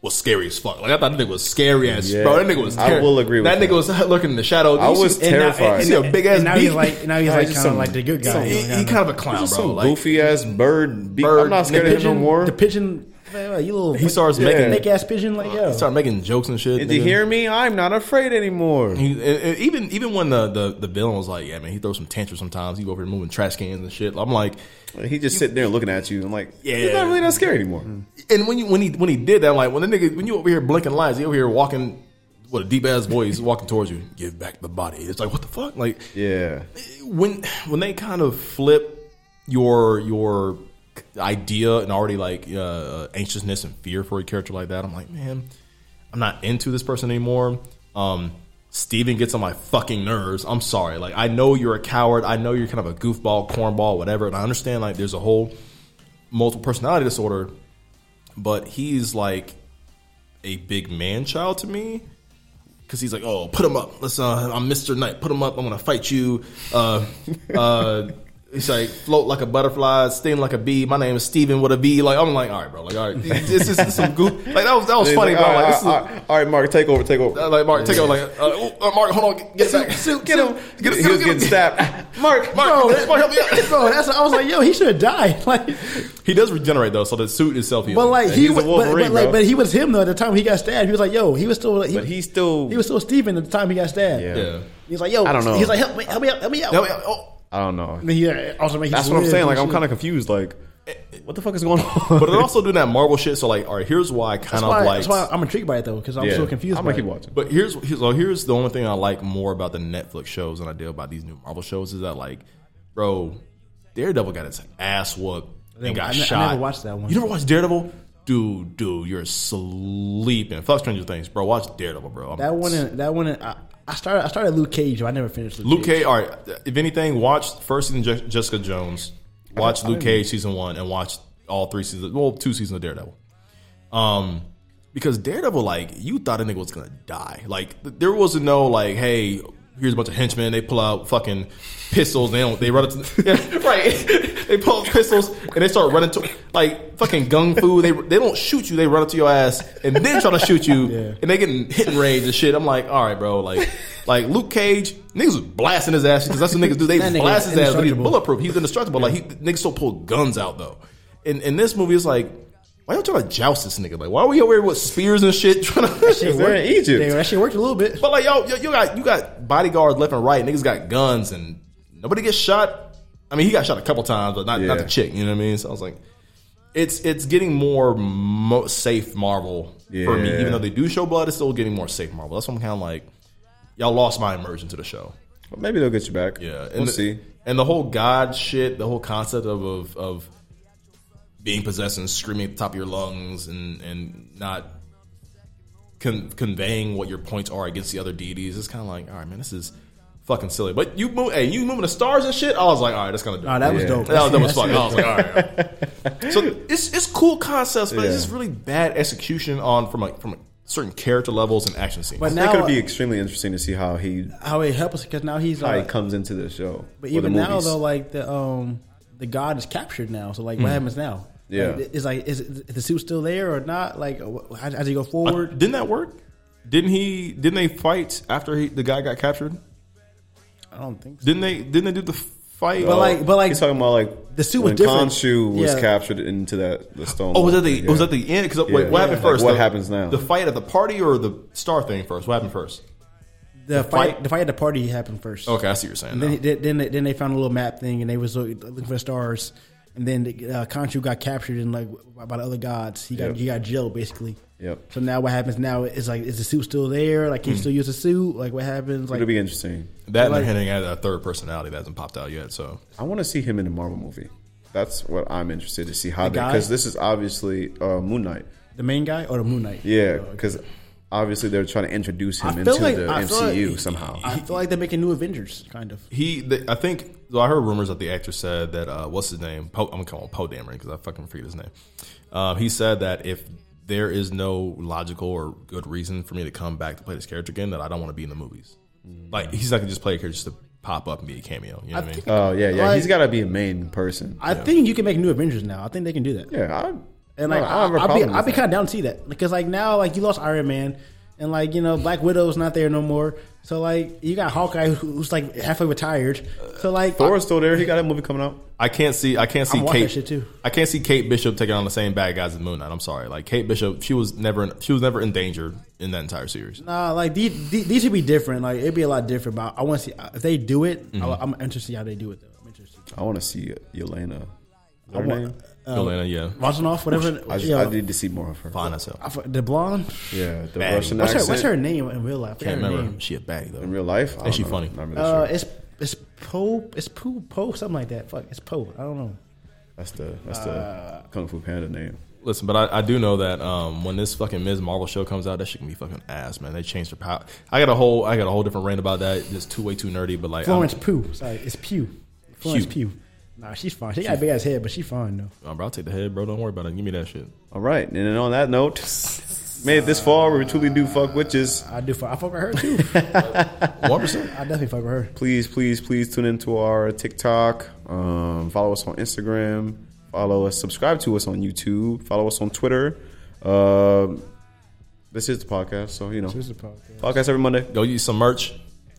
C: was scary as fuck. Like I thought that nigga was scary as
F: Yeah.
C: bro. That nigga was.
F: I
C: terri-
F: will agree with
C: that.
F: that.
C: nigga was lurking in the shadow.
F: I was
C: Oh, and now- and-
F: terrified.
C: and see a big ass
D: And now he's
C: beak.
D: like, and now he's
F: Nah,
D: like
F: just
D: kind of
F: some-
D: like the good
C: So
D: guy.
C: he,
D: Like, I
C: he
D: don't
C: kind
D: know.
C: of a clown,
F: Just
C: bro.
F: some
C: Like
F: goofy ass bird. Be-
C: Bird,
F: I'm not scared
C: nigga.
F: of him no more.
D: The pigeon, man, like, you little
C: he starts making
D: fake ass pigeon. Like yo,
C: he started making jokes and shit.
F: Did you
C: nigga.
F: hear me? I'm not afraid anymore.
C: He- and- and even even when the, the the villain was like, yeah, man, he throws some tantrums sometimes. He go over here moving trash cans and shit. I'm like,
F: He just sitting there looking at you. I'm like, yeah,
C: Yeah.
F: he's not really that scary anymore.
C: and when you when he when he did that, I'm like, when the nigga when you over here blinking lights, he over here walking with a deep ass voice walking towards you. Give back the body. It's like what the fuck? Like
F: Yeah,
C: when when they kind of flip your your idea and already like uh, anxiousness and fear for a character like that, I'm like, man, I'm not into this person anymore. Um, Steven gets on my fucking nerves. I'm sorry. Like I know you're a coward. I know you're kind of a goofball, cornball, whatever. And I understand like there's a whole multiple personality disorder, but he's like a big man child to me because he's like, oh, put him up. Let's. Uh, I'm Mr. Knight. Put him up. I'm gonna fight you. Uh, uh, he's like, float like a butterfly, sting like a bee. My name is Steven with a B. Like I'm like, all right, bro. Like all right, this is some goof. Like that was that was
F: He's
C: funny,
F: like,
C: bro. Like,
F: all, right,
C: this is,
F: all right, all right, Mark, take over, take over.
C: uh, like Mark, take over. Like uh, oh, uh, Mark, hold on, get, get back.
F: Get him.
C: Get him.
F: he was
C: Get him.
F: getting stabbed. Mark,
C: Mark,
D: Bro,
C: Mark, help me
D: that-
C: out.
D: bro, that's I was like, yo, he should have died. Like,
C: He does regenerate though, so the suit itself.
D: but like he,
F: he's a
D: was, but,
F: Wolverine,
D: but, like,
F: bro.
D: but he was him though. At the time he got stabbed, he was like, yo, he was still, he,
F: But he still.
D: he was still Steven at the time he got stabbed.
F: Yeah.
C: yeah.
D: He's like, yo,
F: I don't know.
D: He's like, help me, help me out, help me out.
C: Now, oh,
F: I don't know.
D: And then he uh, also make
F: That's what I'm saying. Like I'm kind of confused. Like, what the fuck is going on?
C: but they're also doing that Marvel shit. So like, all right, here's why I kind
D: That's
C: of
D: why,
C: like.
D: that's why I'm intrigued by it though, because I'm
F: Yeah.
D: so confused.
F: I'm
D: by
F: gonna keep
D: it.
F: watching.
C: But here's here's, so here's the only thing I like more about the Netflix shows than I do about these new Marvel shows is that like, bro, Daredevil got his ass whooped and got
D: I ne- I
C: shot.
D: never watched that one.
C: You never watched Daredevil, dude? Dude, you're sleeping. Fuck Stranger Things, bro. Watch Daredevil, bro. I'm-
D: That one, in, that one, in, I, I started. I started Luke Cage, but I never finished Luke,
C: Luke
D: Cage.
C: Cage. All right, if anything, watch first season Je- Jessica Jones. Watch Luke Cage season one and watch all three seasons. Well, two seasons of Daredevil. Um, because Daredevil, like you thought a nigga was gonna die. Like th- there wasn't no like, hey, here's a bunch of henchmen. They pull out fucking pistols. They don't. They run up to yeah, right. they pull out pistols and they start running to like fucking gung fu. They they don't shoot you. They run up to your ass and then try to shoot you. And they getting hit and range and shit. I'm like, all right, bro. Like like Luke Cage, niggas was blasting his ass because that's what niggas do. They
D: That nigga
C: blast his ass, but he's
D: indestructible.
C: bulletproof. He's indestructible. Like he niggas still pull guns out though. In in this movie, it's like. Why y'all trying to joust this nigga? Like, why are we over here with spears and shit trying to?
F: They're in
D: They,
F: Egypt.
D: that shit worked a little bit.
C: but like, yo, yo, you got you got bodyguards left and right. Niggas got guns and nobody gets shot. I mean, he got shot a couple times, but not not
F: Yeah.
C: the chick. You know what I mean? So I was like, it's it's getting more mo- safe Marvel for me.
F: Yeah.
C: Even though they do show blood, it's still getting more safe Marvel. That's what I'm kind of like. Y'all lost my immersion to the show.
F: But maybe they'll get you back.
C: Yeah, and
F: we'll
C: the,
F: see.
C: And the whole God shit, the whole concept of of, of being possessed and screaming at the top of your lungs and and not con- conveying what your points are against the other deities. It's kind of like, all right, man, this is fucking silly. But you move, hey, you moving the stars and shit. I was like, all right, that's kind of
D: Oh, that was dope.
C: that was dumb as
D: That's
C: fuck.
D: it.
C: I was like, all right. So it's it's cool concepts, but it's just really bad execution on from like from certain character levels and action scenes.
D: But
F: I think
D: now, uh,
F: it'll be extremely interesting to see how he
D: how it helps because now he's
F: how he
D: like,
F: comes into the show.
D: but
F: or the
D: even now
F: movies.
D: though, like the um, the god is captured now. So like, what happens now?
F: Yeah.
D: like, it's like, is, it, is the suit still there or not? Like, uh, wh- how, how do you go
C: I-
D: forward?
C: didn't that work? Didn't he? Didn't they fight after he, the guy got captured?
D: I, don't think. so.
C: Didn't they? Didn't they do the fight?
D: But like, but like,
F: he's talking about like
D: the suit was
F: when
D: different.
F: Khonshu was
D: Yeah.
F: captured into that the stone.
C: oh, was that
F: that
C: the was that the end? Because
F: Yeah.
C: what happened
F: Like,
C: first?
F: what
C: The-
F: happens now?
C: The fight at the party or the star thing first? What happened first?
D: the fight,
C: fight-
D: the fight at the party happened first.
C: Okay, I see what you're saying.
D: Then,
C: now.
D: he- then, then they- then they found a little map thing, and they was looking for stars. And then the, uh, Khonshu got captured and like by the other gods. He got
A: Yep.
D: he got jailed basically.
A: Yep.
D: So now what happens now is like is the suit still there? Like can you still use the suit? Like what happens? Like
A: It'll be interesting.
C: That and
D: Like-
C: they're hinting at a third personality that hasn't popped out yet. So
A: I want to see him in a Marvel movie. That's what I'm interested to see how
D: The
A: they
D: guy?
A: because this is obviously uh, Moon Knight.
D: the main guy or the Moon Knight?
A: Yeah, because obviously they're trying to introduce him into the
D: I feel
A: MCU
D: like-
A: somehow.
D: I feel like they're making new Avengers, kind of.
C: he, the, I think, so I heard rumors that the actor said that uh, what's his name? Poe, I'm gonna call him Poe Dameron because I fucking forget his name. Uh, he said that if there is no logical or good reason for me to come back to play this character again, that I don't want to be in the movies.
D: Mm.
C: Like he's not gonna just play a character just to pop up and be a cameo. You know what I mean?
A: oh yeah, yeah.
D: Like-
A: he's got to be a main person.
D: I think you can make new Avengers now. I think they can do that.
A: yeah, I,
D: And like,
A: no,
D: I,
A: have a
D: I'll be,
A: problem with
D: I'll be
A: that.
D: kind of down to see that because like now, like you lost Iron Man, and like you know, Black Widow's not there no more. So like, you got Hawkeye who's like halfway retired. So like,
A: Thor's still there. He got a movie coming out.
C: I can't see. I can't see
D: I'm watching
C: Kate.
D: that shit, too.
C: I can't see Kate Bishop taking on the same bad guys as Moon Knight. I'm sorry. Like Kate Bishop, she was never. In, she was never in danger in that entire series.
D: nah, like these, these, these should be different. Like it'd be a lot different. But I want to see if they do it.
A: Mm-hmm.
D: I, am interested how they do it though. I'm interested.
A: I want to see Yelena. Is that her
D: I want
A: name?
C: Elena, Uh, yeah,
D: Romanov, whatever.
A: I, just,
D: yeah,
A: I need to see more of her.
C: fine as hell.
D: I f- the blonde.
A: Yeah, the
C: Bang.
A: Russian
D: What's her,
A: accent.
D: what's her name in real life? I forgot
C: Can't
D: her
C: remember.
D: name.
C: She a bag though.
A: in real life? I
C: Is she
A: don't know.
C: funny?
A: Not really
D: Uh,
A: sure.
D: it's it's Poe. It's Pooh Poe something like that. Fuck, it's Poe. I don't know.
A: That's the that's the
D: Uh,
A: Kung Fu Panda name.
C: Listen, but I, I do know that um, when this fucking Ms. Marvel show comes out, that shit can be fucking ass, man. They changed the power. I got a whole, I got a whole different rant about that. It's too way too nerdy, but like,
D: Florence
C: I'm-
D: Pugh. Sorry, it's Pugh. Florence
C: Pugh.
D: Pugh. Nah, she's fine. She got a big ass head, but she fine though.
C: Oh, bro, I'll take the head, bro. Don't worry about it. Give me that shit.
A: All right, and then on that note, may it this fall we truly do fuck witches.
D: I do. Fuck, I fuck with her too.
C: One percent.
D: I definitely fuck with her.
A: Please, please, please tune into our TikTok. Um, follow us on Instagram. Follow us. Subscribe to us on YouTube. Follow us on Twitter. Um, this is the podcast, so you know podcast every Monday.
C: Go use some merch.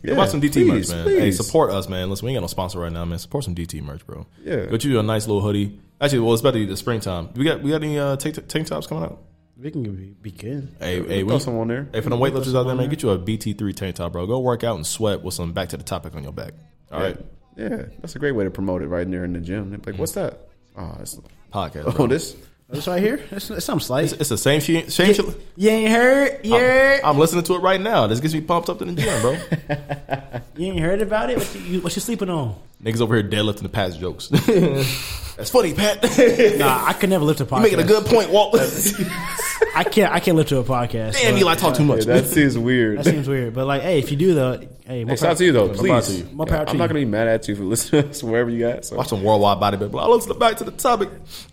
C: Go buy
A: Yeah,
C: some DT
A: please,
C: merch, man. Hey,
A: please.
C: support us, man. Listen, we ain't got no sponsor right now, man. Support some DT merch, bro.
A: Yeah.
C: Go you a nice little hoodie. Actually, well, it's about to be the springtime. We got we got any uh, tank, tank tops coming out?
D: We can be, be good.
C: Hey, hey,
A: Hey,
C: we-
A: throw some on there.
C: Hey, for the weightlifters out there, man, get you a BT3 tank top, bro. Go work out and sweat with some back to the topic on your back. All right,
A: Yeah, that's a great way to promote it right there in the gym. They're like, what's that? Oh, it's,
C: Mm-hmm. podcast. Bro.
A: oh this.
D: This right here. It's, it's something slight.
C: It's the same shit. Same shit.
D: you ain't heard. Yeah.
C: I'm listening to it right now. This gets me pumped up to the gym, bro.
D: you ain't heard about it. What you, you, what you sleeping on?
C: Niggas over here deadlifting the past jokes. That's funny, Pat. you
D: Nah, I could never lift a podcast.
C: making a good point, Walt.
D: I can't. I can't lift to a podcast. so
C: Damn, Eli talk too much.
A: Yeah, that seems weird.
D: that seems weird. But like, hey, if you do though, hey, more
A: Hey, shout out to you though, please.
C: proud to you.
D: More power
A: Yeah,
D: to
A: I'm not
D: you.
A: gonna be mad at you for listening to us wherever you got. So.
C: Watch some worldwide bodybuilding. But I look to the back to the topic.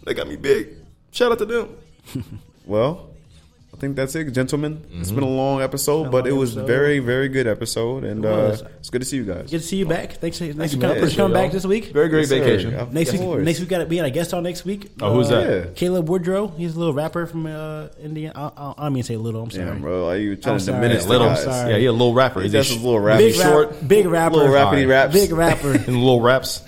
C: They got me big. Shout out to them.
A: Well, I think that's it, gentlemen. It's
C: Mm-hmm.
A: been a long episode, but it was
D: episode.
A: very, very good episode, and uh,
D: was.
A: it's good to see you guys.
D: Good to see you back. Thanks. Thanks for
C: man.
D: coming, for coming
C: Yeah, y'all.
D: back this week.
C: Very great
A: Yes, sir.
C: vacation.
A: Of
D: Next week,
A: course.
D: next week, we got a, we got a guest on next week. Uh,
C: Oh, who's that?
A: Yeah.
D: Caleb Woodrow. He's a little rapper from uh, India. I, I, I don't mean to say little. I'm sorry.
A: Damn, bro, are you
D: I'm
A: trying to
D: sorry.
A: diminish
D: Yeah,
A: the
C: Little,
D: I'm
A: guys?
D: sorry.
C: yeah, he a little rapper.
A: He's
C: Is
A: just
C: he
A: a little
C: rap.
A: rapper.
D: Big
C: Big
D: rap-
C: short
D: big rapper,
A: Little rappity raps.
D: big rapper.
C: and little raps.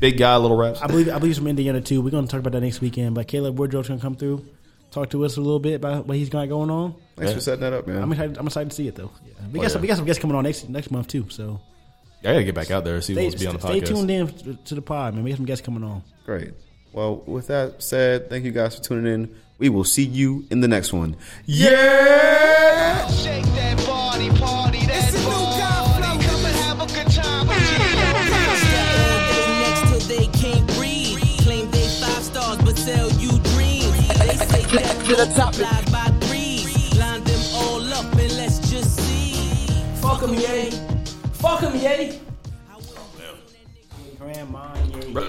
C: Big guy, little raps.
D: I believe I believe he's from Indiana too. We're gonna talk about that next weekend. But Caleb Woodrow's gonna come through, talk to us a little bit about what he's got going on.
A: Thanks for setting that up, man.
D: I'm excited. I'm excited to see it though. We
C: Oh,
D: got some,
C: yeah.
D: we got some guests coming on next next month too. So
C: I gotta get back out there and see who
D: stay,
C: wants to be on the
D: stay
C: podcast.
D: tuned in to the pod, man. We got some guests coming on.
A: Great. Well, with that said, thank you guys for tuning in. We will see you in the next one. Yeah.
B: Shake that body, party that
K: It's a new
B: body. Come and have a good time with
J: Stay next till they can't breathe. Claim they five stars, but sell you dreams. They say that to the top flies by threes. Line them all up and let's just see. Fuck 'em, yay. Fuck 'em, yay.
D: Grand Mind, yeah, yeah.